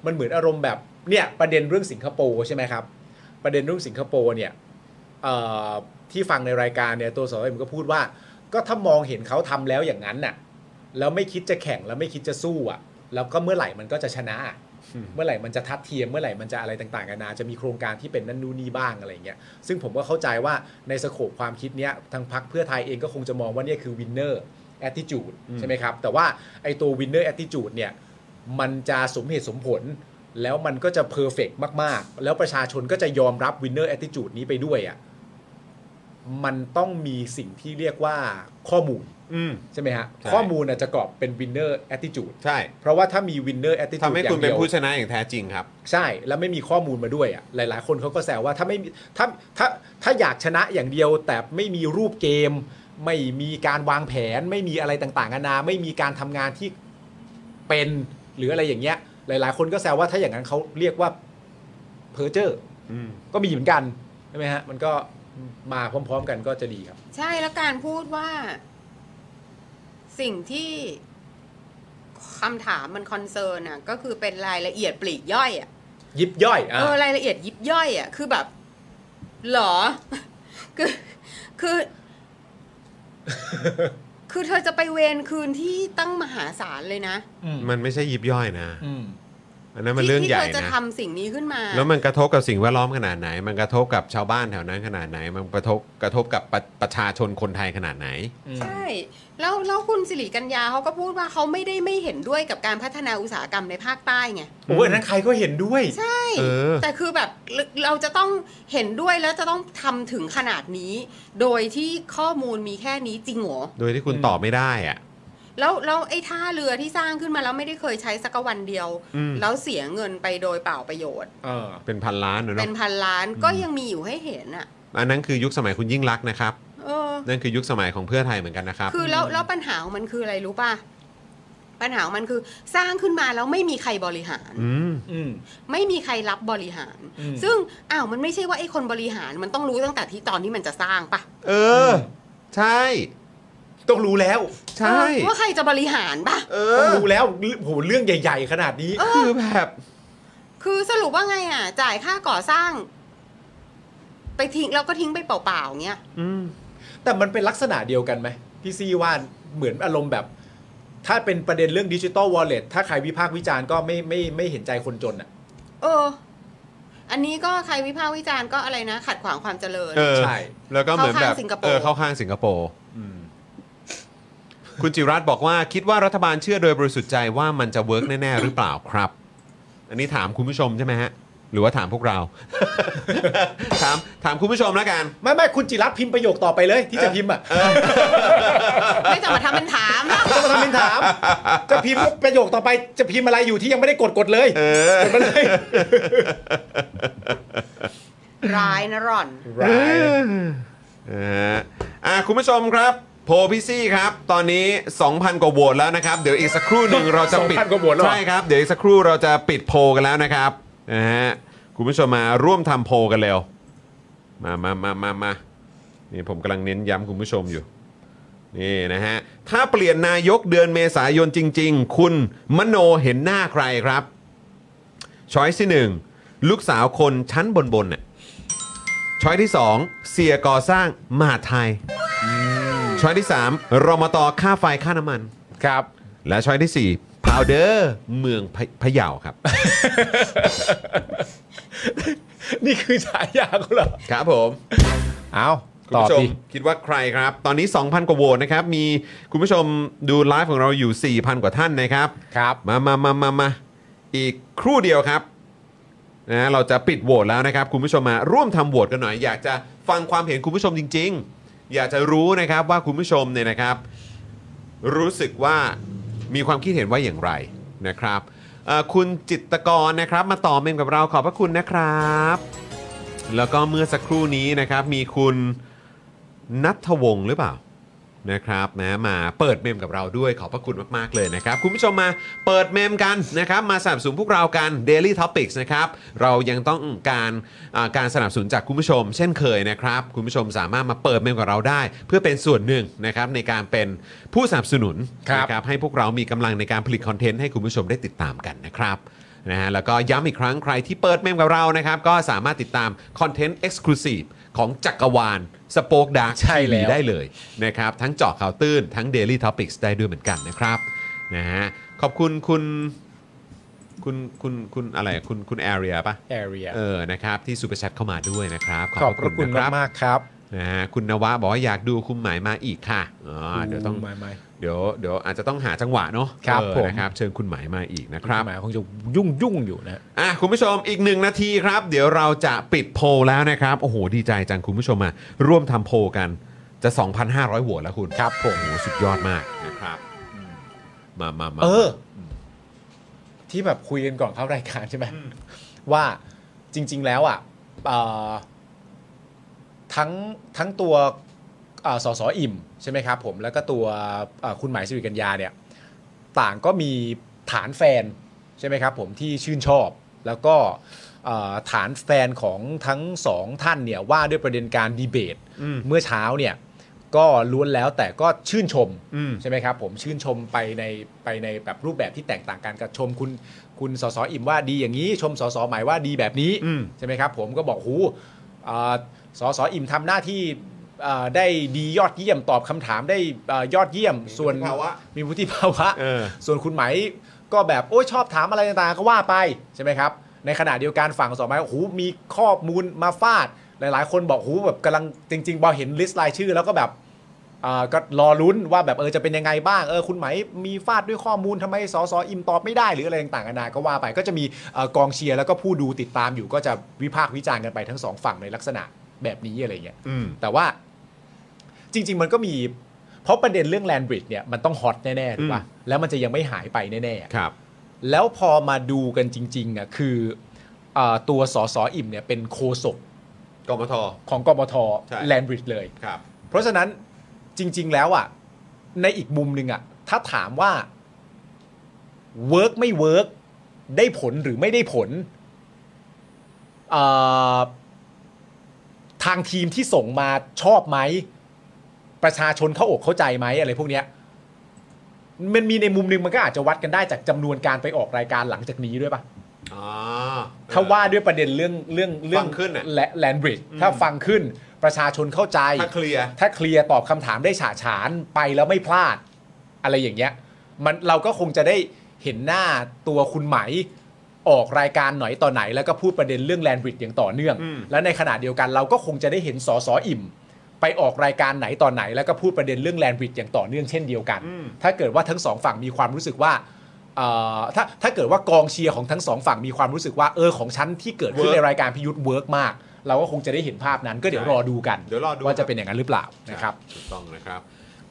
มันเหมือนอารมณ์แบบเนี่ยประเด็นเรื่องสิงคโปร์ใช่ไหมครับ ประเด็นเรื่องสิงคโปร์เนี่ยเอ่อที่ฟังในรายการเนี่ยตัวสอเอ็มก็พูดว่า ก็ถ้ามองเห็นเขาทำแล้วอย่างนั้นน่ะ แล้วไม่คิดจะแข่งแล้วไม่คิดจะสู้อ่ะ แล้วก็เมื่อไหร่มันก็จะชนะอะเมื่อไหร่มันจะทัดเทียมเมื่อไหร่มันจะอะไรต่างๆกันานาจะมีโครงการที่เป็นนั่นนู่นนี่บ้างอะไรเงี้ยซึ่งผมก็เข้าใจว่าในสโคปความคิดเนี้ยทางพรรคเพื่อไทยเองก็คงจะมองว่าเนี่ยคือวินเนอร์แอตติจูดใช่ไหมครับ แต่ว่าไอ้ตัววินเนอร์แอตติจูดเนี่ย มันจะสมเหตุสมผล แล้วมันก็จะเพอร์เฟกมาก ๆ แล้วประชาชนก็จะยอมรับวินเนอร์แอตติจูดนี้ไปด้วยอ่ะมันต้องมีสิ่งที่เรียกว่าข้อมูล
อืม
ใช่ไหมฮะ
ใช่
ข้อมูลอาจจะกรอบเป็น winner attitude
ใช่
เพราะว่าถ้ามี winner attitude
ทำให้คุณ
อย่าง
เป็
ดี
น
ยว
ผู้ชนะอย่างแท้จริงครับ
ใช่ แล้วไม่มีข้อมูลมาด้วยอ่ะหลาย ๆ คนเขาก็แซวว่าถ้าไม่มีถ้าถ้าถ้าอยากชนะอย่างเดียว แต่ไม่มีรูปเกม ไม่มีการวางแผน ไม่มีอะไรต่างๆนานาไม่มีการทำงานที่เป็นหรืออะไรอย่างเงี้ย หลาย ๆ คนก็แซวว่าถ้าอย่างนั้นเขาเรียกว่าเพอร์เจอร์
อืม
ก็มีเหมือนกันใช่ไหมฮะมันก็มาพร้อม ๆ กันก็จะดีครับ
ใช่แล้วการพูดว่า สิ่งที่คำถามมันคอนเซิร์นอะก็คือเป็นรายละเอียดปลีกย่อยอะ
ยิบย่อยอ่ะ
เออรายละเอียดยิบย่อยอ่ะคือแบบเหรอ *laughs* คือคือ
*laughs*
คือเธอจะไปเวรคืนที่ตั้งมหาศาลเลยนะ
ม
มันไม่ใช่ยิบย่อยนะ
อืม
อันนั้นมัน
ที่
เรื่อง
ที่
ให
เธ
ญ่
อจะ
นะ
ทำสิ่งนี้ขึ้นมา
แล้วมันกระทบกับสิ่งแวดล้อมขนาดไหน มันกระทบกับชาวบ้านแถวนั้นขนาดไหน มันกระทบกระทบกับประประชาชนคนไทยขนาดไหน
ใช่ แล้วแล้วคุณสิริกัญญาเขาก็พูดว่าเขาไม่ได้ไม่เห็นด้วยกับการพัฒนาอุตสาหกรรมในภาคใต้ไง
โอ้ยอันนั้นใครก็เห็นด้วย
ใช่
เออ
แต่คือแบบเราจะต้องเห็นด้วยแล้วจะต้องทำถึงขนาดนี้ โดยที่ข้อมูลมีแค่นี้จริงเหรอ
โดยที่คุณ
อืม
ตอบไม่ได้อะ
แล้วแล้วไอ้ท่าเรือที่สร้างขึ้นมาแล้วไม่ได้เคยใช้สักวันเดียว
อืม
แล้วเสียเงินไปโดยเปล่าประโยชน์
เออ
เป็นพันล้านอะ
เป็
เนาะ
นพันล้านก็ยังมีอยู่ให้เห็นอ่ะ
อันนั้นคือยุคสมัยคุณยิ่งรักษณ์นะครับ
เออ
นั่นคือยุคสมัยของเพื่อไทยเหมือนกันนะครับ
คือแล้วแล้วปัญหาของมันคืออะไรรู้ป่ะ ปัญหาของมันคือสร้างขึ้นมาแล้วไม่มีใครบริหาร
อืม
อืม
ไม่มีใครรับบริหาร
อืม
ซึ่งอ้าวมันไม่ใช่ว่าไอ้คนบริหารมันต้องรู้ตั้งแต่ที่ตอนที่มันจะสร้างป่ะ
เออ ใช่
ต้องรู้แล้ว
ใช่
เออว่าใครจะบริหารป่ะ
เอ
ต้อง
อ
รู้แล้วโหเรื่องใหญ่ ๆ ขนาดนี้
คือแบบ
คือสรุปว่าไงอ่ะ จ่ายค่าก่อสร้าง ไปทิ้งแล้วก็ทิ้งไปเปล่าๆเงี้ย
อืม
แต่มันเป็นลักษณะเดียวกันไหมพี่ซีว่า เหมือนอารมณ์แบบ ถ้าเป็นประเด็นเรื่องดิจิ t a ลวอลเล็ตถ้าใครวิพากษ์วิจารณ์ก็ไม่ไม่ไม่เห็นใจคนจนอ่ะ
เออ อันนี้ก็ใครวิพากษ์วิจารณ์ก็อะไรนะ ขัดขวางความเจริญ
เออ
ใช่
แล้วก็เหมือนแบบ
เข้าข้างสิงคโปร์
เออเข้าข้างสิงคโปร์คุณจิรัตน์บอกว่าคิดว่ารัฐบาลเชื่อโดยบริสุทธิ์ใจว่ามันจะเวิร์กแน่ ๆ หรือเปล่าครับ อันนี้ถามคุณผู้ชมใช่ไหมฮะ หรือว่าถามพวกเรา *laughs* ถามถามคุณผู้ชมแล้วกัน
ไม่ไม่คุณจิรัตน์พิมพ์ประโยคต่อไปเลยที่จะพิมพ์อ่ะ
ไม่ต้องมาทำเป็นถาม
ไม่ต้องมาทำเป็นถาม จะพิมพ์ประโยคต่อไปจะพิมพ์อะไรอยู่ที่ยังไม่ได้กดกดเลยกดมาเลย
ร้ายนะร่อน
*laughs*
ร้ายนะ
เอออ่ะคุณผู้ชมครับโพลพี่ซี่ครับ ตอนนี้ 2,000 กว่าโหวตแล้วนะครับ เดี๋ยวอีกสักครู่ห
*laughs*
นึ่งเราจะปิด
2,000กว่าโหวตแล้วเหรอ
ใช่ครับ เดี๋ยวอีกสักครู่เราจะปิดโพลกันแล้วนะครับนะฮะคุณผู้ชมมาร่วมทำโพลกันเร็ว มามามามามานี่ผมกำลังเน้นย้ำคุณผู้ชมอยู่ นี่นะฮะ ถ้าเปลี่ยนนายกเดือนเมษายนจริง ๆ คุณมโนเห็นหน้าใครครับช้อยที่หนึ่งลูกสาวคนชั้นบนบนน่ะ ช้อยที่ 2 เสียก่อสร้างมหาดไทย ช้อยที่ 3 รมตค่าไฟค่าน้ำมัน
ครับ
และช้อยที่ 4 พาวเดอร์เมืองพะพะเยาครับ
นี่คือฉายาเขาเหรอ
ครับผม
เอา
คุณผู้ชมคิดว่าใครครับ ตอนนี้ 2,000 กว่าโหวตนะครับ มีคุณผู้ชมดูไลฟ์ของเราอยู่ 4,000 กว่าท่านนะครับ
ครับ
มามามามามาอีกครู่เดียวครับนะเราจะปิดโหวตแล้วนะครับ คุณผู้ชมมาร่วมทำโหวตกันหน่อย อยากจะฟังความเห็นคุณผู้ชมจริง ๆ อยากจะรู้นะครับว่าคุณผู้ชมเนี่ยนะครับ รู้สึกว่ามีความคิดเห็นว่าอย่างไรนะครับเอ่อคุณจิตรกรนะครับมาต่อเมมกับเราขอบพระคุณนะครับ แล้วก็เมื่อสักครู่นี้นะครับมีคุณนัทวงศ์หรือเปล่า นะครับนะมาเปิดเมมกับเราด้วยขอบพระคุณมาก ๆ เลยนะครับ คุณผู้ชมมาเปิดเมมกันนะครับมาสนับสนุนพวกเรากัน Daily Topics นะครับเรายังต้องการอ่าการสนับสนุนจากคุณผู้ชม เช่นเคยนะครับ คุณผู้ชมสามารถมาเปิดเมมกับเราได้ เพื่อเป็นส่วนหนึ่งนะครับในการเป็นผู้สนับสนุน
ครับ
นะให้พวกเรามีกำลังในการผลิตคอนเทนต์ให้คุณผู้ชมได้ติดตามกันนะครับ นะฮะแล้วก็ย้ำอีกครั้งใครที่เปิดเมมกับเรานะครับ ก็สามารถติดตามคอนเทนต์เอ็กซ์คลูซีฟของจักรวาลสป o อ e ดาร์
ใช่แล้ว
ได้เลยนะครับ ทั้งเจาะข่าวตื้น ทั้ง Daily Topics ได้ด้วยเหมือนกันนะครับนะฮะขอบคุณคุณคุณคุณคุณอะไรคุณคุณแอเรียปะ
area
เออนะครับ ที่ซูเปอร์แชทเข้ามาด้วยนะครับ
ขอบพระคุณ
น
มากๆครับ
นะฮะคุณนวะบอกว่าอยากดูคุณหมายมาอีกค่ะอ๋อเดี๋ยวต้อง
ไม่ไม่
เดี๋ยวเดี๋ยวอาจจะต้องหาจังหวะเนาะ
ครับ
เออ
ผม
นะครับเชิญคุณหมายมาอีกนะครับ
หมายคงจะยุ่งยุ่งๆอยู่นะ
อ่ะคุณผู้ชมอีกหนึ่งนาทีครับ เดี๋ยวเราจะปิดโพลแล้วนะครับโอ้โหดีใจจังคุณผู้ชมมาร่วมทำโพลกันจะ 2,500โหวตแล้วคุณครับผมโอ้โหสุดยอดมากนะครับมามามา
เออ ที่แบบคุยกันก่อนเข้ารายการใช่ไหมว่าจริง ๆ แล้วอ่ะเอ่อทั้งทั้งตัวเอ่อสสอิ่มใช่ไหมครับผมแล้วก็ตัวเอ่อคุณหมายสิริกัญญาเนี่ย ต่างก็มีฐานแฟนใช่ไหมครับผมที่ชื่นชอบ แล้วก็เอ่อฐานแฟนของทั้งสองท่านเนี่ยว่าด้วยประเด็นการดีเบต เมื่อเช้าเนี่ยก็ล้วนแล้วแต่ก็ชื่นชม
อืม
ใช่ไหมครับผมชื่นชมไปในไปในแบบรูปแบบที่แตกต่างกันกับชมคุณคุณสสอิ่มว่าดีอย่างนี้ ชมสสหมายว่าดีแบบนี้
อืม
ใช่ไหมครับผมก็บอกหูเอ่อสสอิ่มทำหน้าที่เอ่อได้ดียอดเยี่ยมตอบคำถามได้เอ่อยอดเยี่ยมส่วนมีวุฒิภาวะ
เออ
ส่วนคุณไหมก็แบบโอ้ยชอบถามอะไรต่างๆก็ว่าไปใช่ไหมครับ ในขณะเดียวกันฝั่งสองไม้โอ้โหมีข้อมูลมาฟาด หลาย ๆ คนบอกโอ้โหแบบกำลังจริงๆพอเห็นลิสต์รายชื่อ แล้วก็แบบอ่าก็รอลุ้นว่าแบบเออจะเป็นยังไงบ้างเออคุณไหมมีฟาดด้วยข้อมูลทำไมสอสออิมตอบไม่ได้หรืออะไรต่างๆนานาก็ว่าไป ก็จะมีเอ่อกองเชียร์แล้วก็ผู้ดูติดตามอยู่ก็จะวิพากษ์วิจารณ์กันไปทั้งสองฝั่งในลักษณะแบบนี้อะไรเงี้ย
อืม
แต่ว่าจริง ๆ มันก็มี เพราะประเด็นเรื่องแลนบริดจ์เนี่ยมันต้องฮอตแน่ๆถูกป่ะแล้วมันจะยังไม่หายไปแน่
ครับ
ๆ แล้วพอมาดูกันจริงๆอ่ะคือเอ่อตัวสอสออิ่มเนี่ยเป็นโคศก
กมท
ของกมท
ใช่
แลนบริดจ์เลย
ครับ
เพราะฉะนั้นจริง ๆ แล้วอ่ะในอีกมุมหนึ่งอ่ะถ้าถามว่าเวิร์กไม่เวิร์กได้ผลหรือไม่ได้ผลเอ่อทางทีมที่ส่งมาชอบไหม ประชาชนเข้าอกเข้าใจไหมอะไรพวกเนี้ยมันมีในมุมหนึ่งมันก็อาจจะวัดกันได้จากจำนวนการไปออกรายการหลังจากนี้ด้วยปะ
อ๋อ
ถ้าว่าด้วยประเด็นเรื่องเรื่องเรื่
ฟังขึ้นน่ะ
และแลนบริดถ้าฟังขึ้นประชาชนเข้าใจ
ถ้าเคลียร์
ถ้าเคลียร์ตอบคำถามได้ฉาฉานไปแล้วไม่พลาด อะไรอย่างเงี้ยมันเราก็คงจะได้เห็นหน้าตัวคุณไหมออกรายการหน่อยต่อไหน แล้วก็พูดประเด็นเรื่องแลนบริดจ์อย่างต่อเนื่อง
อืม
และในขณะเดียวกันเราก็คงจะได้เห็นสอสออิ่ม ไปออกรายการไหนต่อไหน แล้วก็พูดประเด็นเรื่องแลนบริดจ์อย่างต่อเนื่องเช่นเดียวกัน
อืม
ถ้าเกิดว่าทั้งสองฝั่งมีความรู้สึกว่าเอ่อถ้าถ้าเกิดว่ากองเชียร์ของทั้งสองฝั่งมีความรู้สึกว่าเออของฉันที่เกิดขึ้น
Work
ในรายการพิยุทธ์เวิร์กมาก เราก็คงจะได้เห็นภาพนั้นก็เดี๋ยวรอดูกัน
เดี๋ยวรอดู
ว่าจะเป็นอย่างนั้นหรือเปล่านะครับ
ถูกต้องนะครับ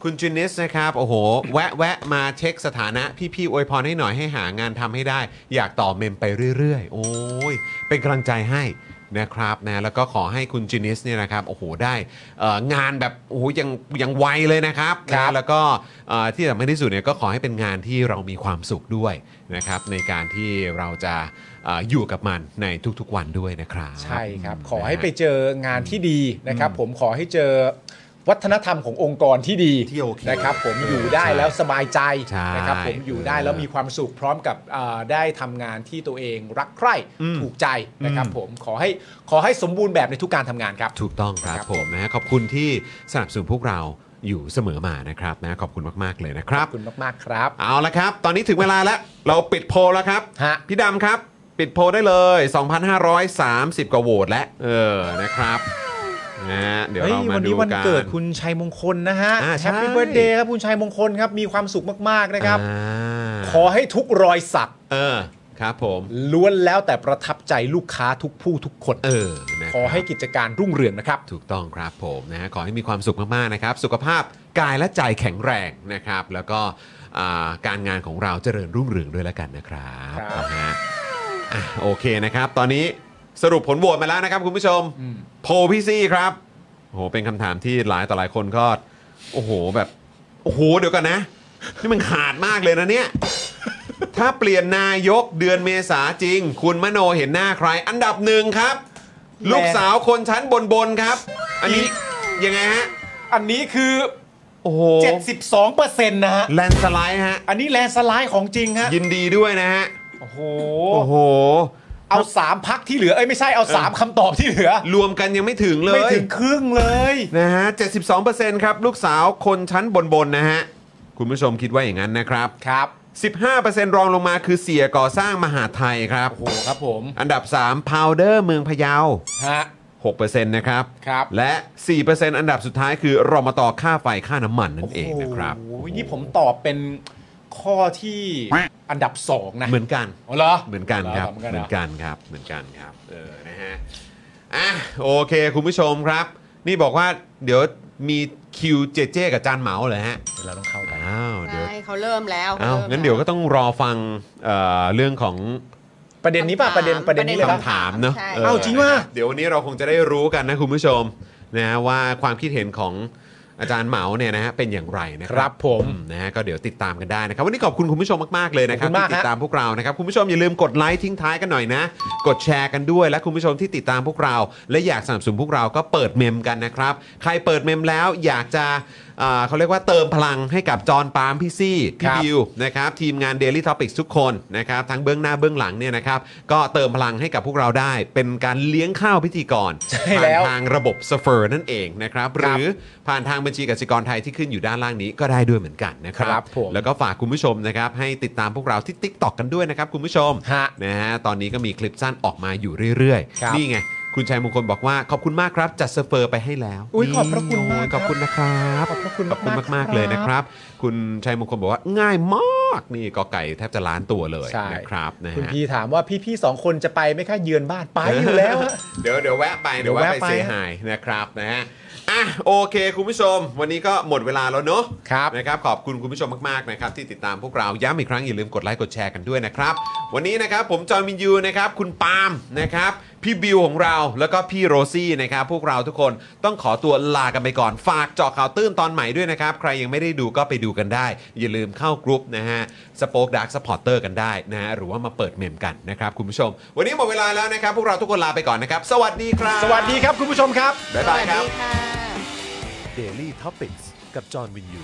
คุณจูนิสนะครับ โอ้โห แวะแวะมาเช็คสถานะ พี่ๆอวยพรให้หน่อยให้หางานทำให้ได้ อยากต่อเมมไปเรื่อยๆ โอ้ย เป็นกำลังใจให้นะครับนะแล้วก็ขอให้คุณจินิสเนี่ยนะครับโอ้โหได้เอ่องานแบบโอ้โหยังยังไวเลยนะครับนะแล้วก็เอ่อที่สำคัญที่สุดเนี่ยก็ขอให้เป็นงานที่เรามีความสุขด้วยนะครับในการที่เราจะเอ่ออยู่กับมันในทุกๆวันด้วยนะครับ
ใช่ครับ ขอ
นะฮะ
ให้ไปเจองานที่ดีนะครับ ผมขอให้เจอวัฒนธรรมขององค์กรที่ดี
ที่โอเค
นะครับ ผมอยู่ได้แล้วสบายใจ
ใช่
นะครับผมอยู่ได้แล้วมีความสุขพร้อมกับเอ่อได้ทำงานที่ตัวเองรักใคร่
อืม
ถูกใจนะครับ ผมขอให้ขอให้สมบูรณ์แบบในทุกการทำงานครับ
ถูกต้องครับ
ครับ
ผ
ผม ม
นะฮะขอบคุณที่สนับสนุนพวกเราอยู่เสมอมานะครับนะขอบคุณมาก ๆ เลยนะครั
ข
บ
อบคุณมากๆครับ
เอาละครับ ตอนนี้ถึงเวลาแล้ว เราปิดโพลแล้วครับ
ฮะ
พี่ดำครับ ปิดโพลได้เลย 2,530 กว่าโหวตแล้วเออนะครับนะฮะเดี๋ยว
ฮ้ย
เรามา
วัน
ดู
นี้วัน
กัน
เกิดคุณชัยมงคลนะฮะ
อ่าใช่
แฮปปี้เบิร์ดเดย์ครับคุณชัยมงคลครับ มีความสุขมาก ๆ นะครับ
อ่า
ขอให้ทุกรอยสัก
เออครับผม
ล้วนแล้วแต่ประทับใจลูกค้าทุกผู้ทุกคน
เออนะ
ขอให้กิจการรุ่งเรืองนะครับ
ถูกต้องครับผมนะฮะขอให้มีความสุขมาก ๆ นะครับ สุขภาพกายและใจแข็งแรงนะครับ แล้วก็อ่าการงานของเราเจริญรุ่งเรืองด้วยแล้วกันนะครับ
ครับ
นะฮะ โอเคนะครับ ตอนนี้สรุปผลโหวตมาแล้วนะครับ คุณผู้ชม โพลพี่ซี่ครับโอ้โหเป็นคำถามที่หลายต่อหลายคนก็ โอ้โหแบบ โอ้โห เดี๋ยวกันนะ นี่มันขาดมากเลยนะเนี่ย ถ้าเปลี่ยนนายกเดือนเมษาจริง คุณมโนเห็นหน้าใคร อันดับหนึ่งครับ ลูกสาวคนชั้นบนบนๆครับ อันนี้ยังไงฮะ
อันนี้คือ
โอ้โห
72เปอร์เซ็นต์นะฮะ
แลนสไลด์ฮะ
อันนี้แลนด์สไลด์ของจริงฮะ
ยินดีด้วยนะฮะ
โอ้โห
โอ้โห
เอา 3 พักที่เหลือ เอ้ยไม่ใช่เอา 3คำตอบที่เหลือ
รวมกันยังไม่ถึงเลย
ไม่ถึงครึ่งเลย
นะฮะ 72%ครับ ลูกสาวคนชั้นบนบนๆนะฮะ คุณผู้ชมคิดว่าอย่างนั้นนะครับ
ครับ
15%รองลงมาคือเสียก่อสร้างมหาดไทยครับ
โอ้โหครับผม
อันดับ 3 powder เมืองพะเยา
ฮะ
6%นะครับ
ครับ
และ 4%อันดับสุดท้ายคือรอมตอค่าไฟค่าน้ำมันนั่นเองนะครับ
โอ้โหนี่ผมตอบเป็นข้อที่อันดับสองนะ
เหมือนกัน
อ๋อเหรอ
เหมือนกันครับ
เห
เห
มื
มื
อ
อน น
กัน
กันครับ เหมือนกันครับ เออ นะฮะ อ่ะ โอเค คุณผู้ชมครับ นี่บอกว่าเดี๋ยวมีคิวเจเจกับจานเหมาเลยฮะ
เดี๋ยวเราต้องเข้าไป
อ้าว เดี๋ยว
ใช่เขาเริ่มแล้ว
อ้าว
ขาริ่ม
งั้นเดี๋ยวก็
แล้
ต้องรอฟังเอ่อเรื่องของ
ประเด็นนี้ป่ะ ประเด็นประเด็นนี้เลยป่ะ
คำถามเนอะ
ใช่
อ้าวจริงว่ะ
เดี๋ยววันนี้เราคงจะได้รู้กันนะคุณผู้ชมนะฮะว่าความคิดเห็นของอาจารย์เหมาเนี่ยนะฮะเป็นอย่างไรนะค
ค
รั
รั
บบ
ผม
อืมนะฮะก็เดี๋ยวติดตามกันได้นะครับ วันนี้ขอบคุณคุณผู้ชมมาก ๆ เลยนะครับ
ขอบคุณมาก
ที่ติด
ฮะ
ตามพวกเรานะครับคุณผู้ชมอย่าลืมกดไลค์ทิ้งท้ายกันหน่อยนะ กดแชร์กันด้วยและคุณผู้ชมที่ติดตามพวกเรา และอยากสนับสนุนพวกเราก็เปิดเมมกันนะครับใครเปิดเมมแล้วอยากจะเอ่อเขาเรียกว่าเติมพลังให้กับจอห์นปาล์มพี่ซี่พี่
ครับ
บิว ดิวนะครับทีมงาน Daily Topics ทุกคนนะครับทั้งเบื้องหน้าเบื้องหลังเนี่ยนะครับก็เติมพลังให้กับพวกเราได้ เป็นการเลี้ยงข้าวพิธีกร
ใช่
ผ่า
แล้
น
ว
ทางระบบสเฟอร์นั่นเองนะครับห
ครั
รื
บ
อผ่านทางบัญชีกสิกรไทยที่ขึ้นอยู่ด้านล่างนี้ก็ได้ด้วยเหมือนกันนะครั
ครับ บผม
แล้วก็ฝากคุณผู้ชมนะครับให้ติดตามพวกเราที่ Tik t o อกกันด้วยนะครับคุณผู้ชม
ฮะ
นะฮะตอนนี้ก็มีคลิปสั้นออกมาอยู่เรื่อย
ครับ
ๆ นี่ไง คุณชัยมงคลบอกว่าขอบคุณมากครับจัดสเฟอร์ไปให้แล้ว
อุ๊ยขอบพระคุณมาก
โยขอบคุณนะครับ
ขอบพระคุณ
ขอบคุณมาม
าก
ๆ
กๆ
เลย
ครับ
นะครับ คุณชัยมงคลบอกว่าง่ายมาก นี่กอไก่แทบจะล้านตัวเลย
ใช่
นะครับนะ
คุณ
ฮะ
พี่ถามว่าพี่ๆสองคนจะไปไหมคะเยือนบ้านไปอยู่แล้วฮะ
เดี๋ยวเดี๋ยวแวะไปเดี๋ยวแวะ
เดี๋
ไป
ยวแวะไป
เสียหายนะครับนะฮะอ่ะโอเค คุณผู้ชม วันนี้ก็หมดเวลาแล้วเนอะ
ครับ
นะครับขอบคุณคุณผู้ชมมากๆนะครับที่ติดตามพวกเราย้ำอีกครั้งอย่าลืมกดไลค์กดแชร์กันด้วยนะครับวันนี้นะครับผมจอห์นวินยูนะครับคุณปาล์มนะครับพี่บิวของเราแล้วก็พี่โรซี่นะครับพวกเราทุกคนต้องขอตัวลากันไปก่อนฝากเจาะข่าวตื้นตอนใหม่ด้วยนะครับใครยังไม่ได้ดูก็ไปดูกันได้ อย่าลืมเข้ากรุ๊ปนะฮะสป็อคดักสปอร์เตอร์กันได้นะฮะหรือว่ามาเปิดเมมกันนะครับคุณผู้ชม วันนี้หมดเวลาแล้วนะครับพวกเราทุกคนลาไปก่อนนะครับสวัสดีครับ
สวัสดีครับคุณผู้ชมครับ
บ๊าย
ส
บาย
วัส
ครั
ดี
บ
ค่ะ
Daily t o p i c กกับจอห์นวินยู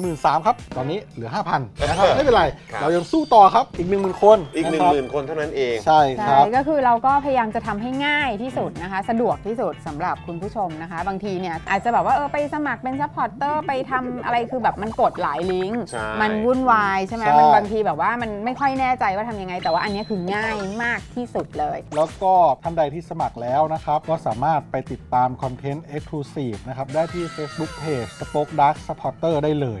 1 3ื่นครับ ตอนนี้เหลือ 5,000นะครับไม่เป็นไร
ครับ
เรายังสู้ต่อครับอีก 1 0,000 คน
อีก1
ะครับ
0,000คนเท่านั้นเอง
ใช่ค
ใช่
รับ
ก็คือเราก็พยายามจะทำให้ง่ายที่สุดนะคะ สะดวกที่สุดสำหรับคุณผู้ชมนะคะ บางทีเนี่ยอาจจะแบบว่าเออไปสมัครเป็นซัพพอร์ตเตอร์ไปทำอะไรคือแบบมันกดหลายลิงก์
ใช่
มันวุ่นวายใช่ไหม
ใช่
มันบางทีแบบว่ามันไม่ค่อยแน่ใจว่าทำยังไง แต่ว่าอันเนี้ยคือง่ายมากที่สุดเลย
แล้วก็ท่านใดที่สมัครแล้วนะครับ ก็สามารถไปติดตามคอนเทนต์ Exclusive นะครับ ได้ที่ Facebook Page Spoke Dark Supporter ได้เลย